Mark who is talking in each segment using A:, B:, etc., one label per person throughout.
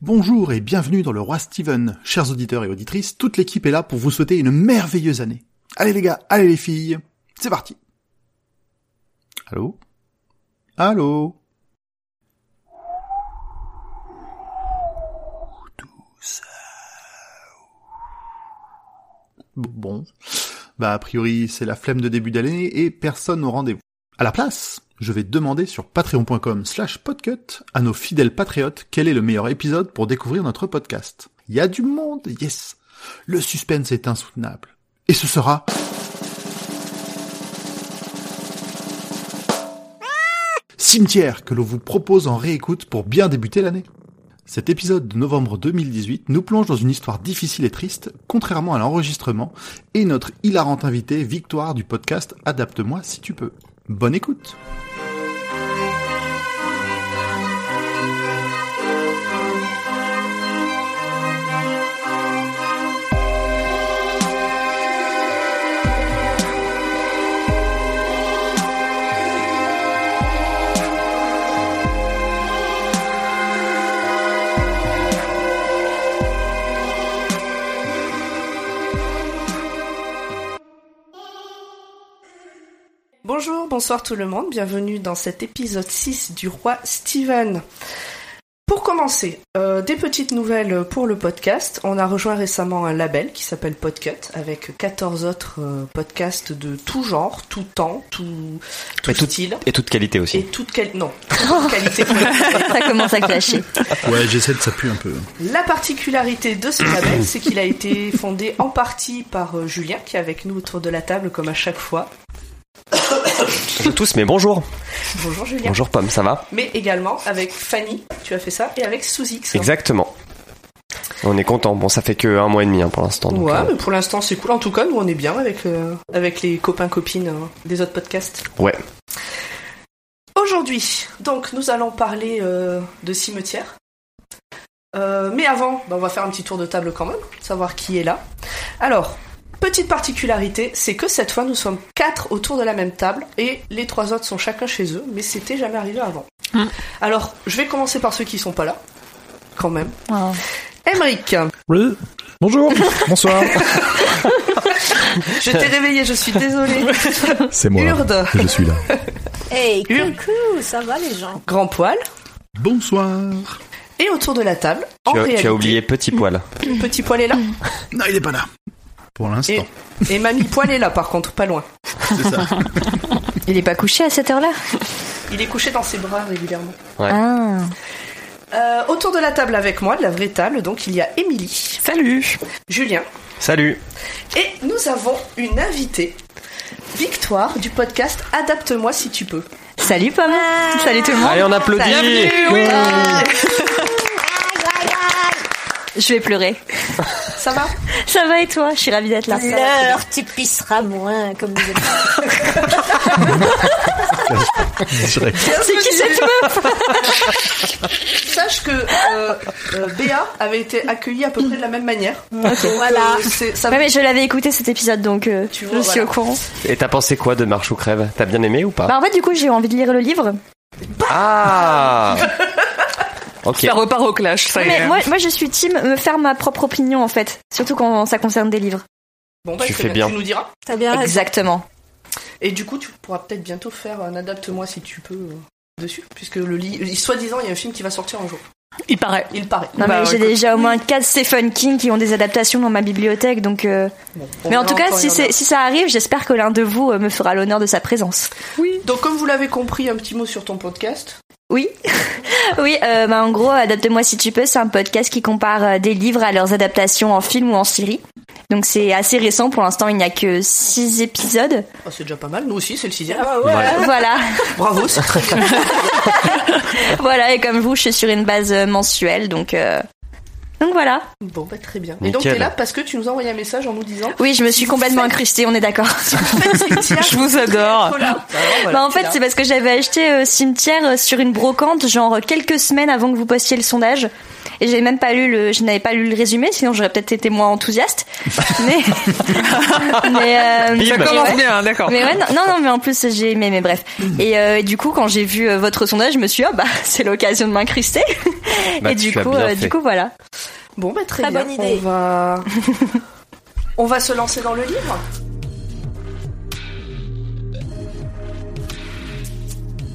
A: Bonjour et bienvenue dans le Roi Steven. Chers auditeurs et auditrices, toute l'équipe est là pour vous souhaiter une merveilleuse année. Allez les gars, allez les filles, c'est parti. Allô Allô Bon. Bah a priori c'est la flemme de début d'année et personne au rendez-vous. À la place, je vais demander sur patreon.com slash podcut à nos fidèles patriotes quel est le meilleur épisode pour découvrir notre podcast. Il y a du monde, yes Le suspense est insoutenable. Et ce sera... Cimetière que l'on vous propose en réécoute pour bien débuter l'année. Cet épisode de novembre 2018 nous plonge dans une histoire difficile et triste, contrairement à l'enregistrement, et notre hilarante invitée Victoire du podcast Adapte-moi si tu peux. Bonne écoute
B: Bonjour, bonsoir tout le monde, bienvenue dans cet épisode 6 du roi Steven. Pour commencer, euh, des petites nouvelles pour le podcast. On a rejoint récemment un label qui s'appelle Podcut avec 14 autres euh, podcasts de tout genre, tout temps, tout, tout
C: Mais Bah, tout-
B: style.
C: Et toute qualité
B: Et
C: aussi.
B: toute quali- non, toute qualité.
D: Ça commence à clasher.
A: Ouais, j'essaie de ça pue un peu.
B: La particularité de ce label, c'est qu'il a été fondé en partie par euh, Julien qui est avec nous autour de la table comme à chaque fois.
C: Bonjour à tous, mais bonjour.
B: Bonjour Julien.
C: Bonjour Pomme, ça va
B: Mais également avec Fanny, tu as fait ça, et avec Souzix.
C: Exactement. On est content. Bon, ça fait que un mois et demi hein, pour l'instant. donc,
B: ouais,
C: euh,
B: mais pour l'instant c'est cool. En tout cas, nous on est bien avec, euh, avec les copains copines euh, des autres podcasts.
C: ouais.
B: Aujourd'hui, donc nous allons parler euh, de cimetière. Euh, mais avant, bah, on va faire un petit tour de table quand même, savoir qui est là. Alors, petite particularité, c'est que cette fois nous sommes quatre autour de la même table et les trois autres sont chacun chez eux, mais c'était jamais arrivé avant.
D: Hmm.
B: Alors, je vais commencer par ceux qui sont pas là, quand même.
D: Wow.
B: Emric,
E: Oui. Bonjour, bonsoir.
B: je t'ai réveillé, je suis désolée.
E: C'est moi.
B: Urde,
E: Je suis là.
F: Hey,
B: Hum.
F: coucou, ça va les gens
B: grand poil.
A: Bonsoir
B: Et autour de la table, en
C: Tu, as, tu as
B: réalité,
C: oublié petit poil.
B: Petit Poil est là.
E: Mm,
A: Non, il est pas là. Pour l'instant,
B: Et Mamie Poil est là, par contre, pas loin.
A: c'est ça.
D: Il est pas couché à cette heure-là
B: Il est couché dans ses bras régulièrement.
D: Ah.
B: Euh, autour de la table avec moi, de la vraie table, donc il y a Émilie,
D: Salut
B: Julien,
C: Salut.
B: et nous avons une invitée, Victoire, du podcast Adapte-moi si tu peux.
D: Salut Pomme
F: Ah.
D: Salut tout le monde
B: Ah,
C: Allez, on applaudit.
D: Je vais pleurer.
B: Ça va
D: Ça va et toi Je suis ravie d'être là.
F: L'heure, tu pisseras moins, comme vous êtes.
D: C'est qui cette meuf
B: Sache que euh, euh, Béa avait été accueillie à peu près de la même manière.
F: Voilà.
B: Euh, c'est- ça-
D: Ouais mais je l'avais écouté cet épisode donc euh,
B: Tu
D: je
B: vois,
D: suis
B: voilà.
D: au courant.
C: Et t'as pensé quoi de Marche ou Crève T'as bien aimé ou pas
D: Bah en fait du coup j'ai eu envie de lire le livre.
C: Ah Ok.
G: Ça repart au clash, ça
D: Ouais,
G: y
D: mais
G: est.
D: moi, moi je suis team me faire ma propre opinion en fait. Surtout quand ça concerne des livres.
B: Bon, bah,
C: Tu
B: très
C: fais bien.
B: Tu nous diras.
F: T'as bien raison.
D: Exactement.
B: Et du coup, tu pourras peut-être bientôt faire un Adapte-moi si tu peux euh, dessus, puisque le lit, soi-disant, il y a un film qui va sortir un jour.
G: Il paraît.
B: Il paraît.
D: Non
G: Bah,
D: mais j'ai
G: écoute.
D: déjà au moins 4 Stephen King qui ont des adaptations dans ma bibliothèque donc... euh,
B: Bon, on
D: Mais en
B: verra
D: tout cas,
B: encore, il
D: si,
B: y en a.
D: c'est- si ça arrive, j'espère que l'un de vous euh, me fera l'honneur de sa présence.
B: Donc, comme vous l'avez compris, un petit mot sur ton podcast.
D: Oui, oui. euh, bah, en gros, adapte-moi si tu peux. C'est un podcast qui compare euh, des livres à leurs adaptations en film ou en série. Donc c'est assez récent pour l'instant. Il n'y a que six épisodes.
B: Ah, c'est déjà pas mal. Nous aussi, c'est le sixième.
C: Voilà.
D: Voilà,
B: Bravo, c'est très bien.
D: voilà. Et comme vous, je suis sur une base euh, mensuelle. Donc euh, Donc voilà.
B: Bon, bah, très bien. Et
C: Nickel.
B: donc, t'es là parce que tu nous as envoyé un message en nous disant.
D: Oui, je me suis complètement incrustée, on est d'accord.
B: je
D: vous adore. Bah, en fait, c'est parce que j'avais acheté euh, Cimetière euh, sur une brocante, genre euh, quelques semaines avant que vous postiez le sondage. Et j'ai même pas lu le, je n'avais pas lu le résumé, sinon j'aurais peut-être été moins enthousiaste. Mais, mais, euh,
C: Bim. Ça
D: mais
G: Commence
D: ouais.
G: bien, d'accord.
D: Mais ouais, non, non, non, mais en plus j'ai aimé, mais bref. Et, euh, et du coup, quand j'ai vu euh, votre sondage, je me suis dit, ah bah, c'est l'occasion de m'incruster.
C: Bah,
D: et du
C: tu as
D: coup,
C: bien
D: euh,
C: fait.
D: du coup, voilà.
B: Bon, bah, très
F: Très
B: bien.
F: bonne idée.
B: On va. On va se lancer dans le livre.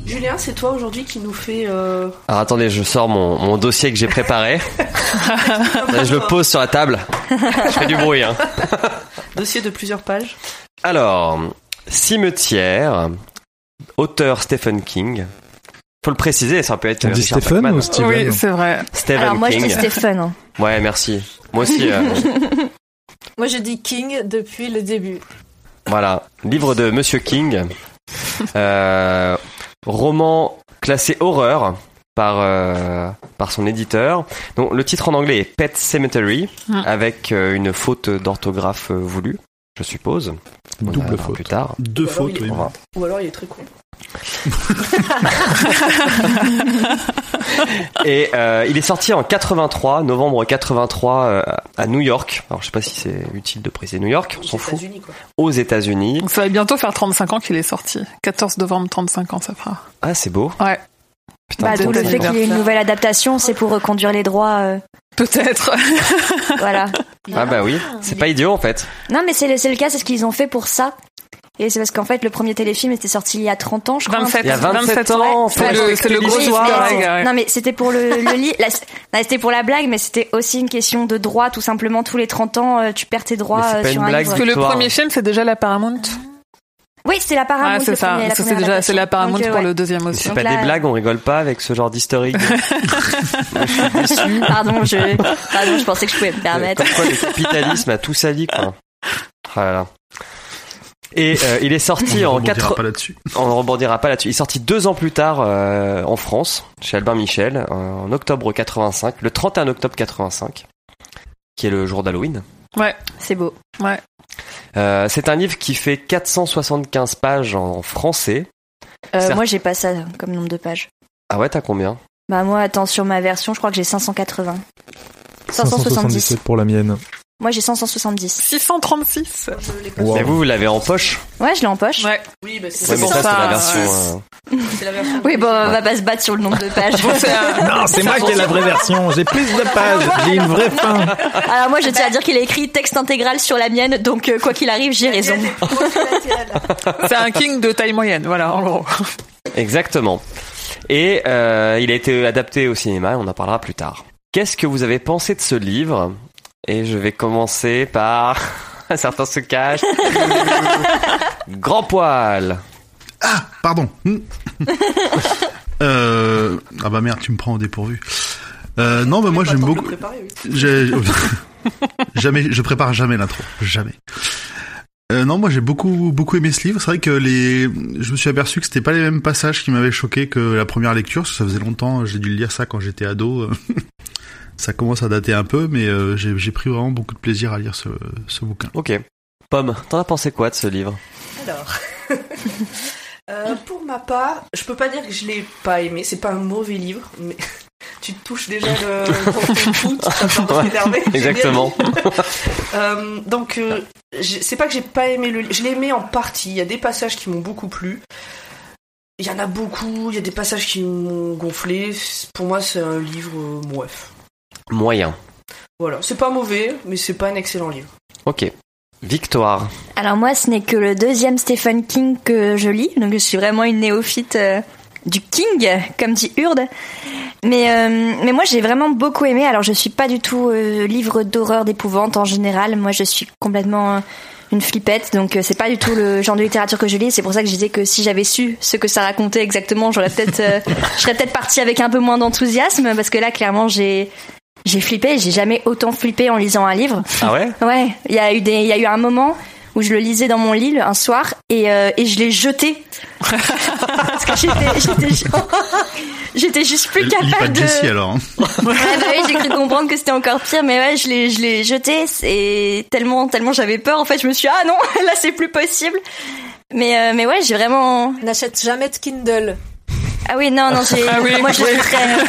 B: Julien, c'est toi aujourd'hui qui nous fait. euh,
C: Alors Ah, attendez, je sors mon, mon dossier que j'ai préparé. Là, je le pose sur la table. Je fais du bruit. Hein.
B: Dossier de plusieurs pages.
C: Alors, Cimetière, auteur Stephen King. Faut le préciser, ça peut être
E: On dit
C: Richard
E: Stephen
C: Bachman.
E: ou Steven
G: Oui, c'est vrai.
C: Stephen
D: Alors moi, je
C: King.
D: dis Stéphane. hein.
C: Ouais, merci. Moi aussi. euh,
F: Moi, je dis King depuis le début.
C: Voilà, livre de Monsieur King, Euh, roman classé horreur par euh, par son éditeur. Donc le titre en anglais est Pet Cemetery
G: Mm.
C: avec euh, une faute d'orthographe euh, voulue, je suppose. On y
E: Double
C: reviendra
E: faute.
C: Plus tard.
A: Deux
B: Bah,
A: fautes,
B: oui.
A: oui.
C: On va-
B: Ou alors il est très con.
C: Et euh, il est sorti en 83, novembre 83 euh, à New York. Alors je sais pas si c'est utile de préciser New York, on s'en
B: Aux
C: fout.
B: États-Unis, quoi.
C: Aux États-Unis.
G: Donc ça va bientôt faire 35 ans qu'il est sorti. 14 novembre, 35 ans, ça fera.
C: Ah c'est beau.
G: Ouais,
D: Bah,
G: peut-être
D: donc le
G: c'est
D: fait qu'il y ait une
G: anniversaire.
D: nouvelle adaptation, c'est pour reconduire les droits, euh,
G: peut-être.
D: voilà.
C: Ah bah oui, c'est pas idiot en fait.
D: Non, mais c'est le, c'est le cas, c'est ce qu'ils ont fait pour ça. Et c'est parce qu'en fait, le premier téléfilm était sorti il y a 30 ans, je crois.
G: 27,
C: Il y a 27 ans, en
G: C'est
C: fait.
G: le, c'est le gros
D: Oui,
G: soir.
D: mais- Non mais c'était pour le, le lit. la- non, c'était pour la blague, mais c'était aussi une question de droit, tout simplement. Tous les 30 ans, euh, tu perds tes
C: Mais
D: droits
C: c'est
D: euh,
C: pas
D: sur
C: une
D: un
C: blague.
G: Parce
D: livre.
G: que le
C: Victoire.
G: premier film, c'est déjà la Paramount.
D: Oui, c'est la Paramount.
G: Ah, c'est
D: le
G: ça.
D: premier, la
G: Ça, c'est
D: première
G: déjà, c'est
D: adaptation.
G: la Paramount
D: Donc, euh,
G: pour
D: ouais.
G: le deuxième
C: Mais
G: aussi.
C: C'est
D: Donc
C: pas
D: là-
C: des blagues, on rigole pas avec ce genre d'historique.
D: Pardon, je, pardon, je pensais que je pouvais me permettre.
C: Comme quoi, le capitalisme a tout sali, quoi. Ah là là. Et euh, il est sorti
A: On
C: en
A: ne
C: quatre...
A: rebondira pas là-dessus.
C: On ne rebondira pas là-dessus. Il est sorti deux ans plus tard euh, en France, chez Albin Michel, euh, en octobre 85, le 31 octobre 85, qui est le jour d'Halloween.
D: C'est beau.
C: Euh, c'est un livre qui fait 475 pages en français.
D: Euh,
C: Certes.
D: moi, j'ai pas ça comme nombre de pages.
C: Ah ouais, t'as combien
D: Bah moi, attends, sur ma version, je crois que j'ai 580. 570.
E: 577 pour la mienne.
D: Moi, j'ai 570.
G: 636.
B: Je l'ai pas.
E: Wow.
C: Mais vous, vous l'avez en poche
D: Ouais, je l'ai en poche.
G: Ouais.
B: Oui, bah, c'est
C: Ouais, mais
G: pour
C: ça, c'est
G: ça,
C: la
G: euh,
C: version...
G: ouais.
C: euh,
B: c'est la version.
D: Oui, bon, on va pas se battre sur le nombre de pages.
G: C'est un-
E: Non, c'est moi qui ai la vraie version. J'ai plus de pages. J'ai une vraie fin.
D: Alors moi, je tiens à dire qu'il a écrit texte intégral sur la mienne, donc euh, quoi qu'il arrive, j'ai raison.
G: c'est un king de taille moyenne, voilà, en gros.
C: Exactement. Et euh, il a été adapté au cinéma, et on en parlera plus tard. Qu'est-ce que vous avez pensé de ce livre Et je vais commencer par... Certains se cachent. Grand poil.
A: Pardon. Hmm. Euh, Ah bah merde, tu me prends au dépourvu. Euh, non, bah moi j'aime beaucoup. j'ai- jamais, je prépare jamais l'intro, jamais. Euh, non, moi j'ai beaucoup beaucoup aimé ce livre. C'est vrai que les, je me suis aperçu que c'était pas les mêmes passages qui m'avaient choqué que la première lecture. parce que Ça faisait longtemps, j'ai dû lire ça quand j'étais ado. ça commence à dater un peu, mais euh, j'ai j'ai pris vraiment beaucoup de plaisir à lire ce, ce bouquin.
C: Ok. Pomme, t'en as pensé quoi de ce livre
B: Alors, euh, pour ma part, je peux pas dire que je l'ai pas aimé. C'est pas un mauvais livre, mais tu te touches déjà le ton- ton pouls, ça me m'énerver.
C: Exactement.
B: Euh, donc, euh, j'ai- c'est pas que j'ai pas aimé le livre. Je l'ai aimé en partie. Il y a des passages qui m'ont beaucoup plu. Il y en a beaucoup. Il y a des passages qui m'ont gonflé. C'est- Pour moi, c'est un livre euh, bref.
C: Moyen.
B: Voilà. C'est pas mauvais, mais c'est pas un excellent livre.
C: Ok. Victoire.
D: Alors moi, ce n'est que le deuxième Stephen King que je lis, donc je suis vraiment une néophyte euh, du King, comme dit Hurde. Mais, euh, mais moi, j'ai vraiment beaucoup aimé. Alors, je suis pas du tout euh, livre d'horreur, d'épouvante en général. Moi, je suis complètement euh, une flippette, donc euh, c'est pas du tout le genre de littérature que je lis. C'est pour ça que je disais que si j'avais su ce que ça racontait exactement, j'aurais peut-être, euh, je serais peut-être partie avec un peu moins d'enthousiasme, parce que là, clairement, j'ai j'ai flippé. J'ai jamais autant flippé en lisant un livre.
C: Ah ouais
D: Ouais, il y a eu des, il y a eu un moment où je le lisais dans mon lit le- un soir et, euh, et je l'ai jeté. Parce que j'étais- j'étais ju- j'étais juste plus
A: Il lit pas
D: capable
A: de
D: de.
A: Jessie alors. hein.
D: Ouais, bah oui, j'ai cru comprendre que c'était encore pire, mais ouais, je l'ai, je l'ai jeté et tellement, tellement j'avais peur. En fait, je me suis dit, ah non, là c'est plus possible. Mais, euh, mais ouais, j'ai vraiment.
F: N'achète jamais de Kindle.
D: Ah oui, non, non, j'ai.
G: Ah oui,
D: moi, je
G: oui.
D: suis très,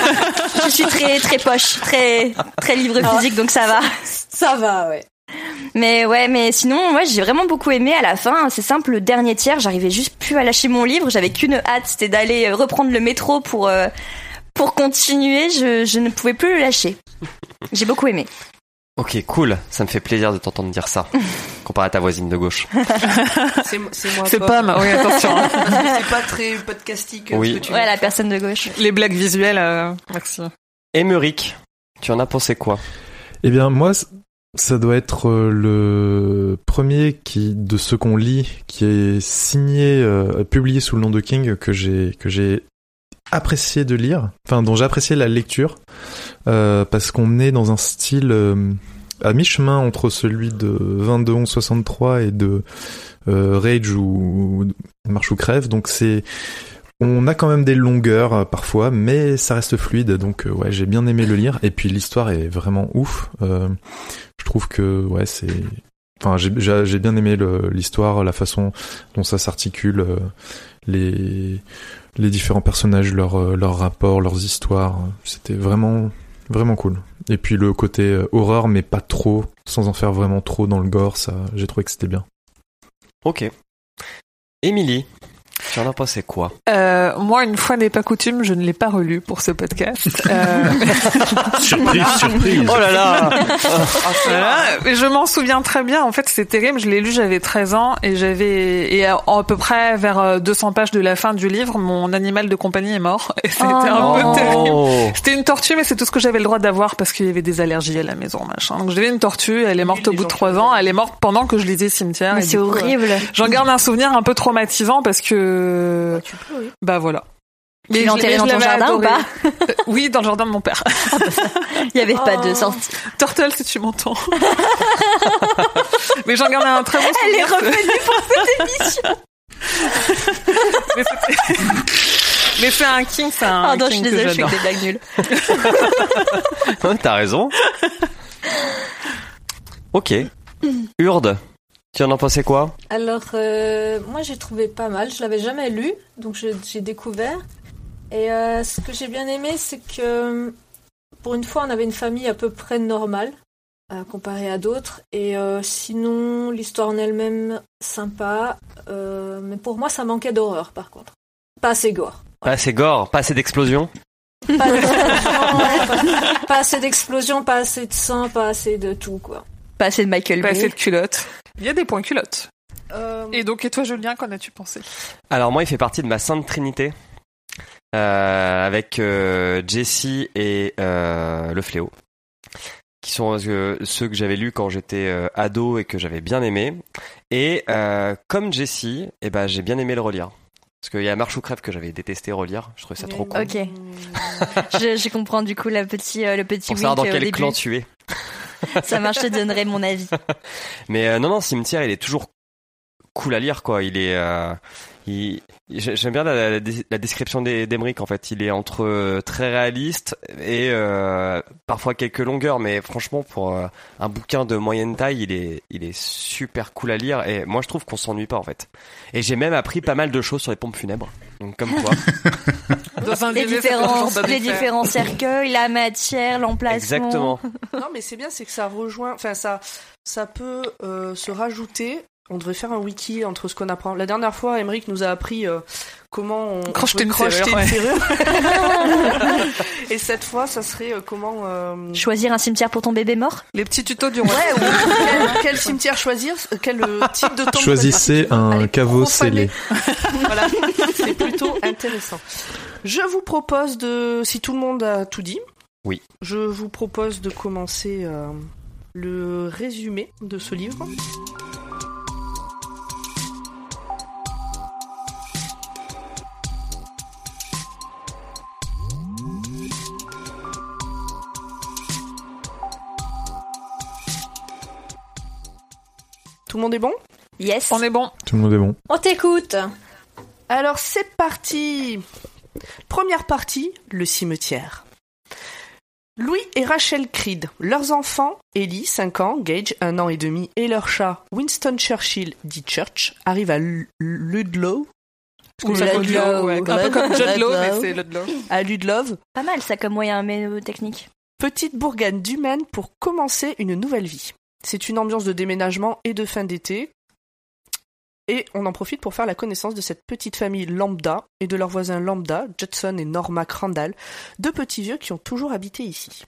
D: je suis très, très poche, très, très livre
G: Ah.
D: physique, donc ça va.
F: Ça va, ouais.
D: Mais ouais, mais sinon, ouais, j'ai vraiment beaucoup aimé à la fin. hein, C'est simple, le dernier tiers, j'arrivais juste plus à lâcher mon livre. J'avais qu'une hâte, c'était d'aller euh, reprendre le métro pour, euh, pour continuer. Je, je ne pouvais plus le lâcher. J'ai beaucoup aimé.
C: Ok, cool. Ça me fait plaisir de t'entendre dire ça. Comparé à ta voisine de gauche.
B: C'est c'est moins
G: C'est
B: pop.
G: pas ma... Oui, attention. hein.
B: C'est pas très podcastique. euh,
C: Oui.
B: ce que tu
D: Ouais, la personne de gauche.
G: Les blagues visuelles, euh, merci.
C: Émeric, tu en as pensé quoi
E: Eh bien, moi, c- ça doit être euh, le premier qui, de ceux qu'on lit, qui est signé, euh, publié sous le nom de King, que j'ai, que j'ai apprécié de lire, enfin, dont j'ai apprécié la lecture, euh, parce qu'on est dans un style euh, à mi-chemin entre celui de 22 11 63 et de euh, Rage ou, ou Marche ou Crève, donc c'est. On a quand même des longueurs euh, parfois, mais ça reste fluide, donc euh, ouais, j'ai bien aimé le lire. Et puis l'histoire est vraiment ouf. Euh, je trouve que ouais, c'est. Enfin, j'ai j'ai- j'ai bien aimé le- l'histoire, la façon dont ça s'articule, euh, les les différents personnages, leurs euh, leurs rapports, leurs histoires. C'était vraiment vraiment cool. Et puis le côté euh, horreur, mais pas trop, sans en faire vraiment trop dans le gore. Ça, j'ai trouvé que c'était bien.
C: Ok. Émilie, tu en as pensé quoi
G: Euh, moi, une fois n'est pas coutume, je ne l'ai pas relu pour ce podcast. Euh,
A: Surprise, surprise.
C: Oh là là Oh.
G: Voilà, mais je m'en souviens très bien. En fait, c'est terrible. Je l'ai lu, j'avais 13 ans et j'avais et à, à peu près vers euh, 200 pages de la fin du livre, mon animal de compagnie est mort. Et c'était
D: Oh
G: un
D: non.
G: peu terrible.
C: Oh.
G: C'était une tortue, mais c'est tout ce que j'avais le droit d'avoir parce qu'il y avait des allergies à la maison, machin. Donc j'avais une tortue, elle est morte au bout de trois ans, elle est morte pendant que je lisais Cimetière.
D: Mais
G: et du
D: c'est
G: coup, euh,
D: horrible.
G: J'en garde un souvenir un peu traumatisant parce que
B: tu peux, oui.
G: bah voilà. Mais
D: Tu
G: je-
D: l'as enterré
G: mais je
D: dans ton
G: l'avais
D: jardin ou
G: adoré. Euh,
D: pas
G: Oui, dans le jardin de mon père.
D: Il n'y avait pas de
F: Oh.
D: sortie.
G: Turtle, si tu m'entends. mais j'en garde un très bon
D: Elle est
G: souvenir.
D: revenue pour cette émission.
G: mais c'est- mais c'est un king, c'est un
D: Pardon, je suis
G: king
D: désolée,
G: que
D: je fais
G: j'adore.
D: que des blagues nulles.
C: Hein, T'as raison. Ok. Urde, tu en as pensé quoi
F: Alors, euh, moi j'ai trouvé pas mal. Je l'avais jamais lu, donc je- j'ai découvert. Et euh, ce que j'ai bien aimé, c'est que pour une fois, on avait une famille à peu près normale, euh, comparée à d'autres. Et euh, sinon, l'histoire en elle-même, sympa. Euh, mais pour moi, ça manquait d'horreur, par contre. Pas assez gore.
C: Pas assez Ah, gore, pas assez d'explosion.
F: Pas, d'explosion, pas- pas assez d'explosion, pas assez de sang, pas assez de tout, quoi.
D: Pas assez de Michael
G: Pas
D: Bay.
G: assez de culottes. Il y a des points culottes.
B: Euh,
G: Et donc, et toi, Julien, qu'en as-tu pensé
C: Alors moi, il fait partie de ma sainte trinité euh, avec euh, Jessie et euh, le fléau, qui sont euh, ceux que j'avais lus quand j'étais euh, ado et que j'avais bien aimé. Et euh, comme Jessie, eh ben j'ai bien aimé le relire. Parce qu'il y a Marche ou Crève que j'avais détesté relire, je trouvais ça trop con.
D: Ok. Je, je comprends du coup la petit, euh, le petit
C: Pour
D: wink
C: savoir dans
D: euh, au
C: quel
D: début.
C: clan tu es.
D: Ça marche, je te donnerai mon avis.
C: Mais euh, non, non, Cimetière, il est toujours cool à lire, quoi. Il est. euh, il- j'ai- J'aime bien la, la- la description des- d'Emeric, en fait. Il est entre euh, très réaliste et euh, parfois quelques longueurs, mais franchement, pour euh, un bouquin de moyenne taille, il est, il est super cool à lire. Et moi, je trouve qu'on s'ennuie pas, en fait. Et j'ai même appris pas mal de choses sur les pompes funèbres. Donc, comme toi.
G: Dans un
D: Les
G: délai, ça peut toujours
D: différents,
G: pas
D: les
G: défaire.
D: différents cercueils, la matière, l'emplacement.
C: Exactement.
B: Non, mais c'est bien, c'est que ça rejoint. Enfin, ça, ça peut euh, se rajouter. On devrait faire un wiki entre ce qu'on apprend. La dernière fois, Emeric nous a appris euh, comment on on
G: Crocheter
B: peut
G: une serrure,
B: serrure. Et cette fois, ça serait euh, comment euh,
D: Choisir un cimetière pour ton bébé mort
G: Les petits tutos du roi.
B: Ouais, ou quel, quel cimetière choisir euh, Quel euh, type de tombe
E: Choisissez
B: choisir
E: un
B: Allez,
E: caveau
B: profanez.
E: scellé.
B: Voilà, c'est plutôt intéressant. Je vous propose de, si tout le monde a tout dit,
C: Oui.
B: je vous propose de commencer euh, le résumé de ce livre. Tout le monde est bon
D: Yes.
G: On est bon.
E: Tout le monde est bon.
F: On t'écoute.
B: Alors c'est parti Première partie, le cimetière. Louis et Rachel Creed, leurs enfants, Ellie, 5 ans, Gage, 1 an et demi, et leur chat, Winston Churchill, dit Church, arrivent à L- Ludlow,
D: Ou
G: C'est
D: Ludlow,
G: Ludlow, ouais.
D: ouais.
G: Un peu comme Ludlow,
B: Ludlow.
G: mais c'est Ludlow.
B: à Ludlow,
D: Pas mal ça comme moyen mais technique.
B: petite bourgade du Maine pour commencer une nouvelle vie. C'est une ambiance de déménagement et de fin d'été. Et on en profite pour faire la connaissance de cette petite famille lambda et de leurs voisins lambda, Judson et Norma Crandall, deux petits vieux qui ont toujours habité ici.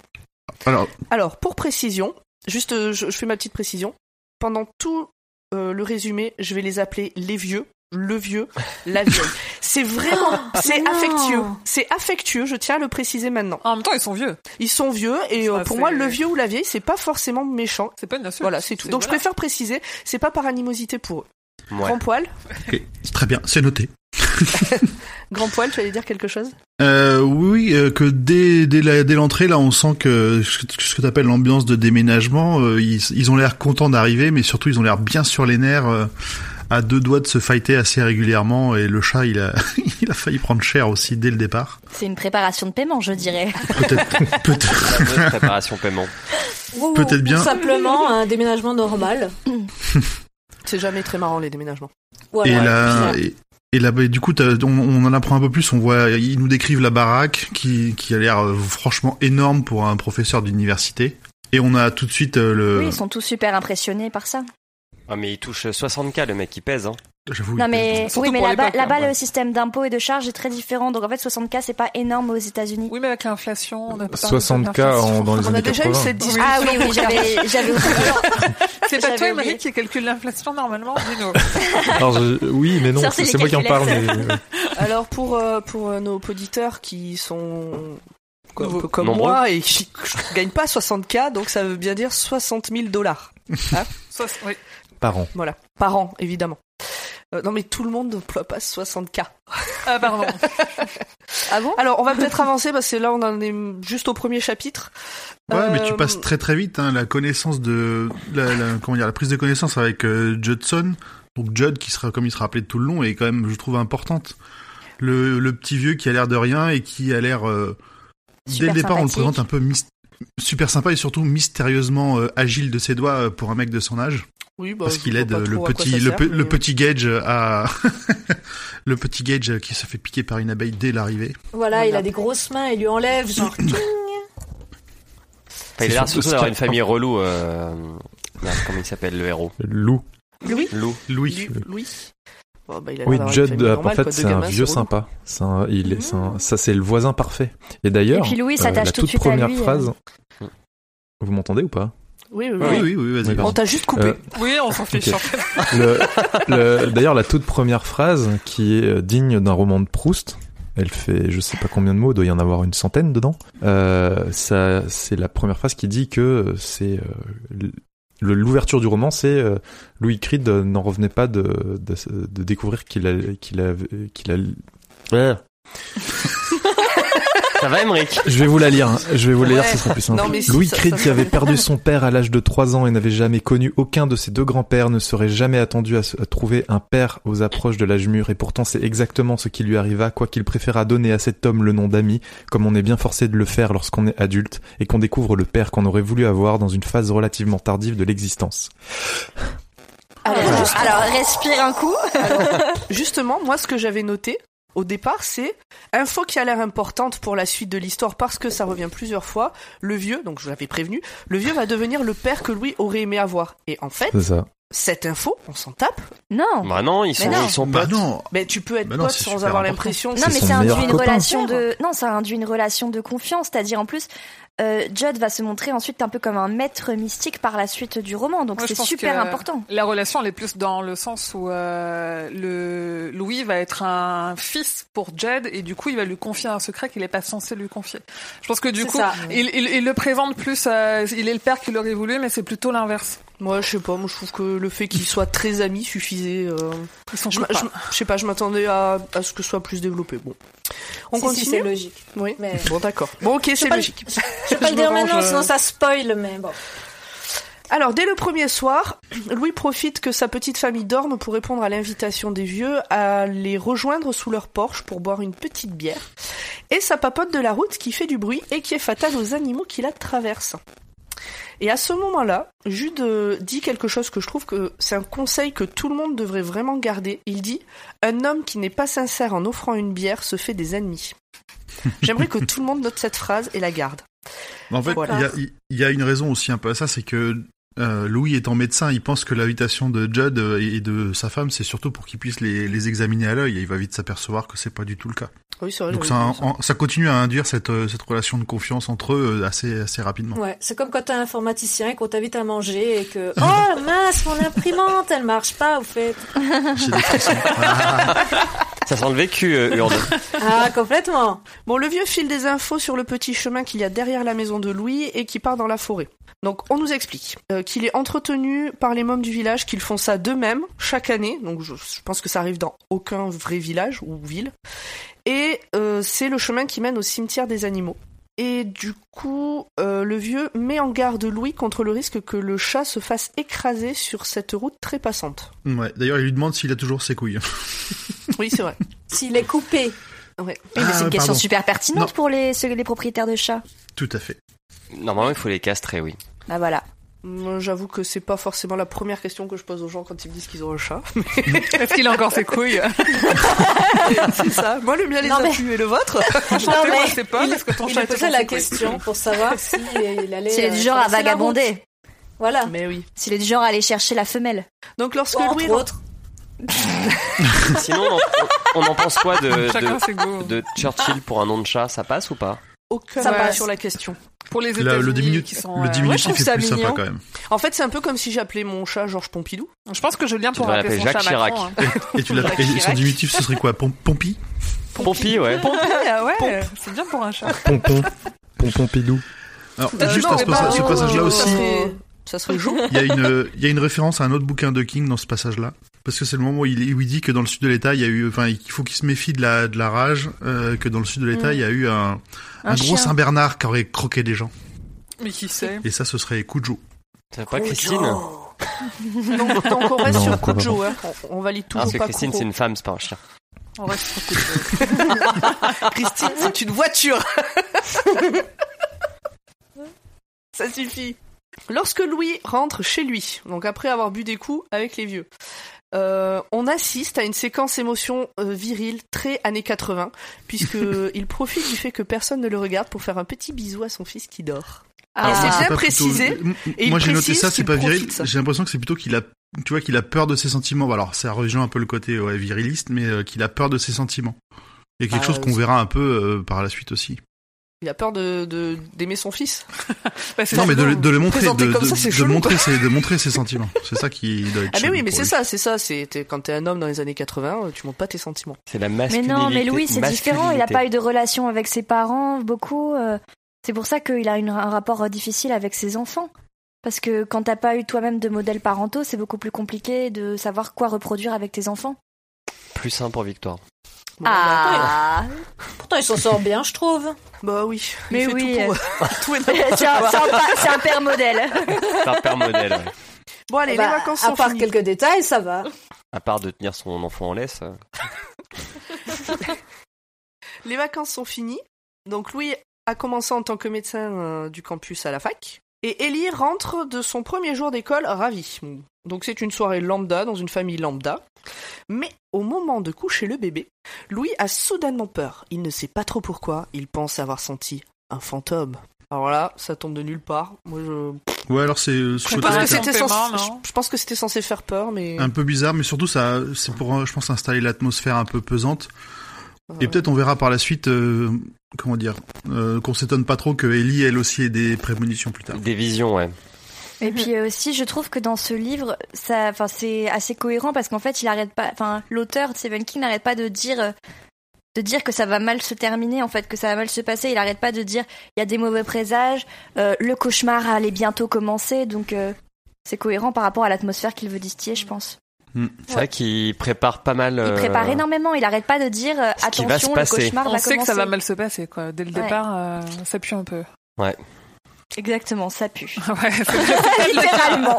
A: Alors,
B: Alors, pour précision, juste euh, je, je fais ma petite précision. Pendant tout euh, le résumé, je vais les appeler les vieux, le vieux, la vieille. c'est vraiment, c'est
F: non.
B: affectueux. C'est affectueux, je tiens à le préciser maintenant.
G: En même temps, ils sont vieux.
B: Ils sont vieux et euh,
G: Ça,
B: pour
G: c'est-
B: moi, le vieux ou la vieille, c'est pas forcément méchant.
G: C'est pas une insulte.
B: Voilà, c'est tout. Donc je
G: voilà.
B: préfère préciser, c'est pas par animosité pour eux.
C: Ouais.
B: Grand poil,
A: ok, c'est très bien, c'est noté.
B: grand poil, tu allais dire quelque chose
A: Euh, oui, oui, euh, que dès, dès, la- dès l'entrée, là, on sent que ce que- ce que t'appelles l'ambiance de déménagement, euh, ils, ils ont l'air contents d'arriver, mais surtout ils ont l'air bien sur les nerfs, euh, à deux doigts de se fighter assez régulièrement, et le chat, il a, il a failli prendre cher aussi dès le départ.
D: C'est une préparation de paiement, je dirais.
A: Peut-être, peut-être,
C: La bonne préparation paiement.
F: Ou-
A: Peut-être bien.
F: Ou simplement un déménagement normal.
B: C'est jamais très marrant les déménagements.
F: Voilà.
A: et là,
F: Puis,
A: et, et là, bah, du coup, t'as- on, on en apprend un peu plus, on voit, ils nous décrivent la baraque, qui, qui a l'air euh, franchement énorme pour un professeur d'université, et on a tout de suite euh, le,
D: Oui, ils sont tous super impressionnés par ça.
C: Ah, mais il touche 60K le mec, il pèse. Hein.
A: j'avoue,
D: non
A: il-
D: mais
G: Surtout
D: oui, mais
G: pour
D: là-bas,
G: l'époque, hein,
D: là-bas
C: ouais.
D: le système d'impôt et de charges est très différent. Donc en fait, 60K c'est pas énorme aux États-Unis.
G: Oui, mais avec l'inflation, on a pas
E: 60K en- dans les
B: On a
E: années
B: déjà eu
E: 80.
B: cette discussion.
D: Ah oui, oui, j'avais, j'avais oublié.
G: C'est pas toi,
D: J'avais
G: Emily,
D: oublié.
G: qui calcule l'inflation normalement, Bruno.
E: Alors, je- oui, mais non,
D: Sortez
E: c'est
D: les
E: moi qui en parle.
D: calculettes.
E: mais, euh,
B: Alors pour euh, pour euh, nos auditeurs qui sont un
G: Nouveau.
B: peu comme
C: Nombreux.
B: moi et qui gagnent pas 60K, donc ça veut bien dire 60 000 dollars
G: Soix- oui.
E: Par an.
B: par an, évidemment. Euh, non mais tout le monde ne ploie pas 60K.
G: Ah, pardon.
D: Ah bon
B: Alors on va peut-être avancer parce que là on en est juste au premier chapitre.
A: Ouais, mais tu
B: Euh,
A: passes très très vite hein, la connaissance de la, la- comment dire la prise de connaissance avec euh, Judson, donc Judd qui sera comme il sera appelé tout le long est quand même je trouve importante. Le, le petit vieux qui a l'air de rien et qui a l'air euh, dès le
D: Super
A: départ on le
D: sympathique.
A: présente un peu mys- super sympa et surtout mystérieusement euh, agile de ses doigts euh, pour un mec de son âge
B: Oui, bah,
A: parce
B: je
A: qu'il
B: vois
A: aide
B: pas
A: euh, le
B: trop à quoi ça
A: petit le,
B: sert,
A: pe-
B: mais-
A: le petit Gage à le petit Gage qui se fait piquer par une abeille dès l'arrivée.
F: Voilà, il
B: Voilà.
F: a des grosses mains, il lui enlève, genre.
C: Enfin, il a l'air
E: C'est
C: surtout
E: surtout
C: d'avoir
E: ce
C: une
E: qu'il-
C: famille relou. Euh... merde, comment il s'appelle le héros
E: Lou.
B: euh, Louis.
C: Lou.
A: Louis.
B: Lu- Louis. Bon, bah, il a
E: Oui,
B: l'air d'avoir une
E: Judd,
B: famille
E: euh, en
B: normale,
E: fait,
B: quoi, deux
E: c'est un
B: gamins,
E: vieux
B: relou.
E: sympa. C'est un- il est, c'est un-
B: Mmh.
E: ça, c'est le voisin parfait. Et d'ailleurs,
D: Et puis Louis
E: euh,
D: s'attache
E: la
D: tout de
E: toute
D: suite à
E: première
D: lui, euh.
E: phrase.
C: Mm.
E: Vous m'entendez ou pas
B: Oui, oui, oui.
A: Oui oui oui vas-y.
E: Ah Oui,
B: On
E: pardon.
B: t'a juste coupé.
E: Euh,
G: Oui, on s'en fiche.
E: Ok.
G: en fait.
E: Le- le- D'ailleurs, la toute première phrase qui est euh, digne d'un roman de Proust, elle fait je sais pas combien de mots, il doit y en avoir une centaine dedans. Euh, ça, c'est la première phrase qui dit que euh, c'est euh, l- le- l'ouverture du roman, c'est euh, Louis Creed euh, n'en revenait pas de, de, de découvrir qu'il a qu'il avait- qu'il a
C: Ça va, Emmerich
E: Je vais vous la lire, hein. je vais vous la lire,
B: Ouais.
E: ce sera plus simple.
B: Non, mais si,
E: Louis
B: ça-
E: Creed,
B: ça-
E: qui avait perdu son père à l'âge de 3 ans et n'avait jamais connu aucun de ses deux grands-pères, ne serait jamais attendu à, se- à trouver un père aux approches de l'âge mûr, et pourtant c'est exactement ce qui lui arriva, quoiqu'il préféra donner à cet homme le nom d'ami, comme on est bien forcé de le faire lorsqu'on est adulte, et qu'on découvre le père qu'on aurait voulu avoir dans une phase relativement tardive de l'existence.
D: Alors,
B: Ouais.
D: alors, respire un coup.
B: Justement, moi, ce que j'avais noté au départ, c'est info qui a l'air importante pour la suite de l'histoire parce que ça revient plusieurs fois. Le vieux, donc je l'avais prévenu, le vieux va devenir le père que Louis aurait aimé avoir. Et en fait,
E: C'est ça.
B: cette info, on s'en tape.
D: Non.
C: Bah non, ils sont,
D: Mais non.
C: ils sont
A: Bah
C: potes.
A: non,
B: Mais tu peux être
A: Bah non,
B: pote
A: c'est
B: sans
A: super
B: avoir
A: important.
B: l'impression.
D: Non,
E: C'est
D: mais
E: son
D: c'est induit
E: meilleur
D: une
E: copain.
D: relation de non, ça induit une relation de confiance, c'est-à-dire en plus. euh, Judd va se montrer ensuite un peu comme un maître mystique par la suite du roman, donc
G: Moi,
D: c'est
G: je pense
D: super
G: que
D: important.
G: La relation, elle est plus dans le sens où euh, le Louis va être un fils pour Jed et du coup, il va lui confier un secret qu'il n'est pas censé lui confier. Je pense que du
F: C'est
G: coup,
F: ça.
G: il, il- il le présente plus, euh, il est le père qu'il aurait voulu, mais c'est plutôt l'inverse.
B: Moi, je sais pas. Moi, je trouve que le fait qu'ils soient très amis suffisait. euh,
G: Ils sont
B: Je,
G: copains.
B: je- je sais pas. Je m'attendais à, à ce que ce soit plus développé. Bon, on
F: Si, si,
B: continue.
F: c'est logique.
B: oui.
F: Mais...
B: Bon, d'accord. Bon, ok, c'est
F: pas-
B: logique.
F: Je vais pas
B: Je
F: le dire
B: me range,
F: maintenant,
B: euh,
F: sinon ça spoil, mais bon.
B: Alors, dès le premier soir, Louis profite que sa petite famille dorme pour répondre à l'invitation des vieux à les rejoindre sous leur porche pour boire une petite bière. Et sa papote de la route qui fait du bruit et qui est fatale aux animaux qui la traversent. Et à ce moment-là, Jude euh, dit quelque chose que je trouve que c'est un conseil que tout le monde devrait vraiment garder. Il dit Un homme qui n'est pas sincère en offrant une bière se fait des ennemis. J'aimerais que tout le monde note cette phrase et la garde.
A: Mais En fait, il
B: Voilà.
A: y a- il y, a une raison aussi un peu à ça, c'est que euh, Louis étant médecin, il pense que l'invitation de Judd euh, et de sa femme, c'est surtout pour qu'il puisse les, les examiner à l'œil, et il va vite s'apercevoir que c'est pas du tout le cas.
B: Oui, c'est vrai,
A: Donc
B: j'avais
A: ça,
B: oublié ça.
A: en- ça continue à induire cette, euh, cette relation de confiance entre eux euh, assez, assez rapidement.
F: Ouais, c'est comme quand t'es un informaticien et qu'on t'invite à manger et que oh mince mon imprimante elle marche pas au fait.
A: J'ai des frissons. Ah,
C: Ça sent le vécu, euh, Urde.
F: Ah complètement.
B: Bon, le vieux file des infos sur le petit chemin qu'il y a derrière la maison de Louis et qui part dans la forêt. Donc, on nous explique euh, qu'il est entretenu par les mômes du village, qu'ils font ça d'eux-mêmes chaque année. Donc, je, je pense que ça arrive dans aucun vrai village ou ville. Et euh, c'est le chemin qui mène au cimetière des animaux. Et du coup, euh, le vieux met en garde Louis contre le risque que le chat se fasse écraser sur cette route très passante.
A: ouais. D'ailleurs, il lui demande s'il a toujours ses couilles.
B: Oui, c'est vrai.
F: S'il est coupé.
B: Ouais.
D: Oui, mais
A: Ah,
D: c'est une question
A: pardon.
D: super pertinente
A: Non.
D: pour les, ceux- les propriétaires de chats.
A: Tout à fait.
C: Normalement, il faut les castrer, oui.
D: Bah voilà.
B: Moi, J'avoue que c'est pas forcément la première question que je pose aux gens quand ils me disent qu'ils ont un chat.
G: Est-ce qu'il a encore ses couilles
B: C'est ça. Moi, le mien les
D: Non,
B: a
D: mais-
B: tués, le vôtre.
G: Franchement,
F: mais
G: moi, je sais pas, parce que ton
F: Il
G: chat
F: lui
G: était
F: posait
G: dans
F: la
G: ses couilles.
F: question pour savoir s'il allait.
D: S'il est
F: euh,
D: du genre à
F: traverser la
D: vagabonder.
F: route. Voilà.
B: Mais oui.
D: S'il est du genre à aller chercher la femelle.
B: Donc, lorsque
F: Entre
B: Louis.
F: autres.
C: Sinon, on, on- on en pense quoi
A: euh,
C: de,
G: Chacun
C: de,
G: ses goûts.
C: de Churchill pour un nom de chat Ça passe ou pas
B: Aucun
F: Ça
B: doute
F: passe.
B: sur la question.
G: Pour les
A: Là, le
G: États-Unis qui
A: diminutif,
G: sont,
A: le
G: euh,
B: ouais,
A: diminutif
B: je trouve
A: est
B: ça
A: plus
B: mignon.
A: sympa quand même.
B: En fait, c'est un peu comme si j'appelais mon chat Georges Pompidou.
G: Je pense que Julien pourrait
C: devrais
G: appeler son
C: l'appeler
G: chat
C: Jacques Chirac.
G: Macron. hein.
A: Et tu l'as-
B: Jacques
A: et son
B: Chirac.
A: diminutif, ce serait quoi Pom- Pompi
C: Pompi, ouais.
G: Pompi, ah ouais, c'est bien pour un chat.
E: Pompon. Pompon Pidou.
A: Alors,
B: Euh,
A: juste
B: non,
A: à ce,
B: mais pas-
A: passa- ce
B: oh,
A: passage-là
B: ça
A: aussi,
B: serait- Ça serait Jo.
A: Il y, a une, il y a une référence à un autre bouquin de King dans ce passage-là. Parce que c'est le moment où il, où il dit que dans le sud de l'État, il y a eu, enfin, il faut qu'il se méfie de la, de la rage, euh, que dans le sud de
B: Mm.
A: l'État, il y a eu un, un,
D: Un
A: gros
D: chien.
A: Saint-Bernard qui aurait croqué des gens.
G: Mais qui sait
A: Et ça, ce serait Kujo.
C: C'est pas Christine Ah,
B: Donc, donc on reste
E: Non,
B: sur
E: quoi,
B: Kojo. Hein. On, on valide
C: Parce
B: toujours
C: que
B: pas
C: Christine, Ah, c'est
B: Kojo.
C: une femme, c'est pas un chien.
G: On reste sur Coco.
B: Christine, c'est une voiture. Ça suffit. Lorsque Louis rentre chez lui, donc après avoir bu des coups avec les vieux, euh, on assiste à une séquence émotion euh, virile très années 80, puisque il profite du fait que personne ne le regarde pour faire un petit bisou à son fils qui dort.
A: Alors,
B: c'est
D: Ah.
A: moi,
B: bien
A: Ah, pas
B: précisé,
A: plutôt-
B: et il
A: Moi, j'ai noté
B: précise
A: ça, c'est
B: qu'il
A: pas viril.
B: profite, ça.
A: J'ai l'impression que c'est plutôt qu'il a, tu vois, qu'il a peur de ses sentiments. Alors, ça rejoint un peu le côté ouais, viriliste, mais euh, qu'il a peur de ses sentiments. Et quelque
B: Bah,
A: chose qu'on
B: c'est-
A: verra un peu euh, par la suite aussi.
B: Il a peur de de- d'aimer son fils. Ah,
G: Bah, c'est
A: Non, mais de, le-
G: chelou.
A: de le montrer, de,
B: Présenter comme ça,
A: de,
B: c'est
A: de
B: chelou,
A: montrer ses, de montrer ses sentiments. C'est ça qui doit être
B: Ah mais
A: chelou
B: oui, mais
A: pour
B: c'est
A: lui.
B: ça, c'est ça. C'est t'es- quand t'es un homme dans les années 80, euh, tu montres pas tes sentiments.
C: C'est la
D: Mais
C: masculinité.
D: non, mais Louis, c'est différent. Il a
C: masculinité.
D: pas eu de relation avec ses parents, beaucoup. euh, C'est pour ça qu'il a une- un rapport euh, difficile avec ses enfants. Parce que quand t'as pas eu toi-même de modèles parentaux, c'est beaucoup plus compliqué de savoir quoi reproduire avec tes enfants.
C: Plus simple pour Victoire.
B: Bon,
D: Ah,
F: Pourtant il s'en sort bien je trouve.
B: bah, bah oui. Il
D: Mais
B: fait
D: oui,
B: tout pour-
D: euh,
B: tout et n'importe
D: c'est un, c'est un pa- c'est un père modèle.
C: C'est un père modèle. ouais.
B: Bon allez,
F: Bah,
B: les vacances
F: à
B: sont
F: part
B: finies.
F: quelques détails ça va.
C: À part de tenir son enfant en laisse. euh.
B: Les vacances sont finies. Donc Louis a commencé en tant que médecin euh, du campus à la fac. Et Ellie rentre de son premier jour d'école ravie. Donc c'est une soirée lambda dans une famille lambda. Mais au moment de coucher le bébé, Louis a soudainement peur. Il ne sait pas trop pourquoi. Il pense avoir senti un fantôme. Alors là, ça tombe de nulle part. Moi, je,
A: Ouais, alors c'est euh, ce
G: Je
B: je
A: côté-là
B: pense
G: pense
B: que
G: que
A: qui est
B: c'était
G: c'est
B: censé,
G: un paiement,
B: je,
G: non
B: je pense que c'était censé faire peur, mais
A: un peu bizarre, mais surtout ça, c'est pour, euh, je pense, installer l'atmosphère un peu pesante. Et peut-être on verra par la suite, euh, comment dire, euh, qu'on s'étonne pas trop que Ellie, elle aussi, ait des prémonitions plus tard.
C: Des visions, ouais.
D: Et puis euh, aussi, je trouve que dans ce livre, ça, enfin, c'est assez cohérent parce qu'en fait, il arrête pas, enfin, l'auteur de Stephen King n'arrête pas de dire, euh, de dire que ça va mal se terminer, en fait, que ça va mal se passer. Il arrête pas de dire, il y a des mauvais présages, euh, le cauchemar allait bientôt commencer, donc euh, c'est cohérent par rapport à l'atmosphère qu'il veut distiller, je pense.
A: Mm.
C: C'est vrai qu'il prépare pas mal.
D: Il
C: euh,
D: prépare énormément, il arrête pas de dire, euh,
C: ce qui va se
D: attention, le
C: passer.
D: cauchemar
G: On
D: va
G: sait que ça va
D: commencer.
G: mal se passer, quoi. Dès le
D: Ouais.
G: départ, euh, on s'appuie un peu.
D: Exactement, ça pue.
G: Ouais, c'est-
D: Littéralement.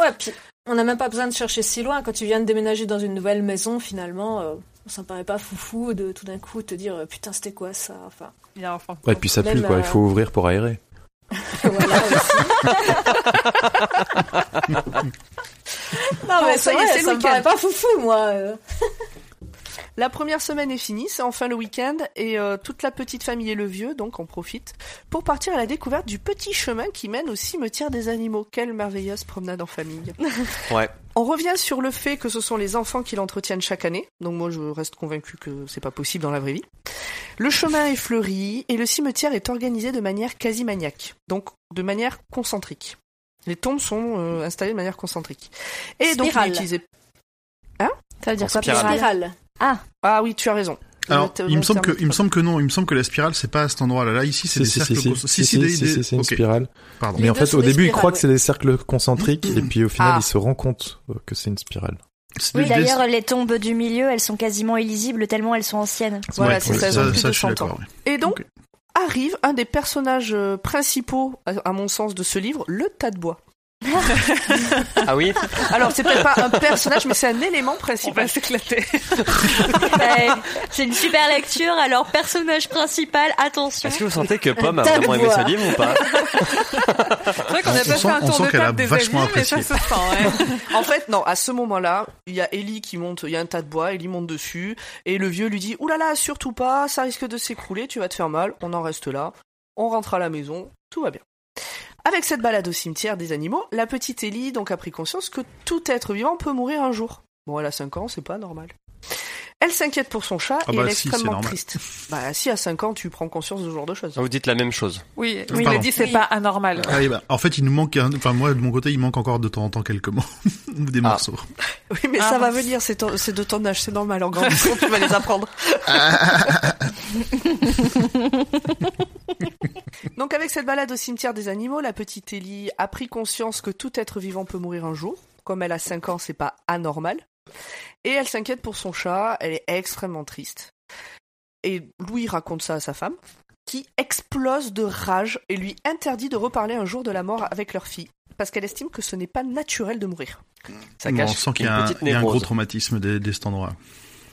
F: Ouais, puis on n'a même pas besoin de chercher si loin. Quand tu viens de déménager dans une nouvelle maison, finalement, euh, ça me paraît pas foufou de tout d'un coup te dire euh, putain, c'était quoi ça Enfin,
G: Il y a un enfant.
E: Ouais, et puis ça pue,
F: Même,
E: quoi.
F: euh,
E: Il faut ouvrir pour aérer.
F: voilà aussi. non, mais
B: Bon,
F: ça y est,
B: c'est
F: ça
B: le
F: me
B: week-end.
F: paraît pas foufou, moi. euh.
B: La première semaine est finie, c'est enfin le week-end et euh, toute la petite famille et le vieux, donc on profite, pour partir à la découverte du petit chemin qui mène au cimetière des animaux. Quelle merveilleuse promenade en famille.
C: Ouais.
B: On revient sur le fait que ce sont les enfants qui l'entretiennent chaque année, donc moi je reste convaincu que c'est pas possible dans la vraie vie. Le chemin est fleuri et le cimetière est organisé de manière quasi maniaque, donc de manière concentrique. Les tombes sont euh, installées de manière concentrique. Et donc il est
F: Spirale.
B: utilisé
D: Ça veut dire
C: En
D: quoi,
C: spirale.
D: Pyrale
F: Spirale.
B: Ah oui, tu as raison.
A: Alors,
B: Le-
A: il me
B: le
A: semble que,
B: terme-
A: il me semble que non. Il me semble que la spirale, c'est pas à cet endroit-là. Là, ici, c'est des cercles. concentriques. si, si, des-
E: si,
A: des-
E: si, c'est une
A: ok,
E: spirale.
A: pardon.
E: Mais
F: Les
E: en
F: deux
E: fait,
F: sont
E: au
F: des
E: début, ils
F: spirales,
E: croient que
F: ouais.
E: c'est des cercles concentriques, et puis au final,
B: Ah.
E: ils se rendent compte euh, que c'est une spirale.
A: C'est
D: Oui,
A: des- des-
D: d'ailleurs, les tombes du milieu, elles sont quasiment illisibles tellement elles sont anciennes.
B: Voilà,
A: ouais,
B: c'est
A: ouais,
B: ça, ils ont plus
A: je
B: de
A: suis
B: 100 ans.
A: d'accord, ouais.
B: Et donc,
A: Ok.
B: arrive un des personnages euh, principaux, à à mon sens, de ce livre, le tas de bois.
C: Ah oui
B: Alors, c'est peut-être pas un personnage, mais c'est un élément
G: On
B: principal.
G: va s'éclater.
D: Ouais, Ben, c'est une super lecture. Alors, personnage principal, attention.
C: Est-ce que vous sentez que Pomme a
D: tas de
C: vraiment aimé
D: bois.
C: ce livre ou pas
G: C'est vrai qu'on n'a
A: On-
G: pas
A: on
G: fait
A: sent-
G: un
A: on
G: tour
A: sent
G: de
A: qu'elle a
G: table des
A: vachement
G: avis, mais ça se
A: apprécié.
G: sent. ouais.
B: En fait, non, à ce moment-là, il y a Ellie qui monte, il y a un tas de bois, Ellie monte dessus, et le vieux lui dit, Ouh là là, surtout pas, ça risque de s'écrouler, tu vas te faire mal, on en reste là, on rentre à la maison, tout va bien. Avec cette balade au cimetière des animaux, la petite Ellie donc a pris conscience que tout être vivant peut mourir un jour. Bon, elle a 5 ans, c'est pas normal. Elle s'inquiète pour son chat
A: Ah
B: et
A: bah
B: elle est
A: si, c'est
B: extrêmement
A: normal.
B: triste. Bah si, à 5 ans, tu prends conscience de ce genre de choses.
C: Vous dites la même chose.
G: Oui,
A: Oui,
G: il a
A: pardon.
G: dit c'est
F: Oui.
G: pas anormal.
A: Ah, et bah, en fait, il nous manque, un- enfin moi de mon côté, il manque encore de temps en temps quelques mots ou des
C: Ah.
A: morceaux.
B: Oui, mais
G: Ah,
B: ça va
G: mince.
B: venir, c'est ton- c'est de ton âge, c'est normal, en grandissant, tu vas les apprendre. Donc avec cette balade au cimetière des animaux, la petite Ellie a pris conscience que tout être vivant peut mourir un jour. Comme elle a 5 ans, c'est pas anormal. Et elle s'inquiète pour son chat, elle est extrêmement triste. Et Louis raconte ça à sa femme, qui explose de rage et lui interdit de reparler un jour de la mort avec leur fille, parce qu'elle estime que ce n'est pas naturel de mourir.
C: Ça
A: Bon,
C: cache
A: on sent qu'il y,
C: une
A: a un-
C: petite
A: il y a un gros
C: névrose.
A: traumatisme de, de cet endroit.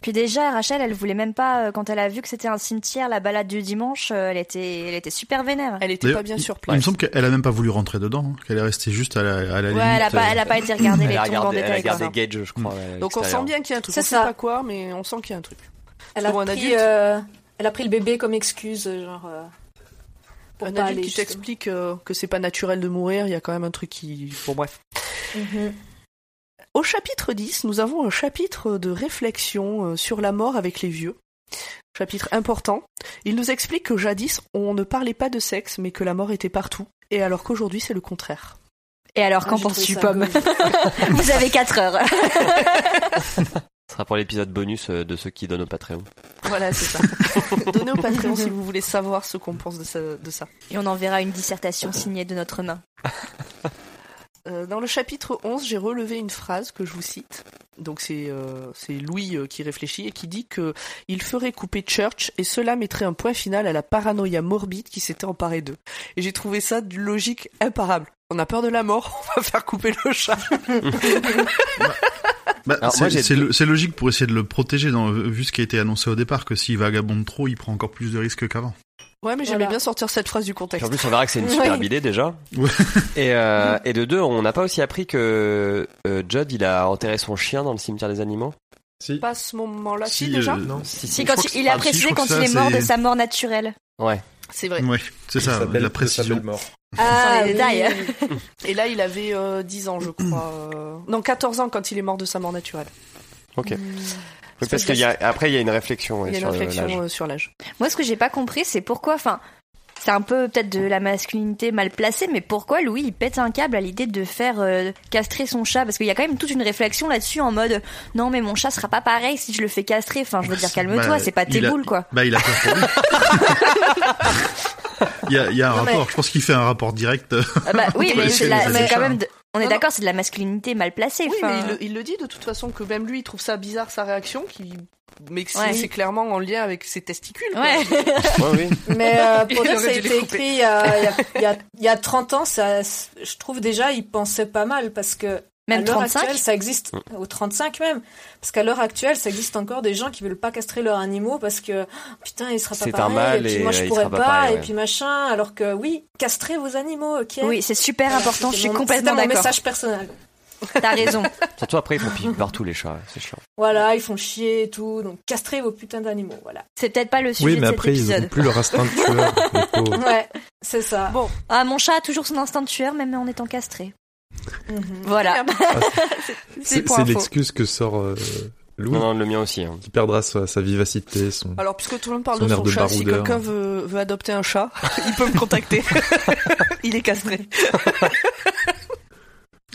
D: Puis déjà, Rachel, elle voulait même pas, euh, quand elle a vu que c'était un cimetière, la balade du dimanche, euh, elle était, elle était super vénère.
B: Elle était
A: D'ailleurs,
B: pas bien
A: il-
B: sur
A: Il
B: place.
A: me semble qu'elle a même pas voulu rentrer dedans, hein, qu'elle est restée juste à la, à la
D: Ouais,
A: limite. euh.
D: elle a pas, elle a pas été regarder les
C: euh, Elle a
D: tombes en
C: regardé, elle a
D: détail.
C: regardé
D: quoi.
C: Gage, je crois.
A: Mm.
C: à
B: Donc on
C: l'extérieur.
B: sent bien qu'il y a un truc.
F: C'est
B: On sait
F: ça.
B: pas quoi, mais on sent qu'il y a un truc.
F: Elle a,
B: Ou un
F: pris,
B: adulte.
F: euh, elle a pris le bébé comme excuse, euh, genre. euh, pour
B: un
F: pas
B: adulte
F: aller,
B: qui t'explique euh, que c'est pas naturel de mourir, il y a quand même un truc qui. Bon, bref.
F: justement. Mhm.
B: Au chapitre 10, nous avons un chapitre de réflexion euh, sur la mort avec les vieux. Chapitre important. Il nous explique que jadis, on ne parlait pas de sexe, mais que la mort était partout. Et alors qu'aujourd'hui, c'est le contraire.
D: Et alors,
F: Ah,
D: qu'en
F: j'ai
D: penses-tu,
F: trouvé ça
D: Pomme
F: gaulerie.
D: Vous avez 4 heures.
C: Ce sera pour l'épisode bonus euh, de ceux qui donnent au Patreon.
B: Voilà, c'est ça. Donnez au Patreon si vous voulez savoir ce qu'on pense de ça. De ça.
D: Et on enverra une dissertation signée de notre main.
B: Euh, dans le chapitre 11, j'ai relevé une phrase que je vous cite. Donc c'est euh, c'est Louis euh, qui réfléchit et qui dit que il ferait couper Church et cela mettrait un point final à la paranoïa morbide qui s'était emparée d'eux. Et j'ai trouvé ça d'une logique imparable. On a peur de la mort, on va faire couper le chat.
A: Bah,
C: Alors, moi, j'ai
A: c'est c'est
C: deux-
A: le- c'est logique pour essayer de le protéger, dans, vu ce qui a été annoncé au départ, que s'il vagabonde trop, il prend encore plus de risques qu'avant.
B: Ouais, mais
F: Voilà.
B: j'aimais bien sortir cette phrase du
C: Puis
B: contexte.
C: en plus, on verra que c'est une superbe
F: Oui.
C: idée déjà.
A: Ouais.
C: Et, euh, et de deux, on n'a pas aussi appris que euh, Judd, il a enterré son chien dans le cimetière des animaux.
E: Si.
B: Pas à ce moment-là, si,
A: Si,
B: déjà.
A: euh,
E: Non.
D: Si, quand
C: Je crois que
D: il a
A: précisé
C: c'est-
D: précisé
A: je crois
D: quand
A: que quand
D: il
A: ça,
D: est mort de
A: c'est-
D: sa
A: sa
D: mort naturelle.
C: Ouais.
B: C'est
C: Mm.
B: vrai.
A: Ouais, c'est ça,
E: Sa belle-
A: la
E: sa
A: précision.
E: belle mort.
D: Sans les
F: Ah, oui.
D: détails.
B: Et là, il avait euh, 10 ans, je crois. euh, Non, 14 ans quand il est mort de sa mort naturelle.
C: Ok. Oui,
B: Parce
C: parce qu'il y a, après, il y a une réflexion ouais,
B: il y a une
C: sur le- l'âge.
B: réflexion euh, sur l'âge.
D: Moi, ce que j'ai pas compris, c'est pourquoi. Enfin, c'est un peu peut-être de la masculinité mal placée, mais pourquoi Louis il pète un câble à l'idée de faire euh, castrer son chat Parce qu'il y a quand même toute une réflexion là-dessus en mode non, mais mon chat sera pas pareil si je le fais castrer. Enfin, je veux dire, calme-toi,
A: Bah,
D: c'est pas tes
A: il a-
D: boules quoi.
A: Bah, il a peur pour lui. Il y a, il y a un
D: Non, mais-
A: rapport, je pense qu'il fait un rapport direct.
D: Ah bah oui,
A: Ouais,
D: mais
A: c'est-
D: c'est la-
A: c'est
D: c'est
A: ça.
D: quand même de- On est
B: Non,
D: d'accord, c'est de la masculinité mal placée.
B: Oui, mais
D: enfin.
B: il le, il le dit de toute façon que même lui, il trouve ça bizarre sa réaction, qui... mais que c'est-
D: Ouais.
B: c'est clairement en lien avec ses testicules. quoi.
D: Ouais.
C: Ouais, oui.
F: Mais euh, pour
B: Il
F: dire que
B: aurait
F: ça a
B: dû les
F: été
B: couper.
F: écrit il y a, il y a- il y a- il y a 30 ans, ça, je trouve déjà, ils pensaient pas mal parce que à
D: Même
F: l'heure
D: 35.
F: actuelle, ça existe, ou 35 même, parce qu'à l'heure actuelle, ça existe encore des gens qui veulent pas castrer leurs animaux parce que oh, putain, il sera pas
C: C'est un
F: pareil,
C: mâle
F: et puis
C: et,
F: moi
C: euh,
F: je
C: il
F: pourrais
C: sera
F: pas,
C: pas pareil,
F: et
C: ouais.
F: puis machin, alors que oui, castrez vos animaux, ok
D: Oui, c'est super
F: Voilà,
D: important, je
F: c'était
D: suis
F: Ah, mon-
D: complètement
F: c'était mon
D: d'accord.
F: message personnel.
D: T'as raison.
C: Surtout après, ils font pipi partout les chats, c'est chiant.
F: Voilà, ils font chier et tout, donc castrez vos putains d'animaux, voilà.
D: C'est peut-être pas le sujet
E: Oui, mais
D: de cet
E: après, ils
D: épisode.
E: n'ont plus leur instinct de tueur. oh, les pauvres.
F: Ouais, c'est ça.
B: Bon,
D: Ah, mon chat a toujours son instinct de tueur, même en étant castré.
F: Mhm.
D: Voilà.
E: C'est
B: pour
E: c'est
B: info.
E: l'excuse que sort euh, Louis,
C: Non, non, le mien aussi. hein.
E: qui perdra sa, sa vivacité, son...
B: alors puisque tout le monde parle
E: Son
B: de
E: air
B: son
E: de
B: chat, si
E: baroudeur.
B: quelqu'un veut, veut adopter un chat, il peut me contacter. il est castré.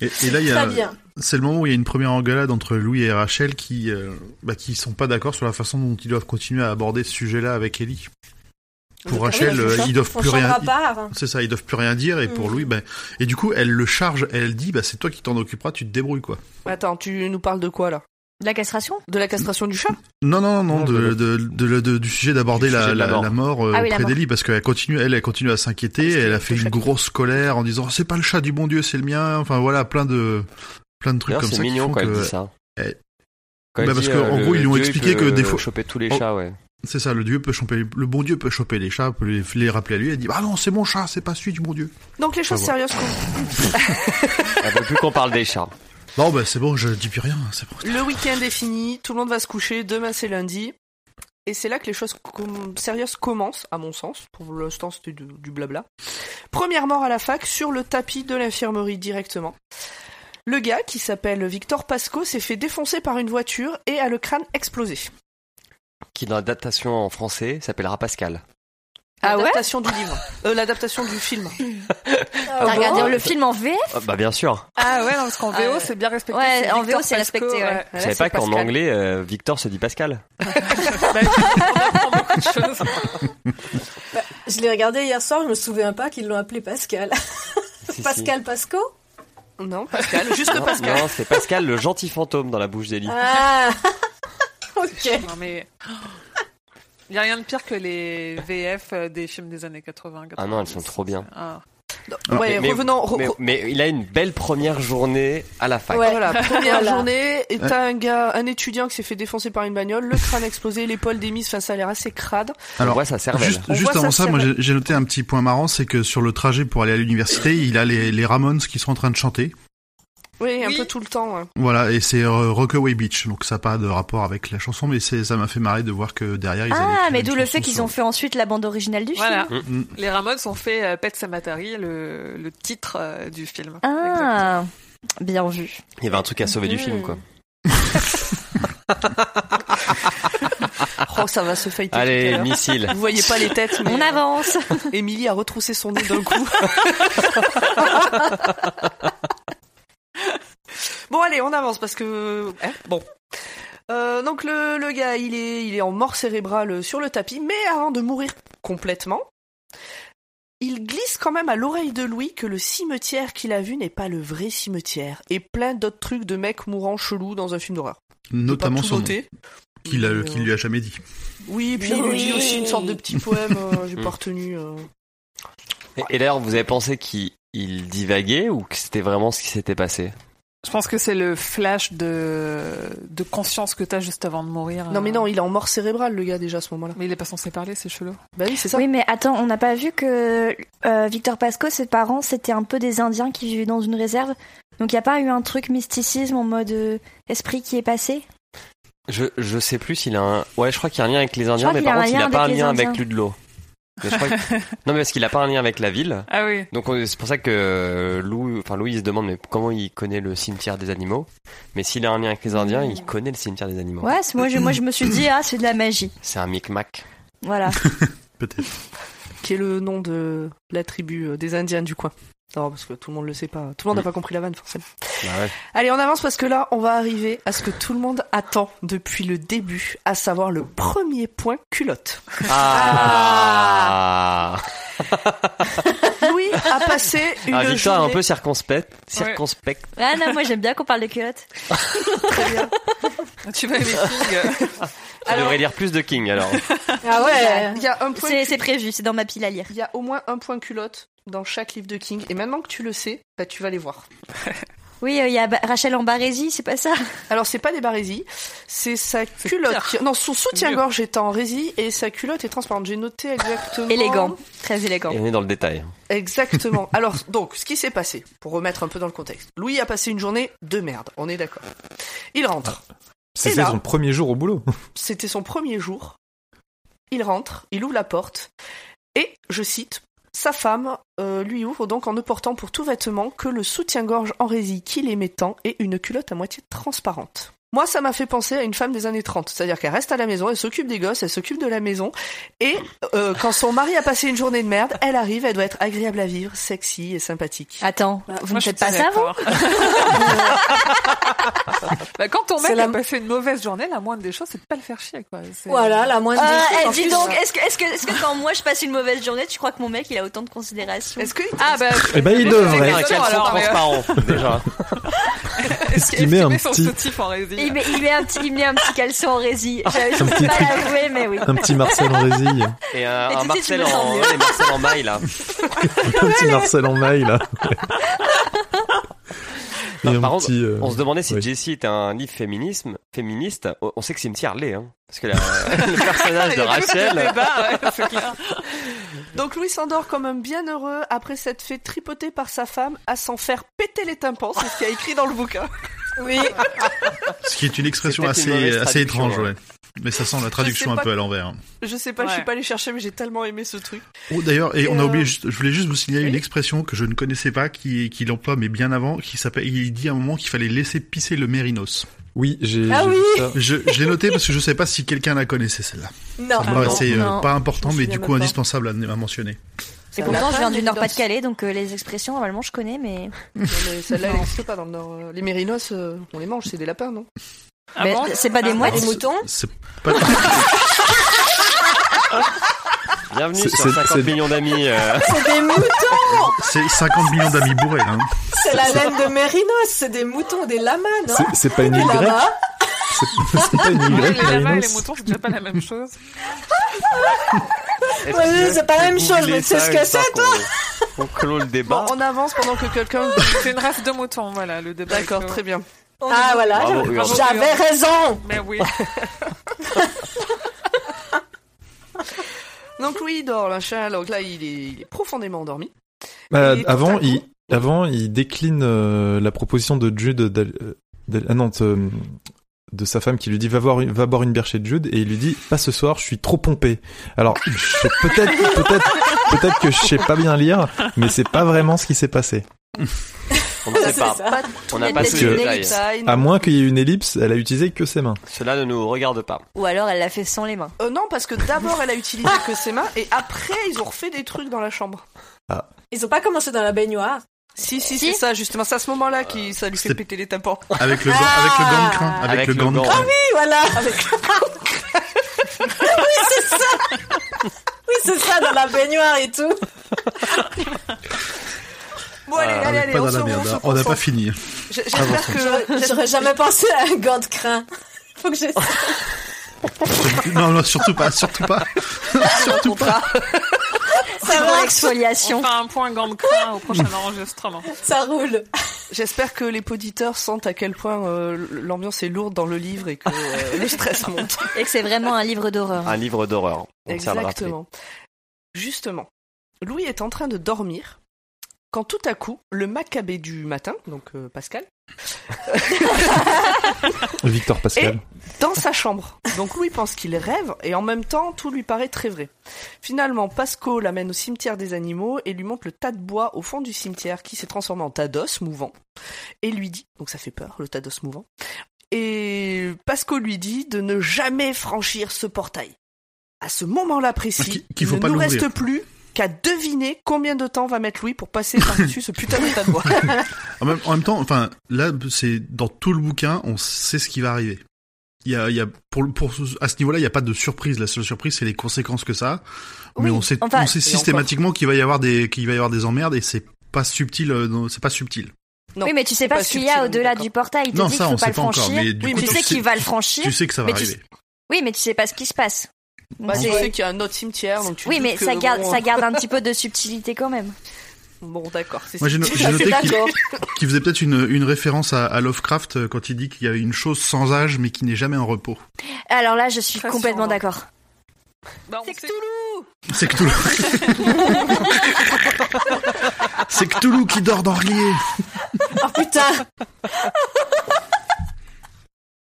A: Et, et là, il y
F: Très
A: a,
F: bien.
A: c'est le moment où il y a une première engueulade entre Louis et Rachel qui, euh, bah, qui sont pas d'accord sur la façon dont ils doivent continuer à aborder ce sujet-là avec Ellie. Pour
F: Ah oui,
A: Rachel,
F: ils font
A: euh,
F: cha-
A: ils doivent
F: font
A: plus
F: chambre
A: rien.
F: à part.
A: C'est ça, ils doivent plus rien dire et pour
F: Mhm.
A: Louis, ben et du coup, elle le charge, elle dit, bah c'est toi qui t'en occuperas, tu te débrouilles quoi.
B: Attends, tu nous parles de quoi là
D: De la castration
B: De la castration du chat
A: Non, non, non,
E: Non,
A: de,
E: bah,
A: de, de- de- du sujet d'aborder
C: Du
A: la,
C: sujet de la
A: la-
C: mort.
A: la mort euh,
D: Ah oui, la
A: auprès
D: mort.
A: d'Ellie parce qu'elle continue, elle, elle continue à s'inquiéter,
B: Parce
A: elle a
B: que
A: fait
B: le
A: une
B: chat-
A: grosse colère en disant c'est pas le chat du bon Dieu, c'est le mien. Enfin voilà, plein de plein de trucs
C: D'ailleurs,
A: comme
C: c'est
A: ça qui
C: mignon
A: font
C: quand elle
A: que-
C: dit ça.
A: eh,
C: Quand
A: bah,
C: elle
A: parce
C: dit, euh,
A: que, en
C: le-
A: gros, ils
C: le
A: lui ont
C: Dieu,
A: expliqué
C: il peut
A: que des fois-
C: choper tous les
A: Oh.
C: chats, ouais.
A: C'est ça, le dieu peut choper le bon Dieu peut choper les chats, peut les, les rappeler à lui et dit bah non, c'est mon chat, c'est pas celui du bon Dieu.
B: Donc les choses
A: Ah
B: sérieuses. qu'on-
C: Elle veut Ah, plus qu'on parle des chats.
A: Non, bah c'est bon, je dis plus rien, c'est bon.
B: Le week-end est fini, tout le monde va se coucher, demain c'est lundi. Et c'est là que les choses com- sérieuses commencent, à mon sens. Pour l'instant, c'était du, du blabla. Première mort à la fac, sur le tapis de l'infirmerie directement. Le gars, qui s'appelle Victor Pasco, s'est fait défoncer par une voiture et a le crâne explosé.
C: Qui, dans l'adaptation en français, s'appellera Pascal.
D: Ah ouais
B: L'adaptation du livre. Euh, L'adaptation du film.
F: Ah
D: T'as
F: bon
D: regardé le film en V
C: Ah, bah, bien sûr.
G: Ah ouais, non, parce qu'en
B: Ah
G: VO,
B: ouais.
G: c'est bien respecté.
D: Ouais, en
G: Victor
D: VO, c'est
G: Pasco,
D: respecté, ouais.
C: Je
B: Là,
C: savais
B: c'est
C: pas qu'en
B: Pascal.
C: anglais, euh, Victor se dit Pascal.
F: Je l'ai regardé hier soir, je me souviens pas qu'ils l'ont appelé Pascal.
C: Si, si.
F: Pascal Pasco
B: Non, Pascal. Juste
C: Non,
B: Pascal.
C: Non, c'est Pascal, le gentil fantôme dans la bouche d'Elie.
F: Ah Ok.
G: Non mais. Il n'y a rien de pire que les VF des films des années 80.
C: Ah non, elles sont trop bien.
G: Ah.
B: Ouais,
C: mais-
B: revenons. re-
C: Mais,
B: re-
C: mais il a une belle première journée à la fac.
F: Ouais.
B: Voilà, première
F: Voilà.
B: journée, et t'as un gars, un étudiant qui s'est fait défoncer par une bagnole, le crâne explosé, l'épaule démise, enfin ça a l'air assez crade.
C: Alors,
A: Alors,
C: voit sa cervelle.
A: Juste,
B: On
A: juste
B: voit
A: avant
B: ça,
A: ça,
B: c'est
A: moi
B: vrai.
A: j'ai j'ai noté un petit point marrant, c'est que sur le trajet pour aller à l'université, il a les, les Ramones qui sont en train de chanter.
B: Oui, un
G: Oui.
B: peu tout le temps. hein.
A: Voilà, et c'est euh, Rockaway Beach, donc ça n'a pas de rapport avec la chanson, mais c'est- ça m'a fait marrer de voir que derrière ils avaient
D: Ah,
A: écrit
D: mais
A: une
D: d'où le
A: chanson
D: fait qu'ils
A: sur-
D: ont fait ensuite la bande originale du
G: Voilà.
D: film.
A: Mm.
G: Les Ramones ont fait euh, Pet Sematary, le, le titre euh, du film. Exactement.
D: Ah, bien vu.
C: Il y avait un truc à sauver du
F: Mhm.
C: film, quoi.
B: Oh, ça va se fighter. tout à
C: Allez,
B: l'heure.
C: missile.
B: Vous voyez pas les têtes, mais
D: On
B: euh,
D: avance.
B: Émilie a retroussé son nez d'un coup. bon, allez, on avance parce que hein, bon. Euh, donc le, le gars, il est, il est en mort cérébrale sur le tapis, mais avant de mourir complètement, il glisse quand même à l'oreille de Louis que le cimetière qu'il a vu n'est pas le vrai cimetière et plein d'autres trucs de mecs mourants chelous dans un film d'horreur.
A: Notamment
B: Pas tout
A: son nom,
B: noté.
A: qu'il a-
B: Mais,
A: qu'il lui a jamais dit.
B: Oui, puis il lui dit aussi une sorte de petit poème. euh,
C: Mm.
B: J'ai pas retenu. euh.
C: Et, et d'ailleurs, vous avez pensé qu'il il divaguait ou que c'était vraiment ce qui s'était passé
G: Je pense que c'est le flash de, de conscience que t'as juste avant de mourir.
B: Non mais
G: euh.
B: non, il est en mort cérébrale le gars déjà à ce moment-là.
G: Mais il est pas censé parler, c'est chelou.
B: Bah oui, c'est ça.
D: Oui, mais attends, on n'a pas vu que euh, Victor Pasco, ses parents, c'était un peu des Indiens qui vivaient dans une réserve. Donc il n'y a pas eu un truc mysticisme en mode euh, esprit qui est passé
C: je, je sais plus s'il a un. Ouais, je crois qu'il y a un lien avec les Indiens,
D: crois
C: mais
D: qu'il y a
C: par
D: un
C: contre, il a pas un
D: lien avec les
C: lien avec
D: Indiens.
C: Ludlow. Mais je crois que- non, mais parce qu'il a pas un lien avec la ville.
G: Ah oui.
C: Donc on- c'est pour ça que euh, Lou, enfin Louis se demande mais comment il connaît le cimetière des animaux. Mais s'il a un lien avec les Indiens, il connaît le cimetière des animaux.
D: Ouais, c'est- moi je, moi je me suis dit, ah, c'est de la magie.
C: C'est un micmac.
D: Voilà.
A: Peut-être.
B: Qui est le nom de la tribu euh, des Indiens du coin. Non, parce que tout le monde le sait pas. Tout le monde n'a
C: Mm.
B: pas compris la vanne, forcément.
C: Bah ouais.
B: Allez, on avance parce que là, on va arriver à ce que tout le monde attend depuis le début, à savoir le premier point culotte.
C: Ah.
B: Louis à passer une
C: Alors, Victoire
B: journée.
C: Ah, un peu circonspect. Circonspect.
D: Ah non, moi j'aime bien qu'on parle de culottes.
B: Très bien.
G: Tu vas les euh, King.
C: Tu devrais lire plus de King alors.
F: Ah ouais.
B: Il y a un point.
D: C'est c'est prévu, c'est dans ma pile à lire.
B: Il y a au moins un point culotte dans chaque livre de King. Et maintenant que tu le sais, bah, tu vas les voir.
D: Oui, euh, il y a Ba- Rachel en Barésie, c'est pas ça
B: Alors, c'est pas des barésies, c'est sa culotte.
G: pire.
B: qui- Non, son soutien-gorge est en résie et sa culotte est transparente. J'ai noté exactement.
D: Élégant, très élégant.
C: Et on est dans le détail.
B: Exactement. Alors, donc, ce qui s'est passé, pour remettre un peu dans le contexte. Louis a passé une journée de merde, on est d'accord. Il rentre.
E: C'était
B: là-
E: son premier jour au boulot.
B: C'était son premier jour. Il rentre, il ouvre la porte, et, je cite, sa femme euh, lui ouvre donc en ne portant pour tout vêtement que le soutien-gorge en résille qu'il aimait tant et une culotte à moitié transparente. Moi, ça m'a fait penser à une femme des années 30, c'est-à-dire qu'elle reste à la maison, elle s'occupe des gosses, elle s'occupe de la maison, et euh, quand son mari a passé une journée de merde, elle arrive, elle doit être agréable à vivre, sexy et sympathique.
D: Attends, vous ne faites pas ça vous
G: bah, Quand ton
F: C'est
G: mec
F: la-
G: a passé une mauvaise journée, la moindre des choses, c'est de pas le faire chier. Quoi. C'est-
F: Voilà, la moindre
D: Euh,
F: des choses,
D: eh,
F: en
D: dis
F: plus.
D: donc, est-ce que, est-ce, que, est-ce que quand moi je passe une mauvaise journée, tu crois que mon mec il a autant de considération
B: Est-ce que
G: Ah bah.
E: Eh ben, il devrait.
C: Avec elles sont
G: alors, mais, euh,
C: transparents déjà.
E: Est-ce qu'il
G: est-ce
E: met un
G: son
E: petit-
G: soutif en résine
D: il met, il, met un petit, il met un petit caleçon en résille. Je, je
E: Un
D: peux
E: petit
D: pas
E: truc.
D: l'avouer, mais oui.
E: Un petit Marcel en résille.
C: Et un,
D: Et
C: un
D: tout de suite, je
C: Marcel
D: me sens
C: en,
D: mieux.
C: les Marcel en maille là.
E: un petit Marcel en maille, là. Et
C: Non,
E: un
C: par contre,
E: petit, euh,
C: On se demandait si
E: oui.
C: Jessie était un livre féminisme, féministe. O- On sait que Cynthia l'est, hein. Parce que la- le personnage de Rachel.
B: Donc Louis s'endort comme un bienheureux après s'être fait tripoter par sa femme à s'en faire péter les tympans, c'est ce qu'il y a écrit dans le bouquin.
F: Oui.
A: Ce qui est une expression
C: C'est
A: assez,
C: peut-être une mauvaise
A: assez
C: traduction,
A: étrange, ouais. Mais ça sent la traduction un
B: pas-
A: peu à l'envers.
B: Je sais pas, je suis pas allée chercher, mais j'ai tellement aimé ce truc.
A: Oh, d'ailleurs, et,
B: Et
A: on a
B: euh,
A: oublié, juste- je voulais juste vous signaler une expression que je ne connaissais pas, qui, qui l'emploie, mais bien avant, qui s'appelle, il dit à un moment qu'il fallait laisser pisser le mérinos.
E: Oui, j'ai
F: Ah
E: j'ai
F: oui.
E: vu ça.
A: Je, je l'ai noté parce que je sais pas si quelqu'un la connaissait, celle-là.
F: Non. Ah
A: Ça me paraissait euh,
F: non.
A: pas important,
F: Je me
A: mais
F: souviens
A: du coup
F: même pas.
A: indispensable à, à mentionner.
D: Et pourtant, je viens du Nord-Pas-de-Calais, donc euh, les expressions normalement je connais, mais.
B: Mais celle-là, elle n'existe pas dans le Nord. euh, Les mérinos, euh, on les mange, c'est des lapins, non
G: Ah
D: mais
G: bon
D: c'est pas des mouettes
A: des
F: moutons
A: C'est pas,
C: Bienvenue
E: C'est-
C: sur
E: c'est-
C: 50
E: c'est-
C: millions d'amis. euh,
F: C'est des moutons.
A: c'est 50 millions d'amis bourrés, hein.
F: C'est la laine de mérinos. C'est des moutons, des lamas, non
E: C'est- C'est pas une
F: Des
E: Y.
F: lamas.
E: C'est c'est pas une Y,
G: Ah, Les lamas et les
E: Marinos.
G: moutons, c'est déjà pas la même chose.
C: est-ce
F: Ouais,
C: que-
F: c'est pas la même
C: vous
F: chose,
C: voulez
F: mais tu sais
C: ça,
F: ce que
C: une fois qu'on- On clôt le
B: Bon,
C: débat.
B: on avance pendant que quelqu'un...
G: C'est une race de moutons, voilà, le débat.
B: D'accord,
G: est clos.
B: très bien.
F: Ah voilà.
C: Bravo,
F: j'avais-
C: Hurd.
F: J'avais raison.
G: Mais oui.
B: Donc Louis dort, là, chien, donc là, il est, il est profondément endormi.
E: Bah,
B: Et tout à
E: avant,
B: coup-
E: il, avant, il décline euh, la proposition de Jude d'al- euh, d'al- ah non, de, de sa femme qui lui dit va boire, une- va boire une bière chez Jude et il lui dit pas ce soir, je suis trop pompé. Alors je- peut-être, peut-être, peut-être que je sais pas bien lire, mais c'est pas vraiment ce qui s'est passé.
C: On ne sait
F: C'est
C: pas.
F: ça.
B: Pas
C: On n'a
D: Il y a
C: pas
D: peut-être
C: ce
E: une
C: détail.
B: Einstein.
E: À moins qu'il y ait une ellipse, elle a utilisé que ses mains.
C: Cela ne nous regarde pas.
D: Ou alors elle l'a fait sans les mains.
B: Euh, non, parce que d'abord, elle a utilisé que ses mains, et après, ils ont refait des trucs dans la chambre.
F: Ils ont pas commencé dans la baignoire.
B: Si, si,
D: Si.
B: c'est ça, justement. C'est à ce moment-là qui ça lui fait
A: C'est-
B: péter les tympans.
A: Avec le, gant- avec le gant de crin. Avec, le gant de crin.
C: ouais.
F: Ah Oui, voilà. Avec le Oui, c'est ça. Oui, c'est ça dans la baignoire et tout.
B: Bon, allez, allez,
A: Avec Ah,
B: allez,
A: pas
B: on
A: dans
B: se
A: la
B: re- on se
A: merde. hein. On n'a pas
B: concentre.
A: fini.
B: J'- J'espère que. j'espère-
F: J'aurais jamais pensé à un gant de crin. Faut que j'ai
A: non, non, surtout pas, surtout pas. surtout pas.
F: ça
D: Pour
F: va,
G: On
D: l'exfoliation.
G: fait un point gant de crin au prochain enregistrement.
F: ça roule.
B: J'espère que les poditeurs sentent à quel point euh, l'ambiance est lourde dans le livre et que euh, le stress monte.
D: Et que c'est vraiment un livre d'horreur.
C: Un livre d'horreur. On tient à le rappeler.
B: Exactement. Justement, Louis est en train de dormir quand tout à coup, le macabé du matin, donc euh, Pascal,
E: Victor
B: Eh,
E: Pascal.
B: dans sa chambre. Donc Louis pense qu'il rêve et en même temps tout lui paraît très vrai. Finalement, Pasco l'amène au cimetière des animaux et lui montre le tas de bois au fond du cimetière qui s'est transformé en tas d'os mouvant et lui dit, donc ça fait peur le tas d'os mouvant, et Pasco lui dit de ne jamais franchir ce portail. À ce moment-là
A: Ah, Qu'il-
B: précis,
A: qu'il faut
B: il
A: pas
B: ne nous
A: l'ouvrir.
B: reste plus qu'à deviner combien de temps va mettre Louis pour passer par-dessus ce putain de tas de bois.
A: En même, en même temps, enfin, là, c'est dans tout le bouquin, on sait ce qui va arriver. Il y a, il y a pour, le- pour à ce niveau-là, il n'y a pas de surprise. La seule surprise, c'est les conséquences que ça. a. Mais
D: Oui,
A: on sait,
D: enfin,
A: on sait
B: et
A: systématiquement qu'il va y avoir des, qu'il va y avoir des emmerdes et c'est pas subtil, euh, non, c'est pas subtil.
B: Non,
D: oui, mais tu sais pas,
B: pas
D: ce qu'il y a
B: subtil,
D: au-delà
B: d'accord.
D: du portail. Il te
A: Non,
D: dit
A: ça,
D: qu'il
A: on
D: faut pas
A: sait
D: le
A: pas encore,
D: franchir.
A: mais du
D: Oui,
A: coup,
D: tu
A: tu
D: sais
A: sais-
D: qu'il va le franchir.
A: Tu sais que ça va
D: mais tu
A: arriver.
D: Oui, mais tu sais pas ce qui se passe.
B: Bah,
D: Donc,
B: tu
D: c'est-
B: sais qu'il y a un autre cimetière, donc tu
D: oui,
B: te
D: mais
B: doutes
D: ça
B: que,
D: garde,
B: bon,
D: ça garde un petit peu de subtilité quand même.
B: Bon, d'accord. c'est-
A: Moi, j'ai no-
B: c'est-
A: j'ai
B: ça,
A: noté
B: c'est
A: qu'il-
B: d'accord.
A: Qui faisait peut-être une, une référence à, à Lovecraft euh, quand il dit qu'il y a une chose sans âge mais qui n'est jamais en repos.
D: Alors là, je suis
G: Très
D: complètement
G: sûrement.
D: d'accord.
G: Bah, on sait-
A: C'est Cthulhu. C'est Cthulhu qui dort dans Rier.
B: Ah, putain
G: De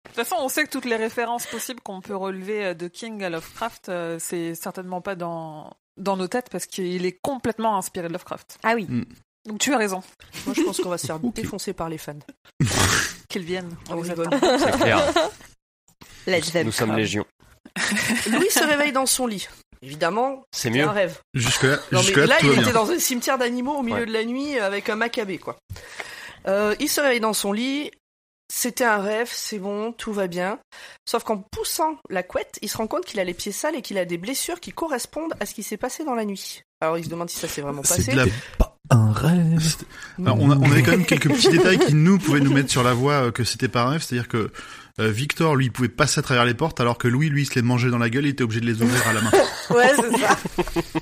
G: toute façon, on sait que toutes les références possibles qu'on peut relever euh, de King à Lovecraft, euh, c'est certainement pas dans dans nos têtes parce qu'il est complètement inspiré de Lovecraft.
D: Ah oui.
G: Donc tu as raison
B: Moi, je pense qu'on va se faire
A: Ok.
B: défoncer par les fans.
G: qu'il vienne.
B: On
G: les
B: rigole.
G: attend.
C: C'est clair.
D: Let's
C: Nous sommes légion.
B: Louis se réveille dans son lit. Évidemment,
C: C'est
B: c'est
C: mieux.
B: un rêve.
A: Jusque-là,
B: Non, mais
A: jusque-là,
B: là,
A: tout
B: il
A: va
B: était
A: bien.
B: dans un cimetière d'animaux au milieu
C: Ouais.
B: de la nuit euh, avec un macabé, quoi. Euh, il se réveille dans son lit. C'était un rêve, c'est bon, tout va bien. Sauf qu'en poussant la couette, il se rend compte qu'il a les pieds sales et qu'il a des blessures qui correspondent à ce qui s'est passé dans la nuit. Alors il se demande si ça s'est vraiment passé.
A: C'est de la-
E: Pas un rêve.
A: C'était- Alors, on, a- on avait quand même quelques petits détails qui nous pouvaient nous mettre sur la voie euh, que c'était pas un rêve, c'est-à-dire que euh, Victor lui il pouvait passer à travers les portes alors que Louis lui il se les mangeait dans la gueule, il était obligé de les ouvrir à la main.
B: Ouais, c'est ça.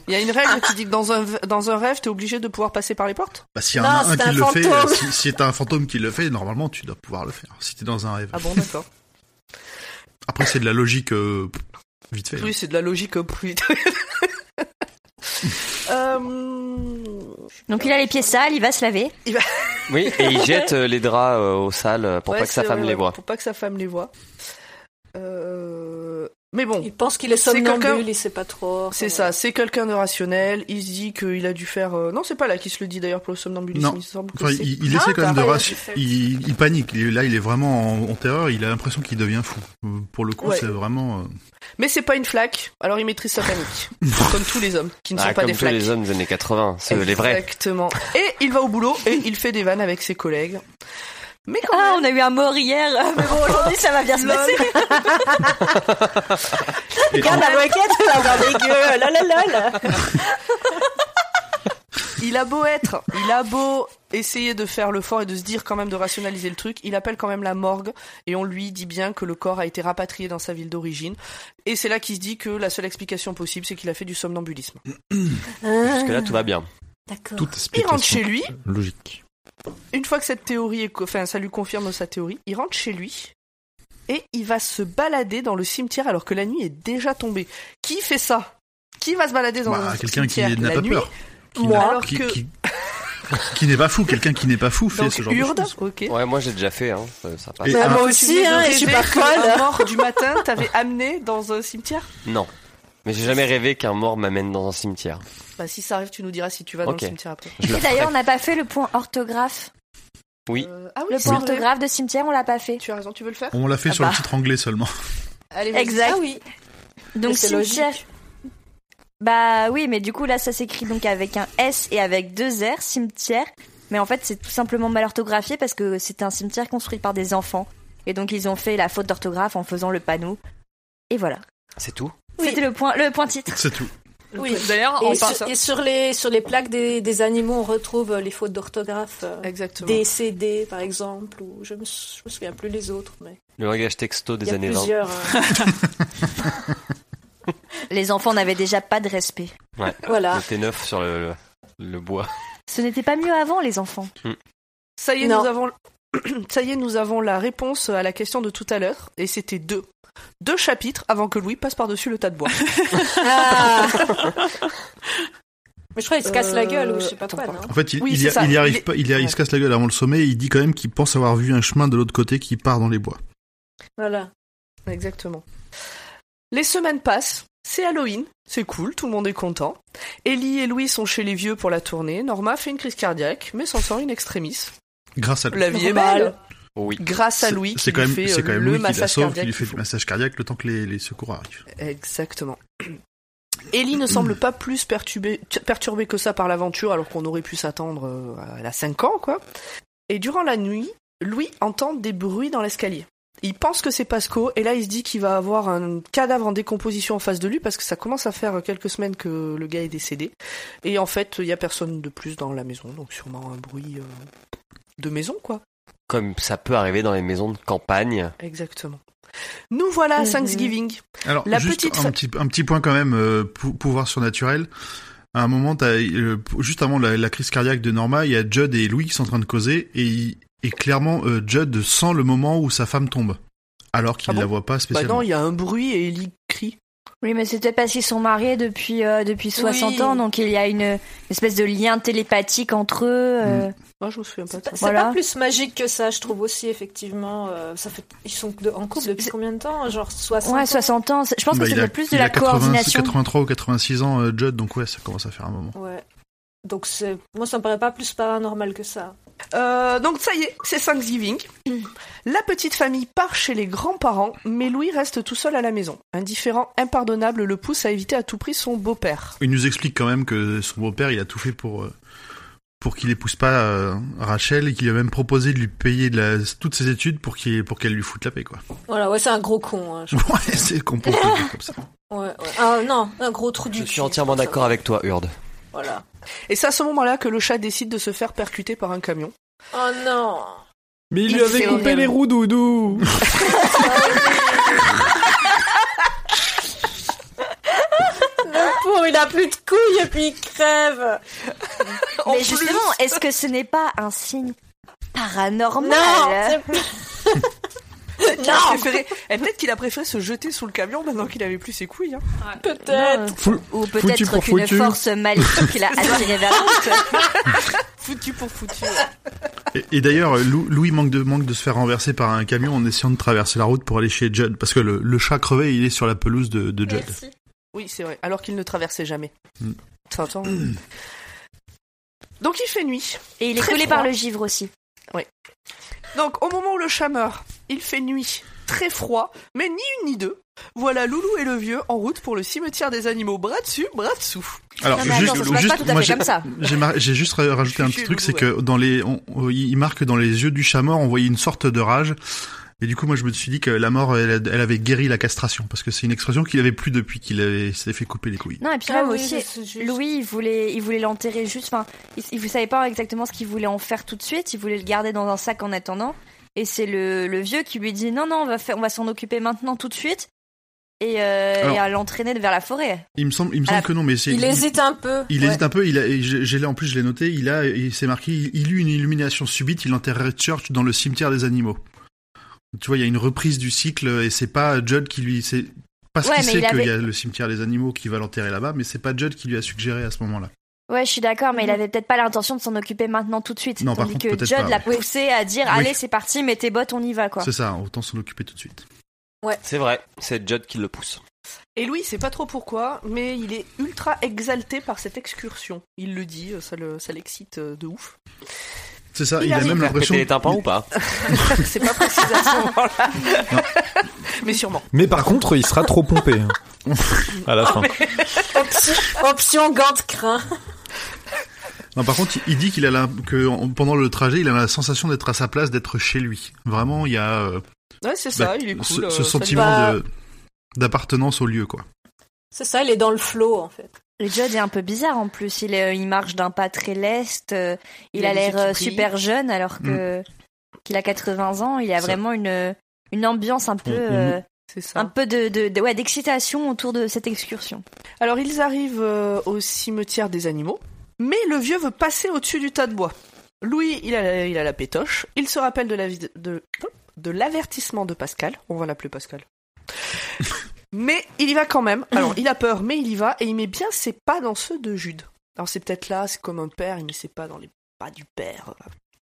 B: Il y a une règle qui dit que dans un, dans un rêve, t'es obligé de pouvoir passer par les portes.
A: Bah s'il y
F: Non,
A: en a un
F: c'est
A: qui
F: un
A: le fait, euh,
F: fantôme.
A: si, si t'as un fantôme qui le fait, normalement tu dois pouvoir le faire. Si t'es dans un rêve.
B: Ah bon, d'accord.
A: Après c'est de la logique euh, pff, vite fait. hein.
B: Oui, c'est de la logique euh, plus vite. Euh,
D: Donc il a les pieds sales, il va se laver.
C: Oui, et il jette euh, les draps euh, aux salles euh, pour
B: Ouais,
C: pas que sa
B: c'est-
C: femme
B: ouais,
C: les
B: ouais,
C: voie.
B: Pour pas que sa femme les voit. Euh, Mais bon,
F: Il pense qu'il est
B: C'est quelqu'un-
F: somnambule, il sait pas trop. enfin,
B: c'est ça, c'est quelqu'un de rationnel. Il se dit qu'il a dû faire. euh, Non, c'est pas là qui se le dit d'ailleurs pour le somnambulisme.
A: Non.
B: Il semble que
A: Enfin,
B: c'est-
A: il, il
F: Ah,
A: essaie quand même de
F: bah, ouais,
A: rass-
F: c'est ça.
A: il, il panique. Il- là, il est vraiment en, en terreur. Il a l'impression qu'il devient fou. Euh, Pour le coup,
B: Ouais.
A: c'est vraiment. euh,
B: Mais c'est pas une flaque, alors il maîtrise sa panique. comme tous les hommes qui ne sont
C: Ah,
B: pas
C: comme
B: des
C: tous
B: flaques.
C: les hommes des années 80, ceux, les vrais.
B: Exactement. Et il va au boulot et il fait des vannes avec ses collègues. Mais quand
D: Ah,
B: même,
D: on a eu un mort hier. euh, Mais bon, aujourd'hui ça va bien se
B: Lol.
D: passer.
A: et-
D: Regarde la moquette, ça va avoir des gueules. La, la, la, la.
B: il a beau être, il a beau essayer de faire le fort et de se dire quand même de rationaliser le truc, il appelle quand même la morgue et on lui dit bien que le corps a été rapatrié dans sa ville d'origine. Et c'est là qu'il se dit que la seule explication possible, c'est qu'il a fait du somnambulisme.
F: Ah,
C: Jusque-là, tout va bien.
F: D'accord.
E: Toute
B: Il rentre
E: explication
B: chez lui.
E: logique.
B: Une fois que cette théorie est, co- enfin, ça lui confirme sa théorie, il rentre chez lui et il va se balader dans le cimetière alors que la nuit est déjà tombée. Qui fait ça Qui va se balader dans
A: bah,
B: un
A: quelqu'un qui
B: cimetière
A: n'a
B: la
A: pas
B: nuit
A: peur. Qui
B: moi,
A: n'a-
B: alors
A: qui,
B: que-
A: qui- qui n'est pas fou. Quelqu'un qui n'est pas fou fait
B: Donc,
A: ce genre
B: Urde,
A: de choses.
B: ok.
C: Ouais, moi j'ai déjà fait, hein. ça, ça passe.
A: Et
F: Bah,
A: un-
F: moi
B: Tu venais
F: aussi,
B: de
F: hein, et je suis
B: rêver
F: pas
B: qu'un
F: folle.
B: mort du matin t'avais amené dans un cimetière
C: Non. Mais j'ai jamais rêvé qu'un mort m'amène dans un cimetière.
B: Bah si ça arrive, tu nous diras si tu vas dans
C: Ok.
B: le cimetière après.
C: Je le
D: Et d'ailleurs,
C: ferai.
D: on n'a pas fait le point orthographe.
C: Oui.
B: Euh, ah oui,
D: Le
B: c'est
D: point
B: vrai.
D: orthographe de cimetière, on l'a pas fait.
B: Tu as raison, tu veux le faire
A: On l'a fait
D: Ah
A: sur
D: bah.
A: le titre anglais seulement.
B: Allez, vas-y.
D: Exact.
F: Ah oui.
D: Donc
F: c'est
D: cimetière.
F: logique.
D: Bah oui, mais du coup là ça s'écrit donc avec un S et avec deux R, cimetière. Mais en fait c'est tout simplement mal orthographié parce que c'était un cimetière construit par des enfants. Et donc ils ont fait la faute d'orthographe en faisant le panneau. Et voilà.
C: C'est tout.
D: C'était le point, le point titre.
A: C'est tout.
F: Oui.
B: Ah,
G: D'ailleurs, on
F: Et
G: parle
F: sur, et sur les, sur les plaques des, des animaux, on retrouve euh, les fautes d'orthographe. euh,
B: Ah, Exactement.
F: DCD, par exemple, ou je me, sou- je me souviens plus les autres, mais
C: Le langage texto
F: il
C: des
F: y a
C: années 20.
F: plusieurs. euh,
D: Les enfants n'avaient déjà pas de respect.
F: voilà.
C: Le T9 sur le, le, le bois.
D: Ce n'était pas mieux avant les enfants.
B: Ça y est,
F: Non.
B: nous avons ça y est, nous avons la réponse à la question de tout à l'heure et c'était deux. Deux chapitres avant que Louis passe par-dessus le tas de bois.
F: Ah mais je crois qu'il se casse la
B: Euh,
F: gueule, ou je sais pas
B: attends,
F: quoi, non
B: pardon.
A: En fait, il,
B: Oui,
A: il y
B: c'est
A: a-
B: ça.
A: il y arrive
B: Il est-
A: pas. Il, y a- il
B: ouais.
A: se casse la gueule avant le sommet. et il dit quand même qu'il pense avoir vu un chemin de l'autre côté qui part dans les bois.
F: Voilà.
B: Exactement. Les semaines passent, c'est Halloween, c'est cool, tout le monde est content. Ellie et Louis sont chez les vieux pour la tournée. Norma fait une crise cardiaque, mais s'en sort une extrémiste.
A: Grâce à. lui.
B: La vie est
F: Normal.
B: belle.
C: Oui.
B: Grâce à Louis,
A: C'est-
B: qui
A: C'est quand
B: lui
A: même,
B: fait
A: c'est
B: euh,
A: quand même
B: le
A: Louis qui la
B: massage
A: sauve, qui
B: cardiaque
A: lui fait
B: qu'il
A: le massage cardiaque le temps que les, les secours arrivent.
B: faut. Exactement. Ellie ne semble pas plus perturbée, t- perturbée que ça par l'aventure, alors qu'on aurait pu s'attendre. euh, à- elle a 5 ans, quoi. Et durant la nuit, Louis entend des bruits dans l'escalier. Il pense que c'est Pasco, et là il se dit qu'il va avoir un cadavre en décomposition en face de lui parce que ça commence à faire euh, quelques semaines que le gars est décédé. Et en fait, il y a personne de plus dans la maison, donc sûrement un bruit euh, de maison, quoi.
C: Comme ça peut arriver dans les maisons de campagne.
B: Exactement. Nous voilà à
D: Mhm.
B: Thanksgiving.
A: Alors,
B: La
A: juste
B: petite
A: un,
B: fa-
A: petit, un petit point quand même, euh, pou- pouvoir surnaturel. À un moment, t'as, euh, p- juste avant la, la crise cardiaque de Norma, il y a Judd et Louis qui sont en train de causer, et, il- et clairement, euh, Judd sent le moment où sa femme tombe, alors qu'il
B: Ah bon
A: la voit pas
B: Bah
A: spécialement.
B: non, il y a un bruit et il y crie.
D: Oui, mais c'était parce qu'ils sont mariés depuis, euh, depuis 60
F: Oui.
D: ans, donc il y a une, une espèce de lien télépathique entre eux. euh.
B: Moi, je me souviens pas
F: C'est
B: de ça.
F: pas, c'est
D: Voilà.
F: pas plus magique que ça, je trouve aussi, effectivement. euh, ça fait, ils sont de- en couple depuis
D: C'est-
F: combien de temps hein, Genre 60
D: Ouais,
F: ans
D: 60 ans. c'est- Je pense
A: Bah,
D: que
A: il
D: c'était
A: a-
D: plus de
A: il
D: la
A: a 80
D: coordination.
A: 83 ou 86 ans, euh, Judd, donc ouais, ça commence à faire un moment.
F: Ouais. Donc c'est, moi, ça me paraît pas plus paranormal que ça.
B: Euh, donc ça y est, c'est Thanksgiving. La petite famille part chez les grands-parents, mais Louis reste tout seul à la maison. Indifférent, impardonnable, le pousse à éviter à tout prix son beau-père.
A: Il nous explique quand même que son beau-père, il a tout fait pour euh, pour qu'il épouse pas euh, Rachel et qu'il lui a même proposé de lui payer de la- toutes ses études pour qu'il pour qu'elle lui foute la paix quoi.
F: Voilà, ouais, c'est un gros con. hein, je-
A: Ouais, c'est qu'on peut le dire comme ça.
F: Ouais, ouais. Ah non, un gros trou du
C: Je
F: cul.
C: suis entièrement d'accord avec toi, Urde.
F: Voilà.
B: Et c'est à ce moment-là que le chat décide de se faire percuter par un camion.
F: Oh non
E: Mais il
B: lui
E: lui
B: Mais avait
E: avait
B: c'est coupé
E: coupé
B: horrible. les
E: les roues, doudou
F: Le pauvre, il a plus de couilles et puis il crève
B: En
D: Mais
B: plus-
D: justement, est-ce que ce n'est pas un signe paranormal
F: Non c'est pas-
B: Elle a préféré- eh, peut-être qu'il a préféré se jeter sous le camion maintenant qu'il avait plus ses couilles. hein.
F: Peut-être
D: Ou
E: Foutu
D: peut-être
E: pour
D: qu'une
E: foutu.
D: force maléfique l'a attiré vers lui.
B: Foutu pour foutu.
A: Et, et d'ailleurs, euh, Lou- Louis manque de, manque de se faire renverser par un camion en essayant de traverser la route pour aller chez Judd. Parce que le, le chat crevé, il est sur la pelouse de, de Judd.
F: Merci.
B: Oui, c'est vrai. Alors qu'il ne traversait jamais.
A: Mm.
B: T'entends Donc il fait nuit.
D: Et il est
B: Très
D: collé
B: froid.
D: par le givre aussi.
B: Donc, au moment où le chat meurt, il fait nuit, très froid, mais ni une ni deux. Voilà Loulou et le vieux en route pour le cimetière des animaux, bras dessus, bras dessous.
A: Alors,
D: non, mais attends, ça se passe pas tout à
A: moi,
D: fait
A: j'ai-
D: comme ça.
A: j'ai mar- j'ai juste ra- rajouté un
B: Je
A: petit
B: suis
A: truc, c'est
B: chez
A: que dans les, on- on- il marque dans les yeux du chat mort, on voyait une sorte de rage. Et du coup, moi, je me suis dit que la mort, elle, elle avait guéri la castration, parce que c'est une expression qu'il avait plus depuis qu'il avait- s'était fait couper les couilles.
D: Non, et puis
F: Ah
D: là
F: oui,
D: aussi,
F: c'est juste-
D: Louis, il voulait, il voulait l'enterrer juste. Enfin, il, il savait pas exactement ce qu'il voulait en faire tout de suite. Il voulait le garder dans un sac en attendant. Et c'est le, le vieux qui lui dit non, non, on va faire, on va s'en occuper maintenant tout de suite. Et, euh,
A: Alors-
D: et à l'entraîner vers la forêt.
A: Il me semble, il me
D: Ah,
A: semble que non, mais c'est.
F: Il hésite un peu.
A: Il
F: ouais.
A: hésite un peu, il a, et j'ai j'ai- en plus je l'ai noté, il a, il s'est marqué, il, il eut une illumination subite, il enterrait Church dans le cimetière des animaux. Tu vois, il y a une reprise du cycle et c'est pas Judd qui lui, c'est parce
D: Ouais,
A: qu'il
D: mais
A: sait
D: il
A: qu'il y
D: avait-
A: a le cimetière des animaux qui va l'enterrer là-bas, mais c'est pas Judd qui lui a suggéré à ce moment-là.
D: Ouais, je suis d'accord, mais il avait peut-être pas l'intention de s'en occuper maintenant tout de suite.
A: Mm. Non, par
D: Tandis
A: contre,
D: que
A: peut-être
D: Judd
A: pas,
D: l'a poussé à dire
A: Oui.
D: allez, c'est parti, mets tes bottes, on y va quoi.
A: C'est ça, autant s'en occuper tout de suite.
C: C'est vrai, c'est Judd qui le pousse.
B: Et Louis, c'est pas trop pourquoi, mais il est ultra exalté par cette excursion. Il le dit, ça le- ça l'excite euh, de ouf.
A: C'est ça,
B: Il
A: il, a
B: arrive
A: même
B: à
C: Faire
A: l'impression.
C: péter les tympans ou pas
B: c'est pas précisé à ce moment-là. mais sûrement.
E: Mais par contre, il sera trop pompé. hein.
B: Ah,
E: à la fin.
F: Option, option gant de crin.
A: Non, par contre, il dit qu'il a la, que en- pendant le trajet, il a la sensation d'être à sa place, d'être chez lui. Vraiment, il y a euh,
B: Ouais, c'est ça,
A: bah,
B: il est cool.
A: ce,
B: euh,
A: ce
B: ça lui
A: sentiment
F: va.
A: de- d'appartenance au lieu, quoi.
F: C'est ça, il est dans le flow en fait.
D: Le Judd est un peu bizarre en plus. Il, est- euh, il marche d'un pas très leste. euh, il,
B: Il a
D: a
B: les yeux
D: l'air
B: qui
D: euh,
B: brillent.
D: super jeune alors que qu'il a 80 ans. Il a
A: Mm. Ça- Mm,
D: vraiment une une ambiance un peu
E: On- on-
D: euh,
B: C'est ça.
D: un peu de, de, de- ouais d'excitation autour de cette excursion.
B: Alors ils arrivent euh, au cimetière des animaux, mais le vieux veut passer au-dessus du tas de bois. Louis, il a, la- il a la pétoche, il se rappelle de la vid- de, de l'avertissement de Pascal, on va l'appeler Pascal. mais il y va quand même. Alors il a peur, mais il y va et il met bien ses pas dans ceux de Jude. Alors c'est peut-être là, c'est comme un père, il met ses pas dans les pas du père.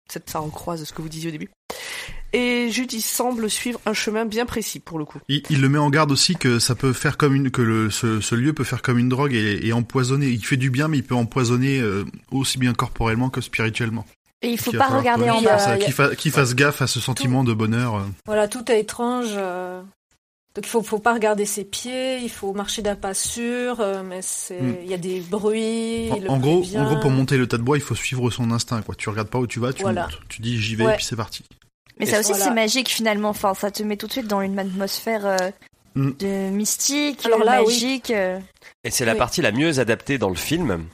B: Peut-être ça en croise ce que vous disiez au début. Et Jude, il semble suivre un chemin bien précis pour le coup.
A: Il, il le met en garde aussi que ça peut faire comme une que le, ce, ce lieu peut faire comme une drogue et, et empoisonner. Il fait du bien, mais il peut empoisonner euh, aussi bien corporellement que spirituellement.
D: Et il faut
A: Qu'il va
D: pas
A: falloir
D: regarder en
A: connaître.
F: bas.
A: C'est ça,
F: Il y a-
A: Qu'il fa- qu'il fasse gaffe à ce sentiment de bonheur. euh.
F: Voilà, tout est étrange. euh. Donc il faut, faut pas regarder ses pieds, il faut marcher d'un pas sûr, euh, mais c'est
A: Mm.
F: il y a des bruits.
A: En,
F: il le
A: en gros,
F: prévient.
A: en gros, pour monter le tas de bois, il faut suivre son instinct. Quoi. Tu regardes pas où tu vas, tu
F: Voilà.
A: montes. Tu dis j'y vais,
F: Ouais.
A: puis c'est parti.
D: Mais
C: Et
D: ça aussi,
F: voilà.
D: c'est magique finalement. Enfin, ça te met tout de suite dans une atmosphère euh,
A: Mm.
D: de mystique,
F: Alors là, oui.
D: magique. euh.
C: Et c'est la
F: Oui.
C: partie la mieux adaptée dans le film.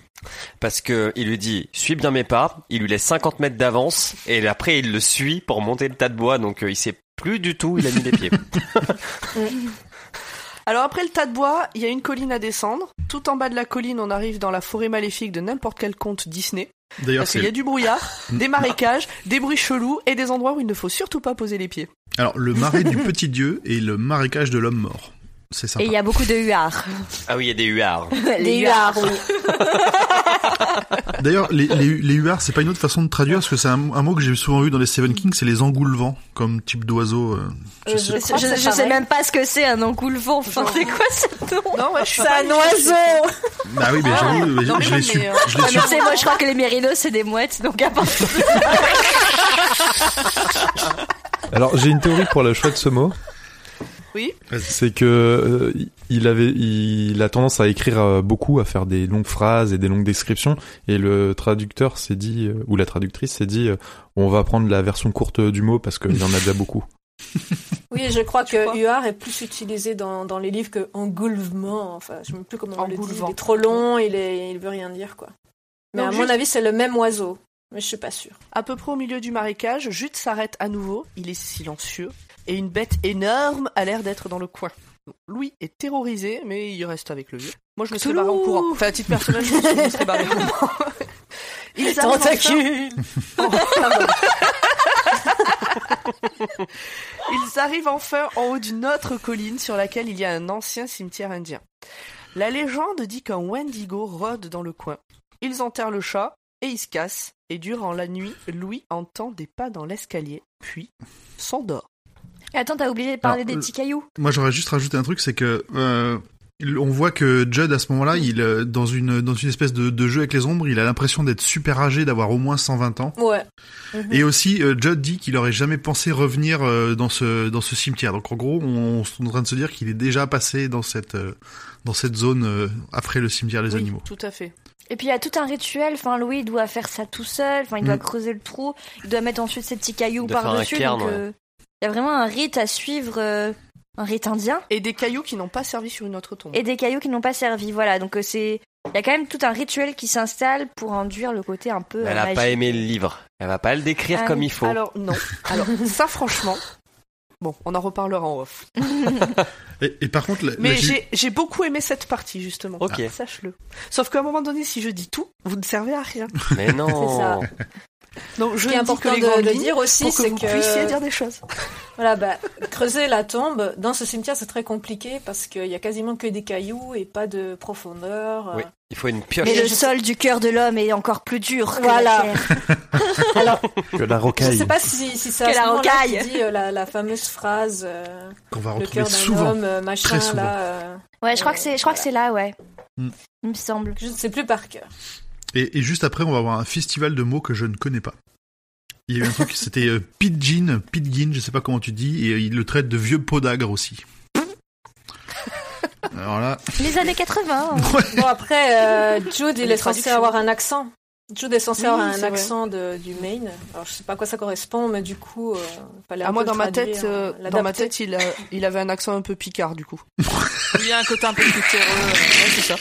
C: Parce que il lui dit suis bien mes pas, il lui laisse 50 mètres d'avance et après il le suit pour monter le tas de bois donc euh, il sait plus du tout où il a mis les pieds.
B: Alors après le tas de bois, il y a une colline à descendre. Tout en bas de la colline, on arrive dans la forêt maléfique de n'importe quel conte Disney.
A: D'ailleurs,
B: Parce qu'il y a
A: c'est
B: du brouillard, des marécages, des bruits chelous et des endroits où il ne faut surtout pas poser les pieds.
A: alors le marais du petit dieu et le marécage de l'homme mort. C'est sympa.
D: Et il y a beaucoup de huards.
C: ah oui, il y a des huards.
D: Les
F: Des huards, oui. Euh,
A: D'ailleurs, les, les, les huards, c'est pas une autre façon de traduire, parce que c'est un, un mot que j'ai souvent vu dans les Seven Kings, c'est les engoulevents, comme type d'oiseau. euh, je
F: Euh,
A: sais
F: je
A: pas.
D: Je,
F: crois que
D: je
F: c'est
D: sais
F: pareil.
D: même pas ce que c'est un engoulevent. Enfin, c'est quoi ce nom Ah,
B: Non, ouais, je suis
F: C'est
B: pas
F: un
B: allée
F: oiseau
B: chercher.
A: Bah oui, mais j'avoue, mais
B: Ah. Non, mais
A: je
B: non,
A: l'ai su.
B: mais, euh,
A: Je l'ai
D: Ah,
A: su.
D: mais tu sais, moi je crois que les mérinos c'est des mouettes, donc à part
E: Alors j'ai une théorie pour le choix de ce mot.
B: Oui.
E: C'est que euh, il avait, il a tendance à écrire euh, beaucoup, à faire des longues phrases et des longues descriptions, et le traducteur s'est dit euh, ou la traductrice s'est dit, euh, on va prendre la version courte euh, du mot parce qu'il y en a déjà beaucoup.
F: Oui, et je crois que
B: crois.
F: UR est plus utilisé dans, dans les livres que engoulevement. Enfin, je ne sais plus comment on le dit.
B: Engoulevent.
F: Il est trop long, il, est, il veut rien dire, quoi. Mais
B: Donc
F: à mon
B: juste-
F: avis, c'est le même oiseau. Mais je suis pas sûre.
B: À peu près au milieu du marécage, Jude s'arrête à nouveau. Il est silencieux et une bête énorme a l'air d'être dans le coin. Louis est terrorisé, mais il reste avec le vieux. Moi, je me serais
D: Cthulhu
B: barré en courant. Enfin, à titre personnel, je me serais barré en courant. Ils arrivent enfin... Oh, Ils arrivent enfin en haut d'une autre colline sur laquelle il y a un ancien cimetière indien. La légende dit qu'un Wendigo rôde dans le coin. Ils enterrent le chat et ils se cassent. Et durant la nuit, Louis entend des pas dans l'escalier, puis s'endort.
D: Attends, t'as oublié de
A: parler
D: parler
A: Alors, des
D: des
C: euh,
A: le-
D: petits cailloux.
A: Moi, j'aurais juste rajouté un truc, c'est que euh, il- on voit que Judd à ce moment-là, il euh, dans une dans une espèce de, de jeu avec les ombres, il a l'impression d'être super âgé, d'avoir au moins 120 ans.
F: Ouais. Mhm.
A: Et aussi, euh, Judd dit qu'il aurait jamais pensé revenir euh, dans ce dans ce cimetière. Donc en gros, on, on est en train de se dire qu'il est déjà passé dans cette euh, dans cette zone euh, après le cimetière des
B: oui,
A: animaux.
B: tout à fait.
D: Et puis il y a tout un rituel. Enfin, Louis il doit faire ça tout seul. Enfin, il doit
A: Mm.
D: creuser le trou. Il doit mettre ensuite ses petits cailloux
C: Il doit faire un
D: par-dessus.
C: cairn,
D: donc,
C: ouais.
D: euh, Il y a vraiment un rite à suivre, euh, un rite indien.
B: Et des cailloux qui n'ont pas servi sur une autre tombe.
D: Et des cailloux qui n'ont pas servi. Voilà, donc euh, c'est. Il y a quand même tout un rituel qui s'installe pour induire le côté un peu.
C: Mais
D: euh,
C: elle a pas
D: magique.
C: aimé le livre. Elle va pas le décrire
F: Euh,
D: Ah
C: comme
D: oui.
C: il faut.
B: Alors non. Alors ça, franchement. Bon, on en reparlera en off.
A: Et, et par contre, la- la
B: Mais
A: gi-
B: j'ai j'ai beaucoup aimé cette partie justement. Ah,
C: Ok.
B: Sache-le. Sauf qu'à un moment donné, si je dis tout, vous ne servez à rien.
C: Mais non.
B: Donc je
F: Ce qui est
B: ne dis que
F: important
B: les
F: de,
B: grandes
F: de
B: lignes
F: dire aussi,
B: pour que
F: c'est
B: vous
F: que
B: puissiez dire des choses.
F: voilà, bah, creuser la tombe dans ce cimetière, c'est très compliqué parce qu'il y a quasiment que des cailloux et pas de profondeur. euh.
C: Oui, il faut une
D: Mais
C: pioche.
D: le sol du cœur de l'homme est encore plus dur que
F: Voilà.
D: la terre.
E: Que la
F: Je
E: rocaille.
F: sais pas si, si c'est à
D: Que
F: ce
D: la
F: moment-là
D: rocaille.
F: qu'il dit euh, la, la fameuse phrase euh,
A: qu'on va
F: le
A: retrouver
F: cœur d'un
A: souvent.
F: homme, euh, machin,
A: très souvent.
F: là. euh,
D: Ouais, je crois que c'est. Je crois que c'est là, ouais.
A: Mm.
D: Il me semble.
F: je ne sais plus par cœur.
A: Et, et juste après, on va avoir un festival de mots que je ne connais pas. Il y a eu un truc, c'était euh, Pidgin, Pidgin, je sais pas comment tu dis, et il le traite de vieux podagre aussi. Alors là,
D: Les années 80. hein.
F: Bon, après, euh, Jude, il
B: Les
F: est censé
B: traductions.
F: avoir un accent. Jude est censé
B: Oui,
F: avoir un
B: c'est vrai.
F: accent de, du Maine. Alors, je sais pas à quoi ça correspond, mais du coup, euh, fallait un
B: Ah, moi,
F: peu
B: dans
F: le
B: ma
F: traduire,
B: tête, euh,
F: euh,
B: dans ma
F: l'adapter.
B: tête, il, a- il avait un accent un peu picard du coup.
G: Il y a un côté un peu plus terreux. euh,
B: Ouais, c'est ça.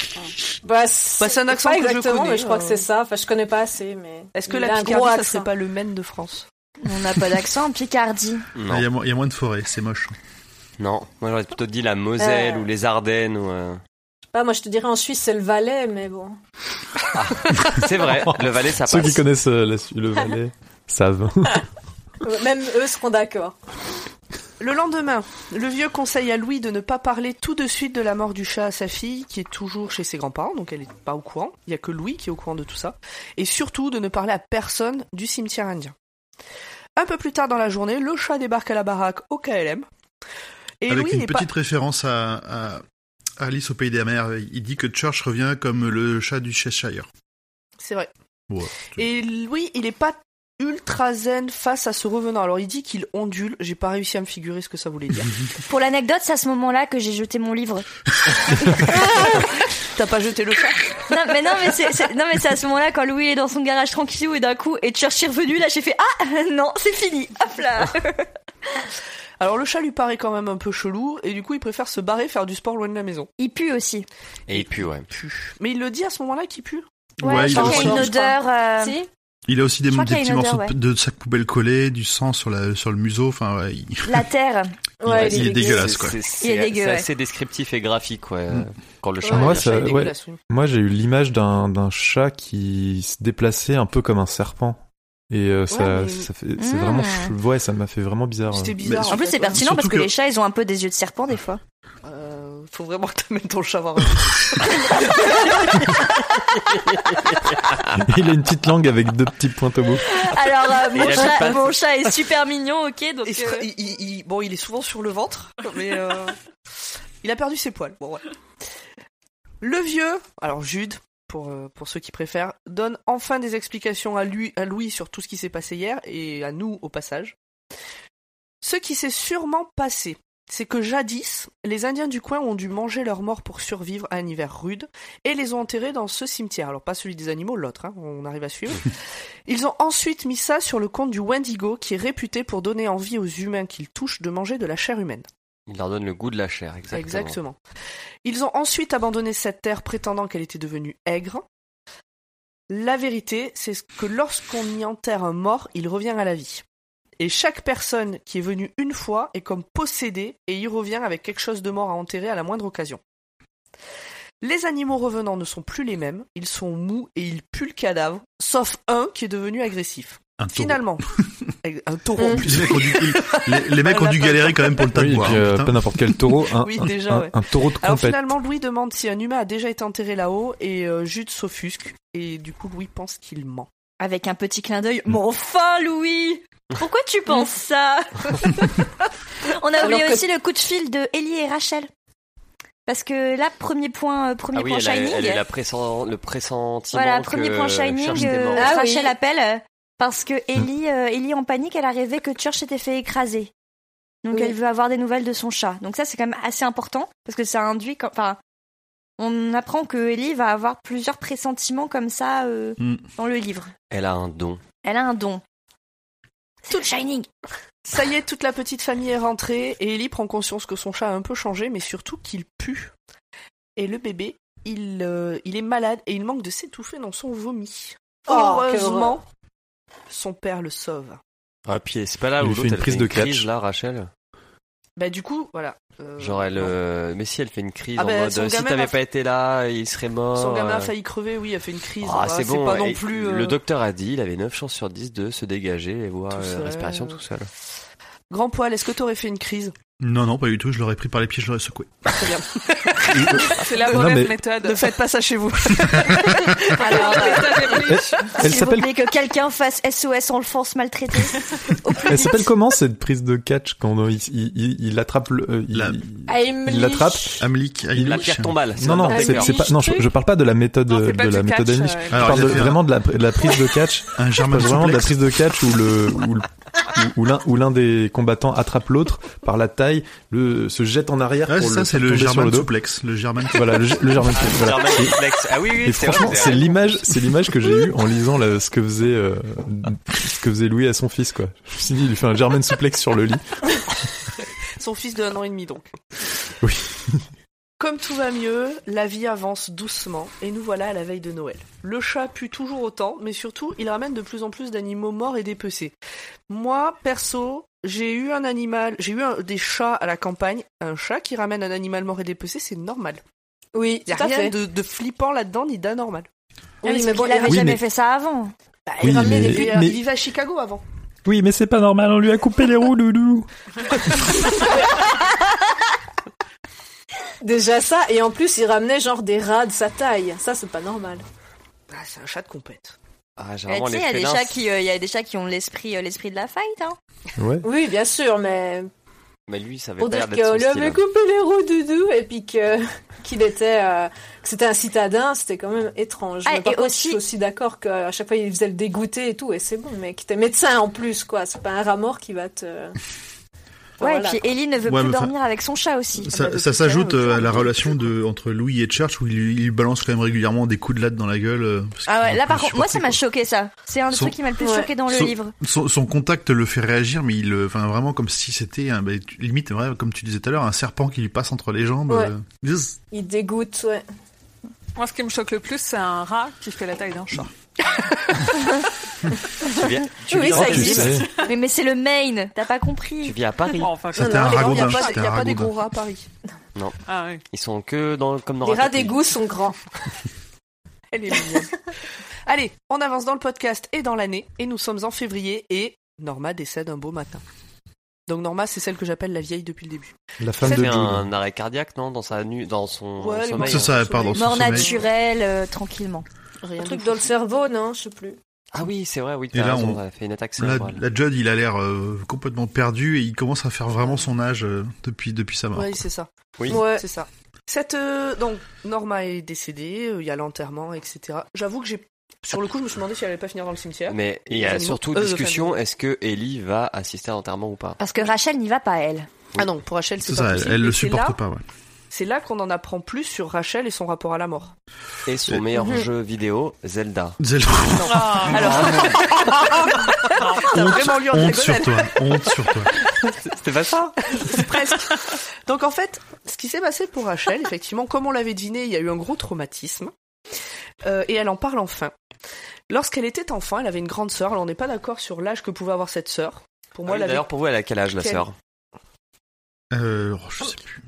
F: Bah, c'est
B: Bah, c'est un accent
F: pas
B: que je
F: exactement,
B: connais,
F: mais je crois que
B: euh.
F: c'est ça. Enfin, je connais pas assez, mais.
B: Est-ce que
F: il a
B: la
F: un gros
B: Picardie, ça
F: accent.
B: serait pas le Maine de France
D: On n'a pas d'accent en Picardie.
A: il y,
C: Non,
A: a, mo- il y a moins de forêt, c'est moche.
C: non. Moi j'aurais plutôt dit la Moselle
F: Euh.
C: ou les Ardennes ou. euh,
F: Bah, moi, je te dirais en Suisse, c'est le Valais, mais bon.
C: C'est vrai. Le Valais ça
E: Ceux qui
C: passe.
E: connaissent euh, la- le valet savent.
F: Euh, Même eux seront d'accord.
B: Le lendemain, le vieux conseille à Louis de ne pas parler tout de suite de la mort du chat à sa fille, qui est toujours chez ses grands-parents, donc elle n'est pas au courant. Il y a que Louis qui est au courant de tout ça. Et surtout de ne parler à personne du cimetière indien. Un peu plus tard dans la journée, le chat débarque à la baraque au KLM. Et
A: Avec
B: Louis
A: une
B: n'est pas-
A: petite référence à, à Alice au pays des mers, il dit que Church revient comme le chat du Cheshire. euh,
B: C'est vrai.
A: Ouais.
B: Et Louis, il est pas ultra zen face à ce revenant. Alors il dit qu'il ondule, j'ai pas réussi à me figurer ce que ça voulait dire.
D: Pour l'anecdote, c'est à ce moment-là que j'ai jeté mon livre.
B: T'as pas jeté le chat
D: Non, mais non, mais c'est, c'est- non, mais c'est à ce moment-là quand Louis est dans son garage tranquillou et d'un coup, et Church est revenu, là j'ai fait Ah non, c'est fini, hop là
B: Alors le chat lui paraît quand même un peu chelou et du coup il préfère se barrer faire du sport loin de la maison.
D: Il pue aussi.
C: Et puis ouais.
B: Mais il le dit à ce moment-là qu'il pue.
D: Ouais,
A: Ouais,
D: je
A: il a
D: crois qu'il y a
A: aussi-
D: une odeur. euh,
F: Si
A: Il a aussi des,
D: Je crois
A: des
D: qu'il y a
A: petits
D: une
A: morceaux
D: odeur,
A: de- de sac poubelle collés, du sang sur, la, sur le museau. Enfin, ouais, il-
D: La terre.
A: il est dégueulasse, quoi.
C: C'est
D: Il est
C: c'est-
D: dégueu,
C: c'est
D: ouais.
C: assez descriptif et graphique, ouais. euh,
A: Mm.
C: Quand le chat. revient.
E: Ouais, moi,
B: le
E: ça-
B: chat est
E: ouais.
B: dégueulasse, oui.
E: Moi, j'ai eu l'image d'un d'un chat qui se déplaçait un peu comme un serpent. Et euh, ça,
B: Ouais, mais-
E: ça fait- c'est
D: Mmh.
E: vraiment, ch- ouais, ça m'a fait vraiment bizarre.
B: C'était
A: Mais
B: bizarre.
A: surtout-
D: En plus, c'est pertinent
A: surtout
D: parce que,
A: que-
D: les chats, ils ont un peu des yeux de serpent des fois.
B: Euh, faut vraiment que tu mettes ton chat voir.
E: Il a une petite langue avec deux petits points au bout.
D: Alors, euh,
C: Et
D: mon,
C: la petite
D: chat,
C: patte.
D: mon chat est super mignon, ok donc,
B: Il se-
D: euh,
B: il- il- il- bon, il est souvent sur le ventre, mais euh, il a perdu ses poils. Bon, ouais. Le vieux, alors Jude, pour, euh, pour ceux qui préfèrent, donne enfin des explications à, lui, à Louis sur tout ce qui s'est passé hier et à nous au passage. Ce qui s'est sûrement passé, c'est que jadis, les Indiens du coin ont dû manger leurs morts pour survivre à un hiver rude et les ont enterrés dans ce cimetière. Alors, pas celui des animaux, l'autre, hein, on arrive à suivre. Ils ont ensuite mis ça sur le compte du Wendigo qui est réputé pour donner envie aux humains qu'ils touchent de manger de la chair humaine.
C: Il leur donne le goût de la chair, exactement.
B: Exactement. Ils ont ensuite abandonné cette terre prétendant qu'elle était devenue aigre. La vérité, c'est que lorsqu'on y enterre un mort, il revient à la vie. Et chaque personne qui est venue une fois est comme possédée et y revient avec quelque chose de mort à enterrer à la moindre occasion. Les animaux revenants ne sont plus les mêmes, ils sont mous et ils puent le cadavre, sauf un qui est devenu agressif.
A: un taureau.
B: Finalement, un taureau.
A: Les mecs ont dû, les, les mecs ont dû galérer quand même pour le tas de
E: Oui, et
A: bois,
E: puis
A: hein,
E: euh,
A: putain.
E: pas n'importe quel taureau, un,
B: Oui,
E: un-
B: déjà,
E: un-
B: ouais.
E: un taureau de
B: Alors
E: compète.
B: finalement, Louis demande si un humain a déjà été enterré là-haut et euh, Jude s'offusque et du coup Louis pense qu'il ment.
D: avec un petit clin d'œil.
F: Mm.
D: Mais enfin, Louis Pourquoi tu penses ça On a
F: Alors
D: oublié
F: que-
D: aussi le coup de fil de Ellie et Rachel. Parce que là, premier point, euh, premier
C: Ah oui,
D: point
C: elle, a-
D: Shining.
C: elle est la pressent- le pressentiment.
D: Voilà, premier
C: que
D: point Shining,
C: Church est
D: euh,
C: mort.
F: Ah oui. Mm.
D: Rachel appelle euh, parce que Ellie, euh, Ellie en panique, elle a rêvé que Church s'était fait écraser. Donc
F: Oui.
D: elle veut avoir des nouvelles de son chat. Donc ça c'est quand même assez important parce que ça induit, quand- enfin, on apprend que Ellie va avoir plusieurs pressentiments comme ça euh,
A: Mm.
D: dans le livre.
C: Elle a un don.
D: Elle a un don. Tout Shining.
B: Ça y est, toute la petite famille est rentrée et Ellie prend conscience que son chat a un peu changé, mais surtout qu'il pue. Et le bébé, il, euh, il est malade et il manque de s'étouffer dans son vomi.
F: Oh,
B: Heureusement, son père le sauve.
C: Ah, puis c'est pas là où
E: Il fait
C: l'autre,
E: une
C: elle
E: prise
C: fait
E: de
C: une crise,
E: catch.
C: là, Rachel.
B: Bah du coup, voilà. euh,
C: Genre, elle.
B: bon.
C: euh, Mais si, elle fait une crise
B: Ah
C: en
D: bah,
B: ben,
C: mode
B: son
C: si
B: gamin
C: t'avais
B: a-
C: pas été là, il serait mort.
B: Son gamin a
C: euh.
B: failli crever, oui, il a fait une crise.
C: Ah,
B: Voilà,
C: c'est bon.
B: pas non
C: et
B: plus. euh,
C: Le docteur a dit, il avait 9 chances sur 10 de se dégager et voir
B: Tout
C: euh,
B: seul.
C: respiration tout seul.
B: Grand poil, est-ce que t'aurais fait une crise
A: Non, non, pas du tout. Je l'aurais pris par les pieds, je l'aurais secoué.
B: Très bien.
G: C'est la
E: Ah, Non,
G: mauvaise
E: mais-
G: méthode.
B: ne faites pas ça chez vous.
D: Alors, euh,
E: Elle
D: s'il vous
E: s'appelle,
D: plaît que quelqu'un fasse SOS enfance maltraitée. Au Ah plus
E: elle
D: vite.
E: s'appelle comment cette prise de catch quand euh, il, il, il- il attrape le, euh, il-
A: La-
F: Ah,
E: il l'attrape.
A: Amlik, Ailich.
C: La pierre tombale. c'est
E: Non,
C: un
E: non,
C: bon
E: c'est
C: acteur.
E: c'est pas, non, je, je parle pas de la méthode,
G: Non, c'est pas
E: de la
G: du
E: méthode
G: catch,
E: Amish.
G: euh,
E: Je
A: Alors,
E: parle
A: il a
E: de-
A: fait un-
E: vraiment de la, de la prise de catch.
A: Un
E: Je
A: germain
E: parle vraiment de la
A: souplex.
E: prise de catch où le, où le- où- où l'un, où l'un des combattants attrape l'autre par la taille, le, se jette en arrière
A: Ouais,
E: pour
A: ça,
E: le
A: c'est
E: faire
A: le
E: tomber sur
A: germain
E: le dos.
A: souplex. Le germain
E: Voilà, le, le germain
C: Ah,
E: voilà.
C: Germain
E: Et-
C: Duplex. Ah oui, oui, c'est
E: Et
C: vrai,
E: franchement,
C: c'est
E: c'est
C: vrai.
E: l'image, c'est l'image que j'ai eue en lisant là, ce que faisait, euh, ce que faisait Louis à son fils, quoi. Je me suis dit, il lui fait un germaine souplex sur le lit.
B: Son fils de un an et demi, donc.
E: Oui.
B: Comme tout va mieux, la vie avance doucement et nous voilà à la veille de Noël. Le chat pue toujours autant, mais surtout, il ramène de plus en plus d'animaux morts et dépecés. Moi, perso, j'ai eu un animal, j'ai eu un- des chats à la campagne. Un chat qui ramène un animal mort et dépecé, c'est normal.
F: Oui,
B: Il n'y
F: tout
B: a
F: à
B: rien
F: fait.
B: de, de flippant là-dedans ni d'anormal.
D: Oui,
F: Oui,
D: parce
F: mais bon,
D: qu'il avait
E: oui,
D: jamais
E: mais-
D: fait ça avant.
B: Bah,
E: Oui,
B: il, ramenait
E: mais-
B: des- il-
E: mais-
B: il vivait à Chicago avant.
E: Oui, mais c'est pas normal, on lui a coupé les roues, loulou.
F: Déjà ça, et en plus, il ramenait genre des rats de sa taille. Ça, c'est pas normal.
B: Ah, c'est un chat de compète.
C: Ah,
D: Eh,
C: généralement,
D: Tu sais,
C: les
D: il y a des
C: félins,
D: chats qui, euh, il y a des chats qui ont l'esprit, euh, l'esprit de la fight. Hein.
E: Ouais.
F: Oui, bien sûr, mais
C: Mais lui, ça avait
F: pour
C: pas
F: dire
C: l'air d'être
F: qu'on
C: son
F: lui avait
C: style.
F: coupé les roues doudou et puis que qu'il était euh, que c'était un citadin, c'était quand même étrange.
D: Ah,
F: mais par
D: et
F: contre,
D: aussi-
F: je suis aussi d'accord qu'à chaque fois il faisait le dégoûter et tout, et c'est bon, mec, t'es médecin en plus, quoi. C'est pas un rat mort qui va te
D: Ouais,
F: Bah, Voilà.
D: et puis Ellie ne veut
A: Ouais,
D: plus
A: mais enfin,
D: dormir avec son chat aussi.
A: Ça, ça s'ajoute euh, à la relation de, entre Louis et Church où il, lui- il lui balance quand même régulièrement des coups de latte dans la gueule. euh, parce
D: Ah
A: qu'il
D: ouais,
A: peut
D: là par
A: plus
D: contre, moi ça
A: supporter,
D: m'a choqué ça. C'est un des
A: Son-
D: trucs qui m'a le plus
B: Ouais.
D: choqué dans le
A: Son-
D: livre.
A: quoi. Son, son contact le fait réagir, mais il, euh, enfin vraiment comme si c'était un- ben, tu- limite, ouais, comme tu disais tout à l'heure, un serpent qui lui passe entre les jambes.
F: Ouais.
A: euh, zzz.
F: Il dégoûte, ouais.
G: Moi, ce qui me choque le plus, c'est un rat qui fait la taille d'un chat.
C: Tu viens, tu
F: Oui,
C: viens
F: ça
C: dans-
E: tu
F: existe.
E: sais.
D: mais mais c'est le main, t'as pas
C: Tu
D: compris.
C: vis à Paris.
G: Enfin,
A: C'était
G: quoi.
A: un
B: Il n'y
A: ragoudin.
B: a pas,
A: c'était
B: y a
A: un
B: pas des
A: ragoudin.
B: gros rats à Paris.
G: Ah oui.
C: Ils sont que dans, comme dans
F: Les rats
C: Ratatouille.
F: d'égout sont grands.
B: Elle est mignonne. Allez, on avance dans le podcast et dans l'année, et nous sommes en février, et Norma décède un beau matin. Donc Norma, c'est celle que j'appelle la vieille depuis le début.
E: La femme
B: Ça
E: de
C: fait
E: Jude.
C: un arrêt cardiaque, non Dans sa nu, dans son
B: Ouais, les
C: sommeil.
B: morceaux
A: C'est ça,
B: hein,
A: pardon.
B: sommeil.
A: son
D: Mort
A: sommeil.
D: naturelle, euh, tranquillement.
B: Rien
F: Un
B: de
F: truc
B: fou.
F: dans le cerveau, non Je sais plus.
C: Ah oui, c'est vrai, oui.
A: Et
C: T'as
A: là,
C: raison,
A: on-
C: on... a fait une attaque
A: Là,
C: cérébrale.
A: là, Judd, il a l'air euh, complètement perdu et il commence à faire vraiment son âge euh, depuis depuis sa mort.
B: Oui, c'est ça.
C: Oui.
B: Ouais. C'est ça. Cette euh, donc Norma est décédée, euh, il y a l'enterrement, etc. J'avoue que j'ai sur le coup, je me suis demandé si elle allait pas finir dans le cimetière.
C: Mais il y a
B: Animaux.
C: surtout
B: Euh,
C: discussion,
B: enfin,
C: est-ce que Ellie va assister à l'enterrement ou pas
D: Parce que Rachel n'y va pas, elle.
B: Ah non, pour Rachel, c'est
A: C'est
B: pas
A: ça, elle,
B: possible.
A: elle
B: Et
A: le
B: c'est
A: supporte
B: là-
A: pas. Ouais.
B: C'est là qu'on en apprend plus sur Rachel et son rapport à la mort.
C: Et son
A: Euh,
C: meilleur
D: Mhm.
C: jeu vidéo, Zelda.
A: Zelda,
G: Ah,
B: Alors, t'as vraiment lu en
A: Ah, honte
B: diagonale.
A: sur toi, honte sur toi.
C: C'était pas ça
B: Presque. Donc en fait, ce qui s'est passé pour Rachel, effectivement, comme on l'avait deviné, il y a eu un gros traumatisme. Euh, et elle en parle enfin. Lorsqu'elle était enfant, elle avait une grande sœur. Alors on n'est pas d'accord sur l'âge que pouvait avoir cette sœur. Pour moi,
C: Ah oui,
B: elle avait...
C: D'ailleurs, pour vous, elle a quel âge, la
B: Quelle-
C: sœur
A: Euh, oh, je sais plus.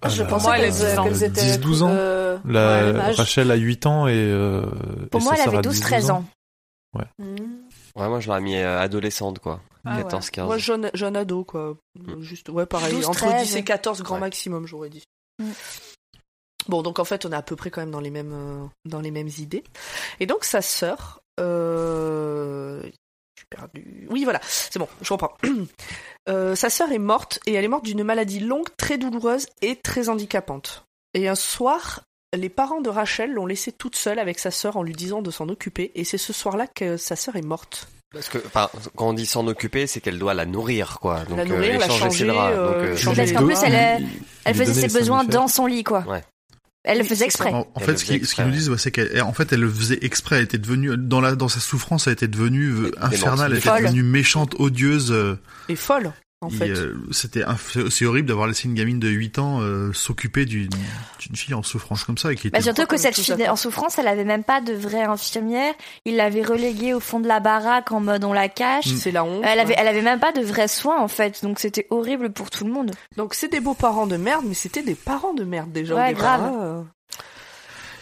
E: Ah,
F: je
E: la-
F: pensais
G: moi, elle
F: qu'elles
G: a 10 ans.
F: qu'elles étaient
E: 10-12 ans.
F: euh,
E: La,
F: ouais, l'âge.
E: Rachel a 8 ans et. euh,
D: Pour
E: et
D: moi,
E: sa
D: elle
E: sœur
D: avait
E: a
D: 12-13 ans.
F: Mhm.
C: Ouais, moi je l'aurais mis euh, adolescente, quoi.
G: Ah, ouais.
C: 14, 15.
B: Moi, jeune, jeune ado, quoi.
C: Hmm.
B: Juste, ouais, pareil.
D: 12,
B: entre
D: 13.
B: 10 et 14, grand
C: Ouais.
B: maximum, j'aurais dit.
D: Hmm.
B: Bon, donc en fait, on est à peu près quand même dans les mêmes, euh, dans les mêmes idées. Et donc, sa sœur. Euh... j'ai perdu. Oui, voilà, c'est bon, je reprends. Euh, sa sœur est morte et elle est morte d'une maladie longue, très douloureuse et très handicapante. Et un soir, les parents de Rachel l'ont laissée toute seule avec sa sœur en lui disant de s'en occuper. Et c'est ce soir-là que sa sœur est morte.
C: Parce que, enfin, quand on dit s'en occuper, c'est qu'elle doit la nourrir, quoi. Donc,
B: La nourrir,
C: euh,
B: la
C: et changer ses
B: changer,
C: draps.
B: euh,
C: donc, euh,
B: changer-
D: Parce
E: ans.
D: qu'en
B: Il-
D: plus, elle, a-
E: Il-
D: elle
E: il
D: faisait
E: donnait
D: ses
E: les seins
D: besoins
E: lui faire.
D: dans son lit, quoi.
C: Ouais.
D: Elle le
B: Oui,
D: faisait
B: c'est ça.
D: exprès.
A: En, en
C: Elle
A: fait,
C: le
A: ce
C: faisait
A: qui- ce qu'ils
C: exprès,
A: nous disent, ouais, c'est qu'elle, elle- en fait, elle le faisait exprès. Elle était devenue, dans la, dans sa souffrance, elle était devenue euh,
C: Démente.
A: infernale. Elle était
D: Folle.
A: devenue méchante, odieuse. euh,
B: Et folle, en
A: il,
B: fait.
A: euh, C'était, inf- c'est horrible d'avoir laissé une gamine de 8 ans euh, s'occuper d'une, d'une fille en souffrance comme ça et qui était.
D: Bah, surtout
B: Pourquoi
D: que
B: nous
D: cette
B: tous
D: fille
B: attendons
D: en souffrance, elle avait même pas de vraie infirmière. Il l'avait reléguée au fond de la baraque en mode on la cache. Euh,
A: Mm.
B: C'est la honte.
D: Elle avait, elle avait même pas de vrais soins en fait, donc c'était horrible pour tout le monde.
B: Donc c'est des beaux parents de merde, mais c'était des parents de merde déjà. au
D: Ouais,
B: départ,
D: grave.
B: hein.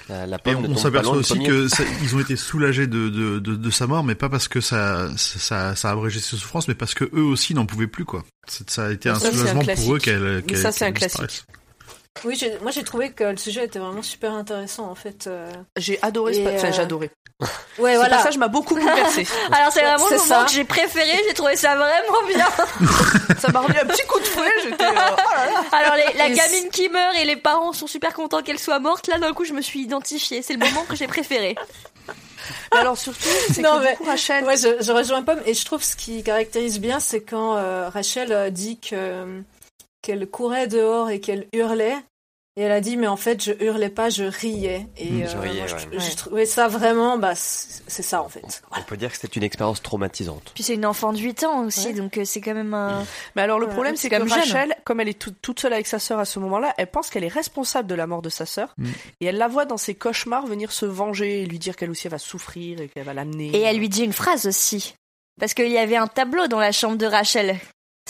C: la, la
A: Et
C: pomme
A: on,
C: ne
A: on
C: tombe pas
A: s'aperçoit
C: loin du
A: aussi
C: pommier.
A: que ça- ils ont été soulagés de, de, de, de sa mort, mais pas parce que ça, ça, ça, ça a abrégé ses souffrances, mais parce que eux aussi n'en pouvaient plus quoi. C'est- Ça a été un
B: Ça, c'est un
A: soulagement
B: classique.
A: pour eux qu'elle.
B: Mais
A: qu'elle-
B: ça, c'est un
A: qu'elle disparaisse.
F: Oui, j'ai- moi j'ai trouvé que le sujet était vraiment super intéressant en fait. euh.
B: J'ai adoré, ce
F: Et,
B: pa- enfin
F: euh,
B: j'ai adoré.
F: Ouais,
B: Ce
F: voilà.
B: passage m'a beaucoup bouleversé.
D: Alors c'est vraiment
F: C'est
D: le
F: ça.
D: moment que j'ai préféré, j'ai trouvé ça vraiment bien.
B: ça m'a remis un petit coup de fouet. J'étais euh, oh là là.
D: Alors les- la
F: Et
D: gamine qui meurt et les parents sont super contents qu'elle soit morte, là d'un coup je me suis identifiée, c'est le moment que j'ai préféré.
B: Mais Alors surtout, c'est
F: Non,
B: que
F: mais-
B: du coup Rachel,
F: Ouais, je, je rejoins Pomme et je trouve ce qui caractérise bien, c'est quand euh, Rachel euh, dit que euh, qu'elle courait dehors et qu'elle hurlait. Et elle a dit, mais en fait, je hurlais pas, je riais. Et
A: Mm.
F: euh,
C: Je riais,
F: moi,
C: ouais.
F: j'ai trouvé ça vraiment, bah, c'est c'est ça en fait.
C: On peut dire que c'était une expérience traumatisante.
D: Puis c'est une enfant de 8 ans aussi,
F: Ouais.
D: donc euh, c'est quand même un...
B: mais alors le
F: Ouais,
B: problème c'est
D: c'est
B: que
D: quand même jeune. hein.
B: Rachel, comme elle est toute- toute seule avec sa sœur à ce moment-là, elle pense qu'elle est responsable de la mort de sa sœur
A: Mm.
B: et elle la voit dans ses cauchemars venir se venger et lui dire qu'elle aussi elle va souffrir et qu'elle va l'amener.
D: Et elle lui dit une phrase aussi, parce qu'il y avait un tableau dans la chambre de Rachel.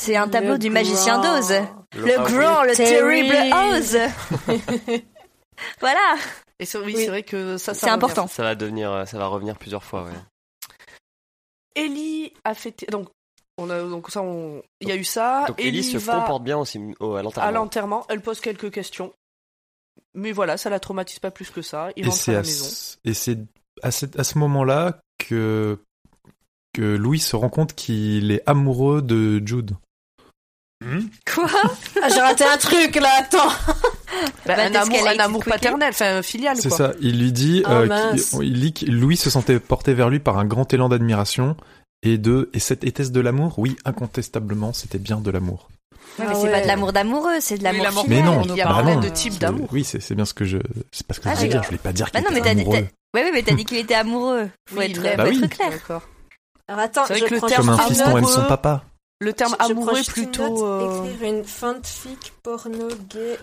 D: C'est un tableau
F: Le
D: du magicien
F: grand.
D: d'Oz.
E: Ah
D: Le grand, le terrible Oz. voilà,
B: Et c'est oui,
F: Oui.
B: c'est vrai que ça, ça
D: c'est
B: revient.
D: important.
C: Ça va devenir, euh, ça va revenir plusieurs fois, ouais.
B: Ellie a fêté donc on a donc ça on il y a eu ça.
C: Donc Ellie se
B: Ah, va...
C: comporte bien aussi au- à
B: à
C: l'enterrement.
B: l'enterrement, elle pose quelques questions. Mais voilà, ça la traumatise pas plus que ça. Il
E: Et
B: rentre à
E: c'est
B: la
E: à,
B: maison.
E: ce- et c'est à, cette- à ce moment-là que, que Louis se rend compte qu'il est amoureux de Jude.
A: Mmh.
D: Quoi
F: Ah, j'ai raté un truc là, attends.
B: Bah,
D: Bah,
B: un
D: that's
B: amour,
D: escalated
B: un amour
D: quickly.
B: paternel, enfin filial
E: C'est
B: quoi.
E: ça, il lui dit,
F: Ah,
E: euh,
F: mince.
E: qu'il- il dit que Louis se sentait porté vers lui par un grand élan d'admiration et de et cette était-ce de l'amour Euh, Oui, incontestablement, c'était bien de l'amour.
D: mais
F: Ah
D: c'est
F: ouais.
D: pas de l'amour d'amoureux, c'est de l'amour
G: Oui, l'amour-
D: filial.
E: Mais non,
G: on
D: Il y a
G: parle
E: bah
D: pas
E: non,
D: de-
G: de type
E: c'est-
G: d'amour.
E: Oui, c'est c'est bien ce que je. C'est pas ce que
D: Ah,
E: je voulais
D: d'accord.
E: dire. Je voulais pas dire
D: Bah
E: qu'il
D: non, mais
E: était
D: t'as dit-
E: amoureux.
D: Ouais, ouais, mais t'as dit qu'il était amoureux. Faut
B: Oui,
D: être,
B: il l'aime.
D: faut
E: Bah oui.
D: être clair.
B: D'accord.
F: Alors attends,
B: C'est vrai
F: je
B: que le
F: prends
B: terme
E: Comme
F: juste
E: un
F: une
E: fiston
F: note.
E: aime
B: amoureux.
E: son papa.
B: Le terme
F: Je- je prends
B: amoureux est
F: juste une
B: plutôt.
F: note,
B: euh,
F: Écrire une fanfic porno gay.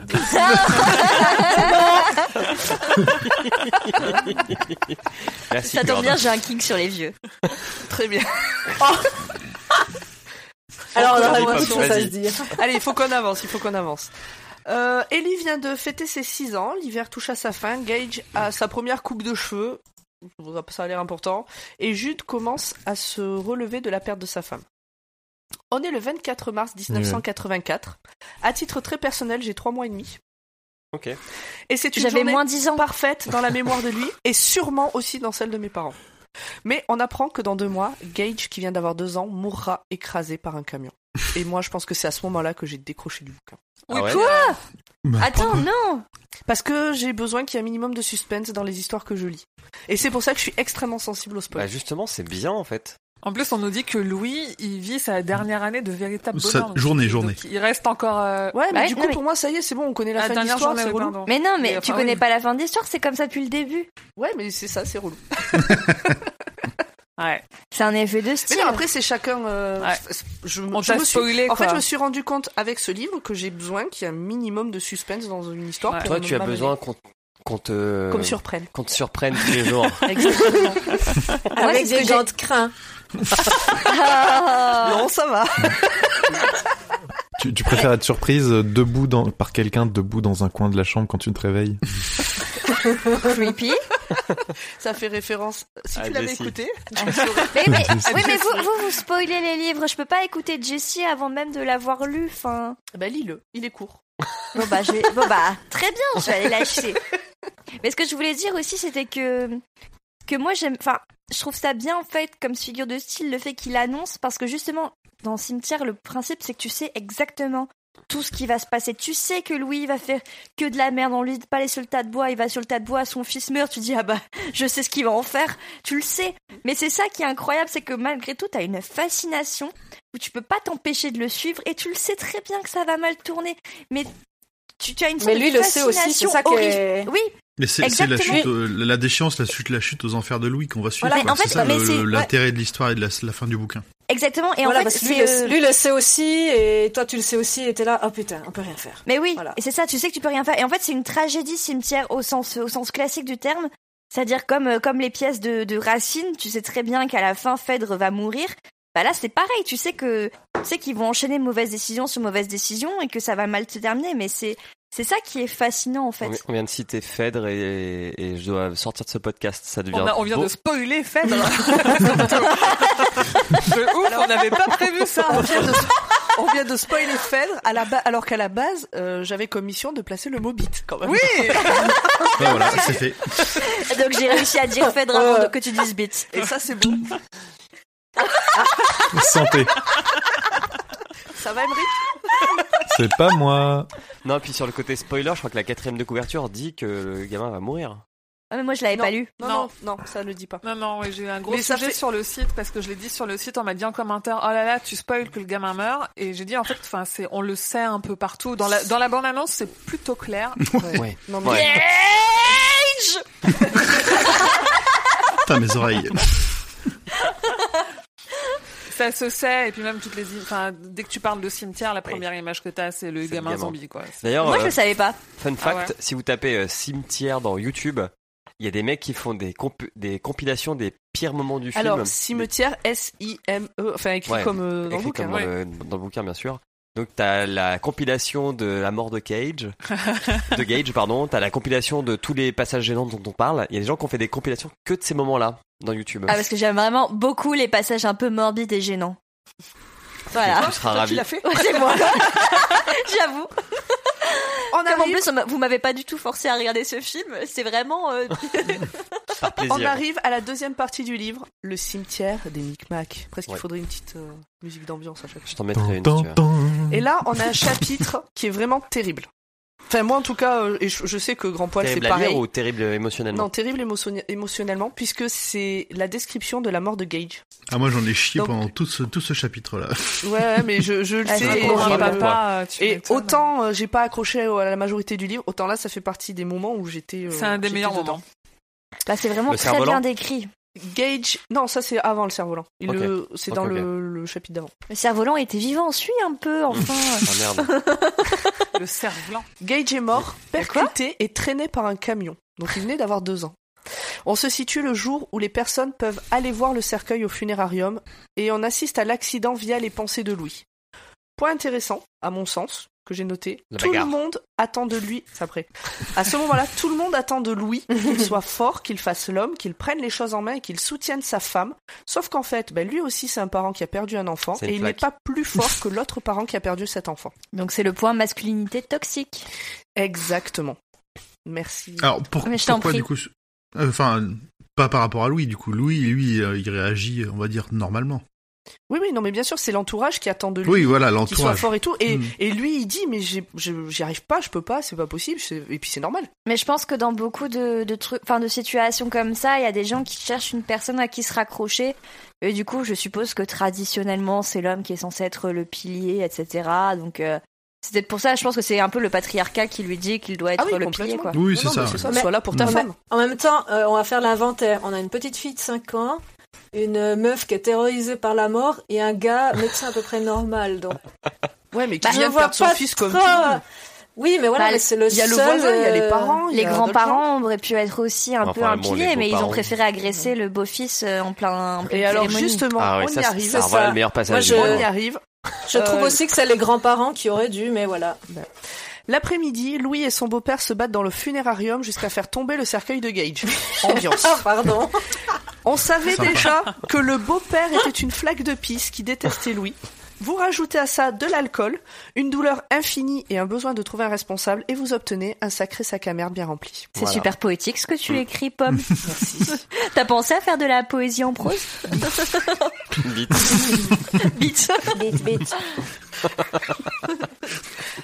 C: Merci,
D: Ça tombe
C: Gordon.
D: bien, j'ai un kink sur les vieux.
B: Très bien.
F: Alors on aurait
C: Vas-y,
F: beaucoup de
C: Pablo,
F: choses à
C: vas-y.
F: se dire.
B: Allez, il faut qu'on avance, il faut qu'on avance. Euh, Ellie vient de fêter ses 6 ans, l'hiver touche à sa fin, Gage a sa première coupe de cheveux, ça a l'air important, et Jude commence à se relever de la perte de sa femme. On est le 24 mars 1984. À titre très personnel, j'ai 3 mois et demi.
C: Ok.
B: Et c'est une
D: J'avais
B: journée
D: moins 10 ans.
B: parfaite dans la mémoire de lui et sûrement aussi dans celle de mes parents. Mais on apprend que dans deux mois, Gage, qui vient d'avoir deux ans, mourra écrasé par un camion. Et moi, je pense que c'est à ce moment-là que j'ai décroché du bouquin.
C: Ah ouais
A: Bah,
D: Attends, non
B: Parce que j'ai besoin qu'il y ait un minimum de suspense dans les histoires que je lis. Et c'est pour ça que je suis extrêmement sensible au spoil.
C: Bah justement, c'est bien en fait.
G: En plus, on nous dit que Louis, il vit sa dernière année de véritable
A: Sa-
G: bonheur.
A: journée,
G: Donc,
A: journée.
G: Il reste encore euh,
B: ouais, mais
D: Ouais,
B: du
D: non,
B: coup,
D: mais-
B: pour moi, ça y est, c'est bon, on connaît la,
G: la
B: fin de
G: dernière
B: l'histoire,
G: journée.
B: c'est
G: oui,
B: relou.
G: pardon.
D: Mais non, mais
G: Mais
D: tu
G: enfin,
D: connais
G: oui.
D: pas la fin de l'histoire, c'est comme ça depuis le début.
B: Ouais, mais c'est ça, c'est relou.
G: Ouais.
D: C'est un effet de
B: Mais
D: style.
B: non, après, c'est chacun. euh,
G: Ouais.
B: Je,
G: On
B: je
G: t'a
B: me suis-
G: spoilé,
B: En
G: quoi.
B: fait, je me suis rendu compte avec ce livre que j'ai besoin qu'il y ait un minimum de suspense dans une histoire.
G: Ouais.
B: pour
C: Toi, tu as
B: m'amener.
C: besoin euh, qu'on qu'on te
B: Comme surprenne.
C: qu'on te surprenne tous les jours.
B: Exactement.
D: Moi, c'est
F: Avec
D: ce
F: des
D: que
F: gants de crin.
D: Ah.
B: non, ça va.
E: Tu, tu préfères être surprise euh, debout dans, par quelqu'un debout dans un coin de la chambre quand tu te réveilles
D: Creepy.
B: Ça fait référence. Si
C: Ah,
B: tu l'avais
C: Jessie.
B: écouté,
D: Mais, mais-
E: Jessie.
D: oui, mais vous, vous, vous spoilez les livres. Je peux pas écouter Jessie avant même de l'avoir lu. Enfin,
B: bah lis-le. Il est court.
D: bon bah, je vais- bon bah, très bien, je vais aller l'acheter. Mais ce que je voulais dire aussi, c'était que que moi j'aime. Enfin, je trouve ça bien en fait comme figure de style le fait qu'il annonce parce que justement dans Cimetière, le principe c'est que tu sais exactement tout ce qui va se passer. Tu sais que Louis va faire que de la merde. On lui dit pas aller sur le tas de bois. Il va sur le tas de bois. Son fils meurt. Tu dis ah bah je sais ce qu'il va en faire. Tu le sais. Mais c'est ça qui est incroyable, c'est que malgré tout, t'as une fascination où tu peux pas t'empêcher de le suivre et tu le sais très bien que ça va mal tourner. Mais tu, tu as une sorte
F: Mais lui
D: de
F: le sait aussi, c'est
D: fascination
F: ça
D: horrible.
F: que.
D: Oui,
A: Mais c'est c'est la
D: Exactement.
A: chute, euh, la la déchéance, la chute, la chute aux enfers de Louis qu'on va suivre.
D: Voilà,
A: quoi.
D: en fait,
A: c'est ça
D: mais
A: le-
D: c'est-
A: le-
D: ouais.
A: l'intérêt de l'histoire et de la, la fin du bouquin.
D: exactement. Et
F: voilà,
D: en
F: parce
D: fait,
F: que lui
D: c'est, euh,
F: le, lui le sait aussi, et toi tu le sais aussi, et t'es là, oh putain, on peut rien faire.
D: Mais oui,
F: Voilà.
D: et c'est ça, tu sais que tu peux rien faire. Et en fait, c'est une tragédie cimetière au sens, au sens classique du terme. C'est-à-dire comme, euh, comme les pièces de, de Racine, tu sais très bien qu'à la fin, Phèdre va mourir. Bah là, c'est pareil, tu sais que tu sais qu'ils vont enchaîner mauvaise décision sur mauvaise décision et que ça va mal se terminer. Mais c'est c'est ça qui est fascinant, en
C: on,
D: fait.
C: on vient de citer Phèdre et, et je dois sortir de ce podcast. Ça devient.
G: On, a- Oh, bah, on vient
C: beau.
G: de spoiler Phèdre. de ouf, on n'avait pas prévu ça.
B: On vient de, on vient de spoiler Phèdre à la ba- alors qu'à la base, euh, j'avais comme mission de placer le mot bit quand même.
G: Oui,
A: Ouais, voilà, c'est fait.
D: Donc j'ai réussi à dire Phèdre avant de- que tu dises bite.
B: Et ça, c'est bon.
E: Santé.
B: Ça va, Emery
E: C'est pas moi.
C: Non, puis sur le côté spoiler, je crois que la quatrième de couverture dit que le gamin va mourir.
D: Ah, mais moi, je l'avais
B: Non.
D: pas lu.
B: non, non, non, ça ne le dit pas.
G: Non, non, ouais, j'ai eu un gros
B: Mais ça
G: sujet
B: fait-
G: sur le site parce que je l'ai dit sur le site. On m'a dit en commentaire, oh là là, tu spoil que le gamin meurt. Et j'ai dit en fait, enfin, c'est, on le sait un peu partout. Dans la dans la bande annonce, c'est plutôt clair.
C: Ouais.
B: Non, mais
C: Ouais.
A: Putain, mes oreilles.
G: Ça se sait. Et puis même toutes les, enfin, dès que tu parles de cimetière, la première image que t'as, c'est le
C: C'est le
G: gamin
C: gamin.
G: zombie, quoi.
C: D'ailleurs,
D: Moi,
C: euh,
D: je le savais pas.
C: fun fact, si vous tapez euh, cimetière dans YouTube, il y a des mecs qui font des, comp- des compilations des pires moments du film.
B: alors, cimetière, S-I-M-E, enfin écrit
C: Ouais,
B: comme euh, dans le
C: écrit
B: bouquin.
C: comme
B: hein.
C: dans, le, dans le bouquin, bien sûr. Donc t'as la compilation de la mort de Cage, de Gage, pardon. T'as la compilation de tous les passages gênants dont on parle. Il y a des gens qui ont fait des compilations que de ces moments-là dans YouTube.
D: Ah, parce que j'aime vraiment beaucoup les passages un peu morbides et gênants. Voilà.
C: Tu seras
B: Toi, tu
C: ravi.
B: l'as fait
D: Ouais, c'est moi. J'avoue.
B: On
D: Comme en
B: arrive,
D: plus, on m'a- vous m'avez pas du tout forcé à regarder ce film. C'est vraiment.
B: Oh.
D: euh,
C: Par
B: on
C: plaisir.
B: arrive à la deuxième partie du livre, le cimetière des Micmacs. Presque il
C: Ouais.
B: faudrait une petite euh, musique d'ambiance à chaque fois. Mm.
C: Je t'en mettrai une. si tu veux.
E: Tan, tan, tan.
B: Et là, on a un chapitre qui est vraiment terrible. Enfin, moi, en tout cas, euh, et je, je sais que Grand Poil, c'est
C: Terrible à lire
B: pareil.
C: ou terrible émotionnellement
B: Non, terrible émotionni- émotionnellement, puisque c'est la description de la mort de Gage.
A: Ah, moi, j'en ai chié
B: Donc-
A: pendant tout ce, tout ce chapitre-là.
B: Ouais, mais je, je le
D: Ah,
B: sais.
D: c'est
B: et
D: horrible.
B: j'ai pas-
G: papa, tu
B: Et
G: m'étonnes.
B: autant euh, j'ai pas accroché à la majorité du livre, autant là ça fait partie des moments où j'étais. euh,
G: C'est un des
B: j'étais
G: meilleurs
B: dedans.
G: moments.
D: Bah, c'est vraiment
C: Le
D: très
C: cerf-volant
D: bien décrit.
B: Gage, non ça c'est avant le cerf-volant. Il
C: Ok.
B: le- C'est
C: Ok,
B: dans
C: ok.
B: Le, le chapitre d'avant.
D: Le cerf-volant était vivant, suis un peu, enfin.
C: Ah merde.
G: Le cerf blanc.
B: Gage est mort, percuté et traîné par un camion. Donc il venait d'avoir deux ans. On se situe le jour où les personnes peuvent aller voir le cercueil au funérarium et on assiste à l'accident via les pensées de Louis. Point intéressant, à mon sens, que j'ai noté,
C: La
B: tout le
C: bagarre.
B: monde attend de lui, c'est après. À ce moment-là, tout le monde attend de Louis qu'il soit fort, qu'il fasse l'homme, qu'il prenne les choses en main et qu'il soutienne sa femme. Sauf qu'en fait, ben, lui aussi c'est un parent qui a perdu un enfant
C: C'est une
B: et il n'est
C: claque.
B: pas plus fort que l'autre parent qui a perdu cet enfant.
D: Donc c'est le point masculinité toxique.
B: Exactement. Merci.
A: Alors, pour-
D: Ah, Mais je t'en
A: pourquoi,
D: prie.
A: du coup, je- euh, enfin, pas par rapport à Louis, du coup. Louis, lui, euh, il réagit, on va dire, normalement.
B: Oui, oui, non, mais bien sûr, c'est l'entourage qui attend de lui
A: Oui, voilà,
B: qu'il soit
A: l'entourage.
B: fort et tout. Et,
A: Mm.
B: et lui, il dit, mais j'ai- je- j'y arrive pas, je peux pas, c'est pas possible. c'est- Et puis c'est normal.
D: Mais je pense que dans beaucoup de, de trucs, enfin de situations comme ça, il y a des gens qui cherchent une personne à qui se raccrocher. Et du coup, je suppose que traditionnellement, c'est l'homme qui est censé être le pilier, etc. Donc euh, c'est peut-être pour ça. Je pense que c'est un peu le patriarcat qui lui dit qu'il doit être
B: Ah oui,
D: le pilier, quoi.
B: complètement.
A: Oui,
B: Non,
A: c'est
B: non,
A: ça.
B: mais
A: ouais.
F: Mais-
B: Sois là pour ta
A: Mm.
B: femme.
F: En même temps, euh, on va faire l'inventaire. On a une petite fille de 5 ans, une meuf qui est terrorisée par la mort et un gars médecin à peu près normal. Donc,
B: Ouais, mais qui
F: Bah, je
B: vient de
F: vois
B: perdre son
F: pas
B: fils comme tout
F: trop.
B: le monde.
F: Oui, mais voilà,
D: Bah,
F: mais c'est le
B: Il y a le
F: seul,
B: voisin, il y a les
F: euh,
B: parents. il y
D: Les
B: a d'autres gens.
D: grands-parents auraient pu être aussi un peu
C: Enfin,
D: un
C: bon, les
D: pilier, mais ils ont
C: beaux-parents.
D: préféré agresser le beau-fils euh, en plein. en pleine
B: Et alors,
D: cérémonie.
B: justement,
C: Ah ouais,
B: on
C: ça,
B: y
C: c'est-
B: arrive.
C: alors
F: C'est
C: voilà
F: ça.
C: le meilleur passage.
F: Moi,
C: du
F: je-
B: On
C: livre.
B: y arrive.
F: Je trouve
B: Euh,
F: aussi que c'est les grands-parents qui auraient dû, mais voilà.
B: L'après-midi, Louis et son beau-père se battent dans le funérarium jusqu'à faire tomber le cercueil de Gage. Ambiance.
F: Ah, pardon.
B: On savait
A: Sympa.
B: déjà que le beau-père était une flaque de pisse qui détestait Louis. Vous rajoutez à ça de l'alcool, une douleur infinie et un besoin de trouver un responsable, et vous obtenez un sacré sac à merde bien rempli.
D: C'est
C: Voilà.
D: super poétique ce que tu
C: Mm.
D: écris, Pomme. T'as pensé à faire de la poésie en prose
C: Vite.
D: Vite
F: Bête, bête.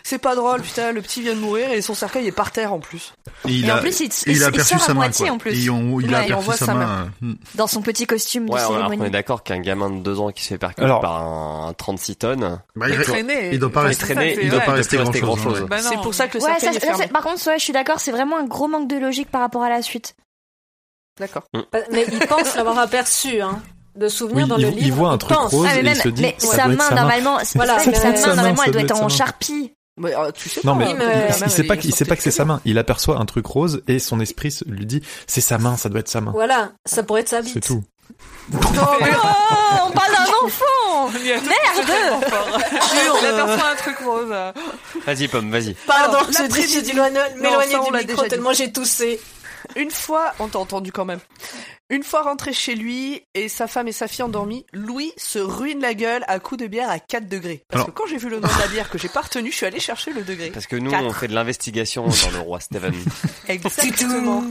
B: C'est pas drôle, putain, le petit vient de mourir et son cercueil est par terre en plus.
A: Et il
D: Et
A: a,
D: en plus, il,
A: et il a
D: il
A: aperçu
D: sort
A: sa
D: à
A: main,
D: moitié
A: quoi.
D: en plus,
A: Et on- il a
B: Ouais, et on voit
A: aperçu sa
B: sa
A: main. euh, hmm.
D: dans son petit costume de
C: Ouais, alors qu'on est
D: cérémonie.
C: d'accord qu'un gamin de 2 ans qui se fait percuter
E: Alors-
C: par un, un 36 tonnes.
A: Bah, il-
G: traîné.
A: il doit pas
G: Enfin,
A: rester-
G: c'est ça,
C: il
G: c'est
A: doit
G: vrai.
A: pas
C: Ouais,
A: rester
C: il doit
A: grand
C: plus
A: chose.
C: rester grand-chose.
G: Bah non.
B: C'est pour ça que le
D: Ouais, ça,
B: cercueil est
D: ça,
B: fermé.
D: c'est- par contre, ouais, je suis d'accord, c'est vraiment un gros manque de logique par rapport à la suite.
B: D'accord.
F: Mais ils pensent l'avoir aperçu, hein. De souvenir
E: Oui,
F: dans
E: il,
F: le
E: il
F: livre.
E: voit un
F: ils
E: truc
F: pensent.
E: rose
D: Ah, mais
E: et
D: même,
E: il se dit,
D: mais
E: ça
D: sa
E: doit
D: main,
E: être sa main.
D: normalement, c'est
F: Voilà,
D: c'est que sa
F: mais-
D: main,
F: sa main,
D: normalement,
E: ça
D: elle doit
E: doit
D: être
E: être
D: en
E: sa main.
D: charpie.
B: Mais, euh, tu sais
E: Non,
B: pas,
E: mais
B: hein,
F: il-
B: peut-être
F: il
B: que la
E: Il
B: mère,
E: sait
B: elle
E: pas,
B: est
E: qu'il- il sait
B: sortie
E: pas que c'est
B: de
E: sa main. Il aperçoit un truc rose et son esprit se- lui dit, c'est sa main, ça doit être sa main.
F: Voilà, ça pourrait être sa bite.
E: C'est tout.
B: Non, mais-
D: Oh, on parle d'un enfant
G: On y a tout
D: Merde
G: fort. Il aperçoit un truc rose.
C: Vas-y, Pomme, vas-y.
F: Pardon,
B: Alors,
F: je dis,
B: l'après-midi-
F: j'ai dû m'éloigner
B: Non, ça, on
F: du
B: l'a déjà
F: micro
B: dit.
F: tellement j'ai toussé.
B: Une fois, on t'a entendu quand même. Une fois rentré chez lui et sa femme et sa fille endormies, Louis se ruine la gueule à coups de bière à 4 degrés. Parce
A: Alors-
B: que quand j'ai vu le nom de la bière que j'ai pas retenu, je suis allé chercher le degré.
C: Parce que nous,
B: Quatre.
C: on fait de l'investigation dans le roi Steven.
B: Exactement.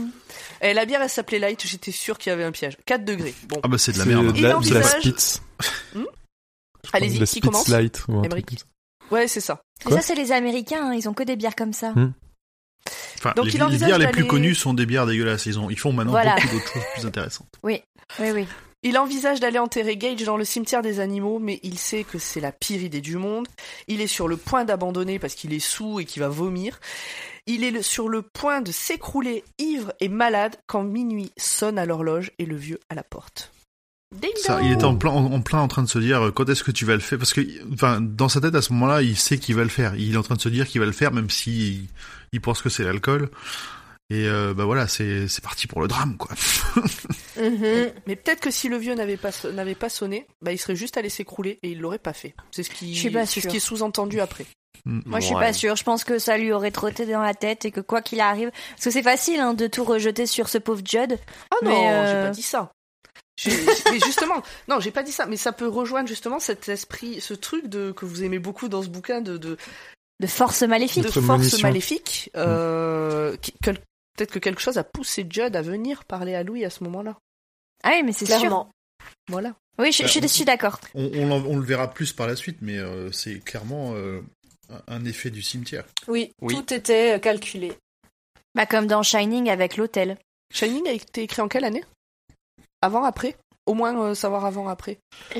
B: Et la bière, elle s'appelait Light, j'étais sûr qu'il y avait un piège. 4 degrés. Bon,
A: Ah bah c'est de la merde.
E: de la, de la
B: envisage-
E: Spitz.
B: allez-y,
E: la
B: qui
E: Spitz
B: commence
E: Light. ou un truc
B: Émeric.
E: comme ça.
B: Ouais, c'est ça.
D: Mais
E: Quoi
D: ça, c'est les Américains, hein, ils ont que des bières comme ça.
A: Enfin,
B: Donc,
A: les,
B: il
A: les
B: envisage
A: bières les
B: d'aller-
A: plus connues sont des bières dégueulasses. Ils, ont, ils font maintenant
D: Voilà.
A: beaucoup d'autres choses plus intéressantes.
D: Oui, oui.
B: Il envisage d'aller enterrer Gage dans le cimetière des animaux, mais il sait que c'est la pire idée du monde. Il est sur le point d'abandonner parce qu'il est saoul et qu'il va vomir. Il est le- sur le point de s'écrouler, ivre et malade, quand minuit sonne à l'horloge et le vieux à la porte. Ding
A: Ça, il est en plein, en, en plein en train de se dire euh, quand est-ce que tu vas le faire parce que enfin dans sa tête à ce moment-là il sait qu'il va le faire il est en train de se dire qu'il va le faire même si il, il pense que c'est l'alcool et euh, bah voilà c'est c'est parti pour le drame quoi
F: Mhm.
B: Mais peut-être que si le vieux n'avait pas, so- n'avait pas sonné, bah, il serait juste allé s'écrouler et il l'aurait pas fait. C'est ce qui,
D: Je suis pas
B: c'est ce
D: sûre.
B: qui est sous-entendu après.
D: Moi, je suis pas sûre. Je pense que ça lui aurait trotté dans la tête et que quoi qu'il arrive, parce que c'est facile hein, de tout rejeter sur ce pauvre Judd.
B: Ah non,
D: Mais, euh,
B: j'ai pas dit ça. J'ai- j'ai- mais justement, non, j'ai pas dit ça, mais ça peut rejoindre justement cet esprit, ce truc de que vous aimez beaucoup dans ce bouquin de de,
D: De force
B: de
D: maléfique.
E: Autre
B: force
E: monition.
B: maléfique.
D: Mm.
B: euh, qui- quel- Peut-être que quelque chose a poussé Judd à venir parler à Louis à ce moment-là.
D: Ah oui, mais c'est sûr.
F: Clairement.
B: Voilà.
D: Oui, je, je suis- je suis d'accord.
A: on, on, l'en- on le verra plus par la suite mais euh, c'est clairement euh, un effet du cimetière.
F: Oui,
C: Oui.
F: tout était calculé.
E: Euh.
D: Bah, comme dans Shining avec l'hôtel.
B: Shining a été écrit en quelle année Avant, après Au moins euh, savoir avant, après.
D: Je,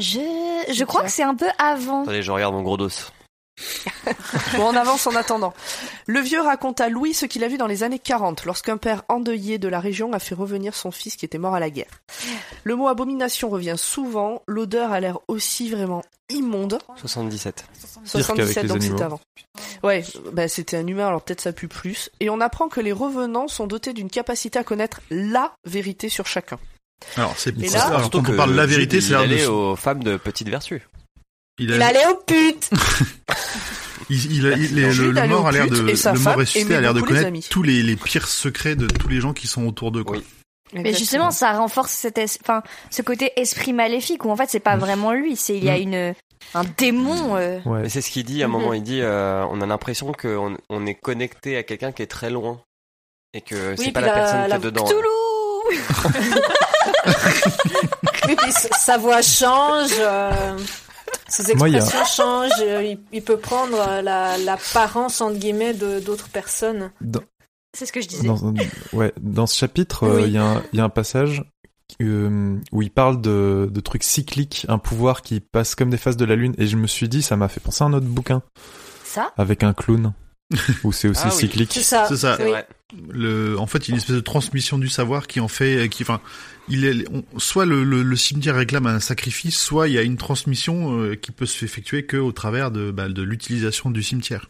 D: je crois que c'est un peu avant.
C: Attendez, je regarde mon gros dos.
B: Bon, on avance en attendant. Le vieux raconte à Louis ce qu'il a vu dans les années 40, lorsqu'un père endeuillé de la région a fait revenir son fils qui était mort à la guerre. Le mot abomination revient souvent, l'odeur a l'air aussi vraiment immonde.
C: 77.
E: qu'avec
B: 77,
E: les
B: donc
E: animaux.
B: c'était avant. Ouais, bah c'était un humain, alors peut-être ça pue plus. Et on apprend que les revenants sont dotés d'une capacité à connaître LA vérité sur chacun.
A: Alors, c'est
B: Et là-
A: alors, quand on parle de la vérité, c'est l'air
C: Il
A: de.
C: allait aux femmes de petite vertu.
A: Il
D: Il
A: a-
D: allait aux putes
A: il- il a- il est- le,
B: Jude
A: le
B: allait
A: mort
B: aux
A: a l'air de.
B: putes et sa
A: Le
B: femme
A: mort ressuscité
B: aimait
A: a l'air de
B: beaucoup les
A: connaître
B: amis.
A: tous les, les pires secrets de tous les gens qui sont autour d'eux, quoi.
C: Oui.
D: Mais justement, ça renforce cet es- enfin, ce côté esprit maléfique où en fait c'est pas vraiment lui, c'est il y a
E: Mm.
D: une un démon. euh.
E: Ouais.
C: Mais c'est ce qu'il dit à un moment. Il dit euh, on a l'impression qu'on on est connecté à quelqu'un qui est très loin. Et que c'est
F: Oui,
C: pas
F: puis
C: la,
F: la-
C: personne qui
F: la-
C: est dedans.
D: Cthulhu
F: Oui, puis s- sa voix change, euh, ses
E: Moi, il y a-
F: expressions changent, euh, il, il peut prendre euh, la- l'apparence, entre guillemets, de- d'autres personnes.
E: Dans,
D: C'est ce que je disais.
E: dans- ouais, dans ce chapitre, euh, il
F: Oui.
E: y, a un- il y a un passage euh, où il parle de, de trucs cycliques, un pouvoir qui passe comme des phases de la lune, et je me suis dit, ça m'a fait penser à un autre bouquin
D: Ça
E: avec un clown, où c'est aussi
C: Ah oui.
E: cyclique.
F: C'est ça.
A: C'est ça.
C: C'est
F: Oui.
C: vrai.
A: le, en fait, il y a une espèce de transmission du savoir qui en fait, qui, enfin, il est, on- soit le, le, le cimetière réclame un sacrifice, soit il y a une transmission euh, qui peut s'effectuer que au travers de, bah, de l'utilisation du cimetière.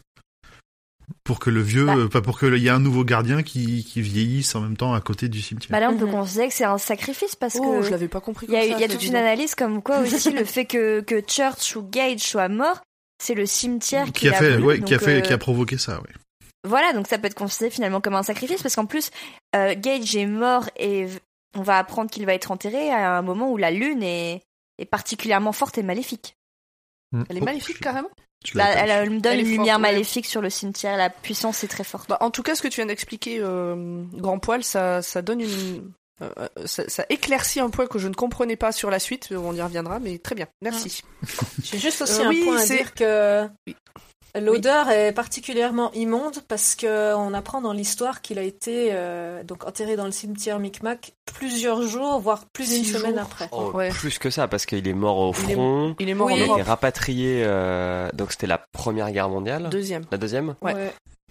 A: Pour que le vieux,
D: Bah.
A: euh, pas pour que le- il y a un nouveau gardien qui, qui vieillisse en même temps à côté du cimetière.
D: Bah là on peut
F: Mhm.
D: considérer que c'est un sacrifice parce
B: Oh, je
D: que
B: l'avais pas compris.
D: il y a,
B: comme
D: il
B: ça,
D: y a
B: ça,
D: toute
B: dis
D: une
B: donc.
D: analyse comme quoi aussi le fait que que Church ou Gage soit mort, c'est le cimetière qui,
A: qui a
D: l'a
A: fait,
D: voulu,
A: ouais, qui a
D: donc,
A: fait,
D: euh,
A: qui a provoqué ça, ouais.
D: Voilà, donc ça peut être considéré finalement comme un sacrifice parce qu'en plus, euh, Gage est mort et v- on va apprendre qu'il va être enterré à un moment où la lune est, est particulièrement forte et maléfique.
B: Elle est
A: Oh,
B: maléfique
A: je-
B: carrément.
A: Tu
D: Là,
A: l'as
D: bah, elle,
A: pas-
D: elle me donne
B: Elle est
D: une
B: forte,
D: lumière
B: ouais.
D: maléfique sur le cimetière, la puissance est très forte.
B: Bah, en tout cas, ce que tu viens d'expliquer, euh, Grand Poil, ça, ça donne une. euh, euh, ça, ça éclaircit un point que je ne comprenais pas sur la suite, on y reviendra, mais très bien, merci.
C: Ah.
F: J'ai juste aussi
B: Euh,
F: un
B: oui,
F: point à
B: c'est-
F: dire que
B: Oui.
F: l'odeur est particulièrement immonde parce que on apprend dans l'histoire qu'il a été euh, donc enterré dans le cimetière Micmac plusieurs jours, voire plus d'une
B: Six
F: semaine
B: jours.
F: après.
C: Oh,
B: Ouais.
C: Plus que ça, parce qu'il est mort au
B: Il est-
C: front.
B: Il est mort
F: Oui.
B: en
C: Il a été
B: Europe,
C: rapatrié, euh, donc c'était la première guerre mondiale,
B: deuxième.
C: la deuxième.
B: Ouais.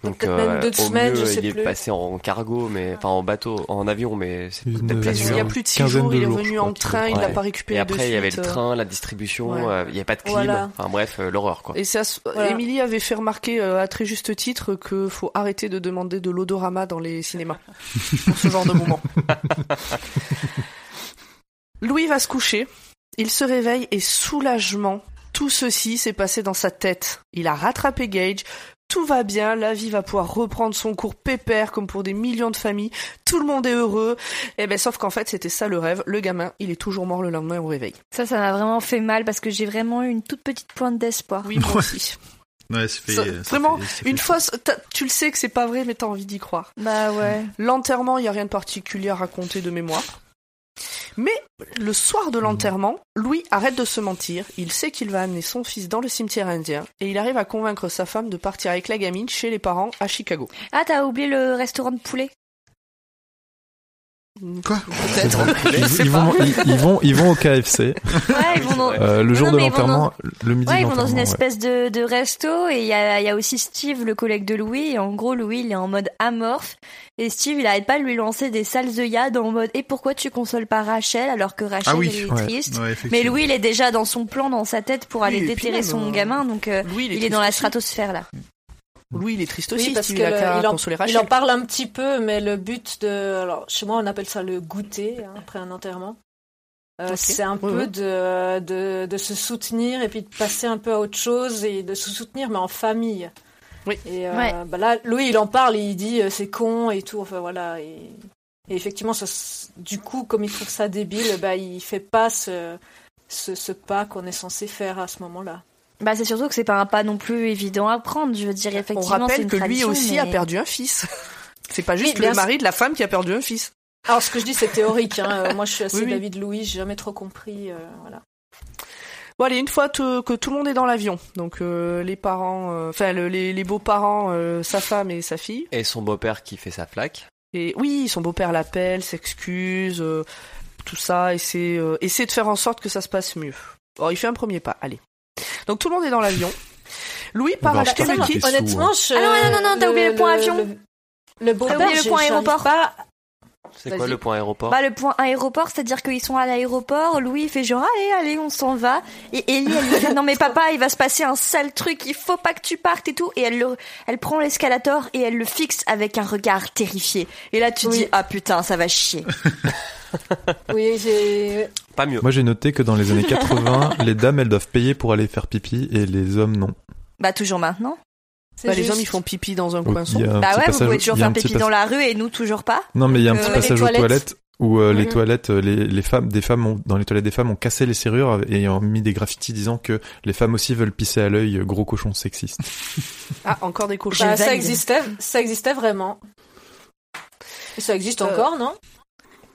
C: Donc euh,
F: Peut-être même deux
C: au
F: semaines,
C: mieux,
F: je sais
C: il est
F: plus.
C: passé en cargo, mais enfin en bateau, en avion, mais c'est
E: Une-
C: peut-être
E: euh,
C: la
B: Il y a
C: seule.
B: plus de six
E: quinzaine
B: jours,
E: de
B: il est
E: jours,
B: revenu
E: je crois,
B: en
E: qu'il
B: train, il
C: doit-
B: l'a
C: Ouais.
B: pas récupéré
C: Et après,
B: de
C: il y avait le
B: suite, euh.
C: train, la distribution,
B: Ouais.
C: euh, il n'y a pas de clim.
F: Voilà.
C: Enfin bref, euh, l'horreur quoi.
B: Et ça, se-
F: Voilà.
B: Émilie avait fait remarquer euh, à très juste titre que faut arrêter de demander de l'odorama dans les cinémas pour ce genre de moment. Louis va se coucher. Il se réveille et soulagement, tout ceci s'est passé dans sa tête. Il a rattrapé Gage. Tout va bien, la vie va pouvoir reprendre son cours pépère comme pour des millions de familles. Tout le monde est heureux. Et ben sauf qu'en fait, c'était ça le rêve. Le gamin, il est toujours mort le lendemain au réveil.
D: Ça, ça m'a vraiment fait mal parce que j'ai vraiment eu une toute petite pointe d'espoir.
B: Oui, moi
A: Ouais.
B: aussi.
A: Ouais, ça fait-
B: Ça-
A: ça fait-
B: vraiment,
A: ça fait-
B: Une fausse, t'as- tu le sais que c'est pas vrai, mais t'as envie d'y croire.
D: Bah ouais.
B: L'enterrement, il n'y a rien de particulier à raconter de mémoire. Mais le soir de l'enterrement, Louis arrête de se mentir. Il sait qu'il va amener son fils dans le cimetière indien et il arrive à convaincre sa femme de partir avec la gamine chez les parents à Chicago.
D: Ah, t'as oublié le restaurant de poulet
A: Quoi
B: Peut-être.
E: Mm. Ils,
B: Je sais
E: ils
B: pas.
E: vont, ils, ils vont, ils vont au
D: Ouais,
E: KFC
D: ils vont dans,
C: Ouais.
E: euh, le jour
D: non,
E: de
D: mais ils vont
E: l'enterrement, le midi
D: ouais,
E: de
D: ils vont dans une
E: l'enterrement, ouais.
D: espèce de, de resto et il y a, il y a aussi Steve, le collègue de Louis. Et en gros, Louis, il est en mode amorphe. Et Steve, il arrête pas de lui lancer des sales œillades en mode Et pourquoi tu consoles pas Rachel alors que Rachel,
A: Ah oui,
D: elle est
E: ouais.
D: triste
A: Ouais,
D: Mais
A: effectivement.
D: Louis, il est déjà dans son plan, dans sa tête pour aller
B: Oui, et puis
D: déterrer
B: même,
D: son
B: euh,
D: gamin. Donc, euh,
B: Louis,
D: il,
B: il est,
D: est dans la
B: triste aussi.
D: stratosphère là.
B: Louis, il est triste
F: Oui,
B: aussi.
F: parce
B: Steve,
F: que
B: il a
F: le-
B: qu'à
F: il en-
B: consoler
F: Il
B: Rachel.
F: en parle un petit peu, mais le but de. Alors, chez moi, on appelle ça le goûter hein, après un enterrement. Euh,
B: Ok.
F: C'est un
B: Oui,
F: peu
B: oui.
F: De, de, de se soutenir et puis de passer un peu à autre chose et de se soutenir, mais en famille.
B: Oui.
F: Et euh,
D: Ouais.
F: bah là, Louis, il en parle, il dit euh, c'est con et tout. Enfin, voilà. Et, et effectivement, ça s- du coup, comme il trouve ça débile, bah, il fait pas ce, ce, ce pas qu'on est censé faire à ce moment-là.
D: Bah, c'est surtout que c'est pas un pas non plus évident à prendre. Je veux dire,
B: On
D: effectivement, c'est
B: rappelle
D: une
B: que lui
D: tradition,
B: aussi
D: mais-
B: a perdu un fils. C'est pas juste
F: Oui, bien
B: le
F: sûr.
B: mari de la femme qui a perdu un fils.
F: Alors, ce que je dis, c'est théorique. Hein. Euh, Moi, je suis assez
B: Oui, oui.
F: David Louis, j'ai jamais trop compris. euh, voilà.
B: Bon allez, une fois te- que tout le monde est dans l'avion, donc euh, les parents, euh, enfin le- les, les beaux-parents, euh, sa femme et sa fille.
C: Et son beau-père qui fait sa flaque.
B: Et oui, son beau-père l'appelle, s'excuse, euh, tout ça, essaie, euh, essaie de faire en sorte que ça se passe mieux. Bon, il fait un premier pas, allez. Donc tout le monde est dans l'avion. Louis part
A: Bah,
F: Ah,
A: je
B: acheter
A: t'en
B: le
A: prie.
B: kit.
A: sous,
F: honnêtement, je.
D: Ah non, non, non, non, t'as
F: le-
D: oublié le point avion.
F: Le, le beau-père,
D: oublié le
F: je-
D: point
F: j'arrive
D: aéroport.
F: pas
C: C'est quoi
B: Vas-y.
C: le point aéroport
D: Bah, le point aéroport, c'est-à-dire qu'ils sont à l'aéroport, Louis fait genre allez, allez, on s'en va. Et Ellie, elle lui dit non mais papa, il va se passer un sale truc, il faut pas que tu partes et tout. Et elle, le, elle prend l'escalator et elle le fixe avec un regard terrifié. Et là tu
F: Oui.
D: dis ah putain, ça va chier.
F: Oui, j'ai.
C: Pas mieux.
E: Moi j'ai noté que dans les années 80, les dames elles doivent payer pour aller faire pipi et les hommes non.
D: Bah toujours maintenant.
F: c'est
B: Bah, les
F: juste-
B: hommes ils font pipi dans un
E: Il
B: coin
E: y
B: sombre.
E: a un
D: bah
E: petit
D: ouais, vous
E: passage-
D: pouvez toujours
E: il y a
D: faire
E: un petit
D: pipi
E: pas-
D: dans la rue et nous toujours pas.
E: Non mais il y a un
D: Euh,
E: petit
D: les
E: passage aux
F: toilettes.
E: toilettes où euh, les
F: Mhm.
E: toilettes, euh, les, les femmes, des femmes ont, dans les toilettes des femmes ont cassé les serrures et ont mis des graffitis disant que les femmes aussi veulent pisser à l'œil, euh, gros cochon sexiste.
B: Ah, encore des cochons.
D: J'ai
F: Bah, ça
D: validé.
F: existait, ça existait vraiment. Et ça existe
B: Euh,
F: encore, non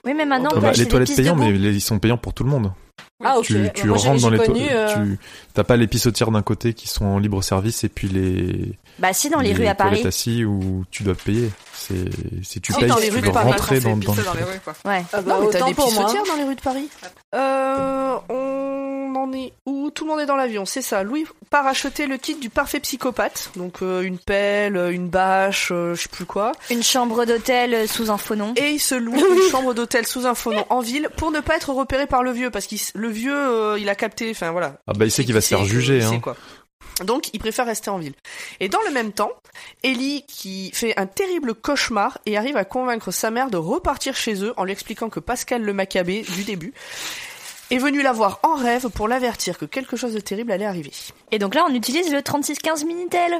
D: Oui mais maintenant
B: Oh,
D: on peut
E: Bah,
D: acheter
E: les
D: des
E: toilettes
D: pisses
E: payantes,
D: debout.
E: mais les- ils sont payants pour tout le monde.
F: Ah ok.
E: tu,
F: Bah,
E: tu
F: moi, j'ai-
E: rentres dans
F: j'ai
E: les
F: connu,
E: toilettes,
F: euh,
E: tu t'as pas les pissotières d'un côté qui sont en libre service et puis les
D: Bah si dans les, rues à Paris.
E: toilettes assis où tu dois payer. C'est si tu
G: Ah
B: Si,
E: payes,
B: dans les
E: tu
B: rues de
E: dois
B: Paris,
E: rentrer
G: on fait
E: dans, dans
G: pisser
E: les toilettes.
G: rues, quoi.
D: Ouais.
F: Ah bah,
B: Non, mais t'as
F: autant
B: des
F: pour moi.
B: pissotières dans les rues de Paris. Euh, on en est où Tout le monde est dans l'avion, c'est ça. Louis part acheter le kit du parfait psychopathe. Donc euh, une pelle, euh, une bâche, euh, je sais plus quoi.
D: Une chambre d'hôtel euh, sous un faux nom.
B: Et il se loue une chambre d'hôtel sous un faux nom en ville pour ne pas être repéré par le vieux. Parce que le vieux, euh, il a capté, enfin voilà.
E: Ah bah il sait qu'il va se faire
B: sait que-
E: juger.
B: il sait
E: Hein.
B: quoi. Donc, il préfère rester en ville. Et dans le même temps, Ellie, qui fait un terrible cauchemar et arrive à convaincre sa mère de repartir chez eux en lui expliquant que Pascal le Maccabé, du début, est venu la voir en rêve pour l'avertir que quelque chose de terrible allait arriver.
D: Et donc là on utilise le 3615 Minitel.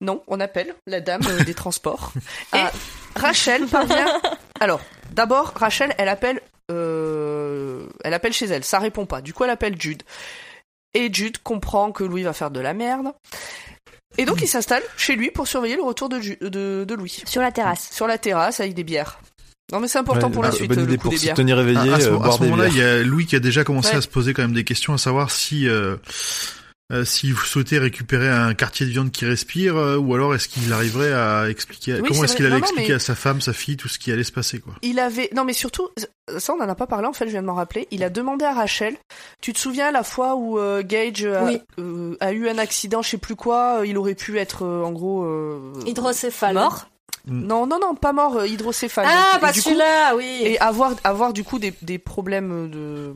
B: Non, on appelle la dame euh, des transports. Et
D: Ah.
B: Rachel parvient. Alors, d'abord, Rachel, elle appelle, euh, elle appelle chez elle. Ça répond pas. Du coup, elle appelle Jude. Et Jude comprend que Louis va faire de la merde. Et donc, il s'installe chez lui pour surveiller le retour de, Ju- de, de Louis
D: Sur la terrasse.
B: sur la terrasse avec des bières. Non, mais c'est important
E: Ouais,
B: pour la
E: bah,
B: suite
E: bonne
B: euh, le
E: idée
B: coup
E: pour
B: des
E: se
B: bières.
E: tenir éveillé,
A: Ah, à, à ce,
E: euh,
A: à
E: boire
A: ce
E: des
A: moment-là,
E: bières.
A: il y a Louis qui a déjà commencé
B: Ouais.
A: à se poser quand même des questions, à savoir si euh, euh, si vous souhaitez récupérer un quartier de viande qui respire, euh, ou alors est-ce qu'il arriverait à expliquer
B: Oui,
A: comment
B: c'est
A: est-ce
B: vrai.
A: qu'il allait
B: Non, non,
A: expliquer
B: mais-
A: à sa femme, sa fille, tout ce qui allait se passer quoi.
B: Il avait. Non, mais surtout, ça, on n'en a pas parlé, en fait, je viens de m'en rappeler. Il a demandé à Rachel. Tu te souviens la fois où euh, Gage a,
F: Oui.
B: euh, a eu un accident, je sais plus quoi, euh, il aurait pu être, euh, en gros. euh,
F: Hydrocéphale.
D: Mort.
B: Non, non, non, pas mort, euh, hydrocéphale.
F: Ah,
B: Et
F: bah
B: du coup-
F: celui-là, oui.
B: Et avoir, avoir du coup des, des problèmes de.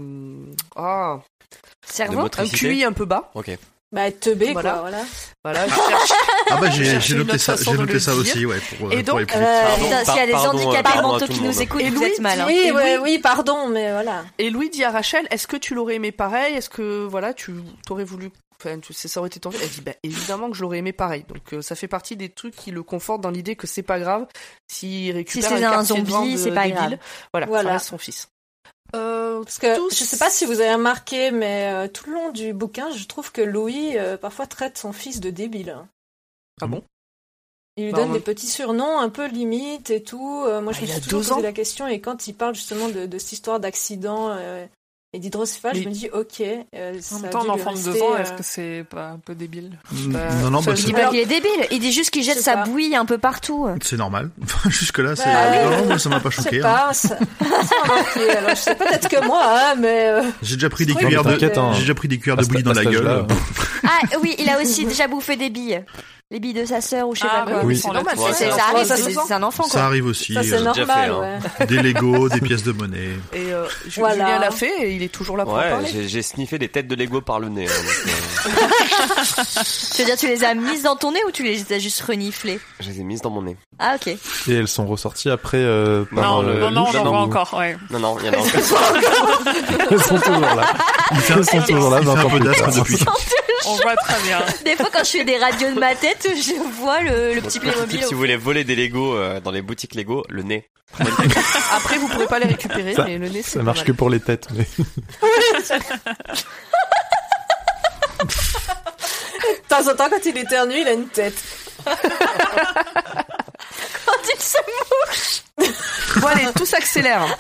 B: Ah,
C: De
D: Cerveau.
C: mot-
B: un
C: Motricité.
B: QI un peu bas.
C: Ok.
F: Bah teubé
B: Voilà.
F: quoi, voilà.
B: Voilà, je cherche.
A: Ah bah
B: J'ai
A: j'ai j'ai
B: une
A: noté
B: autre
A: ça,
B: façon
A: j'ai
B: de
A: noté
B: le
A: ça
B: dire.
A: aussi ouais pour, euh,
B: Et
A: pour
B: donc,
A: aller plus vite.
F: euh,
C: Pardon,
D: Putain, s'il y a des
C: par- pardon, euh,
D: handicapés
C: pardon à
D: mentaux
C: tout
D: qui
C: le
D: nous
C: monde.
D: écoutent,
B: Et
D: vous
B: Louis
D: êtes malins.
F: oui,
B: et
F: ouais,
B: Louis-
F: oui, pardon, mais voilà.
B: Et Louis dit à Rachel, est-ce que tu l'aurais aimé pareil Est-ce que voilà, tu t'aurais voulu, enfin, tu sais, ça aurait été ton. Elle dit, bah, évidemment que je l'aurais aimé pareil. Donc euh, ça fait partie des trucs qui le confortent dans l'idée que c'est pas grave si récupère
D: Si c'est un
B: quartier de
D: zombie,
B: vente, euh,
D: c'est pas
B: débile.
D: grave.
B: Voilà,
F: Voilà.
B: ça reste son fils. Euh,
F: Parce que
B: Tous-
F: je sais pas si vous avez remarqué, mais euh, tout le long du bouquin, je trouve que Louis euh, parfois traite son fils de débile.
B: Ah bon
F: Il lui
B: Bah,
F: donne
B: en
F: des
B: même-
F: petits surnoms un peu limites et tout. Euh, moi, je
B: Ah,
F: me
B: il a
F: suis toujours
B: deux
F: posé
B: ans.
F: la question et quand il parle justement de, de cette histoire d'accident euh, et d'hydrocéphale,
B: Mais-
F: je me dis ok. euh, ça
G: En
F: a
G: même temps,
F: dû
G: un
F: lui
G: enfant de
F: rester,
G: 2 ans,
F: euh,
G: est-ce que c'est pas un peu débile
B: bah,
A: non non
B: ça,
A: bah,
B: je
D: Il
A: c'est
D: dit pas qu'il est débile, il dit juste qu'il jette
F: Je sais
D: sa
F: pas.
D: bouillie un peu partout.
A: c'est normal. Jusque là c'est
F: Bah,
A: non,
F: euh,
A: non, moi, ça m'a pas
F: Je sais
A: choqué. hein.
F: pas. Ça, ça m'a marqué. Alors, je sais peut-être que moi, hein, mais euh,
A: J'ai déjà pris des
F: Non, mais
A: cuillères de
E: t'inquiète, hein.
A: j'ai déjà pris des cuillères de
E: À ce- euh,
A: bouillie dans
E: à
A: la
E: cet
A: gueule.
E: âge-là,
D: Ah oui, il a aussi déjà bouffé des billes. Les billes de sa sœur ou je sais
G: Ah,
D: pas quoi.
G: oui,
E: Oui.
G: c'est
B: C'est normal,
C: Ouais,
D: C'est-
B: c'est
D: Ça
B: un
D: arrive,
B: enfant
F: ça,
B: de
D: c'est
F: c'est-
B: deux ans.
D: c'est un enfant
A: Ça
D: quoi.
A: arrive aussi
F: ça c'est
A: euh,
C: déjà
F: normal.
C: fait, hein.
F: ouais.
A: des Lego, des pièces de monnaie.
B: Et euh, Ju-
F: Voilà.
B: Julien l'a fait et il est toujours là pour en
C: Ouais,
B: parler.
C: j'ai j'ai sniffé des têtes de Lego par le nez. hein, donc, euh,
D: Tu veux dire, tu les as mises dans ton nez ou tu les as juste reniflées
C: je les ai mises dans mon nez.
D: Ah ok.
E: Et elles sont ressorties après euh, par
G: Non,
E: euh,
G: non, non,
E: le
G: on en
E: loup.
G: voit encore, ouais.
C: Non, non, il y en a encore.
E: Elles sont toujours là. Elles sont toujours là.
A: Il fait un
E: 20
A: peu
E: ans plus
A: d'asthme
E: tard.
A: depuis.
G: On voit très bien.
D: Des fois quand je fais des radios de ma tête, je vois le, le petit
C: Petit tip,
D: Playmobil.
C: si vous voulez voler des Lego euh, dans les boutiques Lego, le nez.
B: Après, vous pourrez pas les récupérer,
E: Ça-
B: mais le nez, c'est
E: Ça
B: pas
E: marche
B: mal.
E: que pour les têtes. Mais...
F: De temps en temps, quand il éternue, il a une tête.
D: Quand il se-
B: Bon allez, tout s'accélère.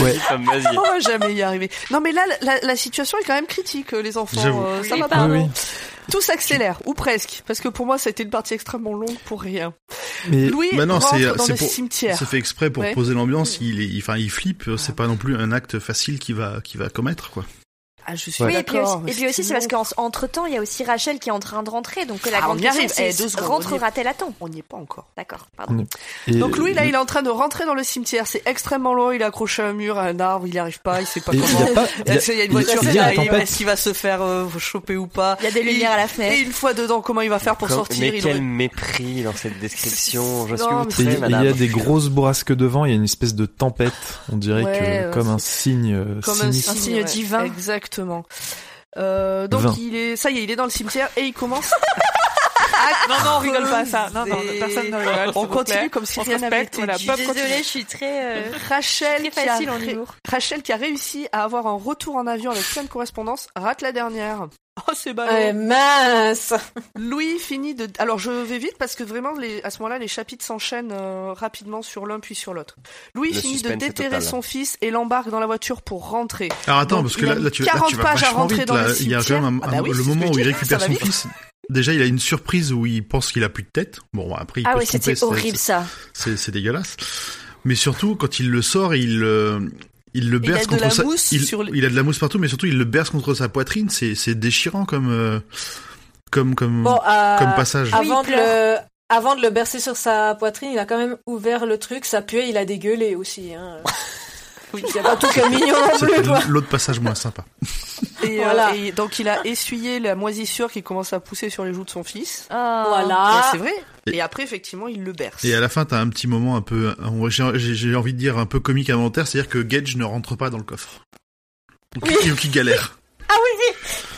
E: Ouais.
C: Comme vas-y.
B: On va Oh, jamais y arriver. Non, mais là, la, la situation est quand même critique, euh, les enfants.
E: J'avoue.
B: Euh, ça
F: Oui,
B: va pas.
F: pardon.
E: Oui, oui.
B: Tout s'accélère, ou presque, parce que pour moi, ça a été une partie extrêmement longue pour rien.
E: Mais euh,
B: Louis
A: bah non,
B: rentre
A: c'est-
B: dans
A: c'est
B: le
A: pour-
B: cimetière.
A: C'est fait exprès pour
B: Ouais.
A: poser l'ambiance. Il, est- il- enfin, il flippe. C'est pas non plus un acte facile qu'il va, qu'il va commettre, quoi.
B: Ah, je suis
D: Oui, et puis
B: d'accord.
D: aussi, et puis aussi, c'est parce qu'entre temps, il y a aussi Rachel qui est en train de rentrer. Donc la
B: Ah,
D: grande
B: on y arrive.
D: question,
B: Eh, deux
D: c'est
B: secondes,
D: rentrera-t-elle à temps
B: On n'y est pas encore.
D: D'accord, pardon.
E: et-
B: Donc Louis, là, il est en train de rentrer dans le cimetière. C'est extrêmement long. Il est accroché à un mur, à un arbre. Il n'y arrive pas. Il sait pas
E: et il y
B: comment.
E: a pas. il y a-
B: Est-ce qu'il y a une
E: il y a-
B: voiture
E: il y a
B: qui
E: la
B: arrive
E: tempête.
B: Est-ce qu'il va se faire euh, choper ou pas
D: Il y a des lumières à la
B: Et
D: fenêtre.
B: une fois dedans, comment il va faire Ah, pour
C: Comme-
B: sortir
C: mais
B: il
C: quel
B: aurait-
C: mépris dans cette description. Je suis
B: Non, mais
E: et-
C: outré,
E: et Il
C: madame.
E: y a des grosses bourrasques de vent, il y a une espèce de tempête, on dirait
B: Ouais,
E: que
B: euh,
E: comme un signe euh,
B: comme un
E: sinistre.
B: signe,
D: Un signe
B: ouais,
D: divin.
B: Exactement. Euh, donc
E: Vin.
B: il est, ça y est, il est dans le cimetière et il commence.
G: Non, non, on rigole pas à ça. Non, non, personne ne rigole.
B: On
G: Ah, s'il vous
B: continue
G: plaît.
B: comme si
G: On se
B: rien n'avait
G: respecte,
B: été
G: voilà,
B: dit.
G: pop continue.
D: suis très. euh,
B: Rachel qui,
D: très
B: a
D: facile en
B: ré-
D: humour.
B: Rachel qui a réussi à avoir un retour en avion avec plein de correspondances rate la dernière. Oh c'est
G: Ah
B: ballot.
D: Euh,
F: Ouais, mince
B: Louis finit de. Alors je vais vite parce que vraiment les... à ce moment-là les chapitres s'enchaînent euh, rapidement sur l'un puis sur l'autre. Louis
C: Le
B: finit de
C: suspense est
B: déterrer
C: total.
B: son fils et l'embarque dans la voiture pour rentrer.
A: Alors attends,
B: Donc,
A: parce que
B: il
A: là,
B: a
A: là, tu, là,
B: 40
A: tu vas
B: pages à
A: vachement
B: rentrer
A: vite.
B: dans
A: là.
B: le
A: Il y a quand
B: cimetière.
A: même un-
B: Ah bah oui,
A: le
B: c'est ce
A: moment
B: que je
A: où il
B: dis,
A: récupère
B: ça va
A: son
B: vite.
A: fils. Déjà, il a une surprise où il pense qu'il a plus de tête. Bon, après, il
D: Ah
A: peut
D: oui,
A: se tromper.
D: c'était
A: c'est-
D: horrible ça.
A: C'est c'est dégueulasse. Mais surtout, quand il le sort, il, euh, il le
B: Il a
A: berce
B: de
A: contre
B: la
A: sa...
B: mousse
A: il,
B: sur le-
A: il a de la mousse partout, mais surtout, il le berce contre sa poitrine. C'est c'est déchirant comme... euh, Comme,
B: Hmm.
A: comme,
F: Bon, euh,
A: comme passage.
D: ah, Oui,
F: avant,
D: il
F: de le, avant de le bercer sur sa poitrine, il a quand même ouvert le truc, ça puait, il a dégueulé aussi. Hein.
B: Oui.
F: Il y a pas tout comme mignon non
A: C'était
F: plus, quoi.
A: l'autre passage moins sympa.
B: Et, euh,
F: Voilà.
B: et donc il a essuyé la moisissure qui commence à pousser sur les joues de son fils.
D: Oh. Ah.
F: Voilà.
G: Ah,
B: Et C'est vrai.
A: Et-
B: Et après effectivement il le berce.
A: Et à la fin, t'as un petit moment un peu, on- j'ai j'ai- j'ai envie de dire un peu comique inventaire, c'est-à-dire que Gage ne rentre pas dans le coffre. Ou qui, ou qui galère.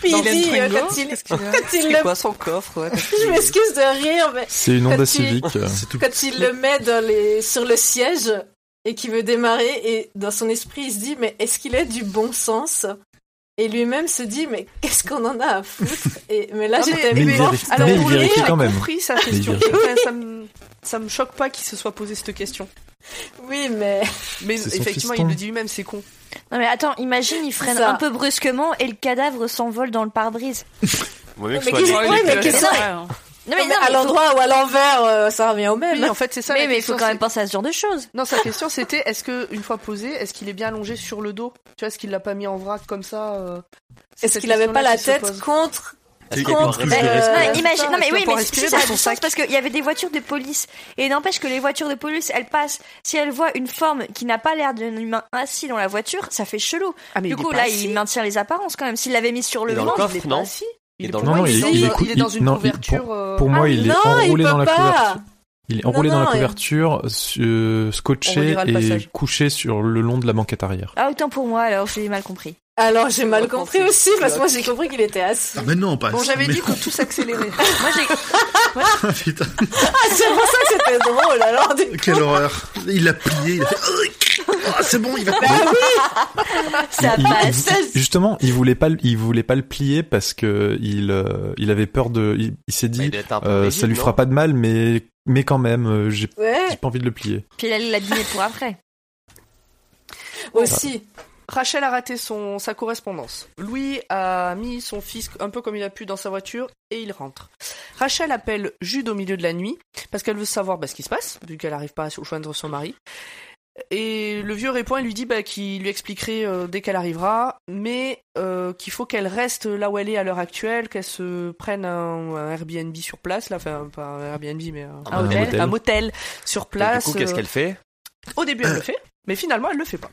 F: Puis
B: Dans
F: il dit,
B: Pringle,
F: euh, quand il,
B: qu'est-ce qu'il a
F: quand il
B: C'est
F: le...
B: quoi son coffre ouais.
F: Je m'excuse de rire, mais
E: C'est une onda
F: Quand tu-
E: civique. euh.
A: C'est tout.
F: quand il le met dans les... sur le siège et qu'il veut démarrer, et dans son esprit, il se dit, mais est-ce qu'il a du bon sens et lui-même se dit, mais qu'est-ce qu'on en a à foutre et, Mais là,
B: Ah, mais-
F: j'étais
E: Mais il
B: bon,
E: vérifie,
B: alors,
E: mais il
B: pour
E: vérifie
B: rire,
E: quand
B: j'ai
E: même.
B: compris sa question.
E: vérifie.
B: Enfin, ça me ça me choque pas qu'il se soit posé cette question.
F: Oui, mais
B: Mais
E: C'est son
B: effectivement
E: fiston.
B: il le dit lui-même c'est con.
D: Non mais attends, imagine, il freine
F: Ça.
D: un peu brusquement et le cadavre s'envole dans le pare-brise.
C: Vaut mieux que ce
F: Mais
C: soit
F: qu'est-ce-
C: lui.
F: ouais, mais
G: que-
F: qu'est-ce-
G: Ouais, hein.
D: Non
F: Non, mais à
D: il faut-
F: l'endroit ou à l'envers, euh, ça revient au même.
B: Oui en fait c'est ça.
D: mais-
B: la
D: mais il
B: question,
D: faut quand
B: c'est-
D: même penser à ce genre de choses.
B: Non sa question c'était est-ce que une fois posé est-ce qu'il est bien allongé sur le dos Tu vois est-ce qu'il l'a pas mis en vrac comme ça euh, c'est
F: Est-ce
B: cette
F: qu'il avait pas
B: question-là
F: la
B: qui se pose.
F: tête contre
C: Est-ce qu'il
F: contre
C: peut respirer
F: euh,
D: Non,
F: Ouais,
D: imagine,
B: putain,
D: non mais
B: tu
D: oui,
B: vas pas
D: mais si,
B: respirer
D: ça
B: dans
D: a
B: son
D: du sens
B: sac.
D: parce qu'il y avait des voitures de police. Et n'empêche que les voitures de police, elles passent. Si elles voient une forme qui n'a pas l'air d'un humain assis dans la voiture, ça fait chelou.
B: Ah, mais
D: du
B: il est
D: coup,
B: pas
D: là,
B: assis.
D: il maintient les apparences quand même. S'il l'avait mis sur le
C: Et dans le
D: ventre,
C: coffre,
B: il est pas
C: non
B: assis.
C: Il est
B: est
C: dans
B: pour
C: le
B: moi,
E: coffre.
B: il est
E: Non,
B: dans-
E: il est-
B: il
E: il
B: est
E: est-
B: dans une
E: non, il-
B: couverture. euh,
E: Pour moi, il est
F: non,
E: enroulé
F: il peut
E: dans la
F: pas.
E: couverture. Il est enroulé
F: Non,
E: dans la
F: non, et-
E: couverture, euh,
B: On
E: scotché
B: relira le
E: et
B: passage.
E: couché sur le long de la banquette arrière.
D: ah autant pour moi alors, j'ai mal compris.
F: Alors j'ai mal compris
B: c'est
F: aussi parce que moi j'ai compris qu'il était assis.
A: Ah, mais non, pas.
B: Bon, j'avais
A: mais-
B: dit que tout s'accélérait.
D: Moi, j'ai
A: Putain,
F: Ah, c'est pour ça que c'était drôle alors. du coup.
A: quelle horreur. Il a plié, il a fait, Ah, c'est bon, il va.
D: Ah, ça
E: Il- il-
D: passe.
E: Justement, il voulait pas, le- il voulait pas le plier parce que il, euh, il avait peur de, il, il s'est
C: Bah, il
E: dit,
C: doit être un peu
E: euh,
C: rigide,
E: ça lui
C: non
E: fera pas de mal, mais, mais quand même, euh, j'ai j'ai
F: Ouais,
E: pas envie de le plier.
D: Puis il allait l'abîmer pour après.
F: aussi.
B: Rachel a raté son, sa correspondance. Louis a mis son fils un peu comme il a pu dans sa voiture et il rentre. Rachel appelle Jude au milieu de la nuit parce qu'elle veut savoir bah, ce qui se passe, vu qu'elle n'arrive pas à joindre son mari. Et le vieux répond et lui dit bah, qu'il lui expliquerait euh, dès qu'elle arrivera, mais euh, qu'il faut qu'elle reste là où elle est à l'heure actuelle, qu'elle se prenne un, un Airbnb sur place, là, enfin pas un Airbnb mais un,
C: Un
E: hôtel.
B: un motel sur
C: Et
B: place.
C: Du coup, qu'est-ce
B: euh,
C: qu'elle fait
B: Au début elle le fait, mais finalement elle le fait pas.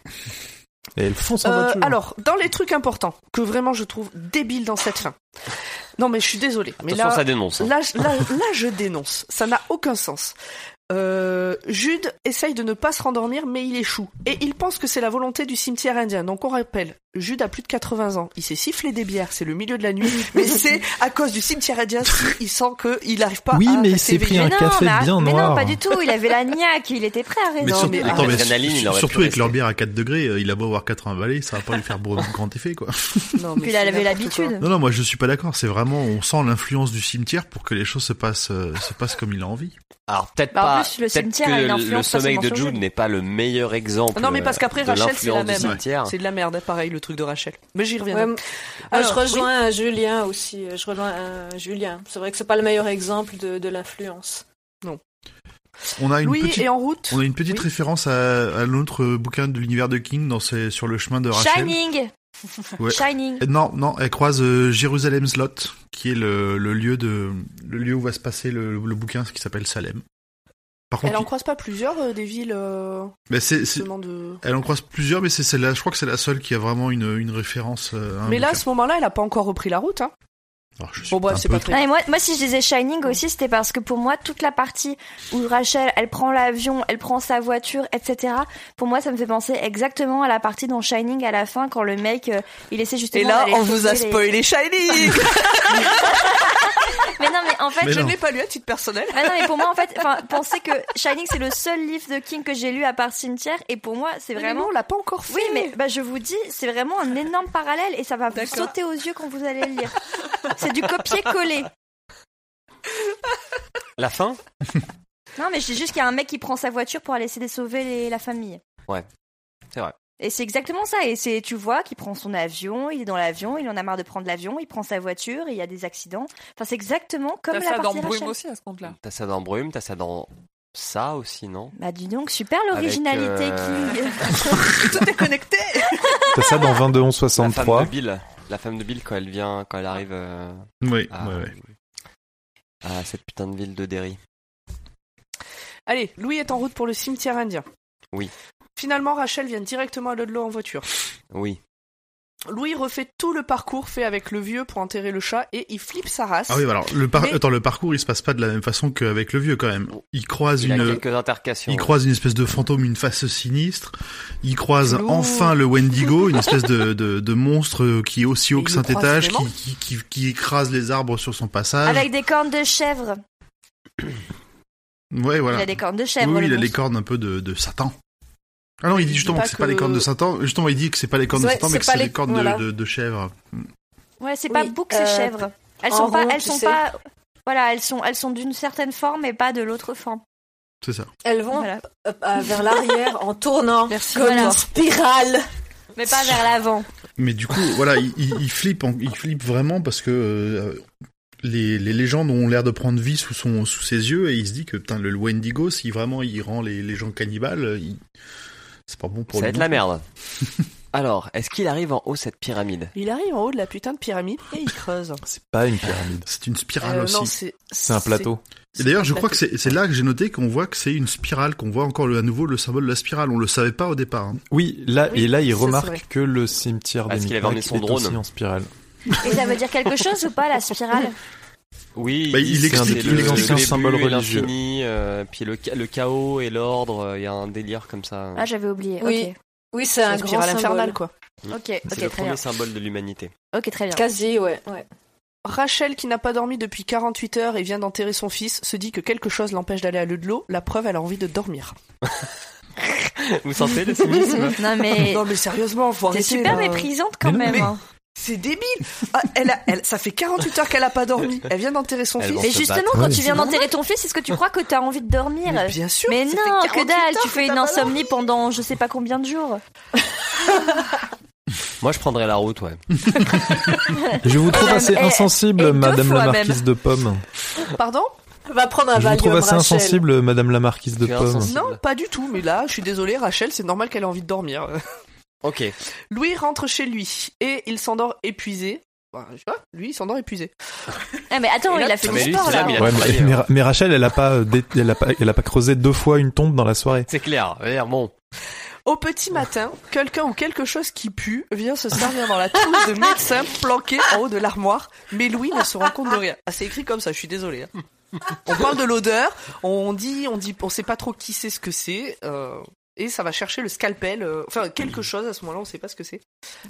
E: Et elle fonce en
B: Euh,
E: voiture.
B: alors, dans les trucs importants que vraiment je trouve débiles dans cette fin. Non, mais je suis désolée. Mais
C: Attention,
B: là,
C: ça dénonce. hein.
B: là, je- là, là, je dénonce. Ça n'a aucun sens. Euh, Jude essaye de ne pas se rendormir, mais il échoue. Et il pense que c'est la volonté du cimetière indien. Donc on rappelle, Jude a plus de 80 ans. Il s'est sifflé des bières, c'est le milieu de la nuit. mais c'est à cause du cimetière indien s'il sent qu'il n'arrive pas
E: Oui,
B: à
E: mais il
B: rester
E: s'est pris
B: éveillé.
E: un
D: mais non,
E: café
D: mais,
E: bien
D: mais
E: noir.
D: non, pas du tout. Il avait la niaque, il était prêt à raison. Ah.
A: Mais
B: Non,
A: surtout,
B: mais
A: attends, mais
C: l'adrénaline, il aurait
A: surtout
C: pu
A: avec leur
C: rester.
A: bière à 4 degrés, euh, il a beau avoir 80 balais, ça va pas lui faire bro- grand effet, quoi.
B: Non, mais
D: Puis il avait
B: c'est n'importe quoi.
D: l'habitude.
A: Non, non, moi je suis pas d'accord. C'est vraiment, on sent l'influence du cimetière pour que les choses se passent, euh, se passent comme il a envie.
C: Alors peut-être
D: Bah, en
C: pas.
D: plus, le
C: peut-être
D: cimetière
C: que
D: a
C: le-
D: une
C: le
D: influence
C: sommeil de
D: forcément sur
C: Jude
D: lui.
C: n'est pas le meilleur exemple.
B: Non, mais parce qu'après,
C: de
B: Rachel, c'est la
C: l'influence du
B: même.
C: cimetière.
B: C'est de la merde, hein, pareil, le truc de Rachel. Mais j'y
F: Ouais,
B: reviendrai.
F: moi,
B: Alors,
F: je rejoins euh, Julien aussi. euh, Je rejoins euh, Julien. C'est vrai que c'est pas le meilleur exemple de, de l'influence.
A: On a une
B: Louis
A: petite,
B: est en route.
A: on a une petite
B: Oui.
A: référence à, à l'autre bouquin de l'univers de King dans ses- sur le chemin de Rachel.
D: Shining
A: Ouais.
D: Shining
A: Non, non, elle croise euh, Jérusalem Slot, qui est le, le lieu de le lieu où va se passer le, le bouquin qui s'appelle Salem. Par
B: Elle
A: contre,
B: en croise pas plusieurs euh, des villes euh,
A: il- mais c'est- c'est-
B: justement de.
A: elle en croise plusieurs, mais c'est celle-là. Je crois que c'est la seule qui a vraiment une, une référence. euh, à un
B: Mais là, à
A: bouquin.
B: ce moment-là, elle a pas encore repris la route. Hein.
A: Alors, je suis
B: Bon, bref,
A: un
B: c'est
A: peu-
B: pas très.
D: Ah, et moi, moi, si je disais Shining aussi, c'était parce que pour moi, toute la partie où Rachel, elle prend l'avion, elle prend sa voiture, etc., pour moi, ça me fait penser exactement à la partie dans Shining à la fin, quand le mec, euh, il essaie justement...
B: Et là,
D: d'aller
B: on vous a
D: choper
B: spoilé
D: les-
A: Ah,
B: Shining
D: Mais non, mais en fait,
A: Mais
B: Je
A: non.
B: ne l'ai pas lu à titre personnel.
D: Ah non, mais pour moi, en fait, enfin, pensez que Shining, c'est le seul livre de King que j'ai lu à part Cimetière, et pour moi, c'est
B: Vraiment,
D: vraiment.
B: on l'a pas encore fait.
D: Oui, mais bah, je vous dis, c'est vraiment un énorme parallèle et ça va vous
B: D'accord.
D: sauter aux yeux quand vous allez le lire. C'est du copier-coller.
C: La fin
D: Non, mais je dis juste qu'il y a un mec qui prend sa voiture pour aller essayer de sauver les- la famille.
C: Ouais. C'est vrai.
D: Et c'est exactement ça. Et c'est, tu vois, qu'il prend son avion, il est dans l'avion, il en a marre de prendre l'avion, il prend sa voiture, il y a des accidents. Enfin, c'est exactement comme
G: T'as
D: la
G: ça dans
D: partie
G: Brume
D: Rachel.
G: aussi à ce compte-là.
C: T'as ça dans Brume, t'as ça dans ça aussi, non
D: Bah, dis donc, super
C: Avec,
D: l'originalité,
C: euh,
D: King.
B: Tout est connecté.
E: T'as ça dans 22 11
C: La femme
E: 63.
C: de Bill. La femme de Bill quand elle vient, quand elle arrive euh,
A: Oui, ouais,
C: à,
A: ouais.
C: à cette putain de ville de Derry.
B: Allez, Louis est en route pour le cimetière indien.
C: Oui.
B: Finalement, Rachel vient directement à Ludlow en voiture.
C: Oui.
B: Louis refait tout le parcours fait avec le vieux pour enterrer le chat et il flippe sa race.
A: Ah oui, bah alors le, par...
B: Mais-
A: Attends, le parcours, il se passe pas de la même façon qu'avec le vieux quand même. Il croise
C: Il a
A: une, euh,
C: quelques intercations.
A: il croise une espèce de fantôme, une face sinistre. Il croise
B: Lourd.
A: enfin le Wendigo, une espèce de, de, de monstre qui est aussi haut
B: Et
A: que
B: il
A: saint
B: le croise
A: étage,
B: vraiment
A: qui, qui, qui, qui écrase les arbres sur son passage.
D: Avec des cornes de chèvre.
A: Ouais, voilà.
D: Il a des cornes de chèvre.
A: oui, il
D: le
A: a
D: monstre.
A: les cornes un peu de, de Satan. Ah non, il dit justement
B: pas
A: que c'est pas
B: que-
A: les cornes de Satan. Justement, il dit que c'est pas les cornes de
F: Ouais,
A: Satan, mais
F: c'est
A: que
F: pas
A: c'est
F: les-
A: les cornes de-
F: voilà.
A: de, de chèvre.
D: Ouais, c'est
F: Oui,
D: pas bouc, c'est
F: euh,
D: chèvre. Elles
F: en
D: sont pas,
F: rond,
D: elles
F: tu
D: sont
F: sais.
D: pas. Voilà, elles sont, elles sont d'une certaine forme et pas de l'autre forme.
A: C'est ça.
F: Elles vont
D: Voilà.
F: euh, euh, vers l'arrière en tournant
D: Merci,
F: comme
D: voilà.
F: une spirale.
D: Mais pas vers l'avant.
A: Mais du coup, voilà, il, il, il flippe, en- il flippe vraiment parce que euh, les, les légendes ont l'air de prendre vie sous son sous ses yeux et il se dit que putain le Wendigo, si vraiment il rend les, les gens cannibales, il- c'est pas bon pour
C: Ça va
A: lui
C: être
A: non
C: la merde. Alors, est-ce qu'il arrive en haut cette pyramide
B: Il arrive en haut de la putain de pyramide et il creuse.
E: C'est pas une pyramide.
A: plus. C'est une spirale
B: Euh, non,
A: aussi.
B: c'est
E: C'est un plateau.
A: Et d'ailleurs, je crois que c'est c'est là que j'ai noté qu'on voit que c'est une spirale, qu'on voit encore le- à nouveau le symbole de la spirale. On le savait pas au départ. hein.
E: Oui, là
B: Oui,
E: et là, il
B: ça, c'est vrai.
E: remarque que le cimetière
C: Ah, Parce
E: de
C: qu'il avait emmené
E: Mipak
C: son
E: est
C: drone.
E: aussi en spirale.
D: Et ça veut dire quelque chose ou pas la spirale
C: Oui,
A: Bah, il
C: dit
A: explique-
C: c'est
A: il
C: le- le
A: explique un
C: début
E: symbole
C: et
E: religieux.
C: l'infini, euh, puis le, ca- le chaos et l'ordre, euh, il y a un délire comme ça.
D: Ah, j'avais oublié.
F: Oui. Oui, c'est
B: C'est
F: un
B: un
F: grand
B: spirale infernale
F: symbole.
B: quoi.
D: Ok, ok,
C: c'est
D: ok,
C: le
D: très
C: premier
D: bien.
C: symbole de l'humanité.
D: Ok, très bien.
F: Quasi, ouais. ouais.
B: Rachel, qui n'a pas dormi depuis 48 heures et vient d'enterrer son fils, se dit que quelque chose l'empêche d'aller à Ludlow. La preuve, elle a envie de dormir.
C: Vous sentez le cynisme
D: Non mais
B: Non mais sérieusement, faut
D: t'es
B: arrêter.
D: super
B: là.
D: méprisante quand
A: Mais non, mais-
D: même. hein.
B: C'est débile. Ah, elle a- elle- ça fait 48 heures qu'elle a pas dormi. Elle vient d'enterrer son
C: Elle
B: fils.
C: On
D: Mais
C: se
D: justement,
C: bat.
D: quand
E: Ouais.
D: tu viens d'enterrer ton fils, est-ce que tu crois que t'as envie de dormir
B: Mais bien sûr.
D: Mais
B: ça fait
D: non, que
B: 48
D: dalle, tu
B: heures
D: fais
B: que
D: une
B: t'as pas dormi.
D: insomnie pendant je sais pas combien de jours.
C: Moi, je prendrais la route, ouais.
E: Je vous trouve
D: Madame-
E: assez
D: eh,
E: insensible,
D: eh, deux
E: madame
D: fois
E: la
D: même.
E: marquise de Pomme.
B: Pardon
F: Va prendre un
E: Je vous
F: Valium,
E: trouve assez
F: Rachel.
E: insensible, madame la marquise de
C: Tu es
E: Pomme.
C: insensible.
B: Non, pas du tout. Mais là, je suis désolée, Rachel, c'est normal qu'elle ait envie de dormir.
C: Ok.
B: Louis rentre chez lui et il s'endort épuisé. Enfin, je sais pas, lui, il s'endort épuisé.
D: Ah mais attends,
B: Et
D: il
B: là,
D: a
B: tu-
D: fait
C: Ah,
D: du
C: mais lui,
D: sport
C: c'est là,
D: là.
C: mais il a
E: Ouais, mais,
C: travaillé,
E: mais-
C: hein.
E: mais Rachel, elle a pas, dé- elle a pas, elle a pas creusé deux fois une tombe dans la soirée.
C: C'est clair. Ouais, Bon,
B: Au petit matin, quelqu'un ou quelque chose qui pue vient se servir dans la trousse de médecin planqué en haut de l'armoire, mais Louis ne se rend compte de rien. Ah, c'est écrit comme ça, je suis désolée. hein. On parle de l'odeur, on dit, on dit, on sait pas trop qui c'est ce que c'est, euh, et ça va chercher le scalpel, euh, enfin quelque chose à ce moment-là, on sait pas ce que c'est,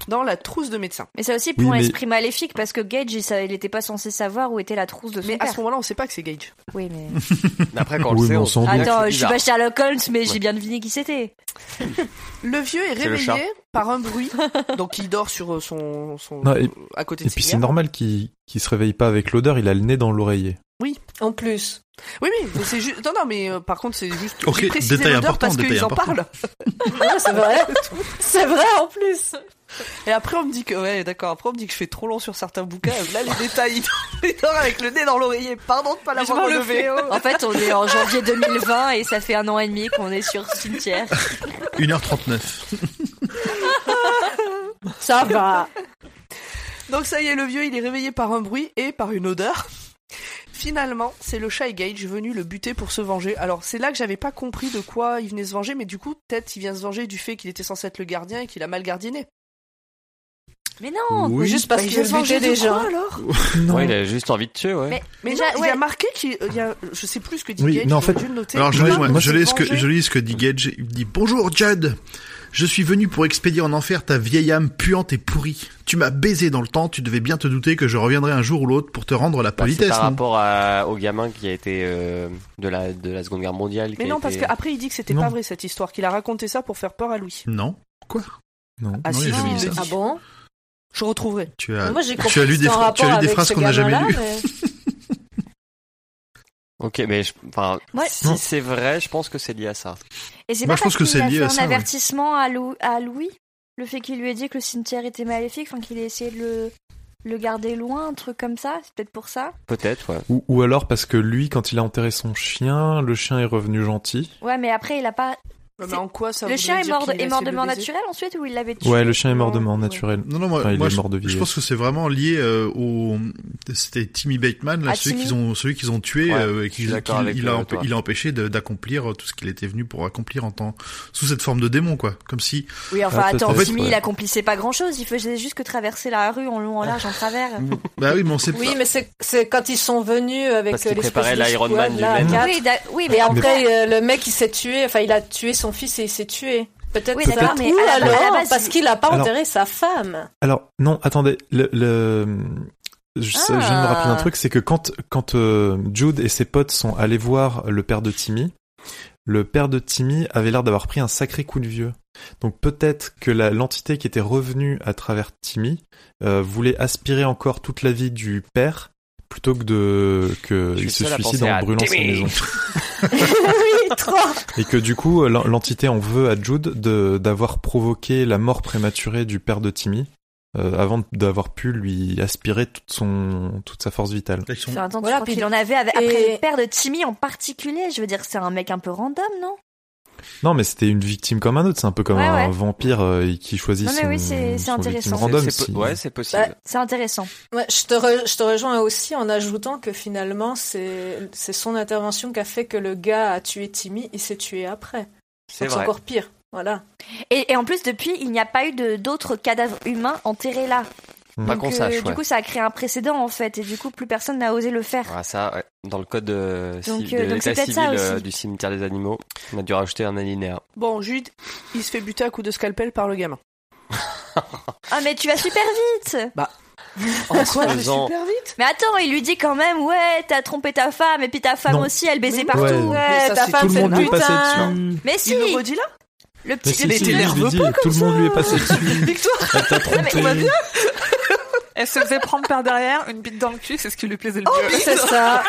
B: dans la trousse de médecin.
D: Mais c'est aussi
E: Oui,
D: pour un
E: mais-
D: esprit maléfique parce que Gage, il, sa- il était pas censé savoir où était la trousse de son
B: Mais à
D: père.
B: ce moment-là, on sait pas que c'est Gage.
D: Oui, mais
C: mais après, quand on le
E: Oui,
C: sait,
E: mais on
C: on
E: s'en
C: se dit
E: doute.
C: que c'est
D: attends, je suis
C: bizarre.
D: pas Sherlock Holmes, mais
C: Ouais.
D: j'ai bien deviné qui c'était.
B: Le vieux est
C: C'est le
B: réveillé par un bruit, donc il dort sur euh, son, son
E: Non, et-
B: à côté
E: Et
B: de
E: puis
B: ses
E: c'est
B: bières.
E: normal qu'il qu'il se réveille pas avec l'odeur, il a le nez dans l'oreiller.
B: Oui.
F: En plus.
B: Oui, oui, mais c'est juste. Non, non, mais euh, par contre, c'est juste.
A: Ok,
B: j'ai précisé
A: détail
B: l'odeur
A: important,
B: parce
A: détail
B: qu'ils en
A: important.
B: parlent.
F: Ah Ouais, c'est vrai. c'est vrai en plus.
B: Et après, on me dit que. Ouais, d'accord. Après, on me dit que je fais trop long sur certains bouquins. Là, les détails, ils dort avec le nez dans l'oreiller. Pardon de pas l'avoir
G: vois le
B: relevé.
D: En fait, on est en janvier 2020 et ça fait un an et demi qu'on est sur cimetière.
A: 1h39.
F: Ça va.
B: Donc, ça y est, le vieux, il est réveillé par un bruit et par une odeur. Finalement, c'est le Shy Gage venu le buter pour se venger. Alors, c'est là que j'avais pas compris de quoi il venait se venger, mais du coup, peut-être il vient se venger du fait qu'il était censé être le gardien et qu'il a mal gardiné.
D: Mais non
A: Oui.
F: Juste parce
B: Bah, il
F: qu'il
B: vient se venger
F: butait
B: de
F: des gens.
B: quoi, alors
E: Non.
C: Ouais, il a juste envie de tuer, ouais.
D: Mais,
B: Mais
D: déjà,
B: non, il
D: ouais.
B: y a marqué qu'il il y a, je sais plus ce que dit
E: Oui,
B: Gage,
E: non, en fait-
B: j'aurais dû le noter.
A: Alors je
E: Ouais,
A: lis,
E: moi,
A: ouais, je
B: c'est
A: lis ce que
B: vengé.
A: je lis ce que dit Gage. Il me dit bonjour Jad. Je suis venu pour expédier en enfer ta vieille âme puante et pourrie. Tu m'as baisé dans le temps. Tu devais bien te douter que je reviendrais un jour ou l'autre pour te rendre la
C: Bah, c'est
A: politesse.
C: par
A: non
C: rapport à- au gamin qui a été euh, de, la, de la Seconde Guerre mondiale.
B: Mais
C: qui a
B: non, parce
D: ah.
C: été-
B: qu'après il dit que c'était
E: Non.
B: pas vrai cette histoire, qu'il a raconté ça pour faire peur à Louis.
A: Non. Quoi
E: Non.
B: Ah
A: Non,
B: si,
A: il a jamais
B: si,
A: dit
B: il le
A: ça.
F: Ah
B: dit.
F: bon
B: Je retrouverai.
A: Tu as,
F: Moi j'ai compris.
A: Euh, tu as lu
F: que
A: des,
F: c'était en
A: phra- tu as lu
F: rapport
A: des
F: avec
A: phrases
F: ce
A: qu'on n'a jamais
F: gamin-là,
A: lues.
F: mais-
C: Ok, mais je- enfin,
D: Ouais.
C: si
E: Non.
C: c'est vrai, je pense que c'est lié à ça.
D: Et c'est
A: Moi,
D: pas
A: je pense
D: parce
A: que
D: qu'il
A: c'est
D: a
A: lié
D: fait
A: à
D: un
A: ça, ouais.
D: avertissement à, Lou- à Louis, le fait qu'il lui ait dit que le cimetière était maléfique, enfin qu'il ait essayé de le, le garder loin, un truc comme ça, c'est peut-être pour ça.
C: Peut-être, ouais.
E: Ou, ou alors parce que lui, quand il a enterré son chien, le chien est revenu gentil.
D: Ouais, mais après, il a pas.
B: Mais
D: C'est-
B: en quoi ça
D: le
B: voudrait
D: chien est
B: dire
D: mort, de-
B: qu'il a
D: est mort
B: essayé
D: de
B: le
D: mort
B: baiser
D: naturelle ensuite ou il l'avait tué
E: Ouais, le chien est mort de mort
B: Ouais.
E: naturelle.
A: Non, non, moi,
E: Enfin, il
A: moi,
E: est
A: je,
E: mort de
A: je
E: vieillesse.
A: pense que c'est vraiment lié euh, au. C'était Timmy Bateman, là,
D: Ah,
A: celui
D: Timmy.
A: qu'ils ont, celui qu'ils ont tué,
C: Ouais,
A: euh, et
C: je suis
A: qu'il
C: d'accord
A: qu'il-
C: avec,
A: il a,
C: euh,
A: empê-
C: toi.
A: il a empêché de- d'accomplir euh, tout ce qu'il était venu pour accomplir en tant sous cette forme de démon, quoi. Comme si.
D: Oui, enfin,
E: Ah,
D: attends,
E: peut-être,
D: Timmy,
E: ouais.
D: il accomplissait pas grand chose, il faisait juste que traverser la rue en long, en large, en travers.
A: bah oui, mais on sait
F: Oui,
A: pas.
F: mais c'est- c'est quand ils sont venus avec
C: Parce
F: euh,
C: qu'ils
F: l'espèce
C: préparaient
F: de
C: l'Iron Man
F: squad,
C: du
F: là, à
C: même.
F: quatre.
D: Oui, d'a- oui, mais
F: Et
D: en vrai,
F: après, euh, le mec, il s'est tué. Enfin, il a tué son fils et il s'est tué. Peut-être
D: Oui,
F: ça.
D: d'accord, mais
F: Ou
D: à la- à la
F: alors,
D: base,
F: parce
D: il-
F: qu'il a pas
E: Alors-
F: enterré sa femme.
E: Alors, non, attendez, le... le- Je, sais- je viens de me rappeler un
C: Ah.
E: truc, c'est que quand, quand euh, Jude et ses potes sont allés voir le père de Timmy, le père de Timmy avait l'air d'avoir pris un sacré coup de vieux. Donc peut-être que la- l'entité qui était revenue à travers Timmy euh, voulait aspirer encore toute la vie du père plutôt que de que
C: Je suis
E: il se
C: seul à
E: suicide
C: penser à
E: en brûlant sa
C: Timmy.
E: maison.
F: oui, trois.
E: Et que du coup, l'en- l'entité en veut à Jude de- d'avoir provoqué la mort prématurée du père de Timmy euh, avant d'avoir pu lui aspirer toute, son, toute sa force vitale.
A: Ils sont-
D: Enfin, attends, tu
F: Voilà,
D: crois
F: puis-
D: qu'il en avait avec- après
F: et-
D: le père de Timmy en particulier. Je veux dire, c'est un mec un peu random, non
E: Non, mais c'était une victime comme un autre, c'est un peu comme
D: Ouais,
E: un
D: ouais.
E: vampire euh, qui choisit
D: Non, mais
E: son,
D: oui, c'est- c'est
E: son victime
D: intéressant.
E: random.
C: C'est- c'est
E: si-
C: po- Ouais, c'est possible.
F: Bah,
D: C'est intéressant.
F: Ouais, je, te re- je te rejoins aussi en ajoutant que finalement, c'est c'est son intervention qui a fait que le gars a tué Timmy. Il s'est tué après. Donc,
C: c'est
F: C'est
C: vrai.
F: encore pire. Voilà.
D: Et, et en plus, depuis, il n'y a pas eu de- d'autres cadavres humains enterrés là.
C: Pas
D: Donc,
C: qu'on sache,
D: euh,
C: ouais.
D: Du coup, ça a créé un précédent en fait, et du coup, plus personne n'a osé le faire.
C: Ah, ça, ouais. dans le code euh,
D: Donc,
C: civ-
D: euh,
C: de
D: donc c'est
C: l'état
D: peut-être
C: civil
D: ça
C: euh,
D: aussi.
C: du cimetière des animaux, on a dû rajouter un alinéa.
B: Bon, Jude, il se fait buter à coups de scalpel par le gamin.
D: Ah, mais tu vas super vite
B: En quoi
C: faisant-
B: super vite
D: Mais attends, il lui dit quand même, ouais, t'as trompé ta femme, et puis ta femme
E: Non.
D: aussi, elle baisait
B: Mais
D: partout.
E: Ouais.
D: Ouais.
B: Mais
F: Ouais,
B: ça,
F: ta
B: c'est
F: femme,
E: Tout le
F: c'est
E: monde lui est passé
F: putain.
E: dessus. hein.
D: Mais
B: Il
D: si,
B: le redit là
D: le petit.
E: Mais si,
B: Il
E: si,
B: était
E: je l'ai
B: nerveux
E: dit,
B: pas
E: tout le monde lui est passé dessus.
B: Victoire
E: Elle t'a
D: mais on va
E: trompé.
G: Elle se faisait prendre par derrière, une bite dans le cul, c'est ce qui lui plaisait le mieux.
F: C'est ça.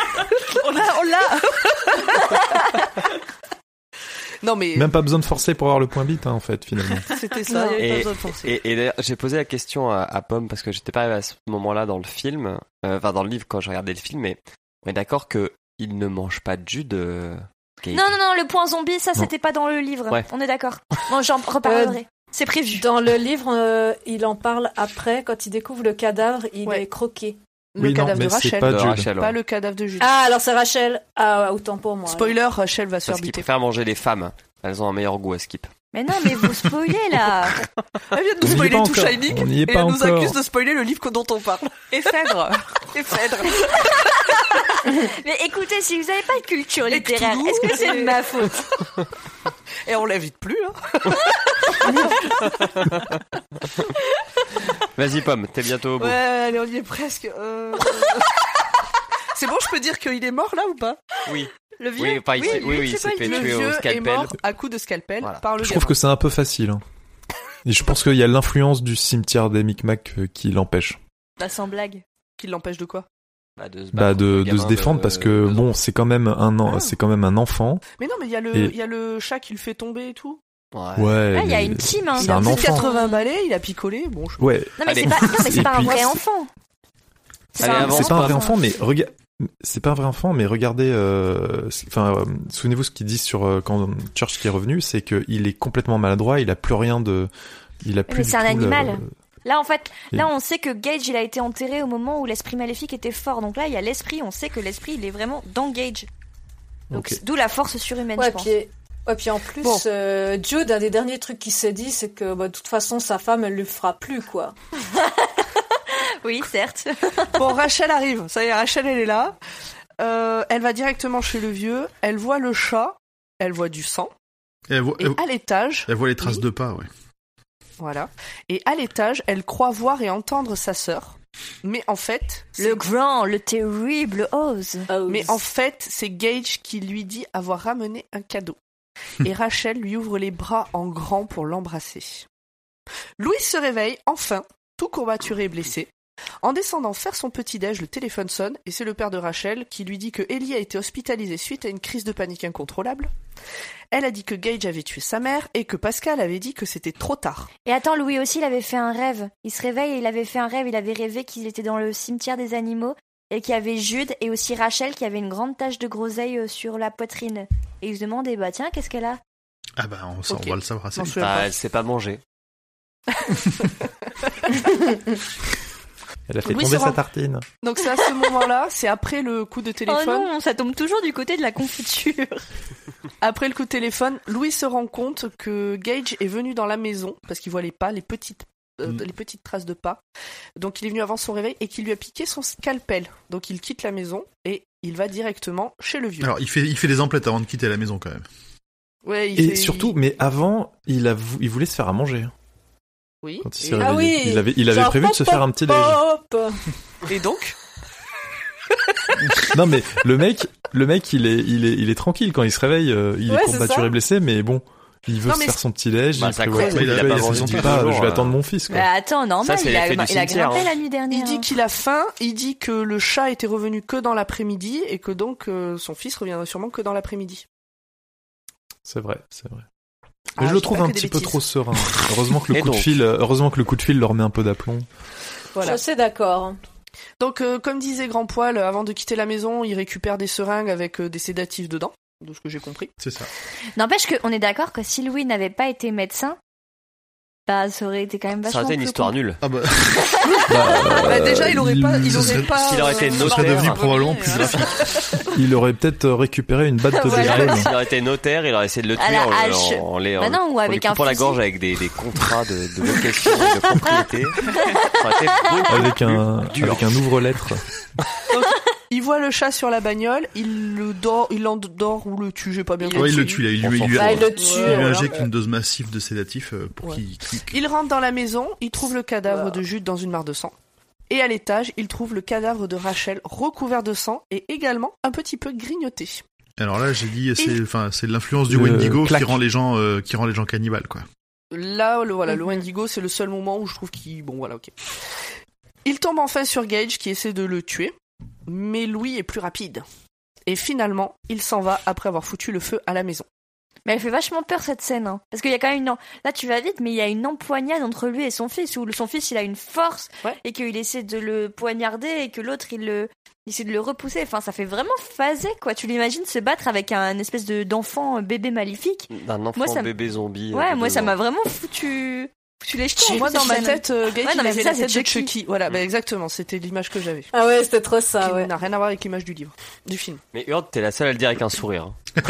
G: On l'a, on l'a.
B: Non mais
E: Même pas besoin de forcer pour avoir le point bit, hein, en fait, finalement.
B: c'était ça, il y avait pas
C: Et-
B: besoin de penser.
C: Et, et d'ailleurs, j'ai posé la question à, à Pomme parce que j'étais pas arrivé à ce moment-là dans le film, euh, enfin dans le livre quand je regardais le film, mais on est d'accord que il ne mange pas de jus de. Gage.
D: Non, non, non, le point zombie, ça,
E: Non.
D: c'était pas dans le livre.
C: Ouais.
D: On est d'accord. Bon, j'en reparlerai. C'est prévu.
F: Dans le livre, euh, il en parle après. Quand il découvre le cadavre, il
B: Ouais.
F: est croqué.
B: Le
E: Oui, non,
B: cadavre
E: mais
B: de
E: c'est
B: Rachel,
E: pas
C: de
E: Jude.
C: Rachel, ouais.
B: pas le cadavre de Jude.
F: Ah, alors c'est Rachel. Ah, autant pour moi.
B: Spoiler, Rachel va se faire
C: Parce qu'il
B: buter.
C: préfère manger les femmes. Elles ont un meilleur goût à skip.
D: Mais non, mais vous spoilez là.
B: Elle vient de nous
E: On n'y est
B: spoiler
E: pas
B: tout
E: encore.
B: Shining
E: On n'y est
B: et
E: pas
B: elle nous
E: encore.
B: accuse de spoiler le livre dont on parle.
G: Et Phèdre.
B: Et Phèdre.
D: Mais écoutez, si vous n'avez pas de culture
B: Et
D: littéraire,
B: Cthulhu.
D: est-ce que c'est de ma faute
B: Et on l'invite plus. Hein.
C: Vas-y Pomme, t'es bientôt au bout.
B: Ouais, allez, on y est presque. euh. c'est bon, je peux dire qu'il est mort là ou pas
C: Oui.
B: Le
C: Oui, enfin, il s'est- oui, oui, il s'est fait
B: Le
C: tuer au
B: vieux est
C: scalpel.
B: mort à coups de scalpel
C: Voilà.
B: par le
E: Je trouve que c'est un peu facile. hein. Et je pense qu'il y a l'influence du cimetière des Micmacs euh, qui l'empêche.
D: Bah sans blague.
B: Qui l'empêche de quoi
C: Bah, de se,
E: bah,
C: battre
E: de,
C: contre
E: de euh,
C: le
E: se
C: gamin
E: défendre
C: de-
E: parce que
C: de-
E: bon, c'est quand même un an,
B: Ah.
E: c'est quand même un enfant.
B: Mais non, mais il y, a le-
E: Et-
B: il y a le chat qui le fait tomber et tout.
C: Ouais.
E: Ouais.
D: Ah, il y a
E: les-
D: une team, hein.
E: C'est
B: Il a
E: un
B: plus de
E: enfant.
B: 80 balais, il a picolé. Bon, je...
E: Ouais.
D: Non, mais
C: Allez.
D: c'est pas, non, mais c'est pas un
E: puis-
D: vrai enfant.
C: Allez,
D: un
C: avance,
E: C'est pas un vrai
C: pardon.
E: enfant, mais regarde. C'est pas un vrai enfant, mais regardez. euh, c'est- Enfin, euh, souvenez-vous ce qu'ils disent sur euh, quand Church qui est revenu, c'est qu'il est complètement maladroit. Il a plus rien de. Il a plus.
D: c'est
E: du
D: un
E: tout le-
D: animal. Là, en fait, là,
E: Et-
D: on sait que Gage, il a été enterré au moment où l'esprit maléfique était fort. Donc là, il y a l'esprit, on sait que l'esprit, il est vraiment dans Gage. Donc,
E: Ok.
D: c'est- d'où la force surhumaine,
F: Ouais,
D: je pense.
F: puis, ouais, puis en plus,
D: Bon.
F: euh, Jude, un des derniers trucs qu'il s'est dit, c'est que bah, de toute façon, sa femme, elle le fera plus, quoi.
D: Oui, certes.
B: Bon, Rachel arrive. Ça y est, Rachel, elle est là. Euh, elle va directement chez le vieux. Elle voit le chat. Elle voit du sang.
A: Et elle, voit,
B: Et
E: Euh,
A: elle-
B: à l'étage,
A: elle voit les traces
B: Oui.
A: de pas, ouais.
B: voilà. Et à l'étage, elle croit voir et entendre sa sœur. Mais en fait,
D: Le
B: c'est-
D: grand, le terrible Oz.
F: Ah
B: mais en fait, c'est Gage qui lui dit avoir ramené un cadeau. Et Rachel lui ouvre les bras en grand pour l'embrasser. Louis se réveille enfin, tout courbaturé et blessé. En descendant faire son petit-déj, le téléphone sonne et c'est le père de Rachel qui lui dit que Ellie a été hospitalisée suite à une crise de panique incontrôlable. Elle a dit que Gage avait tué sa mère et que Pascal avait dit que c'était trop tard.
D: Et attends, Louis aussi, il avait fait un rêve. Il se réveille et il avait fait un rêve. Il avait rêvé qu'il était dans le cimetière des animaux et qu'il y avait Jude et aussi Rachel qui avait une grande tache de groseille euh, sur la poitrine. Et il se demandait, bah tiens, qu'est-ce qu'elle a
A: Ah bah, on, ça, on
B: Ok.
A: va le savoir assez
B: M'en
A: vite.
B: souviens
C: Bah,
B: pas.
C: elle sait pas manger.
E: Elle a fait
B: Oui,
E: tomber
B: sur
E: sa
B: un-
E: tartine.
B: Donc c'est à ce moment-là, c'est après le coup de téléphone.
D: Oh non, ça tombe toujours du côté de la confiture.
B: Après le coup de téléphone, Louis se rend compte que Gage est venu dans la maison parce qu'il voit les pas, les petites, euh,
A: Mm.
B: les petites traces de pas. Donc il est venu avant son réveil et qu'il lui a piqué son scalpel. Donc il quitte la maison et il va directement chez le vieux.
A: Alors, il fait, il fait des emplettes avant de quitter la maison, quand même.
B: Ouais, il
E: Et
B: fait-
E: surtout, mais avant, il, a, vou- il voulait se faire à manger. hein,
B: oui.
E: Quand il
B: Et,
E: s'est
F: Ah
E: réveillé.
F: oui.
E: il avait, il avait
F: Genre,
E: prévu de se faire un petit déj.
F: Hop
B: et donc,
E: Non mais le mec, le mec, il est, il est, il est tranquille quand il se réveille. euh, Il
F: Ouais,
E: est
F: c'est
E: courbaturé
F: ça.
E: et blessé, mais bon, il veut
B: Non,
E: se
B: mais
E: faire son petit déj.
C: Bah,
E: il
C: ça
E: prévoit
C: creuse,
E: tout,
A: il a pas
E: il
A: mangé
E: se dit
A: depuis
E: pas,
C: toujours,
E: je vais
C: euh.
E: attendre mon fils. Quoi.
D: Bah attends,
C: Ça,
D: normal,
C: c'est
D: il, a,
C: l'effet
D: il
C: du
D: a
C: cimetière,
D: grimpé
C: hein.
D: la nuit dernière.
B: il dit qu'il a faim, il dit que le chat était revenu que dans l'après-midi et que donc euh, son fils reviendrait sûrement que dans l'après-midi.
E: C'est vrai, c'est vrai.
B: Ah,
E: je
B: je
E: le
B: dis
E: trouve
B: pas
E: un
B: que des
E: petit peu
B: bêtises.
E: trop serein. Heureusement que le
C: Et
E: coup de
C: donc
E: fil, euh, heureusement que le coup de fil leur met un peu d'aplomb.
B: Voilà.
F: Je suis d'accord.
B: Donc, euh, comme disait Grand Poil, euh, avant de quitter la maison, il récupère des seringues avec euh, des sédatifs dedans, de ce que j'ai compris.
A: C'est ça.
D: hein. N'empêche qu'on est d'accord que si Louis n'avait pas été médecin, bah ça aurait été quand même
C: Ça
D: vachement
C: aurait été une
D: plus
C: histoire
D: con.
C: nulle.
A: Ah bah,
E: Bah,
B: Bah, déjà, il aurait pas, il
A: ce
B: aurait
A: serait-
B: pas.
C: s'il aurait été
B: euh,
A: ce serait
C: notaire.
D: hein.
A: devenu probablement plus
G: Voilà.
A: graphique.
E: il aurait peut-être euh, récupéré une batte de
D: Voilà.
E: baseball.
C: S'il aurait été notaire, il aurait essayé de le
D: À
C: tuer
D: la
C: en,
D: hache.
C: en, en les- en
D: Bah non,
C: en
D: ou
C: lui
D: avec un
C: coupant la
D: fusil.
C: gorge avec des, des contrats de, de location et de propriété. Ça aurait été beaucoup
E: Avec un,
C: plus dur.
E: avec un ouvre-lettre.
B: Il voit le chat sur la bagnole, il le dort, il l'endort ou le tue, j'ai pas bien
G: Il
B: compris.
A: Ouais, il le tue, là. Il
C: On
A: lui,
C: s'en
A: il lui-
F: Bah, il le
A: il
F: tue.
A: lui
F: voilà.
A: injecte une dose massive de sédatif euh, pour
B: Ouais.
A: qu'il clique.
B: Il rentre dans la maison, il trouve le cadavre
F: Voilà.
B: de Jude dans une mare de sang. Et à l'étage, il trouve le cadavre de Rachel recouvert de sang et également un petit peu grignoté.
A: Alors là, j'ai dit, c'est,
B: Il-
A: enfin, c'est l'influence du
E: Le
A: Wendigo qui
E: claque.
A: rend les gens, euh, qui rend les gens cannibales, quoi.
B: Là, le, voilà, le
F: Mhm.
B: Wendigo, c'est le seul moment où je trouve qu'il. Bon, voilà, ok. Il tombe enfin sur Gage qui essaie de le tuer, mais Louis est plus rapide. Et finalement, il s'en va après avoir foutu le feu à la maison.
D: Mais elle fait vachement peur cette scène, hein. parce qu'il y a quand même une. en- Là, tu vas vite, mais il y a une empoignade entre lui et son fils où son fils il a une force
B: Ouais.
D: et qu'il essaie de le poignarder et que l'autre il le il essaie de le repousser. Enfin, ça fait vraiment phasé quoi. Tu l'imagines se battre avec un espèce de d'enfant euh, bébé maléfique.
C: D'un enfant
D: Moi, ça me-
C: bébé zombie. euh,
D: Ouais,
C: de
D: moi
C: deux
D: ça
C: ans.
D: m'a vraiment foutu foutu les jetons.
B: Moi, dans
D: cette
B: ma
D: scène.
B: tête, euh, Gage,
D: Ouais, non,
B: il
D: mais
B: avait
D: ça,
B: la
D: c'est
B: tête de
D: Chucky.
B: Chucky. Voilà,
C: Mm.
B: bah, exactement, c'était l'image que j'avais.
F: Ah ouais, c'était trop ça,
B: qui
F: ouais.
B: n'a rien à voir avec l'image du livre, du film.
C: Mais Hurde, t'es la seule à le dire avec un sourire.
F: ouais.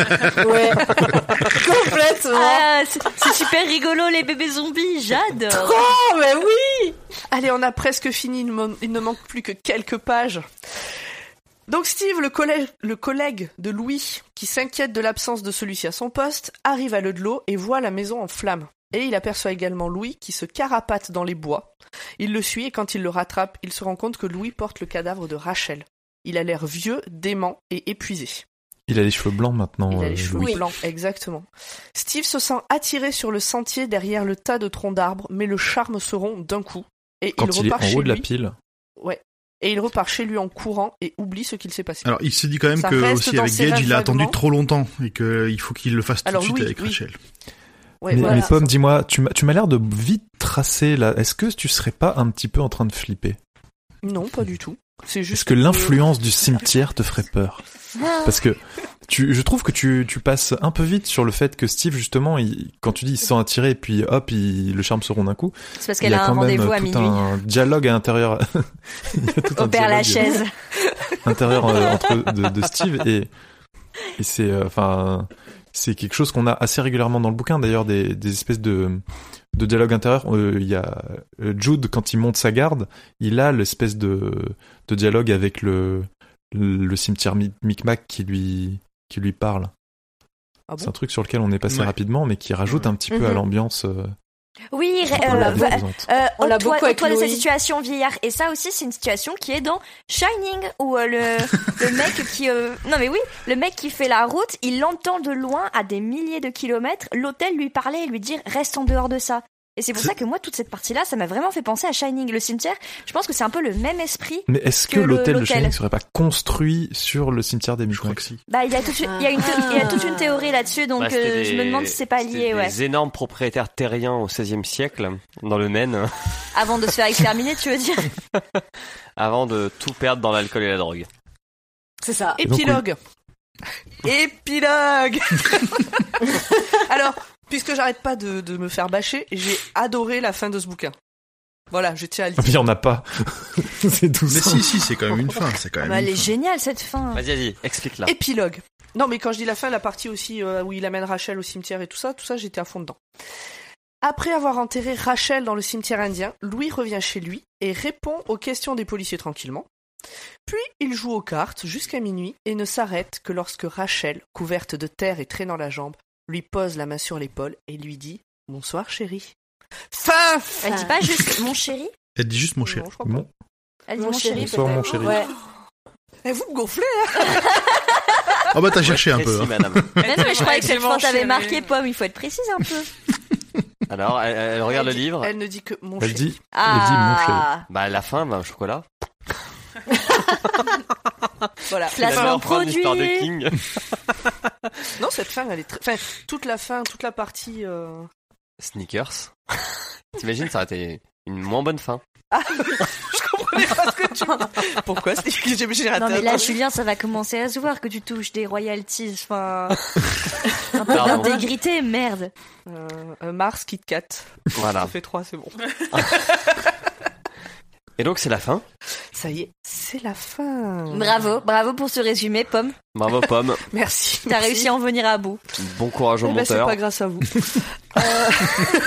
F: Complètement.
B: oh.
D: Ah, c'est c'est super rigolo les bébés zombies, j'adore.
F: Oh, mais oui
B: Allez, on a presque fini, il, me- il ne manque plus que quelques pages. Donc Steve, le collègue, le collègue de Louis, qui s'inquiète de l'absence de celui-ci à son poste, arrive à l'eau de l'eau et voit la maison en flammes. Et il aperçoit également Louis qui se carapate dans les bois. Il le suit et quand il le rattrape, il se rend compte que Louis porte le cadavre de Rachel. Il a l'air vieux, dément et épuisé.
E: Il a les cheveux blancs maintenant.
B: Il a
E: euh,
B: les cheveux
E: Louis.
B: blancs, exactement. Steve se sent attiré sur le sentier derrière le tas de troncs d'arbres, mais le charme se rompt d'un coup. Et
E: Quand
B: il
E: il est
B: repart
E: en
B: chez
E: haut de la
B: lui.
E: pile.
B: Ouais. et il repart chez lui en courant et oublie ce qu'il s'est passé.
A: Alors, il se dit quand même
B: Ça
A: que
B: reste
A: aussi
B: dans
A: avec
B: ses
A: Gage, il a
B: rêves
A: attendu
B: vaguement.
A: trop longtemps et qu'il faut qu'il le fasse tout
B: Alors,
A: de suite
B: oui,
A: avec
B: oui.
A: Rachel.
B: Ouais,
E: mais,
B: voilà.
E: mais Pomme, dis-moi, tu m'as- tu m'as l'air de vite tracer là. Est-ce que tu serais pas un petit peu en train de flipper
B: Non, pas du tout. C'est
E: Est-ce
B: juste
E: que l'influence du cimetière te ferait peur
D: Ah.
E: Parce que tu, je trouve que tu, tu passes un peu vite sur le fait que Steve, justement, il- quand tu dis il se sent attiré et puis hop, il, le charme se rompt d'un coup,
D: C'est parce
E: il
D: qu'elle
E: y
D: a,
E: a
D: un
E: quand même
D: rendez-vous à
E: tout
D: minuit.
E: un dialogue à l'intérieur. Il y a tout un
D: Au père
E: dialogue
D: Lachaise.
E: intérieur euh, entre, de, de Steve et, et c'est euh, enfin c'est quelque chose qu'on a assez régulièrement dans le bouquin d'ailleurs des, des espèces de de dialogues intérieurs Euh, il y a euh, Jude quand il monte sa garde il a l'espèce de de dialogue avec le le cimetière Mi- Micmac qui lui qui lui parle
B: Ah bon
E: c'est un truc sur lequel on est passé
A: Ouais.
E: rapidement mais qui rajoute un petit peu à
D: Mhm.
E: l'ambiance euh,
D: Oui,
E: que
D: euh,
E: la
D: va-
E: vie présente.
D: euh,
F: On l'a
D: ôte-toi-
F: beaucoup avec
D: ôte-toi de cette
F: Louis.
D: situation vieillard. Et ça aussi, c'est une situation qui est dans Shining, où euh, le, le mec qui, euh, non mais oui, le mec qui fait la route, il l'entend de loin à des milliers de kilomètres, l'hôtel lui parlait et lui dire reste en dehors de ça. Et c'est pour ça que moi, toute cette partie-là, ça m'a vraiment fait penser à Shining. Le cimetière, je pense que c'est un peu le même esprit.
E: mais est-ce
D: que
E: que,
D: le-
E: l'hôtel de
D: l'hôtel.
E: Shining serait pas construit sur le cimetière des
A: Je crois
E: Micmacs
A: que si.
D: Bah, il y a, toute une- il y a une, il y a toute une théorie là-dessus, donc
C: Bah, c'était
D: euh, je me
C: des-
D: demande si c'est pas
C: c'était
D: lié, ouais.
C: Des énormes propriétaires terriens au XVIe siècle, dans le Maine,
D: Avant de se faire exterminer, tu veux dire
C: avant de tout perdre dans l'alcool et la drogue.
F: C'est ça.
E: Et
B: Ah,
E: donc,
B: Épilogue. Épilogue. Alors, puisque j'arrête pas de, de me faire bâcher, j'ai adoré la fin de ce bouquin. Voilà, je tiens à le
E: il
B: dire.
E: y en a pas c'est tout
A: Mais
E: simple.
A: si, si, c'est quand même une fin. C'est
B: Ah
A: quand même.
D: Bah, Elle
A: une
D: est
A: fin.
D: géniale cette fin.
C: Vas-y, vas-y, explique-la.
B: Épilogue. Non, mais quand je dis la fin, la partie aussi euh, où il amène Rachel au cimetière et tout ça, tout ça, j'étais à fond dedans. Après avoir enterré Rachel dans le cimetière indien, Louis revient chez lui et répond aux questions des policiers tranquillement. Puis il joue aux cartes jusqu'à minuit et ne s'arrête que lorsque Rachel, couverte de terre et traînant la jambe, lui pose la main sur l'épaule et lui dit Bonsoir chérie. Fin
D: Elle dit pas juste mon chéri
A: Elle dit juste mon chéri.
B: Non, je crois pas.
E: Bon,
D: Elle dit
F: Mon
D: mon, chéri.
E: bonsoir
D: peut-être.
E: mon chéri
F: Ouais.
B: Eh, vous me gonflez
A: Ah bah t'as cherché un
C: Précis,
A: peu. hein.
C: madame.
D: Mais non, mais je croyais que cette
G: Effectivement,
D: phrase avait
G: chérie.
D: marqué pomme, il faut être précise un peu.
C: Alors, elle, elle regarde
B: Elle
C: le
B: dit-
C: livre.
B: Elle ne dit que mon
E: elle
B: chéri.
E: dit
D: Ah,
C: Bah, à la fin, bah, un chocolat.
B: Voilà.
D: Placement
C: Finalement, prendre l'histoire de
D: produit.
C: King.
B: Non, cette fin, elle est très. Enfin, toute la fin, toute la partie. euh,
C: Sneakers. T'imagines, ça aurait été une moins bonne fin.
B: Je comprenais pas ce que tu me- Pourquoi c'est que j'ai j'ai raté
D: Non mais
B: un
D: là
B: truc.
D: Julien ça va commencer à se voir que tu touches des royalties, enfin un peu
C: Pardon.
D: d'intégrité, merde.
B: Euh, euh, Mars, Kit Kat. Ça
E: Ah.
C: Voilà.
B: fait 3, c'est bon.
C: Et donc, c'est la fin.
B: Ça y est, c'est la fin.
D: Bravo, bravo pour ce résumé, Pomme.
C: Bravo, Pomme.
B: Merci.
D: T'as
B: merci.
D: réussi à en venir à bout.
C: Bon courage au
B: Eh ben, c'est
C: monteur.
B: pas grâce à vous.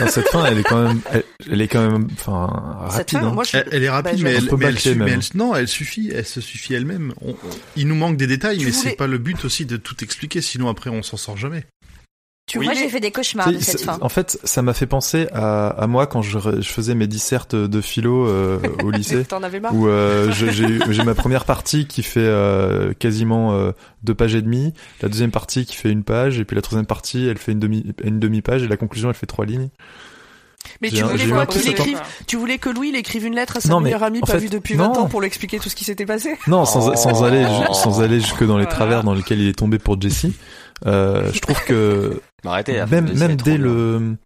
E: Non, cette fin, elle est quand même, elle, elle est quand même, enfin,
B: Cette
E: rapide.
B: fin,
E: hein.
B: moi, je.
A: Elle, elle est rapide,
B: Bah, je-
A: mais,
E: Un
A: elle,
E: peu
A: mais elle
E: bâclée,
A: su- mais
E: même.
A: elle- non, elle suffit, elle se suffit elle-même. On- on- il nous manque des détails,
B: Tu
A: mais
B: voulais-
A: c'est pas le but aussi de tout expliquer, sinon après on s'en sort jamais.
D: Tu
C: Oui,
D: vois,
C: mais-
D: j'ai fait des cauchemars de
E: Tu sais,
D: cette
E: c'est-
D: fin.
E: En fait, ça m'a fait penser à, à moi quand je, re- je faisais mes dissertes de philo euh, au lycée,
B: T'en avais marre
E: où euh, je- j'ai eu- j'ai ma première partie qui fait euh, quasiment euh, deux pages et demie, la deuxième partie qui fait une page, et puis la troisième partie, elle fait une demi une demi page, et la conclusion, elle fait trois lignes.
B: Mais
E: j'ai
B: tu
E: un-
B: voulais
E: j'ai eu
B: quoi
E: un
B: qu'il
E: peu cette
B: écrive Tu voulais que Louis il écrive une lettre à sa
E: Non, mais
B: meilleure amie
E: en
B: pas
E: fait,
B: vue depuis
E: non.
B: 20 ans pour lui expliquer tout ce qui s'était passé
E: Non, sans,
C: Oh.
E: sans aller ju- sans aller jusque dans les
G: Voilà.
E: travers dans lesquels il est tombé pour Jesse. Euh, je trouve que
C: Mais arrêtez, la fin de
E: même,
C: Disney
E: même
C: est
E: dès
C: trop bien.
E: le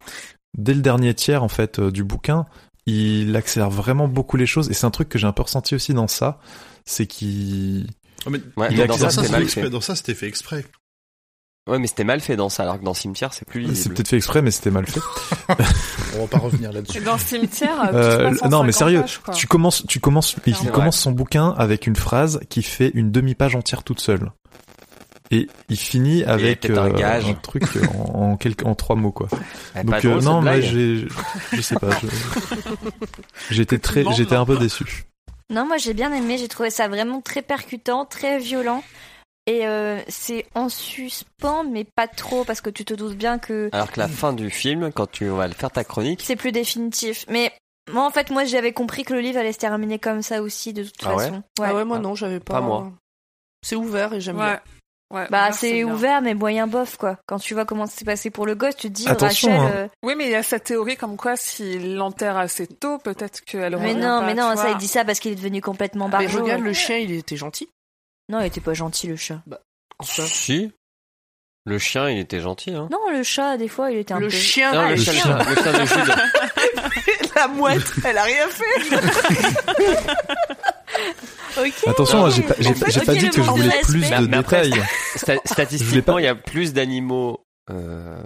E: dès le dernier tiers en fait euh, du bouquin, il accélère vraiment beaucoup les choses et c'est un truc que j'ai un peu ressenti aussi dans ça, c'est qu'il
C: Ouais,
E: il
C: mais
E: a
C: dans
E: accès
C: ça,
E: à ça,
C: c'était
E: c'est
C: mal
A: exprès.
C: fait.
A: Dans ça, c'était fait exprès.
C: Ouais, mais c'était mal fait dans ça, alors que dans Cimetière, c'est plus
E: Ah, c'est
C: lisible.
E: peut-être fait exprès mais c'était mal fait.
A: On va pas revenir là-dessus.
G: Dans le cimetière,
E: Euh,
G: tout se passe en
E: non mais
G: 50
E: sérieux,
G: pages, quoi.
E: tu commences tu commences il
G: C'est vrai.
E: commence son bouquin avec une phrase qui fait une demi-page entière toute seule. Et il finit avec
C: peut-être un
E: euh,
C: gage.
E: un truc en, en, quelques- en trois mots quoi.
C: Eh, pas
E: Donc euh,
C: drôle,
E: non,
C: cette
E: mais
C: blague.
E: j'ai, je sais pas. je- J'étais très,
G: monde
E: j'étais un peu déçu.
D: Non, moi j'ai bien aimé, j'ai trouvé ça vraiment très percutant, très violent. Et euh, c'est en suspens, mais pas trop, parce que tu te doutes bien que
C: Alors que la fin du film, quand tu vas le faire ta chronique,
D: c'est plus définitif. Mais moi en fait, moi j'avais compris que le livre allait se terminer comme ça aussi, de toute
C: Ah ouais
D: façon.
B: Ah ouais, moi
C: Ah.
B: non, j'avais pas.
C: Pas moi.
B: C'est ouvert et j'aime bien.
G: Ouais. Ouais,
D: Bah,
G: Mars,
D: c'est
G: Ah, bien.
D: ouvert, mais moyen bof, quoi. Quand tu vois comment c'est passé pour le gosse, tu te dis,
E: Attention,
D: Rachel.
E: hein.
D: euh,
G: Oui, mais il y a cette théorie comme quoi s'il l'enterre assez tôt, peut-être qu'elle
D: Mais
G: revient
D: non,
G: pas,
D: mais
G: tu
D: non,
G: vois.
D: ça, il dit ça parce qu'il est devenu complètement
B: Mais
D: barjo.
B: regarde, le chien, il était gentil.
D: Non, il était pas gentil, le chat.
B: En fait.
C: Si. Le chien, il était gentil, hein.
D: Non, le chat, des fois, il était un
B: Le
D: peu.
B: chien,
C: Non,
B: elle-
E: le chien.
C: Le chien de Jude.
B: la mouette, elle a rien fait.
D: Ok.
E: Attention, hein, j'ai pas, j'ai
D: En
E: pas-
D: fait,
E: j'ai pas
D: ok,
E: dit
D: le
E: que je
D: manque de
E: voulais
D: respect.
E: plus
C: Mais-
E: de
C: mais après,
E: détails.
C: Sta- statistiquement,
E: pas-
C: il y a plus d'animaux euh,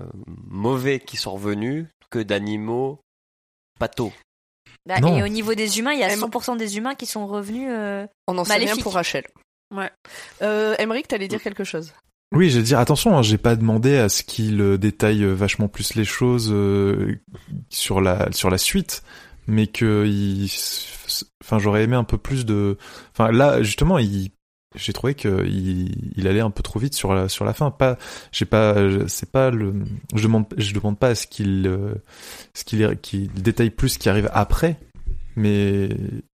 C: mauvais qui sont revenus que d'animaux patos.
D: Bah,
E: Non.
D: et au niveau des humains, il y a
B: Elle-
D: 100% des humains qui sont revenus. euh,
B: On en sait
D: Maléfique.
B: rien pour Rachel.
G: Ouais.
B: Euh, Emmerich, t'allais
E: Mm.
B: dire quelque chose
E: Oui, j'ai dire attention, hein, j'ai pas demandé à ce qu'il euh, détaille euh, vachement plus les choses euh, sur la sur la suite, mais que il s- enfin j'aurais aimé un peu plus de enfin là justement il j'ai trouvé que il, il allait un peu trop vite sur la sur la fin, pas j'ai pas euh, c'est pas le je demande je demande pas à ce qu'il euh, ce qu'il qu'il détaille plus ce qui arrive après, mais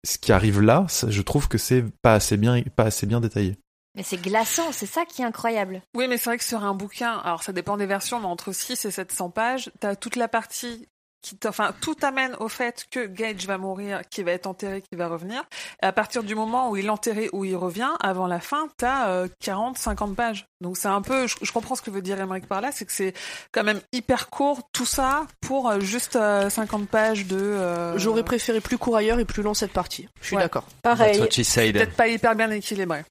E: ce qui arrive là, ça, je trouve que c'est pas assez bien pas assez bien détaillé.
D: Mais c'est glaçant, c'est ça qui est incroyable.
G: Oui, mais c'est vrai que sur un bouquin, alors ça dépend des versions, mais entre 6 et 700 pages, t'as toute la partie qui t'a- enfin tout amène au fait que Gage va mourir, qu'il va être enterré, qu'il va revenir. Et à partir du moment où il est enterré, où il revient, avant la fin, t'as euh, 40, 50 pages. Donc c'est un peu, je, je comprends ce que veut dire Emmerich par là, c'est que c'est quand même hyper court tout ça pour euh, juste euh, 50 pages de. euh,
B: J'aurais préféré plus court ailleurs et plus long cette partie. Je suis
G: Ouais.
B: d'accord.
C: That's
F: Pareil.
C: what she said.
G: Peut-être pas hyper bien équilibré.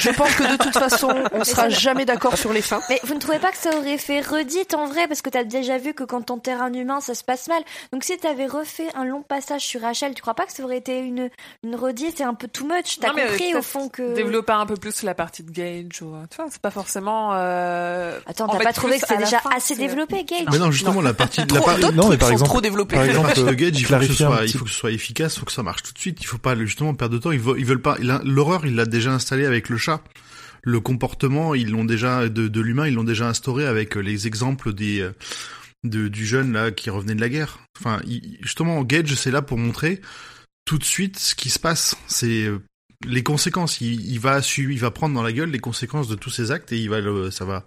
B: Je pense que de toute façon, on sera jamais d'accord sur les fins.
D: Mais vous ne trouvez pas que ça aurait fait redite en vrai Parce que t'as déjà vu que quand t'enterres un humain, ça se passe mal. Donc si t'avais refait un long passage sur Rachel, tu crois pas que ça aurait été une, une redite et un peu too much T'as
G: Non, mais, euh,
D: compris au
G: peut-être
D: fond que.
G: Développer un peu plus la partie de Gage, ou, euh, tu vois, c'est pas forcément. euh,
D: Attends,
G: en
D: t'as
G: fait,
D: pas trouvé
G: plus
D: que c'était
G: à la
D: déjà
G: fin,
D: assez
G: c'est-
D: développé, Gage
A: Mais non, justement, la partie, la
B: Trop-
A: par-
B: d'autres
E: non, mais
B: trucs
E: par
B: sont
E: exemple,
B: trop développés.
A: Par exemple,
E: exemple,
A: euh, Gage, il faut, que ce
E: clarifier un
A: soit,
E: petit
A: il faut que ce soit efficace, il faut que ça marche tout de suite. Il faut pas justement perdre de temps. Ils veulent, ils veulent pas. il a- L'horreur, il l'a déjà installé avec le chat. Le comportement, ils l'ont déjà de, de l'humain, ils l'ont déjà instauré avec euh, les exemples des euh, de- du jeune là qui revenait de la guerre. Enfin, il- justement, Gage, c'est là pour montrer tout de suite ce qui se passe. C'est euh, les conséquences. Il, il va su- il va prendre dans la gueule les conséquences de tous ses actes et il va le, ça va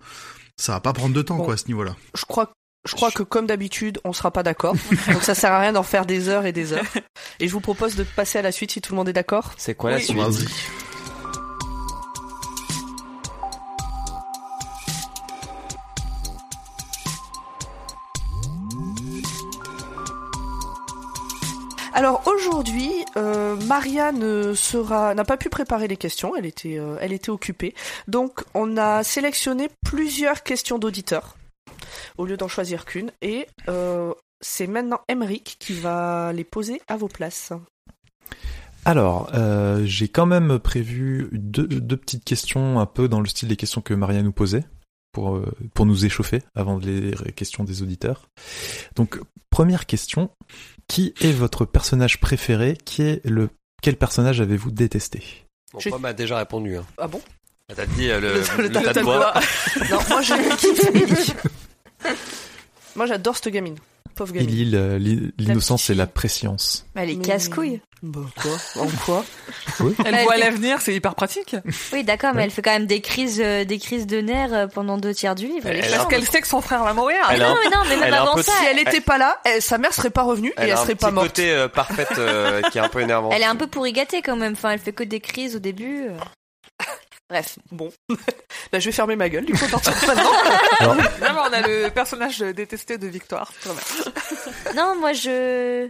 A: ça va pas prendre de temps
B: Bon.
A: quoi à ce niveau-là.
B: Je crois, je crois que comme d'habitude, on sera pas d'accord. Donc ça sert à rien d'en faire des heures et des heures. Et je vous propose de passer à la suite si tout le monde est d'accord.
C: C'est quoi
G: Oui.
C: la
A: Vas-y.
C: suite
B: Alors aujourd'hui, euh, Maria ne sera, n'a pas pu préparer les questions. Elle était, euh, elle était occupée. Donc on a sélectionné plusieurs questions d'auditeurs au lieu d'en choisir qu'une. Et euh, c'est maintenant Emeric qui va les poser à vos places.
E: Alors, euh, j'ai quand même prévu deux, deux petites questions un peu dans le style des questions que Maria nous posait pour, euh, pour nous échauffer avant les ré- questions des auditeurs. Donc, première question, qui est votre personnage préféré Qui est le quel personnage avez-vous détesté
C: Mon
B: J'ai-
C: pomme a déjà répondu. Hein.
B: Ah bon
C: Elle t'a dit euh, le,
B: Le- le
C: le tas de
B: tas de
C: bois.
B: Non, moi je kiffe Ellie. Moi j'adore cette gamine. Pauvre gamine.
E: Élie, la- euh, l'i- l'innocence
B: petite
E: et la
B: fille.
E: préscience.
D: Mais Elle est
B: Mais-
D: casse-couille.
B: Bah quoi En quoi
D: Bah,
G: Elle voit
D: elle-
G: l'avenir, c'est hyper pratique.
D: Oui, d'accord, mais
E: Ouais.
D: elle fait quand même des crises, euh, des crises de nerfs euh, pendant deux tiers du livre. Elle est
C: Elle a
G: Parce
D: chiante.
G: qu'elle sait que son frère va mourir.
C: Elle a
D: Non,
C: un,
D: mais non, mais même
C: elle a un
D: avant
C: peu-
D: ça,
B: Si elle
D: elle,
B: était pas là, elle- sa mère serait pas revenue
C: elle
B: et elle
C: a un
B: serait
C: petit
B: pas morte.
C: côté euh, parfaite euh, qui est un peu énervant.
D: elle est un peu pourri gâtée quand même. Enfin, elle fait que des crises au début. euh. Bref.
B: Bon, bah, je vais fermer ma gueule. Du coup, à partir de maintenant.
G: Non, mais on a le personnage détesté de Victoire. c'est pas mal.
D: Non, moi je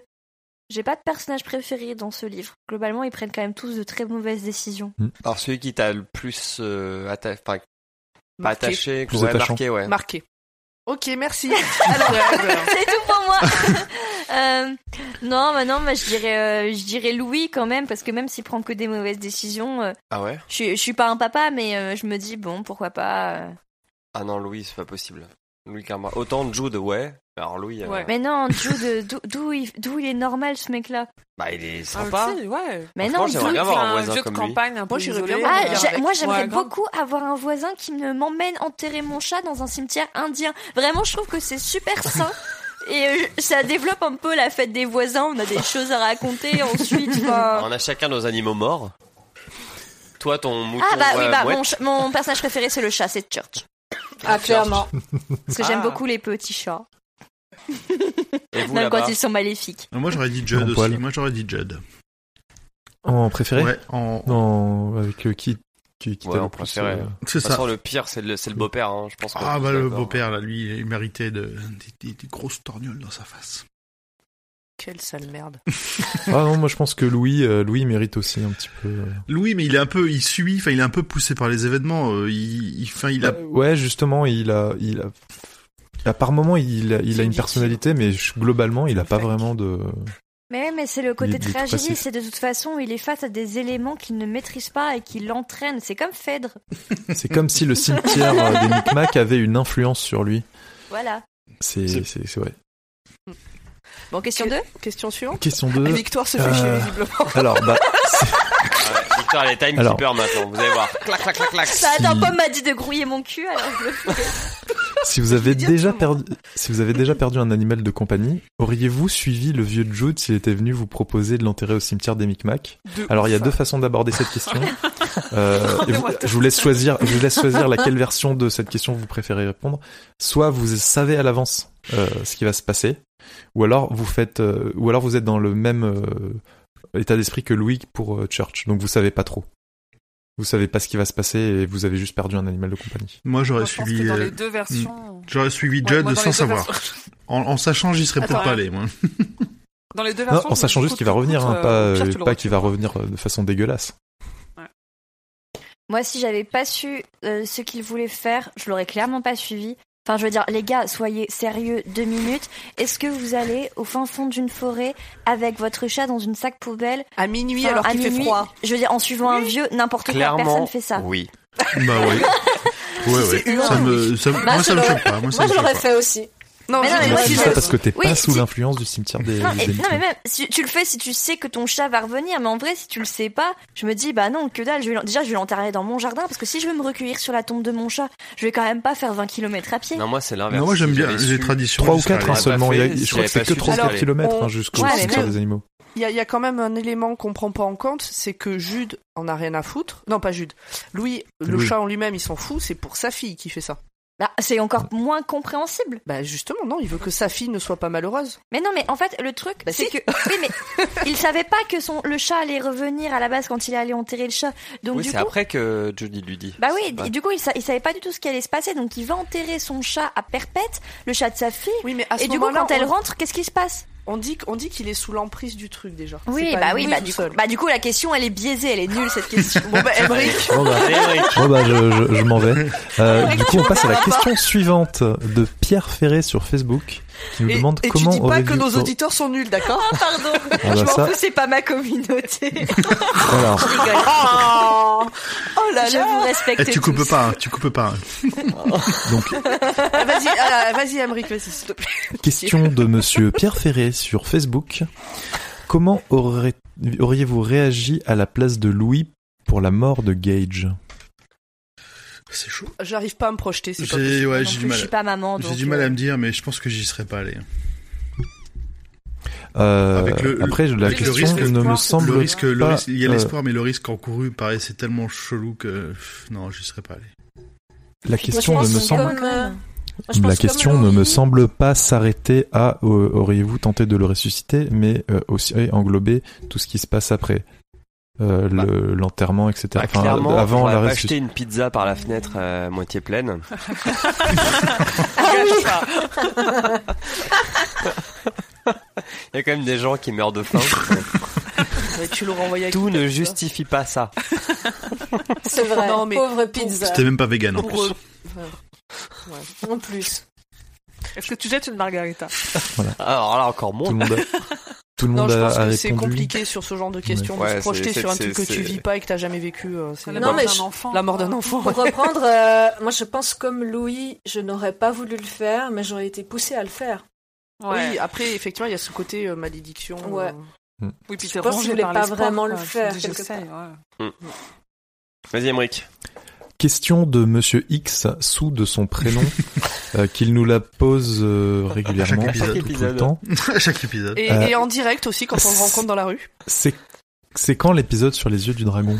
D: j'ai pas de personnage préféré dans ce livre. Globalement, ils prennent quand même tous de très mauvaises décisions.
C: Alors celui qui t'a le plus euh, atta- enfin, pas
B: Marqué.
C: attaché,
E: Plus
C: ouais,
E: attachant.
C: marqué, ouais.
B: Marqué. Ok, merci. Alors,
D: C'est tout pour moi. Euh, non, bah non, bah, je dirais euh, je dirais Louis quand même parce que même s'il prend que des mauvaises décisions, euh,
C: Ah ouais
D: je suis- je suis pas un papa, mais euh, je me dis bon pourquoi pas. euh.
C: Ah non, Louis, c'est pas possible. Louis Carma. Autant Jude, ouais. Alors Louis, euh,
G: Ouais.
D: Mais non, Jude, d'où- d'où il, d'où il est normal ce mec-là
C: bah il est
G: Sympa.
C: sympa.
G: ouais.
D: Mais
C: Franchement,
D: non,
C: j'aimerais
D: Jude,
C: bien avoir un
G: un
C: voisin
G: vieux de
C: comme lui.
G: campagne, un peu
B: Moi, j'irais
G: isolé.
B: bien
G: on
B: voir
D: Ah,
G: va
B: un
G: dire
D: j'a-
G: avec-
D: moi j'aimerais
G: Ouais, grave.
D: beaucoup avoir un voisin qui me m'emmène enterrer mon chat dans un cimetière indien. Vraiment, je trouve que c'est super sain. Et euh, ça développe un peu la fête des voisins, on a des choses à raconter ensuite. enfin,
C: On a chacun nos animaux morts. Toi, ton mouton.
D: Ah bah oui,
C: euh,
D: bah
C: mouette.
D: mon, ch- mon personnage préféré c'est le chat, c'est Church.
F: Ah, clairement.
D: Parce que
G: Ah.
D: j'aime beaucoup les petits chats,
C: Et vous,
D: même
C: là-bas
D: quand ils sont maléfiques.
A: Moi j'aurais dit
E: Mon
A: Judd aussi.
E: poil.
A: Moi j'aurais dit Judd.
E: En préféré
A: Ouais, en...
E: Non, avec le qui qui, qui
C: Ouais,
E: t'a le
C: en
E: plus,
C: préféré.
E: euh,
A: c'est
C: De toute
A: ça.
C: façon, le pire, c'est le, c'est le beau-père, hein, je pense. qu'on
A: Ah
C: est
A: bah
C: tous
A: le
C: d'accord.
A: beau-père là, lui, il méritait de... des, des- des grosses torgnoles dans sa face.
B: Quelle sale merde.
E: Ah non, moi je pense que Louis, euh, Louis mérite aussi un petit peu. euh,
A: Louis, mais il est un peu, il suit, enfin il est un peu poussé par les événements. euh, il, il, enfin, il a,
E: Euh, Ouais, justement, il a, il a. À par moment, il a, il
B: C'est
E: a
B: une
E: une personnalité, mais je- globalement, il a pas
B: Fac.
E: vraiment de.
D: Mais oui, mais c'est le
E: Il
D: côté
E: est tout
D: tragédie,
E: passif.
D: c'est de toute façon il est face à des éléments qu'il ne maîtrise pas et qui l'entraînent. C'est comme Phèdre,
E: C'est comme si le cimetière euh, des Micmacs avait une influence sur lui.
D: voilà.
E: C'est,
A: C'est-
E: c'est, c'est vrai.
D: Bon, question
B: Que-
D: 2
B: Question suivante.
E: Question
B: La
E: 2.
B: Victoire se fait
E: euh,
B: chier visiblement.
E: Alors, bah, c'est-
C: Ouais, Victor, elle est timekeeper maintenant, vous allez voir. Clac, clac, clac, clac.
D: Ça, attends,
E: Si-
D: Pomme m'a dit de grouiller mon cul, alors je le
E: si vous avez
B: dire
E: déjà
B: tout le
E: perdu, si vous avez déjà perdu un animal de compagnie, auriez-vous suivi le vieux Jude s'il était venu vous proposer de l'enterrer au cimetière des Micmacs
G: De
E: Alors, il y a
G: ouf.
E: deux façons d'aborder cette question. Euh, et vous-
G: What the
E: je vous laisse choisir, je vous laisse choisir laquelle version de cette question vous préférez répondre. Soit vous savez à l'avance euh, ce qui va se passer, ou alors vous faites, euh, ou alors vous êtes dans le même euh, état d'esprit que Louis pour euh, Church, donc vous savez pas trop. Vous savez pas ce qui va se passer et vous avez juste perdu un animal de compagnie.
A: moi j'aurais
G: Moi, je pense
A: suivi,
G: que dans
A: euh,
G: les deux versions.
A: j'aurais suivi
G: Ouais,
A: Judd
G: moi, dans les
A: sans
G: deux
A: savoir.
G: versions-
A: En, en sachant, j'y serais
G: Attends,
A: peut-être pas
G: hein.
A: allé, moi.
G: Dans les deux
E: Non,
G: versions.
E: en sachant juste qu'il va revenir, hein, pas, euh, pas qu'il va revenir euh, de façon dégueulasse.
D: Moi, si j'avais pas su euh, ce qu'il voulait faire, je l'aurais clairement pas suivi. Enfin, je veux dire, les gars, soyez sérieux deux minutes. Est-ce que vous allez au fin fond d'une forêt avec votre chat dans une sac poubelle
B: À minuit
D: enfin,
B: alors
D: à
B: qu'il fait
D: minuit
B: froid.
D: Je veux dire, en suivant un vieux, n'importe quoi,
C: Clairement,
D: personne fait ça.
C: oui.
A: Bah oui. Ouais, ouais.
B: c'est
A: Ça
B: humain,
A: me, ça, me-
F: Bah,
A: moi, ça
F: je
A: me
F: l'aurais-
A: choque pas. Moi, ça
F: Moi,
A: me
F: je
A: choque
F: l'aurais
A: pas.
F: fait aussi.
B: Non,
D: Mais non, mais
E: Tu
D: moi,
E: fais
D: je-
E: ça parce que t'es
D: Oui,
E: pas sous
D: si-
E: l'influence du cimetière des,
D: Non,
E: des
D: et- non,
E: Micmacs.
D: mais même, si, tu le fais si tu sais que ton chat va revenir, mais en vrai, si tu le sais pas, je me dis, bah non, que dalle, je vais l'en- déjà, je vais l'enterrer dans mon jardin, parce que si je veux me recueillir sur la tombe de mon chat, je vais quand même pas faire 20 km à pied.
C: Non, moi, c'est l'inverse.
A: Non, moi, j'aime
C: Si
A: bien
C: j'avais
A: les
C: su-
A: traditions.
E: 3 ou
A: j'y serais
E: 4
A: allé.
E: seulement,
C: pas
E: il y a-
C: fait,
E: je
C: si
E: crois
C: j'avais
E: que c'est
C: pas
E: que
C: su,
E: 34
C: j'allais-
E: km
B: On-
E: jusqu'au
D: Ouais, mais
E: cimetière
B: même-
E: des animaux.
B: Il y, a- il y a quand même un élément qu'on prend pas en compte, c'est que Jude en a rien à foutre. Non, pas Jude. Louis, le
E: Louis.
B: chat en lui-même, il s'en fout, c'est pour sa fille qui fait ça.
D: Bah, c'est encore moins compréhensible.
B: Bah justement, non, il veut que sa fille ne soit pas malheureuse.
D: Mais non, mais en fait, le truc,
B: Bah si.
D: c'est que. Oui, mais il savait pas que son, le chat allait revenir à la base quand il allait enterrer le chat. Donc,
C: Oui,
D: du
C: c'est
D: coup.
C: après que Judy lui dit.
D: Bah oui,
C: Ouais.
D: du coup, il, sa- il savait pas du tout ce qui allait se passer. Donc, il va enterrer son chat à perpète, le chat de sa fille.
B: Oui, mais à ce
D: Et du coup,
B: moment-là,
D: quand elle
B: on-
D: rentre, qu'est-ce qui se passe
B: on dit, on dit qu'il est sous l'emprise du truc déjà.
D: Oui,
B: C'est pas
D: bah
B: lui
D: oui, bah
B: tout
D: du, coup,
B: seul.
D: bah du coup, la question, elle est biaisée, elle est nulle cette question.
B: Bon bah Emmerich,
E: Bon bah,
C: Allez, Eric.
E: bon bah, je, je- je m'en vais. Euh, du coup, on passe à la
B: pas.
E: question suivante de Pierre Ferré sur Facebook qui nous
B: et,
E: demande
B: et tu
E: comment
B: dis pas que
E: auriez-vous-
B: nos auditeurs sont nuls, d'accord
D: Ah, pardon,
E: bah
D: je m'en
E: ça.
D: fous, c'est pas ma communauté.
E: Alors,
D: Je rigole.
B: Oh, Oh là
D: Je
B: là
D: vous respecte.
A: Eh, tu
D: tous.
A: coupes pas, hein, tu coupes pas. hein.
B: Ah, Vas-y, ah, vas-y Emmerich, vas-y, s'il te plaît.
E: question de monsieur Pierre Ferré sur Facebook. Comment aurait- auriez-vous réagi à la place de Louis pour la mort de Gage
A: C'est chaud.
B: J'arrive pas à me projeter, c'est pas
A: J'ai,
B: possible.
D: Non
A: ouais, j'ai
D: plus,
A: du mal.
D: Je suis pas maman.
A: J'ai
D: donc,
A: du mal à
D: euh,
A: me dire, mais je pense que j'y serais pas allé. hein.
E: Euh,
A: Avec le-
E: Après, la
A: avec le
E: question
A: risque-
E: ne me
G: le
E: semble
A: Le risque, le
E: pas,
A: risque- il y a
E: euh,
A: l'espoir, mais le risque encouru paraît c'est tellement chelou que pff, non, j'y serais pas allé.
E: la question
F: Moi,
E: ne
F: je
E: me
F: pense que
E: semble
F: comme, euh, moi, je
E: La
F: pense comme
E: question ne me
F: Laurie,
E: semble pas s'arrêter à euh, auriez-vous tenté de le ressusciter, mais euh, aussi euh, englober tout ce qui se passe après. Euh, le- L'enterrement, etc.
C: Bah,
E: Enfin,
C: clairement,
E: avant
C: j'aurais
E: la
C: pas
E: ressuscitation.
C: acheté une pizza par la fenêtre euh, moitié pleine.
D: Ah
C: Il y a quand même des gens qui meurent de faim.
B: Mais tu l'aurais envoyé avec
C: Tout ne
B: toi.
C: justifie pas ça.
F: C'est vrai.
B: Non, mais-
F: Pauvre pizza.
A: C'était même pas vegan en
B: Pour euh,
A: plus.
B: eux.
F: En plus.
G: Est-ce que tu jettes une margarita
C: Alors là, encore
E: Tout
C: moins.
E: le monde a, tout le
B: Non,
E: monde
B: je
E: a,
B: pense
E: a
B: que c'est
E: répondu.
B: compliqué sur ce genre de questions
C: Ouais,
B: de se
C: c'est-
B: projeter
C: c'est-
B: sur un
C: c'est-
B: truc que
C: c'est-
B: tu vis pas et que t'as jamais vécu. euh, c'est
G: La
F: Non,
G: mort
F: mais
G: d'un
F: je-
G: enfant.
B: la mort d'un enfant.
F: Pour reprendre, euh, moi je pense comme Louis, je n'aurais pas voulu le faire, mais j'aurais été poussée à le faire.
G: Ouais.
B: Oui, après, effectivement, il y a ce côté euh, malédiction. euh,
F: Ouais.
G: Oui, puis
F: Je
G: t'es
F: pense
G: rongé
F: qu'il voulait
G: par
F: pas
G: l'espoir,
F: vraiment le
G: quoi. Tu te
F: faire,
G: dis,
F: quelque
G: j'essaye, ouais.
C: Vas-y, Emmerich.
E: Question de Monsieur X sous de son prénom, euh, qu'il nous la pose euh, régulièrement,
A: Chaque
E: tout- tout le
C: épisode.
E: temps.
A: À chaque épisode.
B: Et,
E: Euh,
B: et en direct aussi, quand on le rencontre dans la rue.
E: C'est c'est quand l'épisode sur les yeux du dragon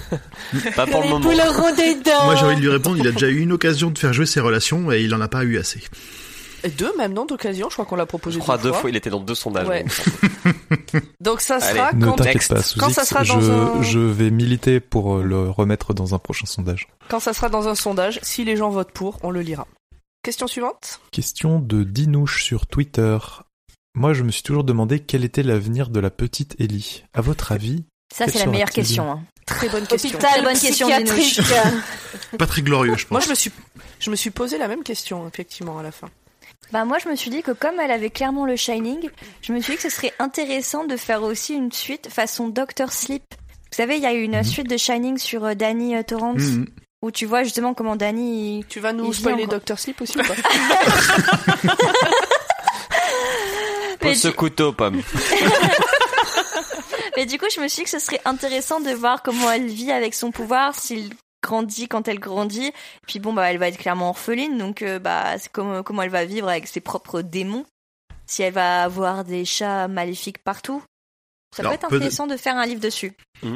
C: Pas pour le
F: les
C: moment.
F: poules auront des dents.
A: Moi j'ai envie de lui répondre, il a déjà eu une occasion de faire jouer ses relations et il en a pas eu assez.
B: Et deux, même non, d'occasion, je crois qu'on l'a proposé
C: Je crois
B: deux, fois.
C: il était dans deux sondages.
B: Ouais.
C: donc.
B: Donc ça sera
C: Allez,
E: Ne
B: Ah, quand,
E: t'inquiète pas,
B: quand
E: Suzy,
B: ça sera
E: je,
B: dans un...
E: je vais militer pour euh, le remettre dans un prochain sondage.
B: quand ça sera dans un sondage, si les gens votent pour, on le lira. Question suivante
E: Question de Dinouche sur Twitter. Moi, je me suis toujours demandé quel était l'avenir de la petite Ellie. À votre avis
D: Ça,
E: Quelle
D: c'est la meilleure
E: sera-t-il
D: question. hein.
B: Très bonne question.
D: Très
F: Hôpital
D: bonne question, Linouche.
F: psychiatrique.
A: Pas très glorieux, je
B: Moi
A: pense.
B: je me suis je me suis posé la même question effectivement à la fin.
D: Bah, moi, je me suis dit que comme elle avait clairement le Shining, je me suis dit que ce serait intéressant de faire aussi une suite façon Doctor Sleep. Vous savez, il y a eu une
E: Mhm.
D: suite de Shining sur euh, Danny euh, Torrance,
A: Mhm.
D: où tu vois justement comment Danny. il-
B: Tu vas nous
D: Il vit
B: spoiler
D: encore.
B: Doctor Sleep aussi ou pas
D: Mais
C: Pose ce
D: du-
C: couteau, pomme.
D: Mais du coup, je me suis dit que ce serait intéressant de voir comment elle vit avec son pouvoir, s'il grandit quand elle grandit. Puis bon, bah, elle va être clairement orpheline, donc euh, bah, c'est comme- comment elle va vivre avec ses propres démons. Si elle va avoir des chats maléfiques partout. Ça
A: Alors,
D: peut être
A: peut-
D: intéressant de faire un livre dessus.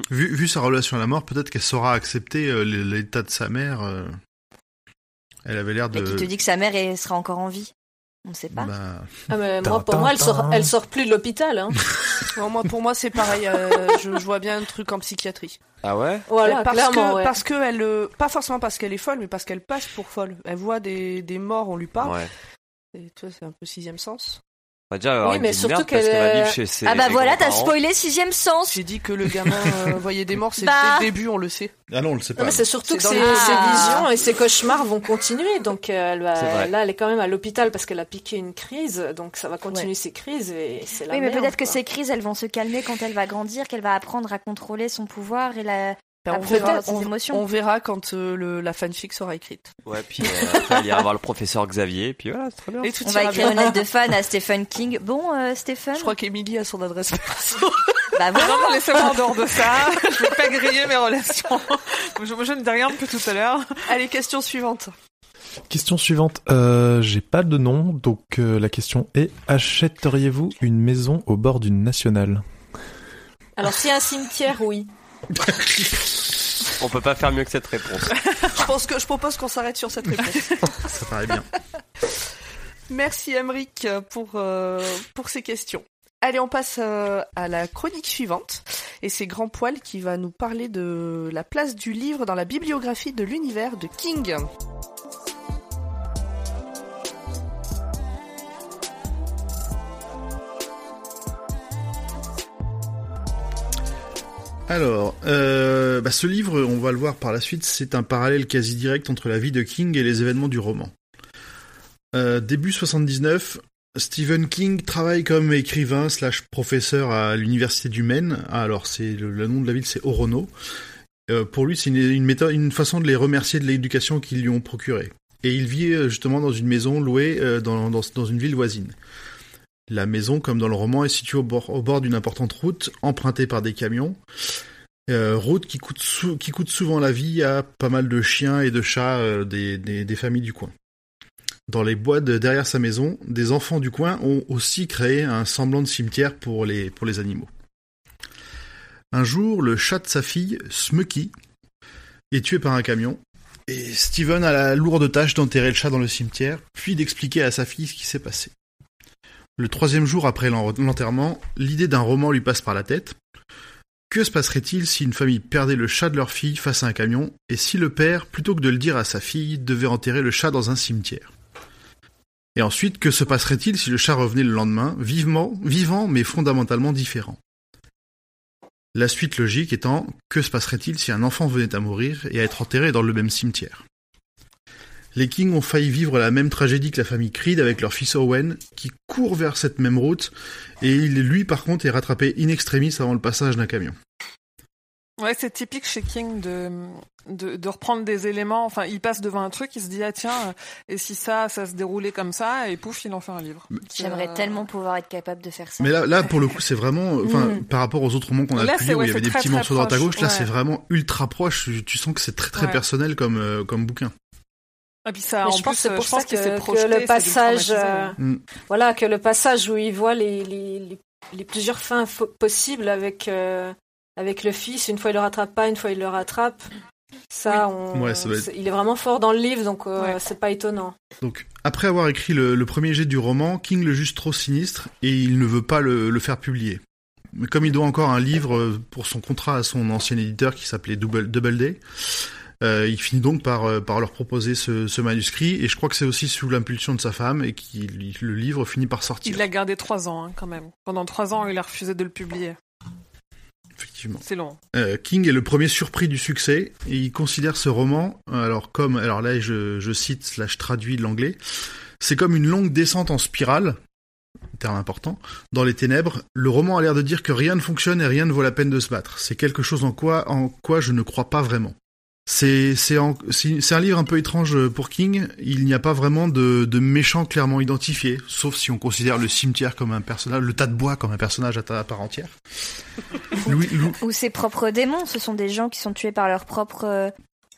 A: Vu, vu sa relation à la mort, peut-être qu'elle saura accepter euh, l'état de sa mère. euh. Elle avait l'air de.
D: Et qui te dit que sa mère elle sera encore en vie. On ne sait pas.
A: Bah,
F: Ah, mais moi, pour
E: Tintin.
F: moi, elle sort, elle sort plus de l'hôpital. Hein.
B: Non, moi, pour moi, c'est pareil. euh, je, je vois bien un truc en psychiatrie.
C: Ah ouais
F: Voilà,
B: parce
F: clairement.
B: que,
F: ouais.
B: parce que elle, euh, pas forcément parce qu'elle est folle, mais parce qu'elle passe pour folle. Elle voit des, des morts, on lui parle.
C: Ouais.
B: Et tu vois, c'est un peu sixième sens.
C: On va déjà avoir
F: Oui,
C: une
F: mais
C: vie de
F: surtout
C: merde parce
F: qu'elle,
C: qu'elle va
F: euh,
C: vivre chez ses
D: ah bah voilà, t'as
C: grands-parents.
D: spoilé sixième sens.
B: J'ai dit que le gamin euh, voyait des morts, c'est
D: Bah.
B: dès le début, on le sait.
A: Ah non, on le sait
F: Non,
A: pas.
F: mais c'est surtout
B: C'est
F: que
B: dans
F: ses,
B: les-
F: ses
D: Ah.
F: visions et ses cauchemars vont continuer. Donc euh, elle va-
C: C'est vrai.
F: là, elle est quand même à l'hôpital parce qu'elle a piqué une crise. Donc ça va continuer ses crises et c'est la
D: Oui, mais
F: merde,
D: peut-être que
F: quoi.
D: ces crises, elles vont se calmer quand elle va grandir, qu'elle va apprendre à contrôler son pouvoir et la.
B: Enfin, on,
D: Après,
B: verra,
D: Ah, peut-être, ses
B: on,
D: émotions.
B: on verra quand euh, le- la fanfic sera écrite.
C: Ouais, puis euh, après, elle ira voir le professeur Xavier, et puis voilà, c'est très bien.
B: Et tout
D: On va
B: ira
D: écrire
B: bien.
D: une lettre de fan à Stephen King. Bon, euh, Stephen,
B: Je crois qu'Emilie a son adresse perso.
D: bah
G: Non,
D: voilà.
G: non, laissez-moi en dehors de ça. Je vais pas griller mes relations. Je, moi, je ne dis rien depuis tout à l'heure.
B: Allez, question suivante.
E: Question suivante. Euh, J'ai pas de nom, donc euh, la question est achèteriez-vous une maison au bord d'une nationale
F: Alors s'il y a un cimetière, oui.
C: On peut pas faire mieux que cette réponse.
B: Je pense que je propose qu'on s'arrête sur cette réponse.
A: Ça paraît bien.
B: Merci Emric pour, euh, pour ces questions. Allez, on passe euh, à la chronique suivante. Et c'est Grand Poil qui va nous parler de la place du livre dans la bibliographie de l'univers de King.
D: Oh,
A: Alors, euh, bah, ce livre, on va le voir par la suite, c'est un parallèle quasi direct entre la vie de King et les événements du roman. Euh, début 79, Stephen King travaille comme écrivain slash professeur à l'université du Maine. Ah, alors, c'est le, le nom de la ville, c'est Orono. Euh, pour lui, c'est une, une méthode, une façon de les remercier de l'éducation qu'ils lui ont procurée. Et il vit euh, justement dans une maison louée euh, dans- dans- dans une ville voisine. La maison, comme dans le roman, est située au bord, au bord d'une importante route empruntée par des camions. Euh, route qui coûte, sou- qui coûte souvent la vie à pas mal de chiens et de chats euh, des, des- des familles du coin. Dans les bois de derrière sa maison, des enfants du coin ont aussi créé un semblant de cimetière pour les, pour les animaux. Un jour, le chat de sa fille, Smucky, est tué par un camion. Et Steven a la lourde tâche d'enterrer le chat dans le cimetière, puis d'expliquer à sa fille ce qui s'est passé. Le troisième jour après l'en- l'enterrement, l'idée d'un roman lui passe par la tête. Que se passerait-il si une famille perdait le chat de leur fille face à un camion et si le père, plutôt que de le dire à sa fille, devait enterrer le chat dans un cimetière Et ensuite, que se passerait-il si le chat revenait le lendemain, vivement, vivant mais fondamentalement différent La suite logique étant, que se passerait-il si un enfant venait à mourir et à être enterré dans le même cimetière les Kings ont failli vivre la même tragédie que la famille Creed avec leur fils Owen, qui court vers cette même route, et il, lui par contre est rattrapé in extremis avant le passage d'un camion.
G: Ouais, c'est typique chez King de, de, de reprendre des éléments. Enfin, il passe devant un truc, il se dit, ah tiens, euh, et si ça, ça se déroulait comme ça, et pouf, il en fait un livre.
D: J'aimerais
G: Euh,
D: tellement pouvoir être capable de faire ça.
A: Mais là, là pour le coup, c'est vraiment, enfin, par rapport aux autres romans qu'on a
G: Mm. Là,
A: pu
G: c'est-
A: lire où il
G: ouais,
A: y avait
G: c'est
A: des
G: très,
A: petits
G: très
A: morceaux droite à
G: proche,
A: gauche, là
G: ouais.
A: c'est vraiment ultra proche. Tu- Tu sens que c'est très très
G: Ouais.
A: personnel comme euh, comme bouquin.
G: Et puis ça,
F: Mais
G: en
F: je pense que
G: plus,
F: c'est
G: euh,
F: pour
G: je
F: ça
G: pense
F: que,
G: qu'il s'est
F: que
G: projeté, c'est
F: le
G: du
F: passage,
G: traumatisme.
F: euh,
A: Mm.
F: voilà, que le passage où il voit les, les, les, les plusieurs fins fo- possibles avec euh, avec le fils. Une fois il le rattrape pas, une fois il le rattrape. Ça, on,
A: Ouais, ça va être-
F: c'est- il est vraiment fort dans le livre, donc euh,
G: Ouais.
F: c'est pas étonnant.
A: Donc, après avoir écrit le, le premier jet du roman, King le juge trop sinistre et il ne veut pas le, le faire publier. Mais comme il doit encore un livre euh, pour son contrat à son ancien éditeur qui s'appelait Double, Double Day, euh, il finit donc par, euh, par leur proposer ce, ce manuscrit et je crois que c'est aussi sous l'impulsion de sa femme et qu'il le livre finit par sortir.
G: Il l'a gardé trois ans, hein, quand même. Pendant trois ans, il a refusé de le publier.
A: Effectivement.
G: C'est long.
A: Euh, King est le premier surpris du succès et il considère ce roman, euh, alors comme, alors là je, je cite slash traduis de l'anglais, c'est comme une longue descente en spirale, terme important, dans les ténèbres. Le roman a l'air de dire que rien ne fonctionne et rien ne vaut la peine de se battre. C'est quelque chose en quoi, en quoi je ne crois pas vraiment. C'est c'est en- c'est- c'est un livre un peu étrange pour King. Il n'y a pas vraiment de, de méchant clairement identifié, sauf si on considère le cimetière comme un personnage, le tas de bois comme un personnage à, ta- à part entière. Louis, Lou-
D: Ou ses propres démons, ce sont des gens qui sont tués par leurs propres euh,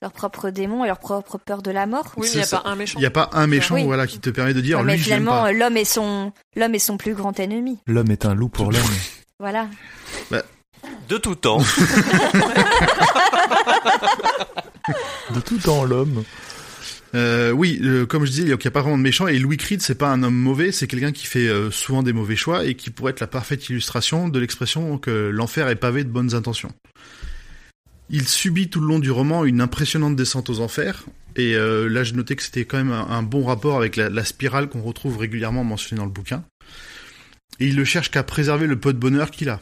D: leurs propres démons et leur propre peur de la mort.
G: Oui, mais
A: C'est
G: il n'y a
A: ça.
G: pas un méchant.
A: Il n'y a pas un méchant
D: Oui.
A: voilà, qui te permet de dire
D: Ouais,
A: lui,
D: mais
A: je l'aime
D: finalement,
A: pas.
D: euh, l'homme est son l'homme est son plus grand ennemi.
E: L'homme est un loup pour l'homme.
D: Voilà.
C: De tout temps.
E: De tout temps, l'homme.
A: Euh, oui, euh, comme je disais, il n'y a pas vraiment de méchant. Et Louis Creed, c'est pas un homme mauvais, c'est quelqu'un qui fait euh, souvent des mauvais choix et qui pourrait être la parfaite illustration de l'expression que l'enfer est pavé de bonnes intentions. Il subit tout le long du roman une impressionnante descente aux enfers. Et euh, là, j'ai noté que c'était quand même un, un bon rapport avec la, la spirale qu'on retrouve régulièrement mentionnée dans le bouquin. Et il ne cherche qu'à préserver le peu de bonheur qu'il a.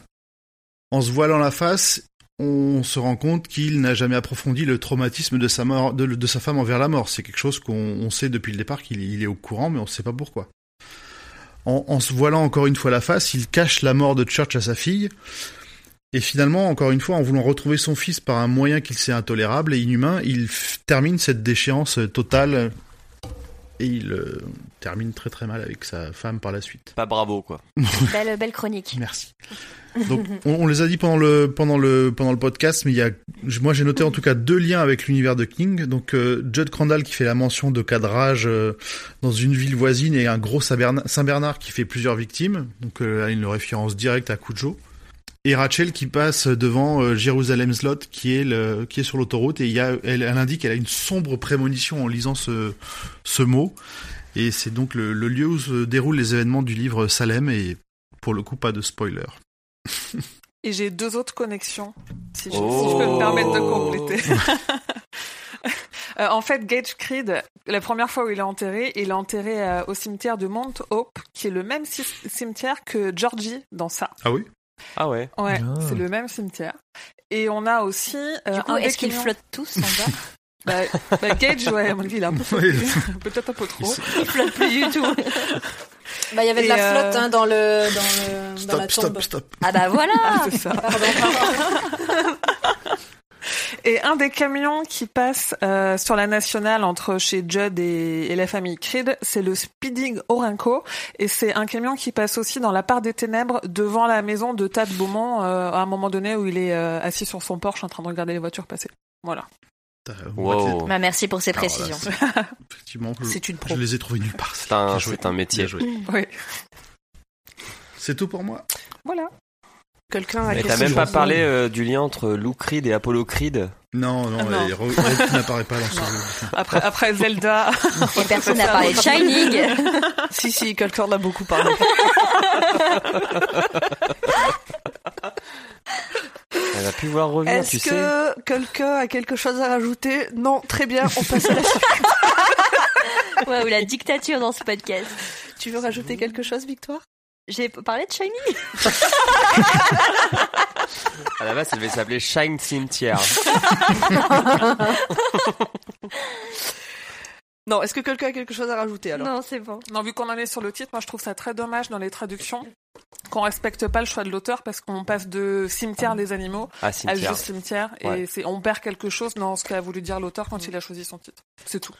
A: En se voilant la face, on se rend compte qu'il n'a jamais approfondi le traumatisme de sa, mort, de, de sa femme envers la mort. C'est quelque chose qu'on on sait depuis le départ qu'il il est au courant, mais on ne sait pas pourquoi. En, en se voilant encore une fois la face, il cache la mort de Church à sa fille. Et finalement, encore une fois, en voulant retrouver son fils par un moyen qu'il sait intolérable et inhumain, il f- termine cette déchéance euh, totale. Et il euh, termine très très mal avec sa femme par la suite.
C: Pas bravo, quoi.
D: Belle belle chronique.
A: Merci. Donc, on, on les a dit pendant le, pendant le, pendant le podcast, mais il y a, je- moi j'ai noté en tout cas deux liens avec l'univers de King. Donc, euh, Judd Crandall qui fait la mention de cadrage euh, dans une ville voisine et un gros Saint-Bernard Saint-Bernard qui fait plusieurs victimes. Donc, euh, là, une référence directe à Cujo. Et Rachel qui passe devant euh, Jérusalem Slot qui est, le, qui est sur l'autoroute et il y a, elle, elle indique qu'elle a une sombre prémonition en lisant ce, ce mot. Et c'est donc le, le lieu où se déroulent les événements du livre Salem et pour le coup, pas de spoiler.
G: Et j'ai deux autres connexions, si je,
C: Oh.
G: si je peux me permettre de compléter. Euh, en fait, Gage Creed, la première fois où il est enterré, il est enterré euh, au cimetière de Mount Hope, qui est le même ci- cimetière que Georgie dans ça.
A: Ah oui
C: Ah ouais.
G: Ouais,
E: Ah.
G: c'est le même cimetière. Et on a aussi euh,
D: Du coup,
G: un
D: est-ce qu'ils
G: déclinant-
D: flottent tous en bas
G: bah, bah, Gage, ouais, à mon avis, il a un peu flotté. peut-être un peu trop.
D: Ils flottent plus du tout.
F: Bah, il y avait de la
G: Et, euh,
F: flotte hein, dans le dans le dans la
A: Stop,
F: tombe.
A: stop, stop.
D: Ah bah voilà.
G: C'est ça.
F: Pardon, pardon.
G: Et un des camions qui passe euh, sur la nationale entre chez Judd et, et la famille Creed, c'est le Speeding Orinco. Et c'est un camion qui passe aussi dans la part des ténèbres devant la maison de Tad Beaumont euh, à un moment donné où il est euh, assis sur son porche en train de regarder les voitures passer. Voilà.
A: Putain, on voit que les-
C: Wow.
D: Bah, merci pour ces
A: Alors là,
D: précisions.
A: c'est- Effectivement, je,
G: C'est une
A: je
G: pro.
A: les ai trouvés nulle part.
C: C'est un-
A: Bien joué.
C: c'est un métier.
A: Bien joué.
G: Oui.
A: C'est tout pour moi.
G: Voilà.
B: Quelqu'un a
C: Mais
B: quelque
C: t'as même
B: chose
C: pas
B: à-
C: parlé euh, du lien entre Lou Creed et Apollo Creed.
A: Non, non,
G: Ah, non.
A: elle- Ro- Ro- n'apparaît pas dans ce jeu.
G: Après, après Zelda.
D: Et personne n'a parlé de Shining.
B: Si, si, quelqu'un en a beaucoup parlé.
C: Ah, Elle a pu voir revenir, tu
B: Est-ce
C: sais.
B: que quelqu'un a quelque chose à rajouter Non, très bien, on passe à la suite.
D: Ouais, ou la dictature dans ce podcast.
B: Tu veux rajouter quelque chose, Victoire
D: J'ai parlé de Shining
C: À la base, elle devait s'appeler Shine Cimetière.
B: Non, est-ce que quelqu'un a quelque chose à rajouter alors
D: Non, c'est bon.
G: Non, vu qu'on en est sur le titre, moi je trouve ça très dommage dans les traductions qu'on respecte pas le choix de l'auteur parce qu'on passe de cimetière des animaux
C: Ah,
G: à
C: cimetière.
G: juste cimetière et
C: Ouais.
G: c'est on perd quelque chose dans ce qu'a voulu dire l'auteur quand il a choisi son titre. C'est tout.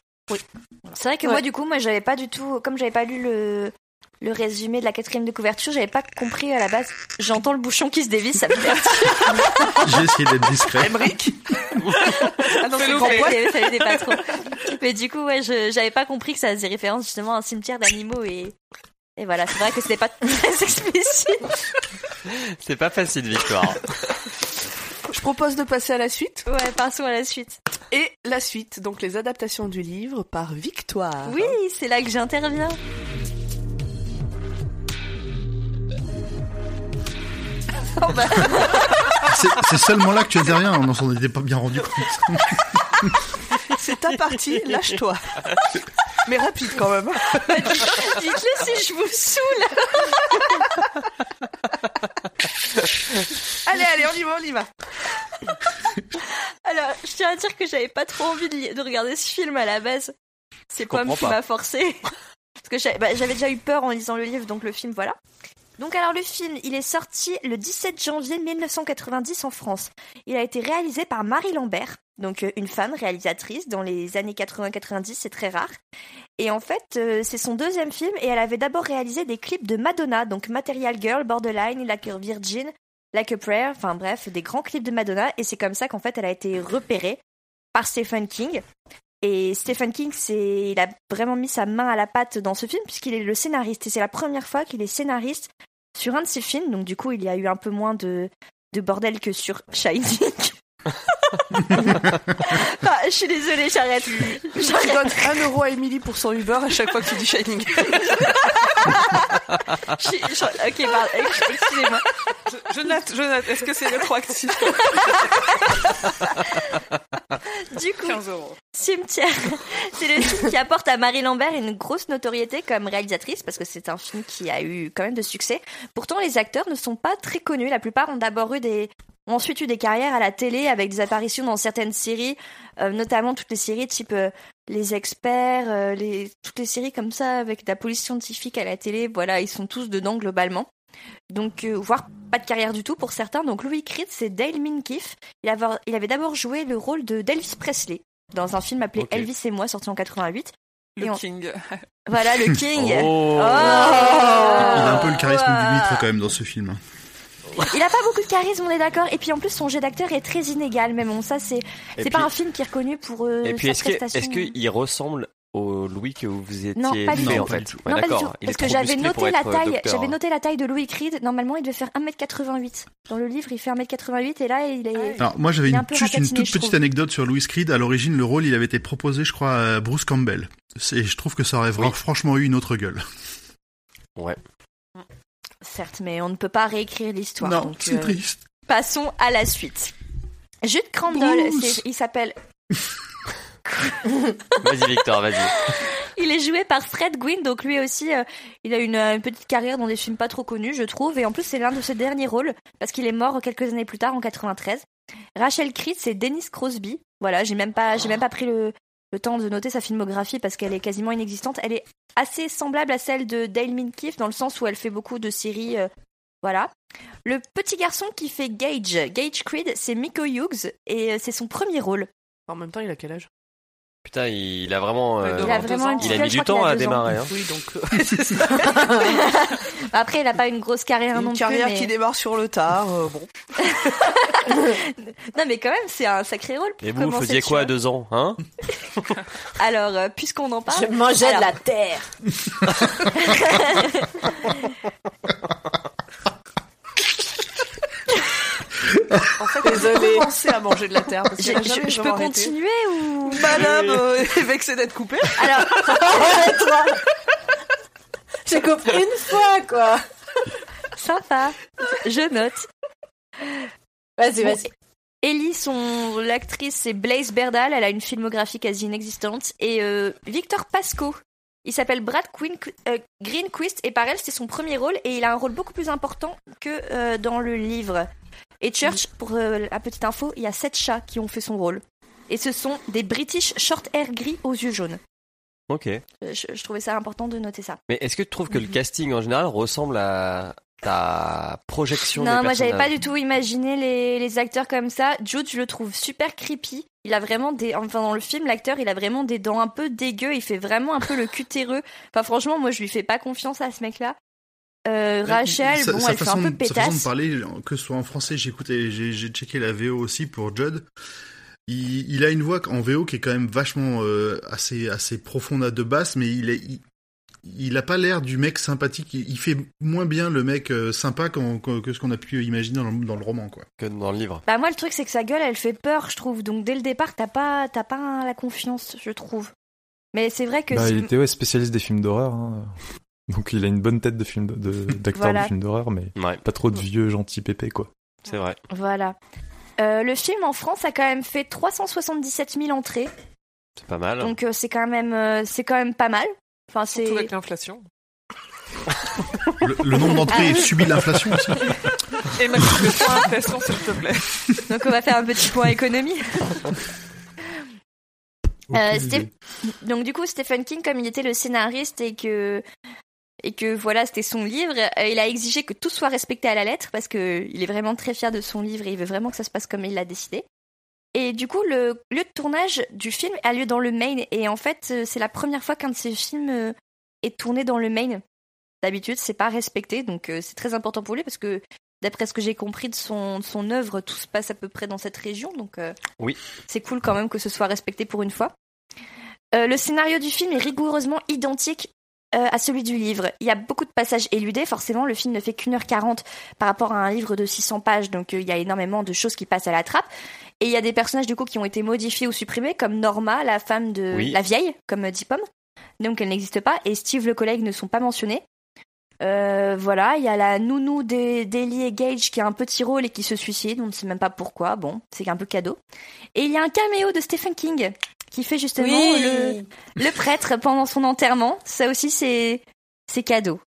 D: C'est vrai que
B: Ouais.
D: moi, du coup, moi, j'avais pas du tout, comme j'avais pas lu le, le résumé de la quatrième de couverture, j'avais pas compris à la base. J'entends le bouchon qui se dévisse, ça me fait
A: J'ai essayé d'être discret.
B: Emric Ah non,
G: Fais-le
B: c'est
G: au
B: grand
G: fait.
B: poil.
D: ça ça aidait pas trop. Mais du coup, ouais, je- j'avais pas compris que ça faisait référence justement à un cimetière d'animaux et, et voilà, c'est vrai que c'était pas très explicite.
C: C'est pas facile, Victoire.
B: propose de passer à la suite.
D: Ouais, passons à la suite.
B: Et la suite, donc les adaptations du livre par Victoire.
D: Oui, c'est là que j'interviens.
A: C'est c'est seulement là que tu as rien, hein, on s'en était pas bien rendu compte.
B: C'est ta partie, lâche-toi. Mais rapide quand même. hein.
D: Dites-le si je vous saoule.
B: Allez, allez, on y va, on y va.
D: Alors, je tiens à dire que j'avais pas trop envie de, li- de regarder ce film à la base. C'est Pomme
C: comprends
D: qui
C: pas.
D: m'a forcé. Parce que j'avais bah, j'avais déjà eu peur en lisant le livre, donc le film, voilà. Donc alors le film, il est sorti le 17 janvier 1990 en France. Il a été réalisé par Marie Lambert, donc euh, une femme réalisatrice dans les années 80-90, c'est très rare. Et en fait, euh, c'est son deuxième film et elle avait d'abord réalisé des clips de Madonna, donc Material Girl, Borderline, Like a Virgin, Like a Prayer, enfin bref, des grands clips de Madonna, et c'est comme ça qu'en fait elle a été repérée par Stephen King. Et Stephen King, c'est, il a vraiment mis sa main à la pâte dans ce film puisqu'il est le scénariste et c'est la première fois qu'il est scénariste sur un de ses films. Donc du coup, il y a eu un peu moins de, de bordel que sur Shining. Enfin, je suis désolée, j'arrête.
B: Tu donnes un euro à Emily pour son Uber à chaque fois que tu dis Shining.
D: Je suis- je- ok, pardon, ex- excusez-moi.
G: Je, je note, je note. Est-ce que c'est rétroactif
D: Du coup,
G: 15 euros.
D: Cimetière. C'est le film qui apporte à Marie Lambert une grosse notoriété comme réalisatrice parce que c'est un film qui a eu quand même de succès. Pourtant, les acteurs ne sont pas très connus. La plupart ont d'abord eu des ont ensuite eu des carrières à la télé avec des apparitions dans certaines séries, euh, notamment toutes les séries type euh, Les Experts, euh, les... toutes les séries comme ça avec de la police scientifique à la télé. Voilà, ils sont tous dedans globalement. Donc, euh, voire pas de carrière du tout pour certains. Donc, Louis Creed, c'est Dale Minkiff. Il avait, il avait d'abord joué le rôle de Delvis Presley dans un film appelé
C: Ok.
D: Elvis et moi, sorti en 88. Et
G: Le
D: on-
G: King.
D: Voilà le King.
C: Oh.
A: Il a un
D: a
A: peu le charisme du litre quand même dans ce film.
D: Il a pas beaucoup de charisme, on est d'accord. Et puis en plus, son jet d'acteur est très inégal. Mais bon, ça, c'est
C: Et
D: c'est
C: puis-
D: pas un film qui est reconnu pour euh,
C: Et puis
D: sa
C: est-ce que
D: prestation.
C: est-ce qu'il ressemble au Louis que vous étiez
D: Non, pas du
C: fait
A: tout.
C: Ah, en fait Ouais,
D: non, pas du
C: d'accord.
D: tout.
C: Il est
D: Parce que
C: trop
D: j'avais
C: musclé pour
D: noté la
C: être, euh,
D: taille.
C: docteur.
D: J'avais noté la taille de Louis Creed. Normalement, il devait faire 1m88. Dans le livre, il fait 1m88 et là, il est.
G: Ah
A: Alors moi j'avais
D: Il est
A: une,
D: un peu
A: juste une
D: ratatiné,
A: toute
D: je
A: petite
D: trouve.
A: anecdote sur Louis Creed. À l'origine, le rôle il avait été proposé, je crois, à Bruce Campbell. Et je trouve que ça aurait vra-
C: Oui.
A: franchement eu une autre gueule.
D: Certes, mais on ne peut pas réécrire l'histoire.
A: non,
D: donc,
A: c'est
D: euh,
A: triste.
D: Passons à la suite. Jude Crandall,
A: Bruce.
D: c'est- il s'appelle.
C: Vas-y Victor, vas-y.
D: Il est joué par Fred Gwynn, donc lui aussi, euh, il a une, euh, une petite carrière dans des films pas trop connus, je trouve. Et en plus, c'est l'un de ses derniers rôles, parce qu'il est mort quelques années plus tard, en 93. Rachel Creed, c'est Dennis Crosby. Voilà, j'ai même pas, j'ai même pas pris le, le temps de noter sa filmographie parce qu'elle est quasiment inexistante. Elle est assez semblable à celle de Dale Minkiff dans le sens où elle fait beaucoup de séries, euh, voilà. Le petit garçon qui fait Gage, Gage Creed, c'est Miko Hughes et euh, c'est son premier rôle.
B: En même temps, il a quel âge
C: Putain, il a vraiment. euh,
G: Il
D: Il a vraiment un
G: Il
D: petit
C: il a
D: gueule,
C: mis
D: je
C: du
D: crois qu'il
C: temps
D: a
C: à démarrer.
D: deux ans.
C: hein.
B: Oui, donc
D: Après, il a pas une grosse carrière non
B: une
D: plus,
B: carrière
D: mais-
B: qui démarre sur le tard. euh, bon,
D: Non, mais quand même, c'est un sacré rôle. pour
C: Et vous, vous
D: commencer,
C: faisiez
D: tu
C: quoi
D: vois.
C: à deux ans, hein
D: Alors, euh, puisqu'on en parle.
H: Je mangeais
D: Alors,
H: de la terre.
B: en fait, désolé. Commencez à manger de la terre. Parce que
D: j'ai-
B: là,
D: je,
B: jamais
D: je
B: vais
D: peux
B: m'arrêter.
D: continuer ou
H: Bah,
B: Madame euh, est vexée d'être coupée.
D: Alors,
H: Arrête-toi. Je coupe une fois, quoi.
D: sympa. Je note.
H: Vas-y,
D: Bon,
H: vas-y.
D: Ellie, son l'actrice, c'est Blaise Berdal. Elle a une filmographie quasi inexistante. Et euh, Victor Pasco. Il s'appelle Brad Queen, euh, Greenquist et par elle, c'est son premier rôle et il a un rôle beaucoup plus important que euh, dans le livre. Et Church, pour euh, la petite info, il y a sept chats qui ont fait son rôle. Et ce sont des British short hair gris aux yeux jaunes.
C: Ok.
D: Euh, Je, je trouvais ça important de noter ça.
C: Mais est-ce que tu trouves que le casting en général ressemble à ta projection
D: non,
C: des
D: moi j'avais pas
C: personnages
D: du tout imaginé les, les acteurs comme ça. Jude, je le trouve super creepy. Il a vraiment des. Enfin, dans le film, l'acteur, il a vraiment des dents un peu dégueu. Il fait vraiment un peu le cutéreux. Enfin, franchement, moi je lui fais pas confiance à ce mec-là. Euh, Rachel,
A: Sa-
D: bon,
A: sa
D: elle fait
A: façon
D: un peu
A: de- Sa façon de
D: pétasse.
A: parler, euh, que ce soit en français, j'ai écouté, j'ai j'ai checké la VO aussi pour Judd. Il, il a une voix en VO qui est quand même vachement euh, assez assez profonde à deux basses, mais il est il, il a pas l'air du mec sympathique. Il il fait moins bien le mec euh, sympa qu'en- qu'en- que ce qu'on a pu imaginer dans le, dans le roman, quoi.
C: que dans le livre.
D: Bah moi le truc c'est que sa gueule elle fait peur je trouve donc dès le départ t'as pas t'as pas un- la confiance je trouve. Mais c'est vrai que
E: Bah,
D: si-
E: il était ouais, spécialiste des films d'horreur. hein. Donc il a une bonne tête de film de- de- d'acteur
D: Voilà.
E: de film d'horreur, mais
C: Ouais,
E: pas trop de vieux gentil pépé quoi.
C: c'est vrai.
D: voilà. Euh, le film en France a quand même fait 377 000 entrées
C: C'est pas mal.
D: donc euh, c'est quand même euh, c'est quand même pas mal. Enfin c'est
G: Surtout avec l'inflation.
A: Le, le nombre
D: Ah
A: d'entrées subit l'inflation aussi.
G: Et ma question inflation, s'il te plaît.
D: donc on va faire un petit point économie. Euh,
E: Aucune
D: c'était-
E: idée.
D: Donc du coup, Stephen King, comme il était le scénariste et que et que voilà, c'était son livre, euh, il a exigé que tout soit respecté à la lettre parce que il est vraiment très fier de son livre et il veut vraiment que ça se passe comme il l'a décidé. Et du coup, le lieu de tournage du film a lieu dans le Maine et en fait, euh, c'est la première fois qu'un de ses films euh, est tourné dans le Maine. D'habitude, c'est pas respecté, donc euh, c'est très important pour lui parce que d'après ce que j'ai compris de son de son œuvre, tout se passe à peu près dans cette région, donc euh,
C: Oui.
D: c'est cool quand même que ce soit respecté pour une fois. Euh, le scénario du film est rigoureusement identique euh, à celui du livre. Il y a beaucoup de passages éludés, forcément le film ne fait qu'une heure quarante par rapport à un livre de 600 pages, donc euh, il y a énormément de choses qui passent à la trappe. Et il y a des personnages du coup qui ont été modifiés ou supprimés, comme Norma, la femme de
C: Oui.
D: la vieille, comme euh, dit Pomme, donc elle n'existe pas, et Steve le collègue ne sont pas mentionnés. Euh, voilà, il y a la nounou d'E- d'Ellie et Gage qui a un petit rôle et qui se suicide, on ne sait même pas pourquoi, bon, c'est un peu cadeau. Et il y a un caméo de Stephen King qui fait justement le,
H: Oui.
D: le prêtre pendant son enterrement, ça aussi c'est c'est cadeau.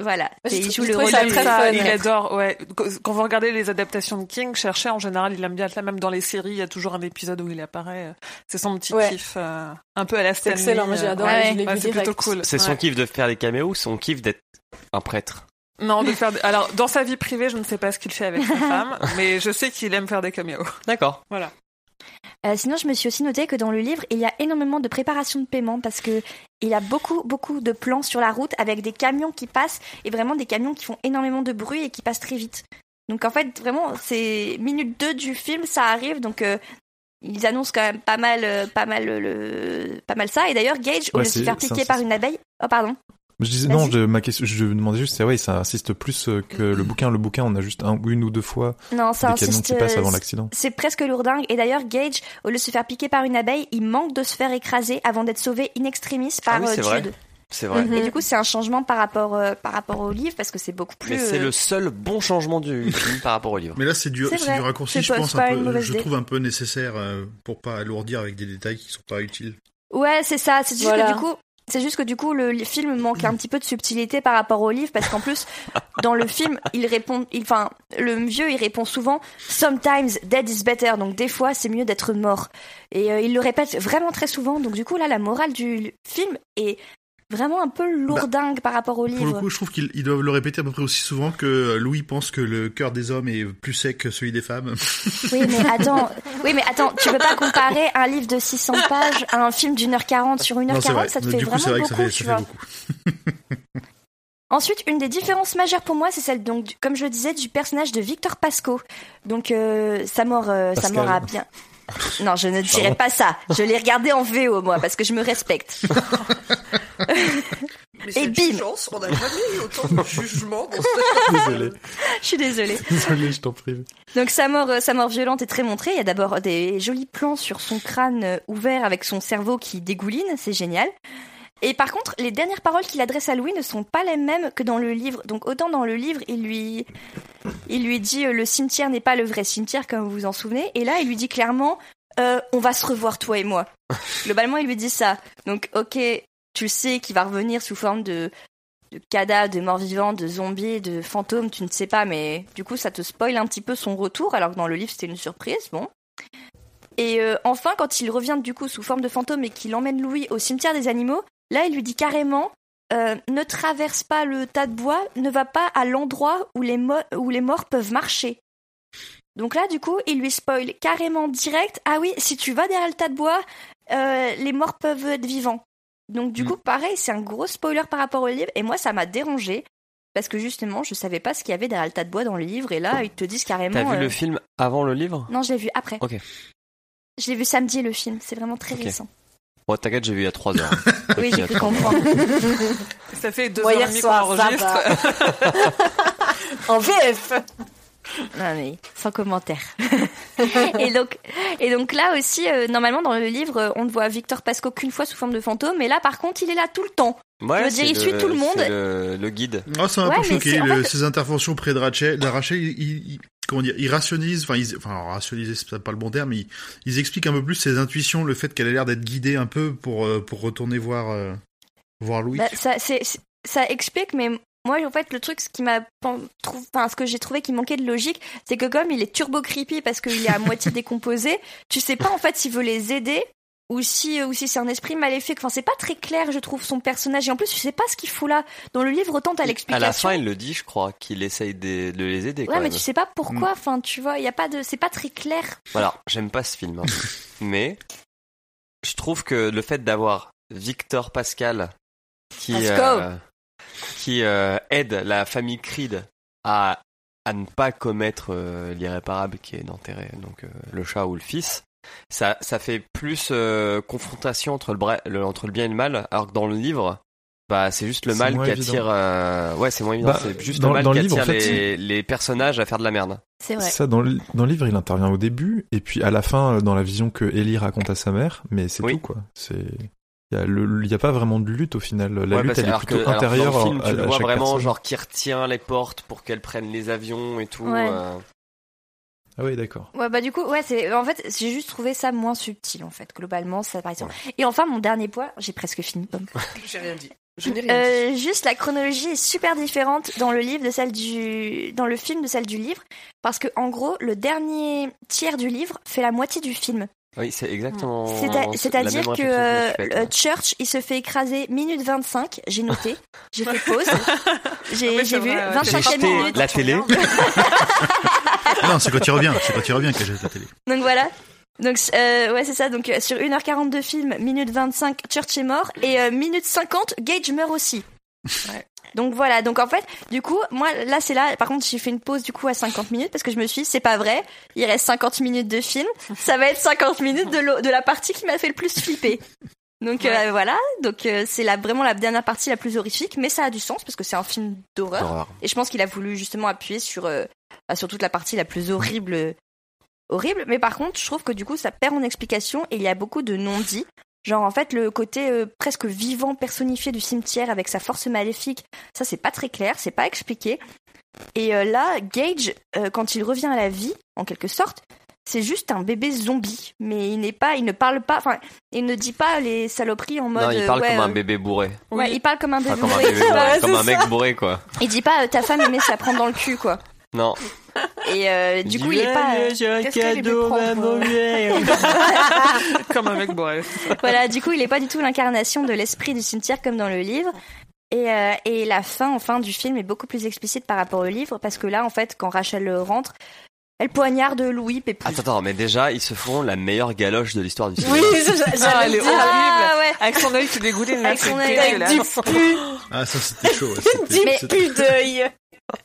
D: Voilà,
H: j'ai
D: Et il
H: trou-
D: joue
H: j'ai
D: le
H: trouvé
D: rôle
H: ça
D: de
H: très
D: ça.
H: fun.
G: Il adore, ouais. Qu- Quand vous regardez les adaptations de King, cherchez en général, il aime bien être là, même dans les séries, il y a toujours un épisode où il apparaît. C'est son petit
H: Ouais.
G: kiff, euh, un peu à la
H: C'est
G: Stanley.
H: excellent, moi, j'ai
G: euh,
H: adoré,
G: ouais.
D: je
H: l'ai
G: Ouais,
H: vu
G: C'est plutôt
H: direct.
G: cool.
C: C'est son
G: Ouais.
C: kiff de faire des caméos ou son kiff d'être un prêtre
G: Non, de faire. Alors, dans sa vie privée, je ne sais pas ce qu'il fait avec sa femme, mais je sais qu'il aime faire des caméos.
C: D'accord.
G: Voilà.
D: Euh, sinon, je me suis aussi noté que dans le livre, il y a énormément de préparation de paiement parce que il a beaucoup beaucoup de plans sur la route avec des camions qui passent et vraiment des camions qui font énormément de bruit et qui passent très vite. Donc en fait, vraiment, c'est minute 2 du film, ça arrive donc euh, ils annoncent quand même pas mal, euh, pas mal, euh, le, pas mal ça. Et d'ailleurs, Gage, au
E: Ouais,
D: lieu de se
E: c'est-
D: faire
E: c'est
D: piquer
E: un-
D: par une abeille, oh pardon,
E: Je disais non,
D: Vas-y.
E: je, ma question, je demandais juste, c'est ouais, ça insiste plus euh, que le bouquin. Le bouquin, on a juste un, une ou deux fois
D: non, ça
E: des camions
D: insiste.
E: qui passent
D: euh,
E: avant l'accident.
D: C'est presque lourdingue. Et d'ailleurs, Gage, au lieu de se faire piquer par une abeille, il manque de se faire écraser avant d'être sauvé in extremis par
C: Ah oui,
D: euh,
C: c'est vrai.
D: Jude.
C: C'est vrai.
H: Mhm.
D: Et du coup, c'est un changement par rapport, euh, par rapport au livre parce que c'est beaucoup plus.
C: Mais c'est
D: euh,
C: le seul bon changement du film par rapport au livre.
A: Mais là, c'est du,
D: C'est
A: c'est
D: vrai.
A: du raccourci,
D: C'est
A: je
D: pas-
A: pense,
D: c'est pas
A: un
D: une
A: peu,
D: mauvaise
A: je
D: idée.
A: trouve un peu nécessaire euh, pour pas alourdir avec des détails qui sont pas utiles.
D: Ouais, c'est ça. C'est juste
H: Voilà.
D: que du coup. C'est juste que du coup le li- film manque un petit peu de subtilité par rapport au livre parce qu'en plus dans le film il répond, il- enfin le vieux il répond souvent sometimes dead is better donc des fois c'est mieux d'être mort et euh, il le répète vraiment très souvent donc du coup là la morale du film est vraiment un peu lourdingue par rapport au
A: Bah, Pour le
D: livre.
A: coup, je trouve qu'ils ils doivent le répéter à peu près aussi souvent que Louis pense que le cœur des hommes est plus sec que celui des femmes.
D: Oui, mais attends, oui, mais attends, tu peux pas comparer un livre de 600 pages à un film d'une heure quarante. Sur une heure
A: non, c'est vrai.
D: quarante, ça te
A: Du
D: fait
A: coup, c'est
D: vraiment
A: vrai que
D: beaucoup,
A: ça fait,
D: tu
A: ça
D: vois.
A: fait beaucoup.
D: Ensuite, une des différences majeures pour moi, c'est celle donc, du- comme je le disais, du personnage de Victor Pasco. Donc, euh, sa mort, euh, sa
E: Pascal.
D: mort a bien. Non, je ne dirais pas ça. Je l'ai regardé en VO, moi, parce que je me respecte.
B: Mais
D: Et
B: c'est une
D: bim.
B: chance, on n'a jamais eu autant de jugements dans ce
E: Désolé,
D: Je suis désolée.
E: désolé, je t'en prie.
D: Donc sa mort, euh, sa mort violente est très montrée. Il y a d'abord des jolis plans sur son crâne euh, ouvert avec son cerveau qui dégouline, c'est génial. Et par contre, les dernières paroles qu'il adresse à Louis ne sont pas les mêmes que dans le livre. Donc autant dans le livre, il lui, il lui dit euh, le cimetière n'est pas le vrai cimetière comme vous vous en souvenez. Et là, il lui dit clairement, euh, on va se revoir toi et moi. Globalement, il lui dit ça. Donc ok, tu sais qu'il va revenir sous forme de de cadavres, de morts vivants, de zombies, de fantômes, tu ne sais pas, mais du coup ça te spoil un petit peu son retour, alors que dans le livre c'était une surprise, bon. Et euh, enfin, quand il revient du coup sous forme de fantôme et qu'il emmène Louis au cimetière des animaux, là il lui dit carrément euh, ne traverse pas le tas de bois, ne va pas à l'endroit où les, mo- où les morts peuvent marcher. Donc là, du coup, il lui spoil carrément direct. Ah oui, si tu vas derrière le tas de bois, euh, les morts peuvent être vivants. Donc du
A: Mm.
D: coup, pareil, c'est un gros spoiler par rapport au livre. Et moi, ça m'a dérangé parce que justement, je savais pas ce qu'il y avait derrière le tas de bois dans le livre. Et là, ils te disent carrément.
C: T'as vu
D: euh,
C: le film avant le livre
D: Non, je l'ai vu après.
C: Ok.
D: Je l'ai vu samedi le film. C'est vraiment très
C: Ok.
D: récent.
C: Moi, t'inquiète, j'ai vu il y a 3 heures.
D: Oui, j'ai pu comprendre.
G: Ça fait deux
H: Moi,
G: heures et
H: hier
G: demie qu'on
H: soir, ça
G: enregistre.
H: va. en VF.
D: Non mais sans commentaire. et donc et donc là aussi euh, normalement dans le livre euh, on ne voit Victor Pasco qu'une fois sous forme de fantôme mais là par contre il est là tout le temps.
C: Ouais,
D: Je veux dire,
C: c'est
D: il suit tout le monde.
C: c'est Le, le guide.
A: Oh, ça m'a
D: Ouais,
A: un peu
D: mais
A: choqué,
D: c'est- en
A: le-
D: fait-
A: ces interventions près de Rachel. La Rachel, il, il- comment dire, il rationalise, enfin, ils- enfin alors, rationaliser, c'est peut-être pas le bon terme, mais ils, ils expliquent un peu plus ses intuitions, le fait qu'elle a l'air d'être guidée un peu pour, euh, pour retourner voir, euh, voir Louis.
D: Bah, ça c'est c'est- ça explique mais moi en fait le truc ce qui m'a pen- trou- enfin ce que j'ai trouvé qui manquait de logique c'est que comme il est turbo creepy parce qu'il est à moitié décomposé tu sais pas en fait s'il veut les aider ou si euh, ou si c'est un esprit maléfique enfin c'est pas très clair je trouve son personnage et en plus je sais pas ce qu'il fout là dans le livre autant t'as
C: À la
D: l'explication
C: fin, il le dit, je crois, qu'il essaye de, de les aider. quand
D: Ouais, mais
C: même. Mm.
D: tu sais pas pourquoi, enfin, tu vois, il y a pas de, c'est pas très clair.
C: Voilà, j'aime pas ce film. hein. mais je trouve que le fait d'avoir Victor Pascal qui,
D: Pasco.
C: euh, qui euh, aide la famille Creed à, à ne pas commettre euh, l'irréparable qui est d'enterrer donc euh, le chat ou le fils, ça, ça fait plus euh, confrontation entre le, bra- le- entre le bien et le mal, alors que dans le livre. Bah, c'est juste le
E: C'est
C: mal
E: moins
C: qui
E: évident.
C: attire. euh, Ouais, c'est moins évident.
E: Bah,
C: c'est juste
E: dans-
C: le mal
E: dans
C: qui
E: le livre, en
C: attire
E: fait,
C: les, les personnages à faire de la merde.
D: C'est
E: C'est Ça, dans le, dans le livre, il intervient au début, et puis à la fin, euh, dans la vision que Ellie raconte à sa mère, mais c'est
C: Oui.
E: tout, quoi. C'est. Il n'y a, pas vraiment de lutte au final. La
C: Ouais,
E: lutte,
C: parce-
E: elle est
C: alors
E: plutôt
C: que- alors que
E: intérieure.
C: dans le film,
E: à-
C: tu
E: à,
C: le
E: à
C: vois
E: chaque
C: vraiment,
E: personne.
C: genre, qui retient les portes pour qu'elles prennent les avions et tout.
D: Ouais.
C: euh.
E: Ah oui, d'accord.
D: Ouais, bah du coup, ouais, c'est, en fait, j'ai juste trouvé ça moins subtil, en fait, globalement, ça par exemple. Et enfin, mon dernier point, j'ai presque fini. pardon.
B: J'ai rien dit. Je n'ai rien dit.
D: Euh, juste, la chronologie est super différente dans le livre de celle du, dans le film de celle du livre, parce que en gros, le dernier tiers du livre fait la moitié du film.
C: Oui, Oh, c'est exactement.
D: C'est à- C'est-à-dire que euh, le Church, il se fait écraser minute 25, j'ai noté, j'ai fait pause,
G: Non,
D: j'ai
G: mais
D: j'ai
G: c'est
D: vu
G: vrai, ouais.
D: 25
C: J'ai jeté
D: minutes.
C: la télé.
A: Ah non, c'est quand il revient, c'est quand il revient que jette la télé.
D: Donc voilà. Donc euh, ouais, c'est ça. Donc euh, sur 1h40 de film, minute 25, Church est mort et euh, minute 50, Gage meurt aussi. Donc voilà, donc en fait, du coup, moi là c'est là, par contre j'ai fait une pause du coup à 50 minutes parce que je me suis dit c'est pas vrai, il reste 50 minutes de film, ça va être 50 minutes de, l'au- de la partie qui m'a fait le plus flipper. Donc euh, voilà, donc euh, c'est la, vraiment la dernière partie la plus horrifique, mais ça a du sens parce que c'est un film d'horreur. Et je pense qu'il a voulu justement appuyer sur, euh, bah, sur toute la partie la plus horrible. euh, horrible. Mais par contre, je trouve que du coup, ça perd en explication et il y a beaucoup de non-dits. Genre, en fait, le côté euh, presque vivant, personnifié du cimetière avec sa force maléfique, ça, c'est pas très clair, c'est pas expliqué. Et euh, là, Gage, euh, quand il revient à la vie, en quelque sorte, c'est juste un bébé zombie. Mais il n'est pas, il ne parle pas, enfin, il ne dit pas les saloperies en mode.
C: Non, il
D: euh,
C: parle
D: ouais,
C: comme un
D: euh,
C: bébé bourré.
D: ouais, il parle comme un bébé.
C: Enfin, comme un
D: bourré,
C: bébé
D: tu vois.
C: bourré.
H: Ouais,
C: Comme
H: c'est
C: un mec bourré, quoi.
D: Il dit pas euh, ta femme aimait se la prendre dans le cul, quoi.
C: Non.
D: Et euh, du coup, il est pas. euh,
C: J'ai un
B: Qu'est-ce qu'elle aimait prendre, euh,
G: Comme un mec bourré.
D: euh, voilà, du coup, il est pas du tout l'incarnation de l'esprit du cimetière comme dans le livre. Et, euh, et la fin, enfin, du film est beaucoup plus explicite par rapport au livre parce que là, en fait, quand Rachel euh, rentre, elle poignarde Louis Pépou.
C: Attends, attends, mais déjà, ils se font la meilleure galoche de l'histoire du cinéma.
H: Oui, ça, j'a-
G: Ah, elle
H: j'allais
G: est
H: le dire.
D: ah ouais.
G: Avec son œil tout dégoûté,
D: Avec
G: c'est
D: son œil.
H: Avec
G: dégueulasse.
H: du pu,
A: Ah, ça, c'était chaud. ouais,
H: du
A: c'était- c'était-
H: pu d'œil.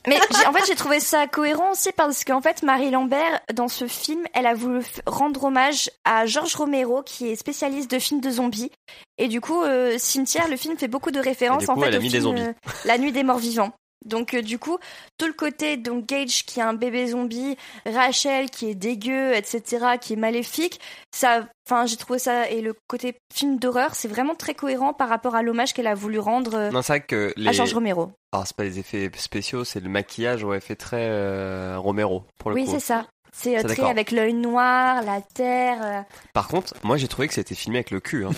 D: Mais j'ai- en fait, j'ai trouvé ça cohérent aussi parce qu'en fait, Marie Lambert, dans ce film, elle a voulu f- rendre hommage à Georges Romero, qui est spécialiste de films de zombies. Et du coup, euh, Cimetière, le film fait beaucoup de références
C: Et du
D: en
C: coup,
D: fait
C: elle a
D: au
C: mis des
D: film
C: zombies.
D: euh, La Nuit des Morts Vivants. Donc euh, du coup, tout le côté donc Gage qui est un bébé zombie, Rachel qui est dégueu, etc., qui est maléfique, ça, enfin, j'ai trouvé ça et le côté film d'horreur, c'est vraiment très cohérent par rapport à l'hommage qu'elle a voulu rendre euh,
C: Non, c'est vrai que les.
D: à Georges Romero.
C: Alors, c'est pas les effets spéciaux, c'est le maquillage, ouais, fait très euh, Romero, pour le
D: Oui,
C: coup.
D: c'est ça. C'est euh,
C: Ça,
D: très
C: d'accord.
D: avec l'œil noir, la terre.
C: Par contre, moi, j'ai trouvé que c'était filmé avec le cul, hein.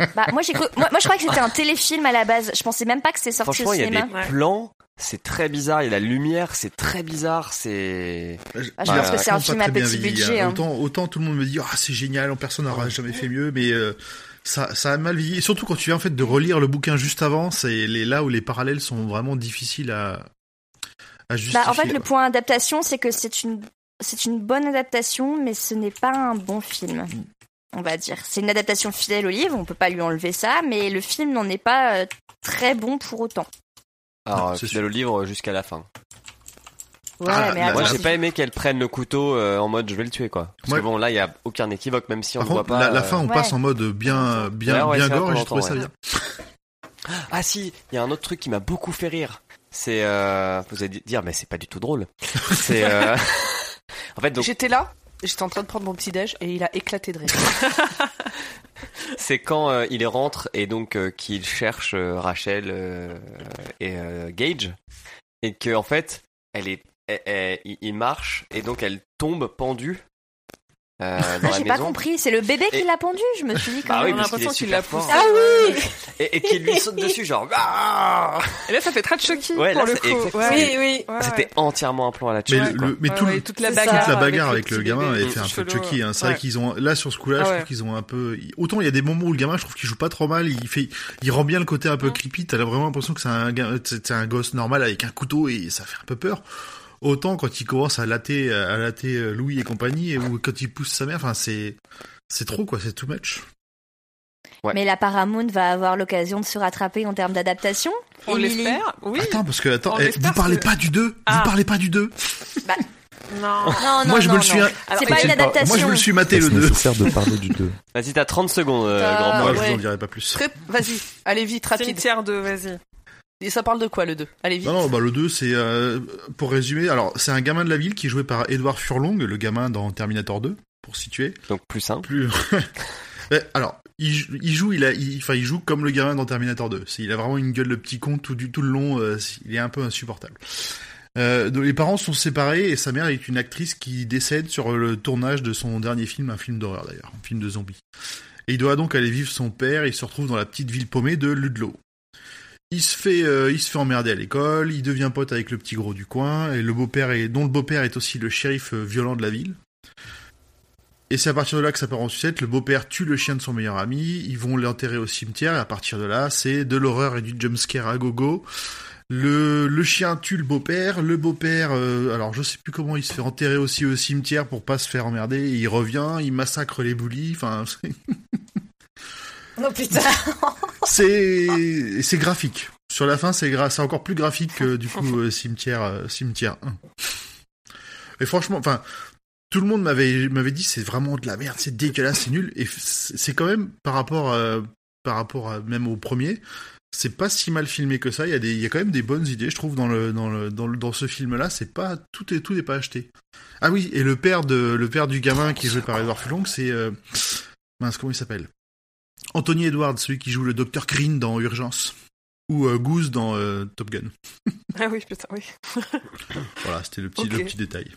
D: euh. Bah, moi, j'ai cru... moi, moi, je crois que c'était un téléfilm à la base. Je pensais même pas que c'était sorti au
C: Franchement, il y a
D: cinéma.
C: des plans, c'est très bizarre. Il y a la lumière, c'est très bizarre. C'est.
D: Ah,
C: je
A: Il
C: pense que
A: a
D: c'est un
A: vraiment
D: film
A: Bah, pas
D: à
A: très bien
D: petit
A: vieilli,
D: budget,
A: hein.
D: hein.
A: Autant, autant tout le monde me dit, ah, c'est génial, personne n'aura jamais fait mieux, mais euh, ça, ça a mal vieilli. Et surtout quand tu viens en fait de relire le bouquin juste avant, c'est les, là où les parallèles sont vraiment difficiles à, à justifier.
D: Bah, en fait, le point adaptation, c'est que c'est une c'est une bonne adaptation, mais ce n'est pas un bon film. On va dire. C'est une adaptation fidèle au livre. On peut pas lui enlever ça, mais le film n'en est pas euh, très bon pour autant.
C: Alors,
A: Ah, c'est
C: fidèle au livre jusqu'à la fin.
D: Ouais,
A: Ah,
D: mais
A: la-
D: attends,
C: Moi, j'ai
D: si-
C: pas aimé qu'elle prenne le couteau euh, en mode je vais le tuer quoi. Parce
A: Ouais.
C: que bon, là, il y a aucun équivoque, même si on
A: Par
C: ne voit
A: contre,
C: pas.
A: la, la
C: euh,
A: fin, on
D: ouais.
A: passe en mode bien, bien,
C: Ouais, ouais,
A: bien
C: c'est vrai
A: gore,
C: qu'on
A: et j'ai trouvé ça
C: l'entend,
A: bien.
C: Ah si, il y a un autre truc qui m'a beaucoup fait rire. C'est euh, vous allez dire mais c'est pas du tout drôle. c'est euh, en fait donc
B: J'étais là, j'étais en train de prendre mon petit déj et il a éclaté de rire.
C: c'est quand euh, il rentre et donc euh, qu'il cherche euh, Rachel euh, et euh, Gage et que en fait elle est elle- elle- il- il marche et donc elle tombe pendue euh, dans
D: Ah,
C: la
D: j'ai pas
C: maison.
D: compris, c'est le bébé qui
C: Et-
D: l'a pendu, je me suis dit quand
C: Bah oui,
D: même.
G: On a
C: parce qu'il est
G: l'impression qu'il
C: super
G: l'a poussé.
C: fort.
D: Ah oui
C: et, et qu'il lui saute dessus genre Ah
G: Et là, ça fait très Chucky
C: Ouais,
G: pour
C: là,
G: le
C: c'est
G: coup.
C: exactement-
F: Oui,
G: Ouais.
F: oui.
G: Ouais, ouais.
C: c'était entièrement un plan à la
A: Mais,
C: tuer
A: le- le- mais
G: Ouais,
A: tout le-
G: ouais, toute la
F: C'est ça,
G: bagarre,
A: toute la bagarre
G: le
A: avec, le
G: petit
A: gamin
G: bébé
A: était un peu
G: chelou,
A: Chucky. Hein. C'est
G: ouais.
A: vrai qu'ils ont là sur ce coup-là,
G: Ah
A: je
G: ouais.
A: trouve qu'ils ont un peu. Autant il y a des moments où le gamin, je trouve qu'il joue pas trop mal. Il fait, il rend bien le côté un peu creepy. T'as vraiment l'impression que c'est un, ga- c'est c'est un gosse normal avec un couteau et ça fait un peu peur. Autant quand il commence à latter, à latter euh, Louis et compagnie, et- ou quand il pousse sa mère, enfin c'est, c'est trop quoi, c'est too much.
C: Ouais.
D: Mais la Paramount va avoir l'occasion de se rattraper en termes d'adaptation.
G: On
D: Emily.
G: l'espère, oui.
A: Attends parce que attends,
G: On
A: eh,
G: espère
A: vous parlez
G: que-
A: pas du 2
G: Ah.
A: vous parlez pas du 2
G: Non.
D: Non, non,
A: Moi je me
D: non,
A: le suis,
D: non.
A: un-
D: C'est pas une
E: c'est pas-
A: moi
E: moi, je
A: je
D: adaptation.
A: me le suis maté
E: C'est
A: le 2
E: nécessaire de parler du 2.
C: Vas-y, t'as 30 secondes, euh,
B: Euh,
G: Ah,
C: grand
A: Moi
C: Paul.
A: je vous
B: ouais.
A: en dirai pas plus.
B: Très- Vas-y, allez vite, rapide.
G: Cimetière de, vas-y.
B: Et ça parle de quoi le 2 Allez vite.
A: Non, non, bah le 2, c'est. euh, pour résumer, alors, c'est un gamin de la ville qui est joué par Edouard Furlong, le gamin dans Terminator 2, pour situer.
C: Donc plus simple.
A: Plus. Ouais, alors, il, jou- il joue, il a, il, enfin, il joue comme le gamin dans Terminator 2. C'est- il a vraiment une gueule de petit con tout, du, tout le long, euh, c'est- il est un peu insupportable. Euh, donc, les parents sont séparés et sa mère est une actrice qui décède sur le tournage de son dernier film, un film d'horreur d'ailleurs, un film de zombies. Et il doit donc aller vivre son père, il se retrouve dans la petite ville paumée de Ludlow. Il se fait, euh, il se fait emmerder à l'école, il devient pote avec le petit gros du coin, et le beau-père est, dont le beau-père est aussi le shérif euh, violent de la ville. Et c'est à partir de là que ça part en sucette. Le beau-père tue le chien de son meilleur ami. Ils vont l'enterrer au cimetière. Et à partir de là, c'est de l'horreur et du jumpscare à gogo. Le, le chien tue le beau-père. Le beau-père, euh, alors je sais plus comment, il se fait enterrer aussi au cimetière pour pas se faire emmerder. Et il revient, il massacre les boulis. Enfin, c'est-
F: Non, putain.
A: c'est c'est graphique. Sur la fin, c'est gra- c'est encore plus graphique que du coup euh, cimetière euh, cimetière 1. Et franchement, enfin, tout le monde m'avait m'avait dit c'est vraiment de la merde, c'est dégueulasse, c'est nul. Et f- c'est c'est quand même par rapport euh, par rapport à- même au premier, c'est pas si mal filmé que ça. Il y a des il y a quand même des bonnes idées, je trouve dans le dans le dans, le- dans ce film là. C'est pas tout est tout n'est pas acheté. Ah oui, et le père de le père du gamin qui est joué par Edward Furlong, c'est euh, mince comment il s'appelle Anthony Edwards, celui qui joue le docteur Green dans Urgence ou euh, Goose dans euh, Top Gun.
G: Ah oui, putain, oui.
A: Voilà, c'était le petit
G: Ok.
A: le petit détail.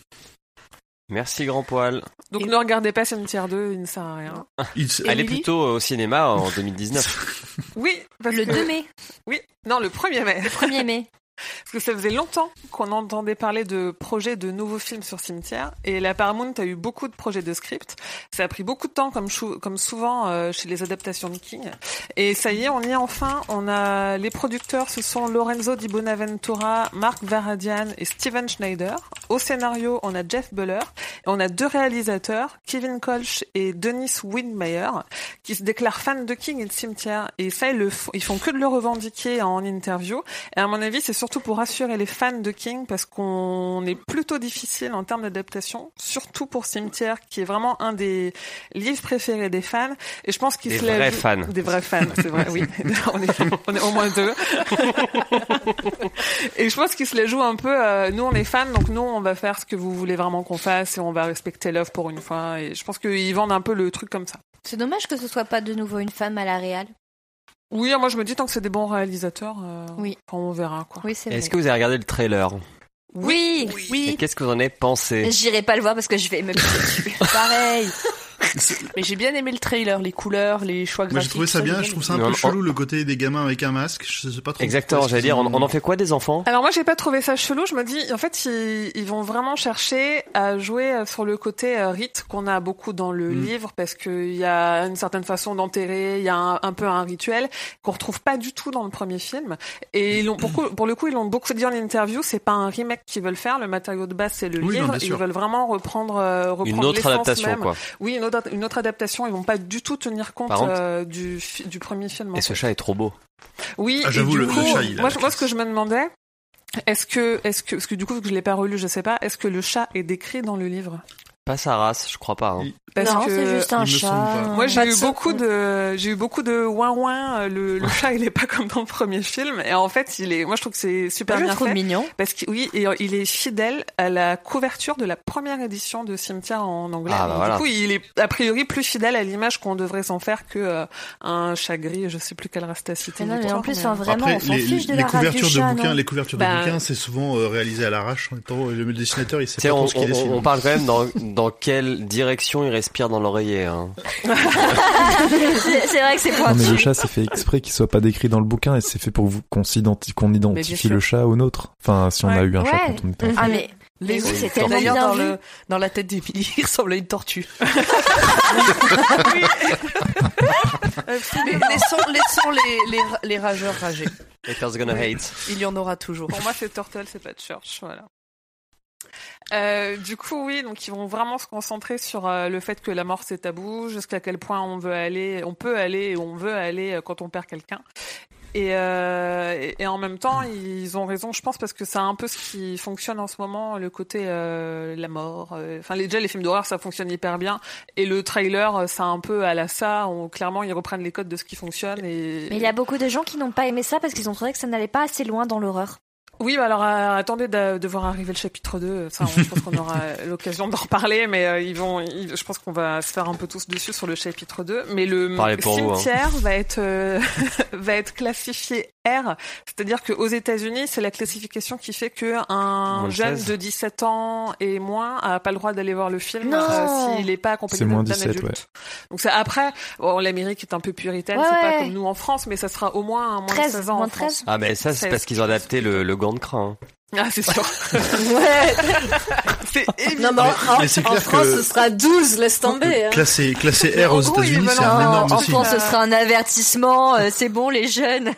C: Merci, grand poil.
G: Donc
B: Et-
G: ne regardez pas Cimetière 2, il ne sert à rien.
A: Il s-
C: Allez
B: Emily
C: plutôt au cinéma en 2019.
G: Oui, parce
D: Le
G: que...
D: 2 mai,
G: Oui, non, le 1er mai.
D: 1er mai.
G: Parce que ça faisait longtemps qu'on entendait parler de projets de nouveaux films sur cimetière. Et la Paramount a eu beaucoup de projets de script. Ça a pris beaucoup de temps, comme, chou- comme souvent euh, chez les adaptations de King. Et ça y est, on y est enfin. On a les producteurs, ce sont Lorenzo Di Bonaventura, Mark Varadian et Steven Schneider. Au scénario, on a Jeff Buller. Et on a deux réalisateurs, Kevin Kolsch et Denis Windmeyer, qui se déclarent fans de King et de cimetière. Et ça, ils, le f- ils font que de le revendiquer en interview. Et à mon avis, c'est surtout pour rassurer les fans de King parce qu'on est plutôt difficile en termes d'adaptation, surtout pour Cimetière, qui est vraiment un des livres préférés des fans. Et je pense qu'ils
C: Des
G: se lèvent-
C: vrais fans.
G: Des vrais fans, c'est vrai, oui. on, est, on est au moins deux. et je pense qu'ils se la jouent un peu. euh, nous, on est fans, donc nous, on va faire ce que vous voulez vraiment qu'on fasse et on va respecter l'œuvre pour une fois. Et je pense qu'ils vendent un peu le truc comme ça.
D: C'est dommage que ce soit pas de nouveau une femme à la réal.
G: Oui, moi, je me dis tant que c'est des bons réalisateurs, euh,
D: Oui.
G: enfin, on verra quoi.
D: Oui, c'est vrai.
C: Est-ce que vous avez regardé le trailer
D: Oui, oui.
C: Et qu'est-ce que vous en avez pensé
D: J'irai pas le voir parce que je vais me piquer dessus. Pareil.
B: Mais j'ai bien aimé le trailer, les couleurs, les choix graphiques.
A: Moi, j'ai trouvé ça bien.
B: j'ai
A: Je trouve ça un
C: Non,
A: peu
C: non,
A: chelou le côté des gamins avec un masque. Je sais pas trop.
C: Exactement,
A: pourquoi
C: j'allais dire, on,
A: est-ce qu'ils
C: on en
A: ont-
C: fait quoi des enfants
G: Alors moi j'ai pas trouvé ça chelou, je me dis en fait ils, ils vont vraiment chercher à jouer euh, sur le côté euh, rite qu'on a beaucoup dans le
A: Mm.
G: livre parce qu'il y a une certaine façon d'enterrer, il y a un, un peu un rituel qu'on retrouve pas du tout dans le premier film et ils l'ont pour, coup- pour le coup ils l'ont beaucoup dit en interview, c'est pas un remake qu'ils veulent faire, le matériau de base c'est le
A: Oui, non,
G: livre,
A: bien sûr.
G: ils veulent vraiment reprendre, euh, reprendre
C: Une autre
G: l'essence
C: adaptation,
G: même.
C: quoi.
G: Oui, une autre, une autre adaptation, ils vont pas du tout tenir compte
C: Par contre-
G: euh, du, fi- du premier film. en
C: Et ce chat est trop beau.
G: oui,
A: Ah,
G: et
A: j'avoue,
G: du
A: le-
G: coup,
A: le chat, il a la
G: moi, je- moi, ce
A: classe.
G: que je me demandais, Est-ce que, est-ce que, parce que du coup, vu que je l'ai pas relu, je sais pas, est-ce que le chat est décrit dans le livre
C: Pas sa race, je crois pas. hein.
G: Parce
D: non,
G: que-
D: c'est juste un
A: il me
D: chat.
A: semble pas.
G: Moi, j'ai
D: Pas de
G: eu
D: son-
G: beaucoup de, j'ai eu beaucoup de ouin ouin. euh, Le, le chat, il est pas comme dans le premier film. Et en fait, il est, moi, je trouve que c'est super
D: Bah, Je le
G: bien
D: trouve
G: fait.
D: mignon.
G: Parce que oui, et, euh, il est fidèle à la couverture de la première édition de Cimetière en anglais.
C: Ah, bah
G: Donc,
C: voilà.
G: Du coup, il est a priori plus fidèle à l'image qu'on devrait s'en faire que euh, un chat gris. Je sais plus quelle race t'as cité.
D: Mais Ah, non, mais
G: Victor,
D: en plus,
G: mais-
D: enfin, vraiment,
A: Après,
D: on s'en
A: les,
D: fiche de
A: les
D: la race du
A: couvertures de
D: chat. non
A: bouquins, les couvertures
G: Bah-
A: de bouquins, c'est souvent euh, réalisé à l'arrache. en même temps, Le le dessinateur, il sait pas
C: Tu sais, on,
A: trop ce qu'il
C: on-
A: dessine.
C: on parle quand même dans, dans quelle direction il respire dans l'oreiller. Hein.
D: c'est c'est vrai que c'est
E: Non, mais le
D: pointu.
E: chat, c'est fait exprès qu'il soit pas décrit dans le bouquin et c'est fait pour vous qu'on s'identifie, qu'on identifie
B: sûr.
E: le chat au nôtre. Enfin, si on a
G: Ouais.
E: eu un chat
D: Ouais.
E: quand on était enfant.
D: Ah mais
B: Les
D: Oui,
B: ours,
D: c'est tellement
B: D'ailleurs,
D: bien
B: dans,
D: vu.
B: le- dans la tête d'Emilie, il ressemble à une tortue. Mais laissons laissons les, les, les rageurs rager.
C: Haters gonna hate.
B: Il y en aura toujours.
G: Pour moi, c'est Turtle, c'est pas Church, voilà. Euh, du coup, oui, donc ils vont vraiment se concentrer sur euh, le fait que la mort c'est tabou, jusqu'à quel point on veut aller, on peut aller et on veut aller euh, quand on perd quelqu'un. Et, euh, et, et en même temps, ils ont raison, je pense, parce que c'est un peu ce qui fonctionne en ce moment, le côté euh, la mort. euh, Enfin, les, déjà les films d'horreur, ça fonctionne hyper bien, et le trailer, euh, c'est un peu à la ça. On, clairement, ils reprennent les codes de ce qui fonctionne. Et...
D: Mais il y a beaucoup de gens qui n'ont pas aimé ça parce qu'ils ont trouvé que ça n'allait pas assez loin dans l'horreur.
G: Oui, bah alors euh, attendez de, de voir arriver le chapitre 2. Ça, on- je pense qu'on aura l'occasion d'en reparler, mais euh, ils vont, ils- je pense qu'on va se faire un peu tous dessus sur le chapitre 2. Mais le
C: Parlez pour vous, hein.
G: cimetière va être euh, va être classifié R, c'est-à-dire que aux États-Unis, c'est la classification qui fait que un
C: Moins de
G: jeune
C: 16.
G: de 17 ans et moins a pas le droit d'aller voir le film
D: Non.
G: euh, s'il n'est pas
E: C'est
G: accompagné
E: moins
G: d'un
E: 17,
G: adulte.
E: ouais.
G: Donc ça, après, bon, l'Amérique est un peu puritaine,
D: Ouais,
G: c'est pas
D: ouais.
G: comme nous en France, mais ça sera au moins un moins
D: 13,
G: de 16 ans
D: moins
G: en
D: de 13.
G: France.
C: Ah, mais ça, c'est
G: C'est-
C: parce qu'ils ont adapté le, le gant de crin. hein.
G: Ah, c'est sûr.
H: Ouais.
G: c'est évident.
H: Non, mais en,
A: mais c'est
H: en
A: clair
H: France,
A: que-
H: ce sera 12, laisse tomber. hein.
A: Classé,
G: Mais
A: classé R
G: en
A: aux
G: gros, ils
A: États-Unis,
G: veulent
A: c'est
D: Oh,
G: en-
A: un énorme
G: en
A: signe.
G: France, ce sera
D: un avertissement, euh, c'est bon les jeunes.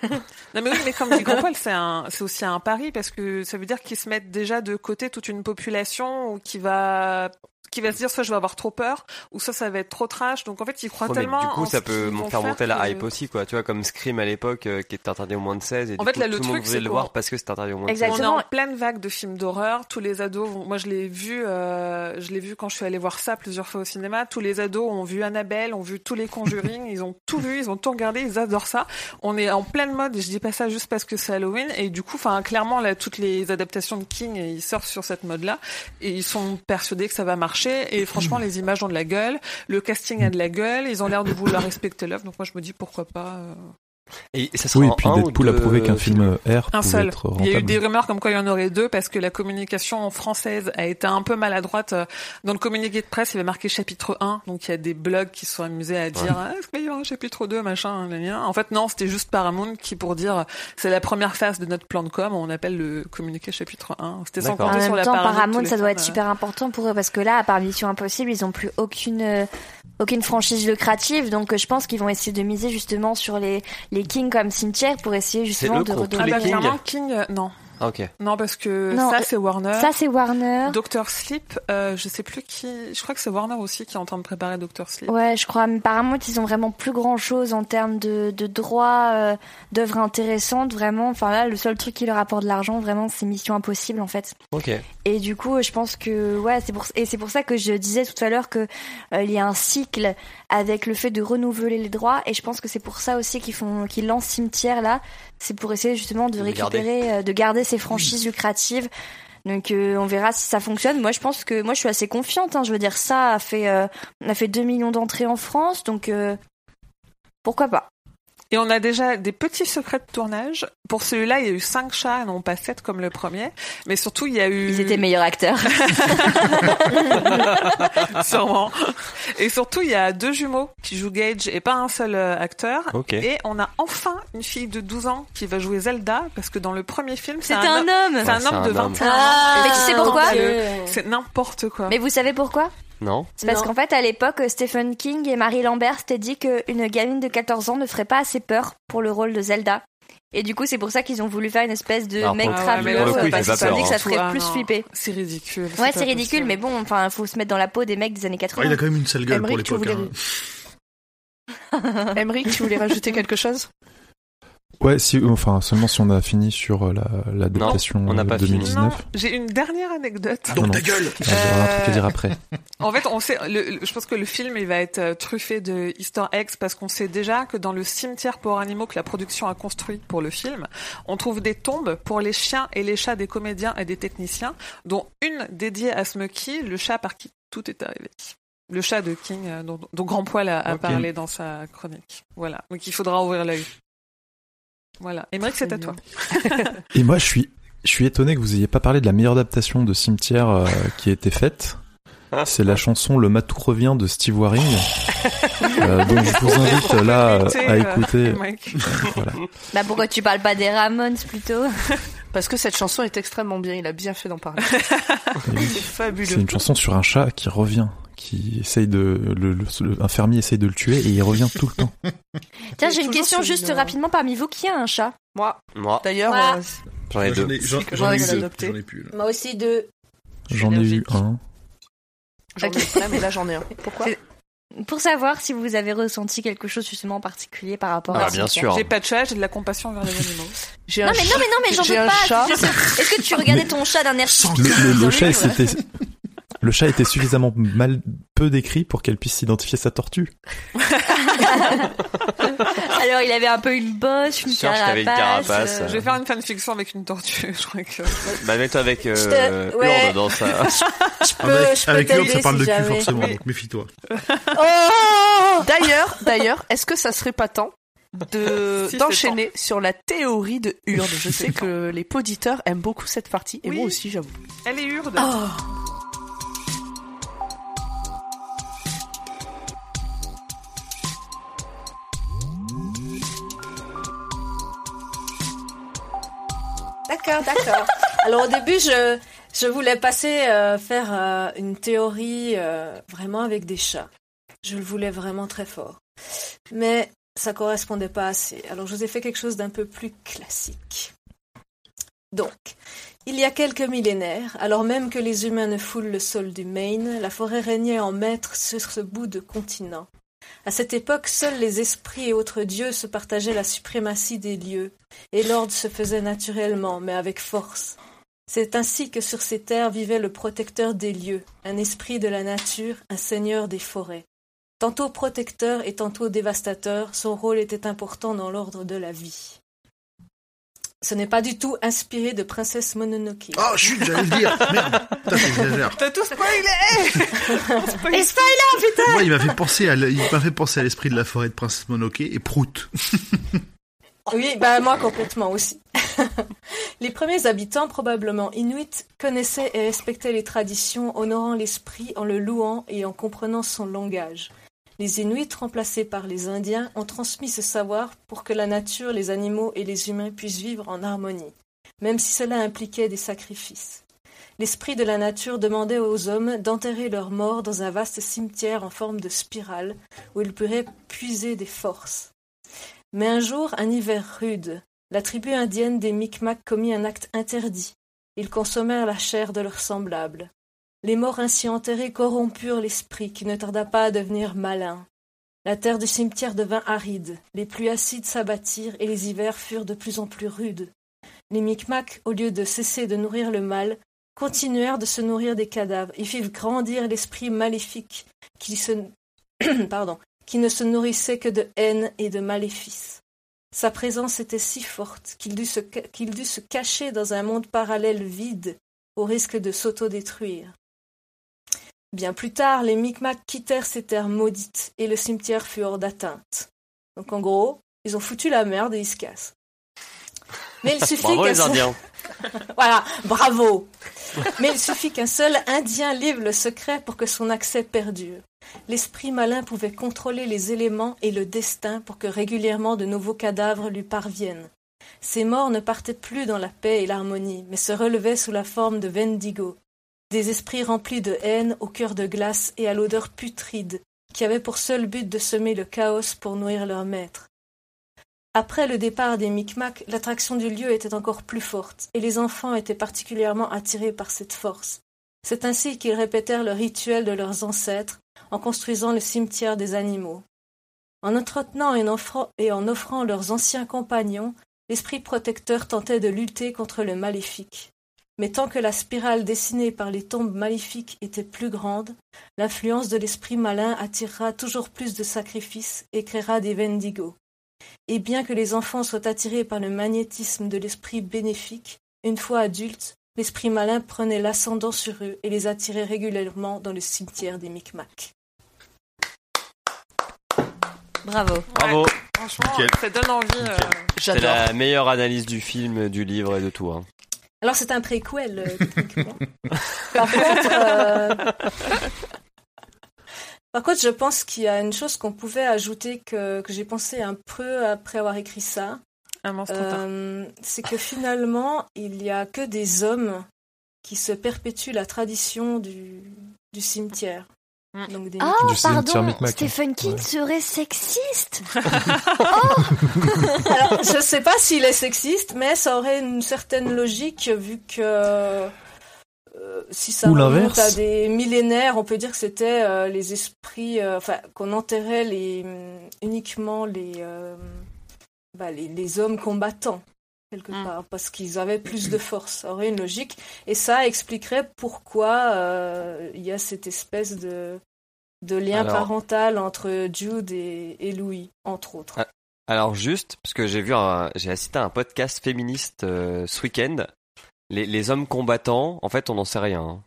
G: Non mais oui, mais comme dit Grand-Paul, c'est un, c'est aussi un pari parce que ça veut dire qu'ils se mettent déjà de côté toute une population ou qui va, qui va se dire soit je vais avoir trop peur ou soit ça va être trop trash. Donc en fait, ils croient
C: Ouais, mais
G: tellement.
C: du coup,
G: en
C: ça
G: ce
C: peut
G: qu'ils vont
C: faire monter la
G: que-
C: hype aussi, quoi. Tu vois, comme Scream à l'époque, euh, qui était interdit au moins de 16, et
G: En
C: du
G: fait,
C: coup,
G: là,
C: tout
G: le
C: le monde
G: truc,
C: voulait
G: c'est
C: le
G: qu'on-
C: voir parce que c'était interdit au moins
G: On
C: de 16.
G: est
D: Exactement.
G: en pleine vague de films d'horreur. Tous les ados, vont- moi je l'ai vu, euh, je l'ai vu quand je suis allée voir ça plusieurs fois au cinéma. Tous les ados ont vu Annabelle, ont vu tous les Conjuring, ils ont tout vu, ils ont tout regardé, ils adorent ça. On est en pleine mode. et Je dis pas ça juste parce que c'est Halloween. Et du coup, enfin clairement là, toutes les adaptations de King, ils sortent sur cette mode là et ils sont persuadés que ça va marcher. Et franchement, les images ont de la gueule, le casting a de la gueule, ils ont l'air de vouloir respecter l'œuvre. Donc moi je me dis pourquoi pas. euh,
C: Et ça sera
E: Oui, et
C: en
E: puis
C: un ou
E: Deadpool a
C: deux
E: prouvé qu'un
C: films.
E: film R
G: Un
E: pouvait
G: seul.
E: être
G: Il y a eu
E: rentable.
G: des rumeurs comme quoi il y en aurait deux parce que la communication française a été un peu maladroite. Euh, Dans le communiqué de presse, il y avait marqué chapitre 1. Donc il y a des blogs qui se sont amusés à dire Ah, est-ce qu'il y aura un chapitre 2, machin, gna, gna. En fait, non, c'était juste Paramount qui, pour dire c'est la première phase de notre plan de com, on appelle le communiqué chapitre 1. C'était sans
C: D'accord.
G: compter
D: en
G: sur
D: même
G: la
D: temps,
G: Paramount,
D: Paramount,
G: tous
D: ça
G: les
D: doit
G: fans,
D: être
G: euh,
D: super important pour eux parce que là, à part Mission Impossible, ils ont plus aucune euh, aucune franchise lucrative. Donc, euh, je pense qu'ils vont essayer de miser justement sur les les Kings comme cimetière pour essayer justement
C: eux
D: de
C: qui ont tous
G: Ah
D: redonner.
C: les
G: bah,
C: King.
G: clairement, King, euh, non.
C: Ah, ok.
G: Non, parce que
D: Non,
G: ça,
D: euh,
G: c'est Warner.
D: Ça, c'est Warner.
G: Doctor Sleep, euh, je sais plus qui. Je crois que c'est Warner aussi qui est en train de préparer Doctor Sleep.
D: Ouais, je crois. Mais Paramount, ils ont vraiment plus grand chose en termes de, de droits, euh, d'œuvres intéressantes, vraiment. Enfin là, le seul truc qui leur apporte de l'argent, vraiment, c'est Mission Impossible, en fait.
C: Ok.
D: Et du coup, je pense que ouais, c'est pour et c'est pour ça que je disais tout à l'heure que euh, il y a un cycle avec le fait de renouveler les droits et je pense que c'est pour ça aussi qu'ils font qu'ils lancent cimetière là, c'est pour essayer justement de
C: De les garder.
D: récupérer euh, de garder ces franchises lucratives. Donc euh, on verra si ça fonctionne. Moi je pense que moi je suis assez confiante hein. je veux dire ça a fait euh, on a fait 2 millions d'entrées en France donc euh, pourquoi pas.
G: Et on a déjà des petits secrets de tournage. Pour celui-là, il y a eu cinq chats et non pas sept comme le premier. Mais surtout, il y a eu...
D: Ils étaient meilleurs acteurs.
G: Sûrement. Et surtout, il y a deux jumeaux qui jouent Gage et pas un seul euh, acteur.
C: Ok.
G: Et on a enfin une fille de 12 ans qui va jouer Zelda parce que dans le premier film, c'est
D: C'était
G: un,
D: un
G: homme-
D: homme.
G: c'est un
C: Ouais,
G: homme
C: c'est
G: de
C: un homme.
G: 21
H: Ah,
G: ans.
D: Mais tu sais pourquoi Euh,
H: ok.
G: C'est n'importe quoi.
D: Mais vous savez pourquoi
C: Non.
D: C'est parce
H: Non.
D: qu'en fait, à l'époque, Stephen King et Marie Lambert s'étaient dit qu'une gamine de 14 ans ne ferait pas assez peur pour le rôle de Zelda. Et du coup, c'est pour ça qu'ils ont voulu faire une espèce de
C: Alors,
D: mec
C: pour-
G: Ah ouais, mais
D: travelot,
G: pour le coup, il
D: parce
C: fait
D: qu'ils se sont
C: pas
D: dit que ça
G: peur,
D: ferait
G: hein.
D: plus
G: Ah, non.
D: flipper.
G: C'est ridicule.
D: Ouais,
G: pas
D: c'est ridicule,
G: possible.
D: mais bon, enfin, faut se mettre dans la peau des mecs des années
A: Ouais, il
D: 80.
A: a quand même une sale gueule
B: Aymeric, tu
A: pour l'époque.
B: voulais-
A: hein.
B: Emmerich, tu voulais rajouter quelque chose
E: Ouais, si, euh, enfin, seulement si on a fini sur euh, la, l'adaptation euh,
C: Non, on n'a pas fini.
E: 2019.
G: Non, Euh. j'ai une dernière anecdote.
E: Ah, non.
A: gueule
E: Ah, J'aurai un truc à dire après.
G: En fait, on sait, le- le- je pense que le film il va être euh, truffé de Easter eggs parce qu'on sait déjà que dans le cimetière pour animaux que la production a construit pour le film, on trouve des tombes pour les chiens et les chats des comédiens et des techniciens, dont une dédiée à Smoky, le chat par qui tout est arrivé. Le chat de King, euh, dont, dont Grand Poil a, a
A: Ok.
G: parlé dans sa chronique. Voilà. Donc il faudra ouvrir l'œil. Voilà. Émeric, c'est à toi.
E: Et moi, je suis, je suis étonné que vous ayez pas parlé de la meilleure adaptation de Cimetière euh, qui a été faite.
C: Ah.
E: C'est la chanson Le Matou revient de Steve Waring. Euh, donc je vous invite euh, là euh, à écouter.
G: Émeric.
E: Voilà.
D: Bah pourquoi tu parles pas des Ramones plutôt
B: Parce que cette chanson est extrêmement bien, il a bien fait d'en parler.
E: Et oui.
B: C'est
E: C'est
B: fabuleux.
E: une chanson sur un chat qui revient, qui essaye de, le, le- le- un fermier essaye de le tuer et il revient tout le temps.
D: Tiens,
B: Et
D: j'ai une
B: toujours
D: question
B: celui-là.
D: juste rapidement parmi vous qui a un chat
B: Moi,
C: Moi,
B: d'ailleurs,
F: Moi.
B: euh,
C: j'en ai deux.
A: J'en ai, j'en-
B: que
A: j'en ai
B: j'aurais
A: eu deux.
B: adopté.
A: J'en ai plus. là.
F: Moi aussi deux.
E: J'en ai eu
B: allergique.
E: un.
B: j'en ai plein, mais là j'en ai un. Pourquoi
D: C'est- Pour savoir si vous avez ressenti quelque chose justement en particulier par rapport
C: Ah,
D: à
C: bah, bien
D: Cimetière.
C: sûr.
G: J'ai pas de chat, j'ai de la compassion vers les animaux.
B: J'ai
D: Non
B: un
D: mais non mais non mais j'en
B: J'ai
D: veux
B: un
D: pas.
B: chat.
D: Je sais- Est-ce que tu regardais ton chat d'un air
E: Le, le- le
D: Dans le
E: chat
D: livre.
E: était, le chat était suffisamment mal peu décrit pour qu'elle puisse identifier sa tortue.
D: Alors il avait un peu une bosse, une
C: Sûr qu'il
D: carapace.
C: avait une carapace.
D: euh,
G: Je vais faire une fanfiction avec une tortue, je crois que.
C: Bah, mets-toi avec euh,
F: Je te- ouais.
C: Hurde dans sa.
A: Ah, mais avec
F: je peux
A: avec
F: t'aider
A: Hurd, ça parle
F: si
A: de cul
F: jamais.
A: forcément,
G: Oui.
A: donc méfie-toi.
F: Oh
B: D'ailleurs, d'ailleurs, est-ce que ça serait pas temps de
G: Si,
B: d'enchaîner sur la théorie de Hurde Je sais que les poditeurs aiment beaucoup cette partie et
G: Oui.
B: moi aussi, j'avoue.
G: Elle est hurde.
D: Oh.
F: D'accord, d'accord. Alors au début, je, je voulais passer euh, faire euh, une théorie euh, vraiment avec des chats. Je le voulais vraiment très fort. Mais ça correspondait pas assez. Alors je vous ai fait quelque chose d'un peu plus classique. Donc, il y a quelques millénaires, alors même que les humains ne foulent le sol du Maine, la forêt régnait en maître sur ce bout de continent. À cette époque, seuls les esprits et autres dieux se partageaient la suprématie des lieux et l'ordre se faisait naturellement, mais avec force. C'est ainsi que sur ces terres vivait le protecteur des lieux, un esprit de la nature, un seigneur des forêts. Tantôt protecteur et tantôt dévastateur, son rôle était important dans l'ordre de la vie. Ce n'est pas du tout inspiré de Princesse Mononoke.
A: Oh, chut, j'allais le dire Merde Putain, j'exagère.
G: T'as tout spoilé On spoil-
D: Et ça,
A: Moi, il m'a fait penser à, le- il m'a fait penser à l'esprit de la forêt de Princesse Mononoke et Prout.
F: Oui, bah moi complètement aussi. les premiers habitants, probablement inuits, connaissaient et respectaient les traditions, honorant l'esprit en le louant et en comprenant son langage. Les Inuits, remplacés par les Indiens, ont transmis ce savoir pour que la nature, les animaux et les humains puissent vivre en harmonie, même si cela impliquait des sacrifices. L'esprit de la nature demandait aux hommes d'enterrer leurs morts dans un vaste cimetière en forme de spirale, où ils pourraient puiser des forces. Mais un jour, un hiver rude, la tribu indienne des Micmacs commit un acte interdit. Ils consommèrent la chair de leurs semblables. Les morts ainsi enterrés corrompurent l'esprit qui ne tarda pas à devenir malin. La terre du cimetière devint aride, les pluies acides s'abattirent et les hivers furent de plus en plus rudes. Les Micmacs, au lieu de cesser de nourrir le mal, continuèrent de se nourrir des cadavres et firent grandir l'esprit maléfique qui se... Pardon qui ne se nourrissait que de haine et de maléfice. Sa présence était si forte qu'il dut, se ca- qu'il dut se cacher dans un monde parallèle vide, au risque de s'autodétruire. Bien plus tard, les Micmacs quittèrent ces terres maudites et le cimetière fut hors d'atteinte. Donc en gros, ils ont foutu la merde et ils se cassent. Mais il suffit
C: Bravo
F: qu'à
C: les
F: ce-
C: Indiens.
F: voilà, bravo. Mais il suffit qu'un seul Indien livre le secret pour que son accès perdure. L'esprit malin pouvait contrôler les éléments et le destin pour que régulièrement de nouveaux cadavres lui parviennent. Ces morts ne partaient plus dans la paix et l'harmonie, mais se relevaient sous la forme de Wendigo, des esprits remplis de haine, au cœur de glace et à l'odeur putride, qui avaient pour seul but de semer le chaos pour nourrir leur maître. Après le départ des Micmacs, l'attraction du lieu était encore plus forte, et les enfants étaient particulièrement attirés par cette force. C'est ainsi qu'ils répétèrent le rituel de leurs ancêtres en construisant le cimetière des animaux. En entretenant et en offrant, et en offrant leurs anciens compagnons, l'esprit protecteur tentait de lutter contre le maléfique. Mais tant que la spirale dessinée par les tombes maléfiques était plus grande, l'influence de l'esprit malin attirera toujours plus de sacrifices et créera des Wendigos. Et bien que les enfants soient attirés par le magnétisme de l'esprit bénéfique, une fois adultes, l'esprit malin prenait l'ascendant sur eux et les attirait régulièrement dans le cimetière des Micmacs.
D: Bravo.
C: Bravo.
G: Franchement,
A: Nickel.
G: ça donne envie. euh,
C: C'est
B: J'adore.
C: la meilleure analyse du film, du livre et de tout. hein.
F: Alors c'est un préquel, euh, techniquement. Par contre, euh, par contre, je pense qu'il y a une chose qu'on pouvait ajouter que, que j'ai pensé un peu après avoir écrit ça.
G: Un monstre tard.
F: Euh, c'est que finalement, il n'y a que des hommes qui se perpétuent la tradition du, du cimetière.
G: Mm.
F: Donc des
D: Oh,
E: Du cimetière
D: pardon,
E: Micmac.
D: Stephen King
E: Ouais.
D: serait sexiste.
F: Alors, je sais pas s'il est sexiste, mais ça aurait une certaine logique vu que euh, si ça
E: Ou
F: remonte
E: l'inverse.
F: à des millénaires, on peut dire que c'était euh, les esprits, euh, enfin qu'on enterrait les hum, uniquement les, euh, bah, les les hommes combattants quelque
G: Mm.
F: part parce qu'ils avaient plus de force. Ça aurait une logique et ça expliquerait pourquoi euh, il y a cette espèce de de lien
C: Alors.
F: parental entre Jude et, et Louis, entre autres.
E: Ah,
C: Alors juste, parce que j'ai vu, un- j'ai assisté à un podcast féministe euh, ce week-end. Les, les hommes combattants, en fait, on n'en sait rien. hein.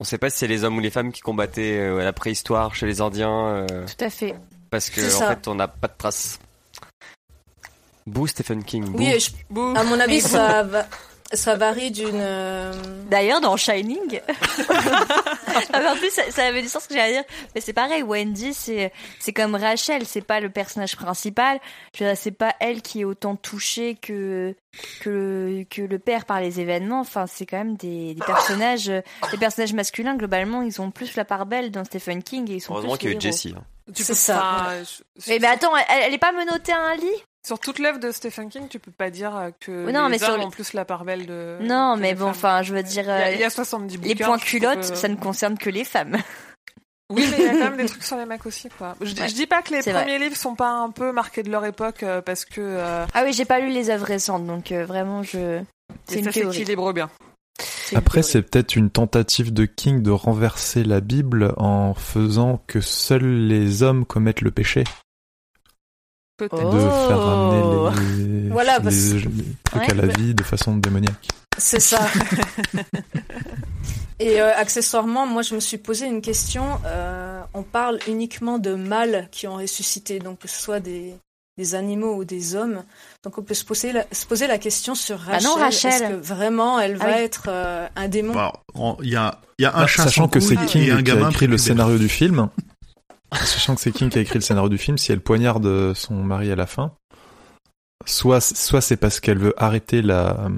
C: On sait pas si c'est les hommes ou les femmes qui combattaient euh, à la préhistoire chez les Indiens, euh,
H: Tout à fait.
C: parce que
F: C'est
C: en
F: ça.
C: fait, on n'a pas de traces. Boo Stephen King.
B: euh,
C: Boo.
F: Oui, et je
G: Bouh.
D: ah,
F: À mon avis, ça, va- ça varie d'une. euh,
D: D'ailleurs, dans Shining. Ah, mais en plus, ça, ça avait du sens ce que j'allais dire. Mais c'est pareil, Wendy, c'est, c'est comme Rachel, c'est pas le personnage principal. Je veux dire, c'est pas elle qui est autant touchée que, que, que le père par les événements. Enfin, c'est quand même des, des personnages, euh, les personnages masculins, globalement, ils ont plus la part belle dans Stephen King et ils sont
C: Heureusement
D: plus
C: qu'il y
D: les
C: a eu
D: héros.
C: Jessie. hein.
G: Tu
F: c'est
G: peux
F: ça.
G: pas, euh, je-
D: Mais,
G: sur,
D: bah, attends, elle, elle est pas menottée à un lit?
G: sur toute l'œuvre de Stephen King, tu peux pas dire euh, que
D: Oh non,
G: les
D: mais sur
G: hommes
D: le-
G: ont plus la part belle de.
D: non,
G: que
D: mais
G: les
D: bon,
G: femmes.
D: enfin, je veux dire,
G: Il y a- il y,
D: euh,
G: a 70
D: les
G: bouquins,
D: points
G: je trouve,
D: culottes,
G: euh,
D: ça ne concerne que les femmes.
G: Oui, mais il y a quand même des trucs sur les mecs aussi, quoi. Je, dis-
D: Ouais.
G: je dis pas que les
D: C'est
G: premiers livres sont pas un peu marqués de leur époque, euh, parce que euh,
D: Ah oui, j'ai pas lu les œuvres récentes, donc euh, vraiment, je. C'est une
G: ça
D: théorie.
G: s'équilibre bien.
D: C'est une
E: Après,
D: théorie.
E: c'est peut-être une tentative de King de renverser la Bible en faisant que seuls les hommes commettent le péché.
G: Peut-être.
E: De faire
B: Oh.
E: ramener les,
F: Voilà,
E: les-
F: parce-
E: les trucs
D: Ouais,
E: à la
F: bah-
E: vie de façon démoniaque.
F: C'est ça. Et euh, accessoirement, moi, je me suis posé une question. euh, on parle uniquement de mâles qui ont ressuscité, donc que ce soit des, des animaux ou des hommes. Donc on peut se poser la, se poser la question sur
D: Ah
F: Rachel.
D: non, Rachel.
F: Est-ce que vraiment elle
D: Ah
F: va
D: oui.
F: être euh, un démon
A: Alors, en- il y a, il y a un
E: Bah,
A: chat
E: sachant
A: sans
E: que c'est
A: couille
E: King
A: et un
E: qui
A: gamin
E: a écrit le
A: plus bête.
E: scénario du film. sachant que c'est King qui a écrit le scénario du film, si elle poignarde son mari à la fin, soit soit c'est parce qu'elle veut arrêter la euh,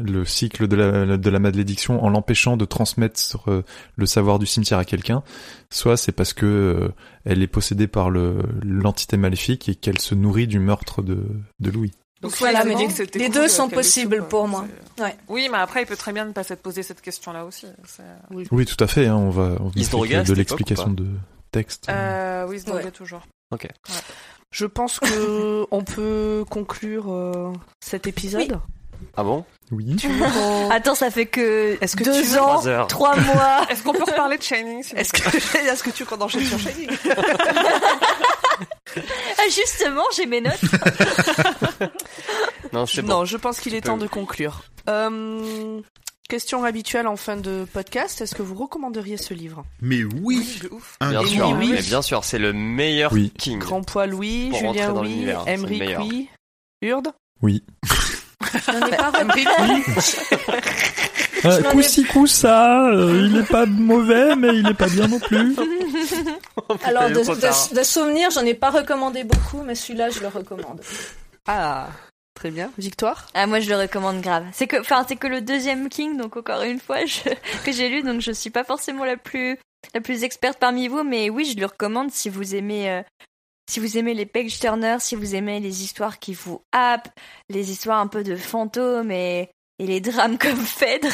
E: le cycle de la, de la malédiction en l'empêchant de transmettre sur, euh, le savoir du cimetière à quelqu'un, soit c'est parce que euh, elle est possédée par le l'entité maléfique et qu'elle se nourrit du meurtre de de Louis.
G: Donc
F: Voilà,
G: finalement,
F: mais les-
G: c'était
F: les
G: cool,
F: deux
G: euh,
F: sont
G: qu'elle ait su,
F: possibles
G: quoi.
F: pour moi.
G: C'est-
F: Ouais.
G: Oui, mais après, il peut très bien ne pas s'être posé cette question-là aussi. C'est-
E: Oui, tout à fait. hein, on va on va
C: Ils se
E: faire
C: droguaient à
E: de
C: cette
E: l'explication de texte.
G: Euh, oui, donc
F: Ouais.
G: il y a toujours.
B: Je pense que on peut conclure euh, cet épisode.
C: Ah bon
E: Oui.
B: Tu veux qu'on-
D: Attends, ça fait que
B: Est-ce que tu
D: deux
B: veux-
D: ans,
C: Trois heures.
D: trois mois.
G: Est-ce qu'on peut reparler de Shining s'il vous
B: Est-ce
C: Ah,
B: que, est-ce que tu veux qu'on enchaîne sur Shaggy
D: Ah, Justement, j'ai mes notes.
C: Non, c'est bon.
B: Non, je pense qu'il est
C: peux-
B: temps de conclure. Euh, question habituelle en fin de podcast est-ce que vous recommanderiez ce livre
A: Mais
G: Oui,
A: oui,
G: de ouf.
A: un
C: Bien
B: Et
C: sûr,
B: oui, oui.
C: mais bien sûr, c'est le meilleur
E: Oui.
C: King.
B: Grand Poil, oui.
C: Pour
B: Julien,
C: rentrer dans
B: oui.
C: l'univers, c'est le
B: Emmerich,
C: meilleur.
B: oui. Urde
E: Oui.
F: J'en ai pas
B: Emmerich, oui.
F: Je m'en ai-
E: Euh, Coussi coussa, euh, il est pas mauvais, mais il est pas bien non plus.
F: Alors,
C: il
F: de,
C: est trop tard.
F: de, de souvenirs, j'en ai pas recommandé beaucoup, mais celui-là, je le recommande.
B: Ah, très bien. Victoire
D: Ah, moi, je le recommande grave. C'est que, enfin, c'est que le deuxième King, donc encore une fois, je- que j'ai lu, donc je suis pas forcément la plus, la plus experte parmi vous, mais oui, je le recommande si vous aimez, euh, si vous aimez les page turners, si vous aimez les histoires qui vous happent, les histoires un peu de fantômes et, et les drames comme Phèdre.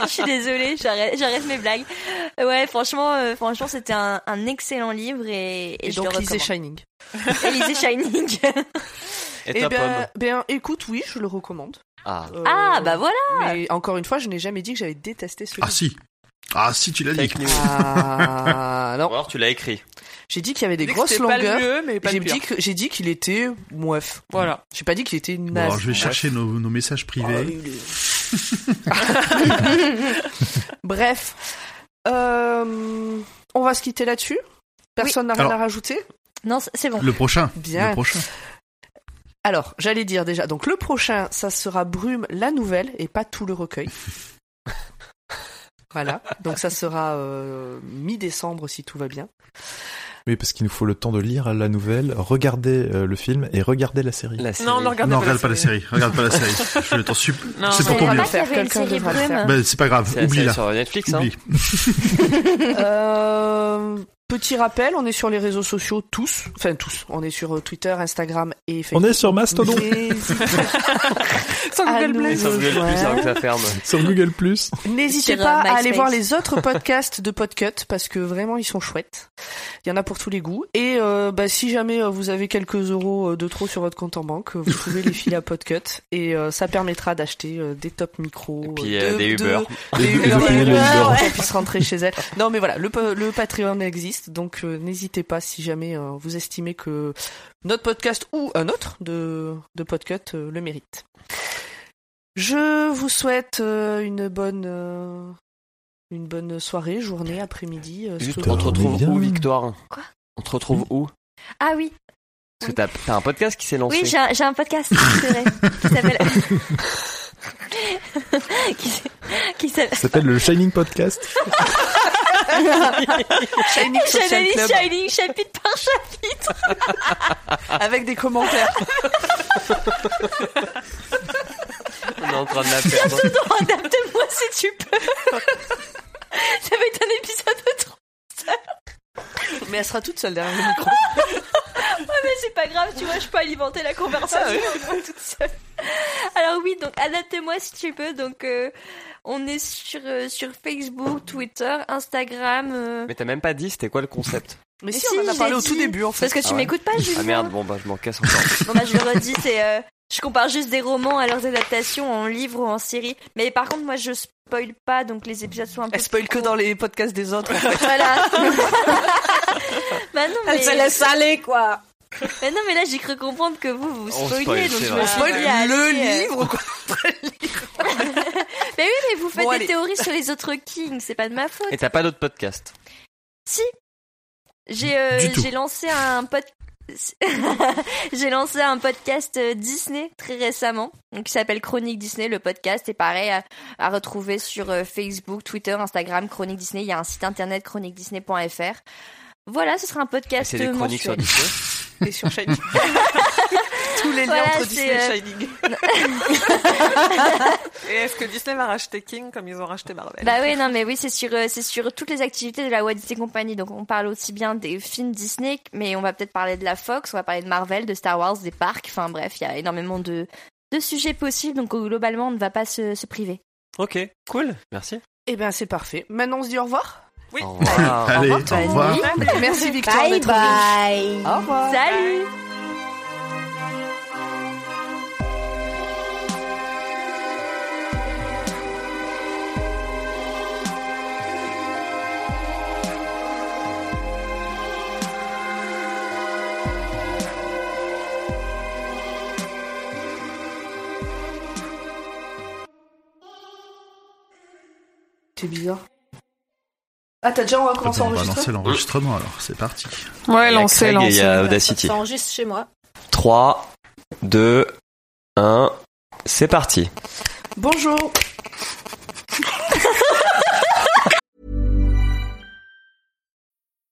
D: Je suis désolée, j'arrête, j'arrête mes blagues. Ouais, franchement, euh, franchement, c'était un, un excellent livre et, et
B: Et
D: je
B: donc,
D: le
B: lisez
D: recommande.
B: Shining.
D: Et lisez Shining.
C: Et
B: Eh
C: ta
B: ben,
C: pomme.
B: ben, écoute, oui, je le recommande.
C: Ah.
B: Euh,
D: ah bah voilà.
B: Mais encore une fois, je n'ai jamais dit que j'avais détesté ce
A: Ah
B: livre.
A: si Ah si, tu l'as dit
C: Fake news.
B: Ah,
C: Ou
B: non.
C: alors tu l'as écrit.
B: J'ai dit qu'il y avait des
G: Dis que
B: grosses
G: c'était pas le
B: longueurs.
G: mieux, mais pas
B: J'ai
G: le pire.
B: dit que- j'ai dit qu'il était mouef.
G: Voilà.
B: J'ai pas dit qu'il était
A: Bon, alors,
B: naze.
A: je vais chercher nos, nos messages privés.
B: Bref, Euh, on va se quitter là-dessus. Personne n'a rien
A: Alors-
B: à rajouter.
D: Non, c'est- c'est bon.
A: Le prochain.
B: Bien.
A: Le prochain.
B: Alors, j'allais dire déjà. Donc le prochain, ça sera Brume la nouvelle et pas tout le recueil. voilà. Donc ça sera euh, mi-décembre si tout va bien.
E: Oui, parce qu'il nous faut le temps de lire la nouvelle, regarder euh, le film et regarder la série.
C: La
G: Non,
C: série.
G: ne regarde
A: non,
G: pas.
A: regarde pas la série. Regarde pas la série. Je t'en supplie.
G: Non,
A: C'est pour
D: Je
A: ton
D: savais
A: bien.
D: pas qu'il y avait une
B: Quelqu'un
D: série
B: devra le
D: Brume.
A: Ben, c'est pas grave.
C: C'est la série
A: Oublie-la.
C: sur Netflix. Hein.
A: Oublie.
B: Euh, petit rappel, on est sur les réseaux sociaux tous, enfin tous. On est sur euh, Twitter, Instagram et Facebook.
E: On est sur Mastodon,
B: N'hésitez
G: Sans
B: Ah,
G: Google
B: non.
G: Play.
C: Et sur Google Plus
B: Ouais.
C: avant que ça ferme.
E: sur Google Plus.
B: n'hésitez
D: Sur, euh,
B: pas à aller
D: MySpace.
B: voir les autres podcasts de Podcut parce que vraiment ils sont chouettes. Il y en a pour tous les goûts. Et euh, bah, si jamais euh, vous avez quelques euros euh, de trop sur votre compte en banque, euh, vous pouvez les filer à Podcut et euh, ça permettra d'acheter euh, des top micros,
C: Et puis
B: euh,
C: euh,
B: de-
C: des
B: de-
C: Uber.
B: des
E: Et de- et de
B: Uber,
E: payer les
B: Uber,
E: Uber.
B: pour qu'on puisse rentrer chez elle. Non, mais voilà, le, pa- le Patreon existe, donc euh, n'hésitez pas si jamais euh, vous estimez que notre podcast ou un autre de, de Podcut euh, le mérite. Je vous souhaite euh, une bonne euh, une bonne soirée, journée, après-midi. euh,
C: Juste,
B: ce que-
E: Putain,
C: on te retrouve
E: mais bien.
C: où, Victoire
D: Quoi
C: On te retrouve où
D: Ah oui,
C: Parce que t'as t'as un podcast qui s'est lancé.
D: oui, j'ai un, j'ai un podcast, c'est vrai, qui s'appelle. qui s- qui s'appelle.
E: Ça s'appelle le Shining Podcast.
B: Shining Social
D: J'avais mis
B: Club,
D: Shining chapitre par chapitre.
B: avec des commentaires.
C: On est en train de la perdre.
D: Non, adapte-moi si tu peux. Ça va être un épisode de trop.
B: Mais elle sera toute seule derrière le micro.
D: Mais c'est pas grave, tu vois, je peux alimenter la conversation
C: Ah
D: toute seule. Alors oui, donc adapte-moi si tu peux. Donc euh, on est sur, euh, sur Facebook, Twitter, Instagram. euh,
C: Mais t'as même pas dit c'était quoi le concept
B: Mais si,
D: si,
B: on en a
D: je
B: parlé
D: l'ai
B: au tout
D: dit.
B: début en fait.
D: Parce que tu
C: Ah ouais.
D: m'écoutes pas, Julien.
C: Ah merde, bon bah je m'en casse encore.
D: Bon bah je le redis, c'est euh, je compare juste des romans à leurs adaptations en livre ou en série. Mais par contre moi je spoil pas donc les épisodes sont un peu.
B: Elle spoil que dans les podcasts des autres.
D: Voilà. bah non mais.
H: Elle se laisse aller, quoi.
D: Bah non mais là j'ai cru comprendre que vous vous
C: On
D: spoiliez
C: spoil,
D: donc
C: c'est
D: je
C: vrai.
D: me
B: On
D: suis
B: spoil
D: dit, allez,
B: le
D: euh,
B: livre quoi.
D: Mais oui mais vous faites
B: Bon,
D: des
B: allez.
D: théories sur les autres kings, c'est pas de ma faute.
C: Et t'as pas d'autre podcast
D: J'ai euh,
A: Du tout.
D: j'ai lancé un pod... j'ai lancé un podcast euh, Disney très récemment, donc qui s'appelle Chronique Disney. Le podcast est pareil à, à retrouver sur euh, Facebook, Twitter, Instagram, Chronique Disney. Il y a un site internet chroniquedisney.fr. Voilà, ce sera un
C: Et
D: podcast
C: Ah, C'est des chroniques sur
D: mensuel.
C: Disney
B: Et sur Shining. Tous les liens
D: Voilà,
B: entre
D: c'est,
B: Disney
D: euh,
B: et Shining.
G: Et est-ce que Disney va racheter King comme ils ont racheté Marvel
D: Bah oui, non, mais oui, c'est sur, euh, c'est sur toutes les activités de la Walt Disney Company. Donc on parle aussi bien des films Disney, mais on va peut-être parler de la Fox, on va parler de Marvel, de Star Wars, des parcs. Enfin bref, il y a énormément de, de sujets possibles. Donc globalement, on ne va pas se, se priver.
C: Ok, cool, merci.
B: Eh ben c'est parfait. Maintenant on se dit au revoir.
G: Oui.
C: Au revoir.
A: Allez, au
B: revoir,
D: Tony.
A: revoir.
B: Merci Victor
H: Bye
B: d'être venue.
H: bye.
B: Au revoir.
D: Salut
B: T'es bizarre. Ah t'as déjà on va
A: Bon,
B: commencer à
A: on va lancer
B: enregistrer
A: l'enregistrement alors, c'est parti.
C: Il
H: Ouais,
C: y a Craig et il y a Audacity.
F: Ça enregistre chez moi.
C: 3, 2, 1, c'est parti.
B: Bonjour.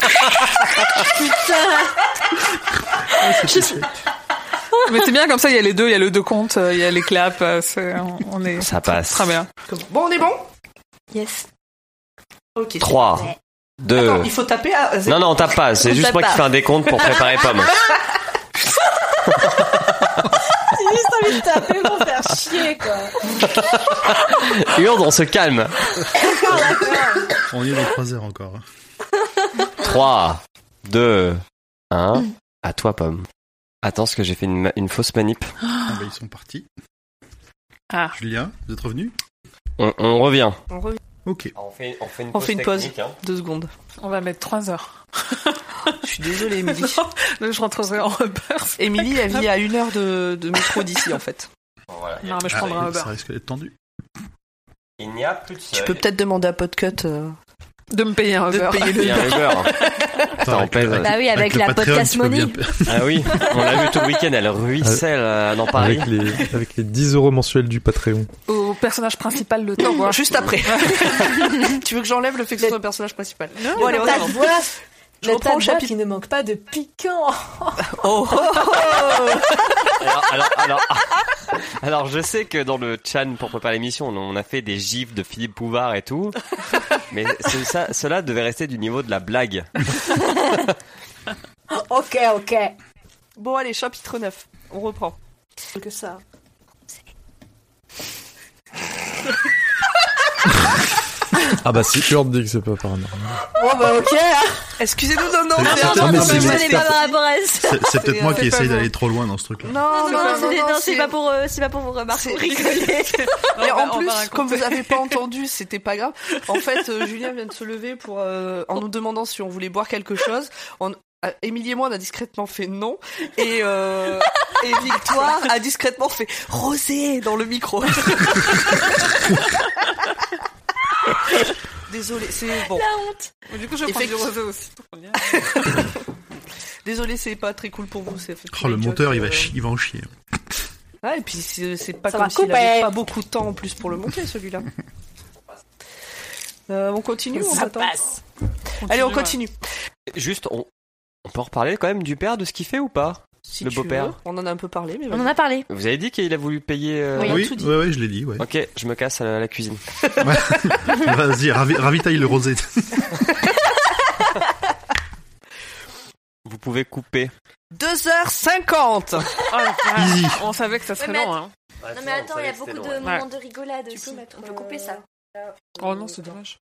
A: Ah,
G: Mais c'est bien comme ça, il y a les deux, il y a le deux comptes, il y a les claps, euh, c'est- on- on est
C: Ça passe.
G: très bien.
B: Bon, on est bon
D: Yes.
B: Ok.
C: 3,
B: Attends,
C: 2.
B: il faut taper à zéro.
C: Euh. Non, non, on tape pas. C'est
D: On
C: juste
D: tape
C: moi qui
D: pas.
C: fais un décompte pour préparer Pomme.
F: J'ai juste envie de taper pour faire chier, quoi.
C: Urde, on se calme.
A: On y est dans 3 heures encore. hein.
C: 3, 2, 1.
B: Mm.
C: À toi, Pomme. Attends, parce que j'ai fait une, ma- une fausse manip.
A: Ah bah, ils sont partis.
G: Ah.
A: Julien, vous êtes revenu
C: On, on revient.
B: On revient
A: Ok.
C: Ah, On fait, une, hein.
B: On fait une pause. deux secondes.
G: On va mettre 3 heures.
B: Je suis désolée, Émilie.
G: Là, je rentrerai en repère.
B: Émilie, elle vit à une heure de, de métro d'ici, en fait.
G: Non, mais je prendrai un
A: Ah,
G: Uber.
A: ça risque d'être tendu.
C: Il n'y a plus de
B: Tu peux peut-être demander à Podcut euh,
G: De me payer un
B: de
G: Uber.
B: te payer le
C: un Uber. Putain, on
A: avec
C: pèse.
A: le-
D: Bah oui, avec
A: le
D: la
A: Patreon,
D: podcast
A: tu peux bien
D: money.
A: pa-
C: Ah oui, on l'a vu tout le week-end, elle ruisselle euh, dans Paris.
E: Avec les, avec les 10 euros mensuels du Patreon.
G: Au personnage principal, le
B: Non,
G: temps.
B: juste après. tu veux que j'enlève le fait que ce soit le personnage principal
G: Non,
B: Bon, allez, on
F: tas
B: avance.
F: de voix,
B: Je
F: le
B: reprends
F: tas
B: au
F: de voix
B: chapitre.
F: qui ne manque pas de piquant.
B: Oh, oh, oh.
C: Alors, alors, alors, alors, je sais que dans le chan pour préparer l'émission, on- on a fait des gifs de Philippe Pouvard et tout, mais ce- ça, cela devait rester du niveau de la blague.
F: ok, ok.
B: Bon, allez, chapitre 9. On reprend.
F: Que ça.
E: Ah bah si Urde dit que c'est pas paranormal.
B: Oh,
F: Bon, bah, ok.
B: hein. Excusez-nous, non, non,
A: C'est-
B: c'est un-
A: c'est-
B: non,
A: mais
B: non,
A: c'est-
B: mais
D: Je
A: c'est-
B: voilà.
D: n'ai pas par rapport à ça.
A: C'est c'est peut-être
B: C'est-
A: moi
B: c'est
A: qui
B: pas
A: essaye
B: bon.
A: d'aller trop loin dans ce truc-là.
D: Non,
B: Non,
D: non,
B: non,
D: c'est-
B: non,
D: non,
B: c'est-
D: c'est pas pour, euh, c'est pas pour vous remarquer,
B: c'est-
D: vous rigolez.
B: Mais en plus, comme vous avez pas entendu, c'était pas grave. En fait, euh, Julien vient de se lever pour euh, en nous demandant si on voulait boire quelque chose. On- euh, Émilie et moi, on a discrètement fait non. Et, euh, et Victoire a discrètement fait rosé dans le micro. Désolé, c'est bon.
D: La honte.
G: Du coup, je prends du
B: Effectivement.
G: rosé aussi. pour qu'on y aille.
B: Désolé, c'est pas très cool pour vous. c'est-
A: Oh, le
B: les
A: monteur,
B: jokes,
A: il va,
B: euh,
A: chi- il va en chier.
B: Ouais, et puis c'est c'est pas
F: Ça
B: comme
F: va
B: s'il
F: couper.
B: avait pas beaucoup de temps en plus pour le monter celui-là. Euh, on continue ou on
F: Ça
B: attend
F: passe.
B: Allez, on
G: ouais.
B: continue.
C: Juste, on, on peut reparler quand même du père, de ce qu'il fait ou pas
B: Si
C: Le
B: tu
C: beau-père.
B: veux. On en a un peu parlé, mais
D: On
B: vas-y.
D: en a parlé.
C: Vous avez dit qu'il a voulu payer... euh,
B: Oui. on a
A: oui,
B: tout dit.
A: ouais, ouais, je l'ai dit, ouais.
C: Ok, je me casse à la cuisine.
A: Vas-y, ravi- ravitaille le rosé.
C: Vous pouvez couper.
B: 2h50
G: Oh, voilà.
A: Easy.
G: On savait que ça serait
D: Ouais, mais
G: long. Hein.
D: Non mais attends, il y a beaucoup de
G: Ouais.
D: euh, moments de rigolade aussi. On peut couper ça.
G: Oh non, c'est dommage.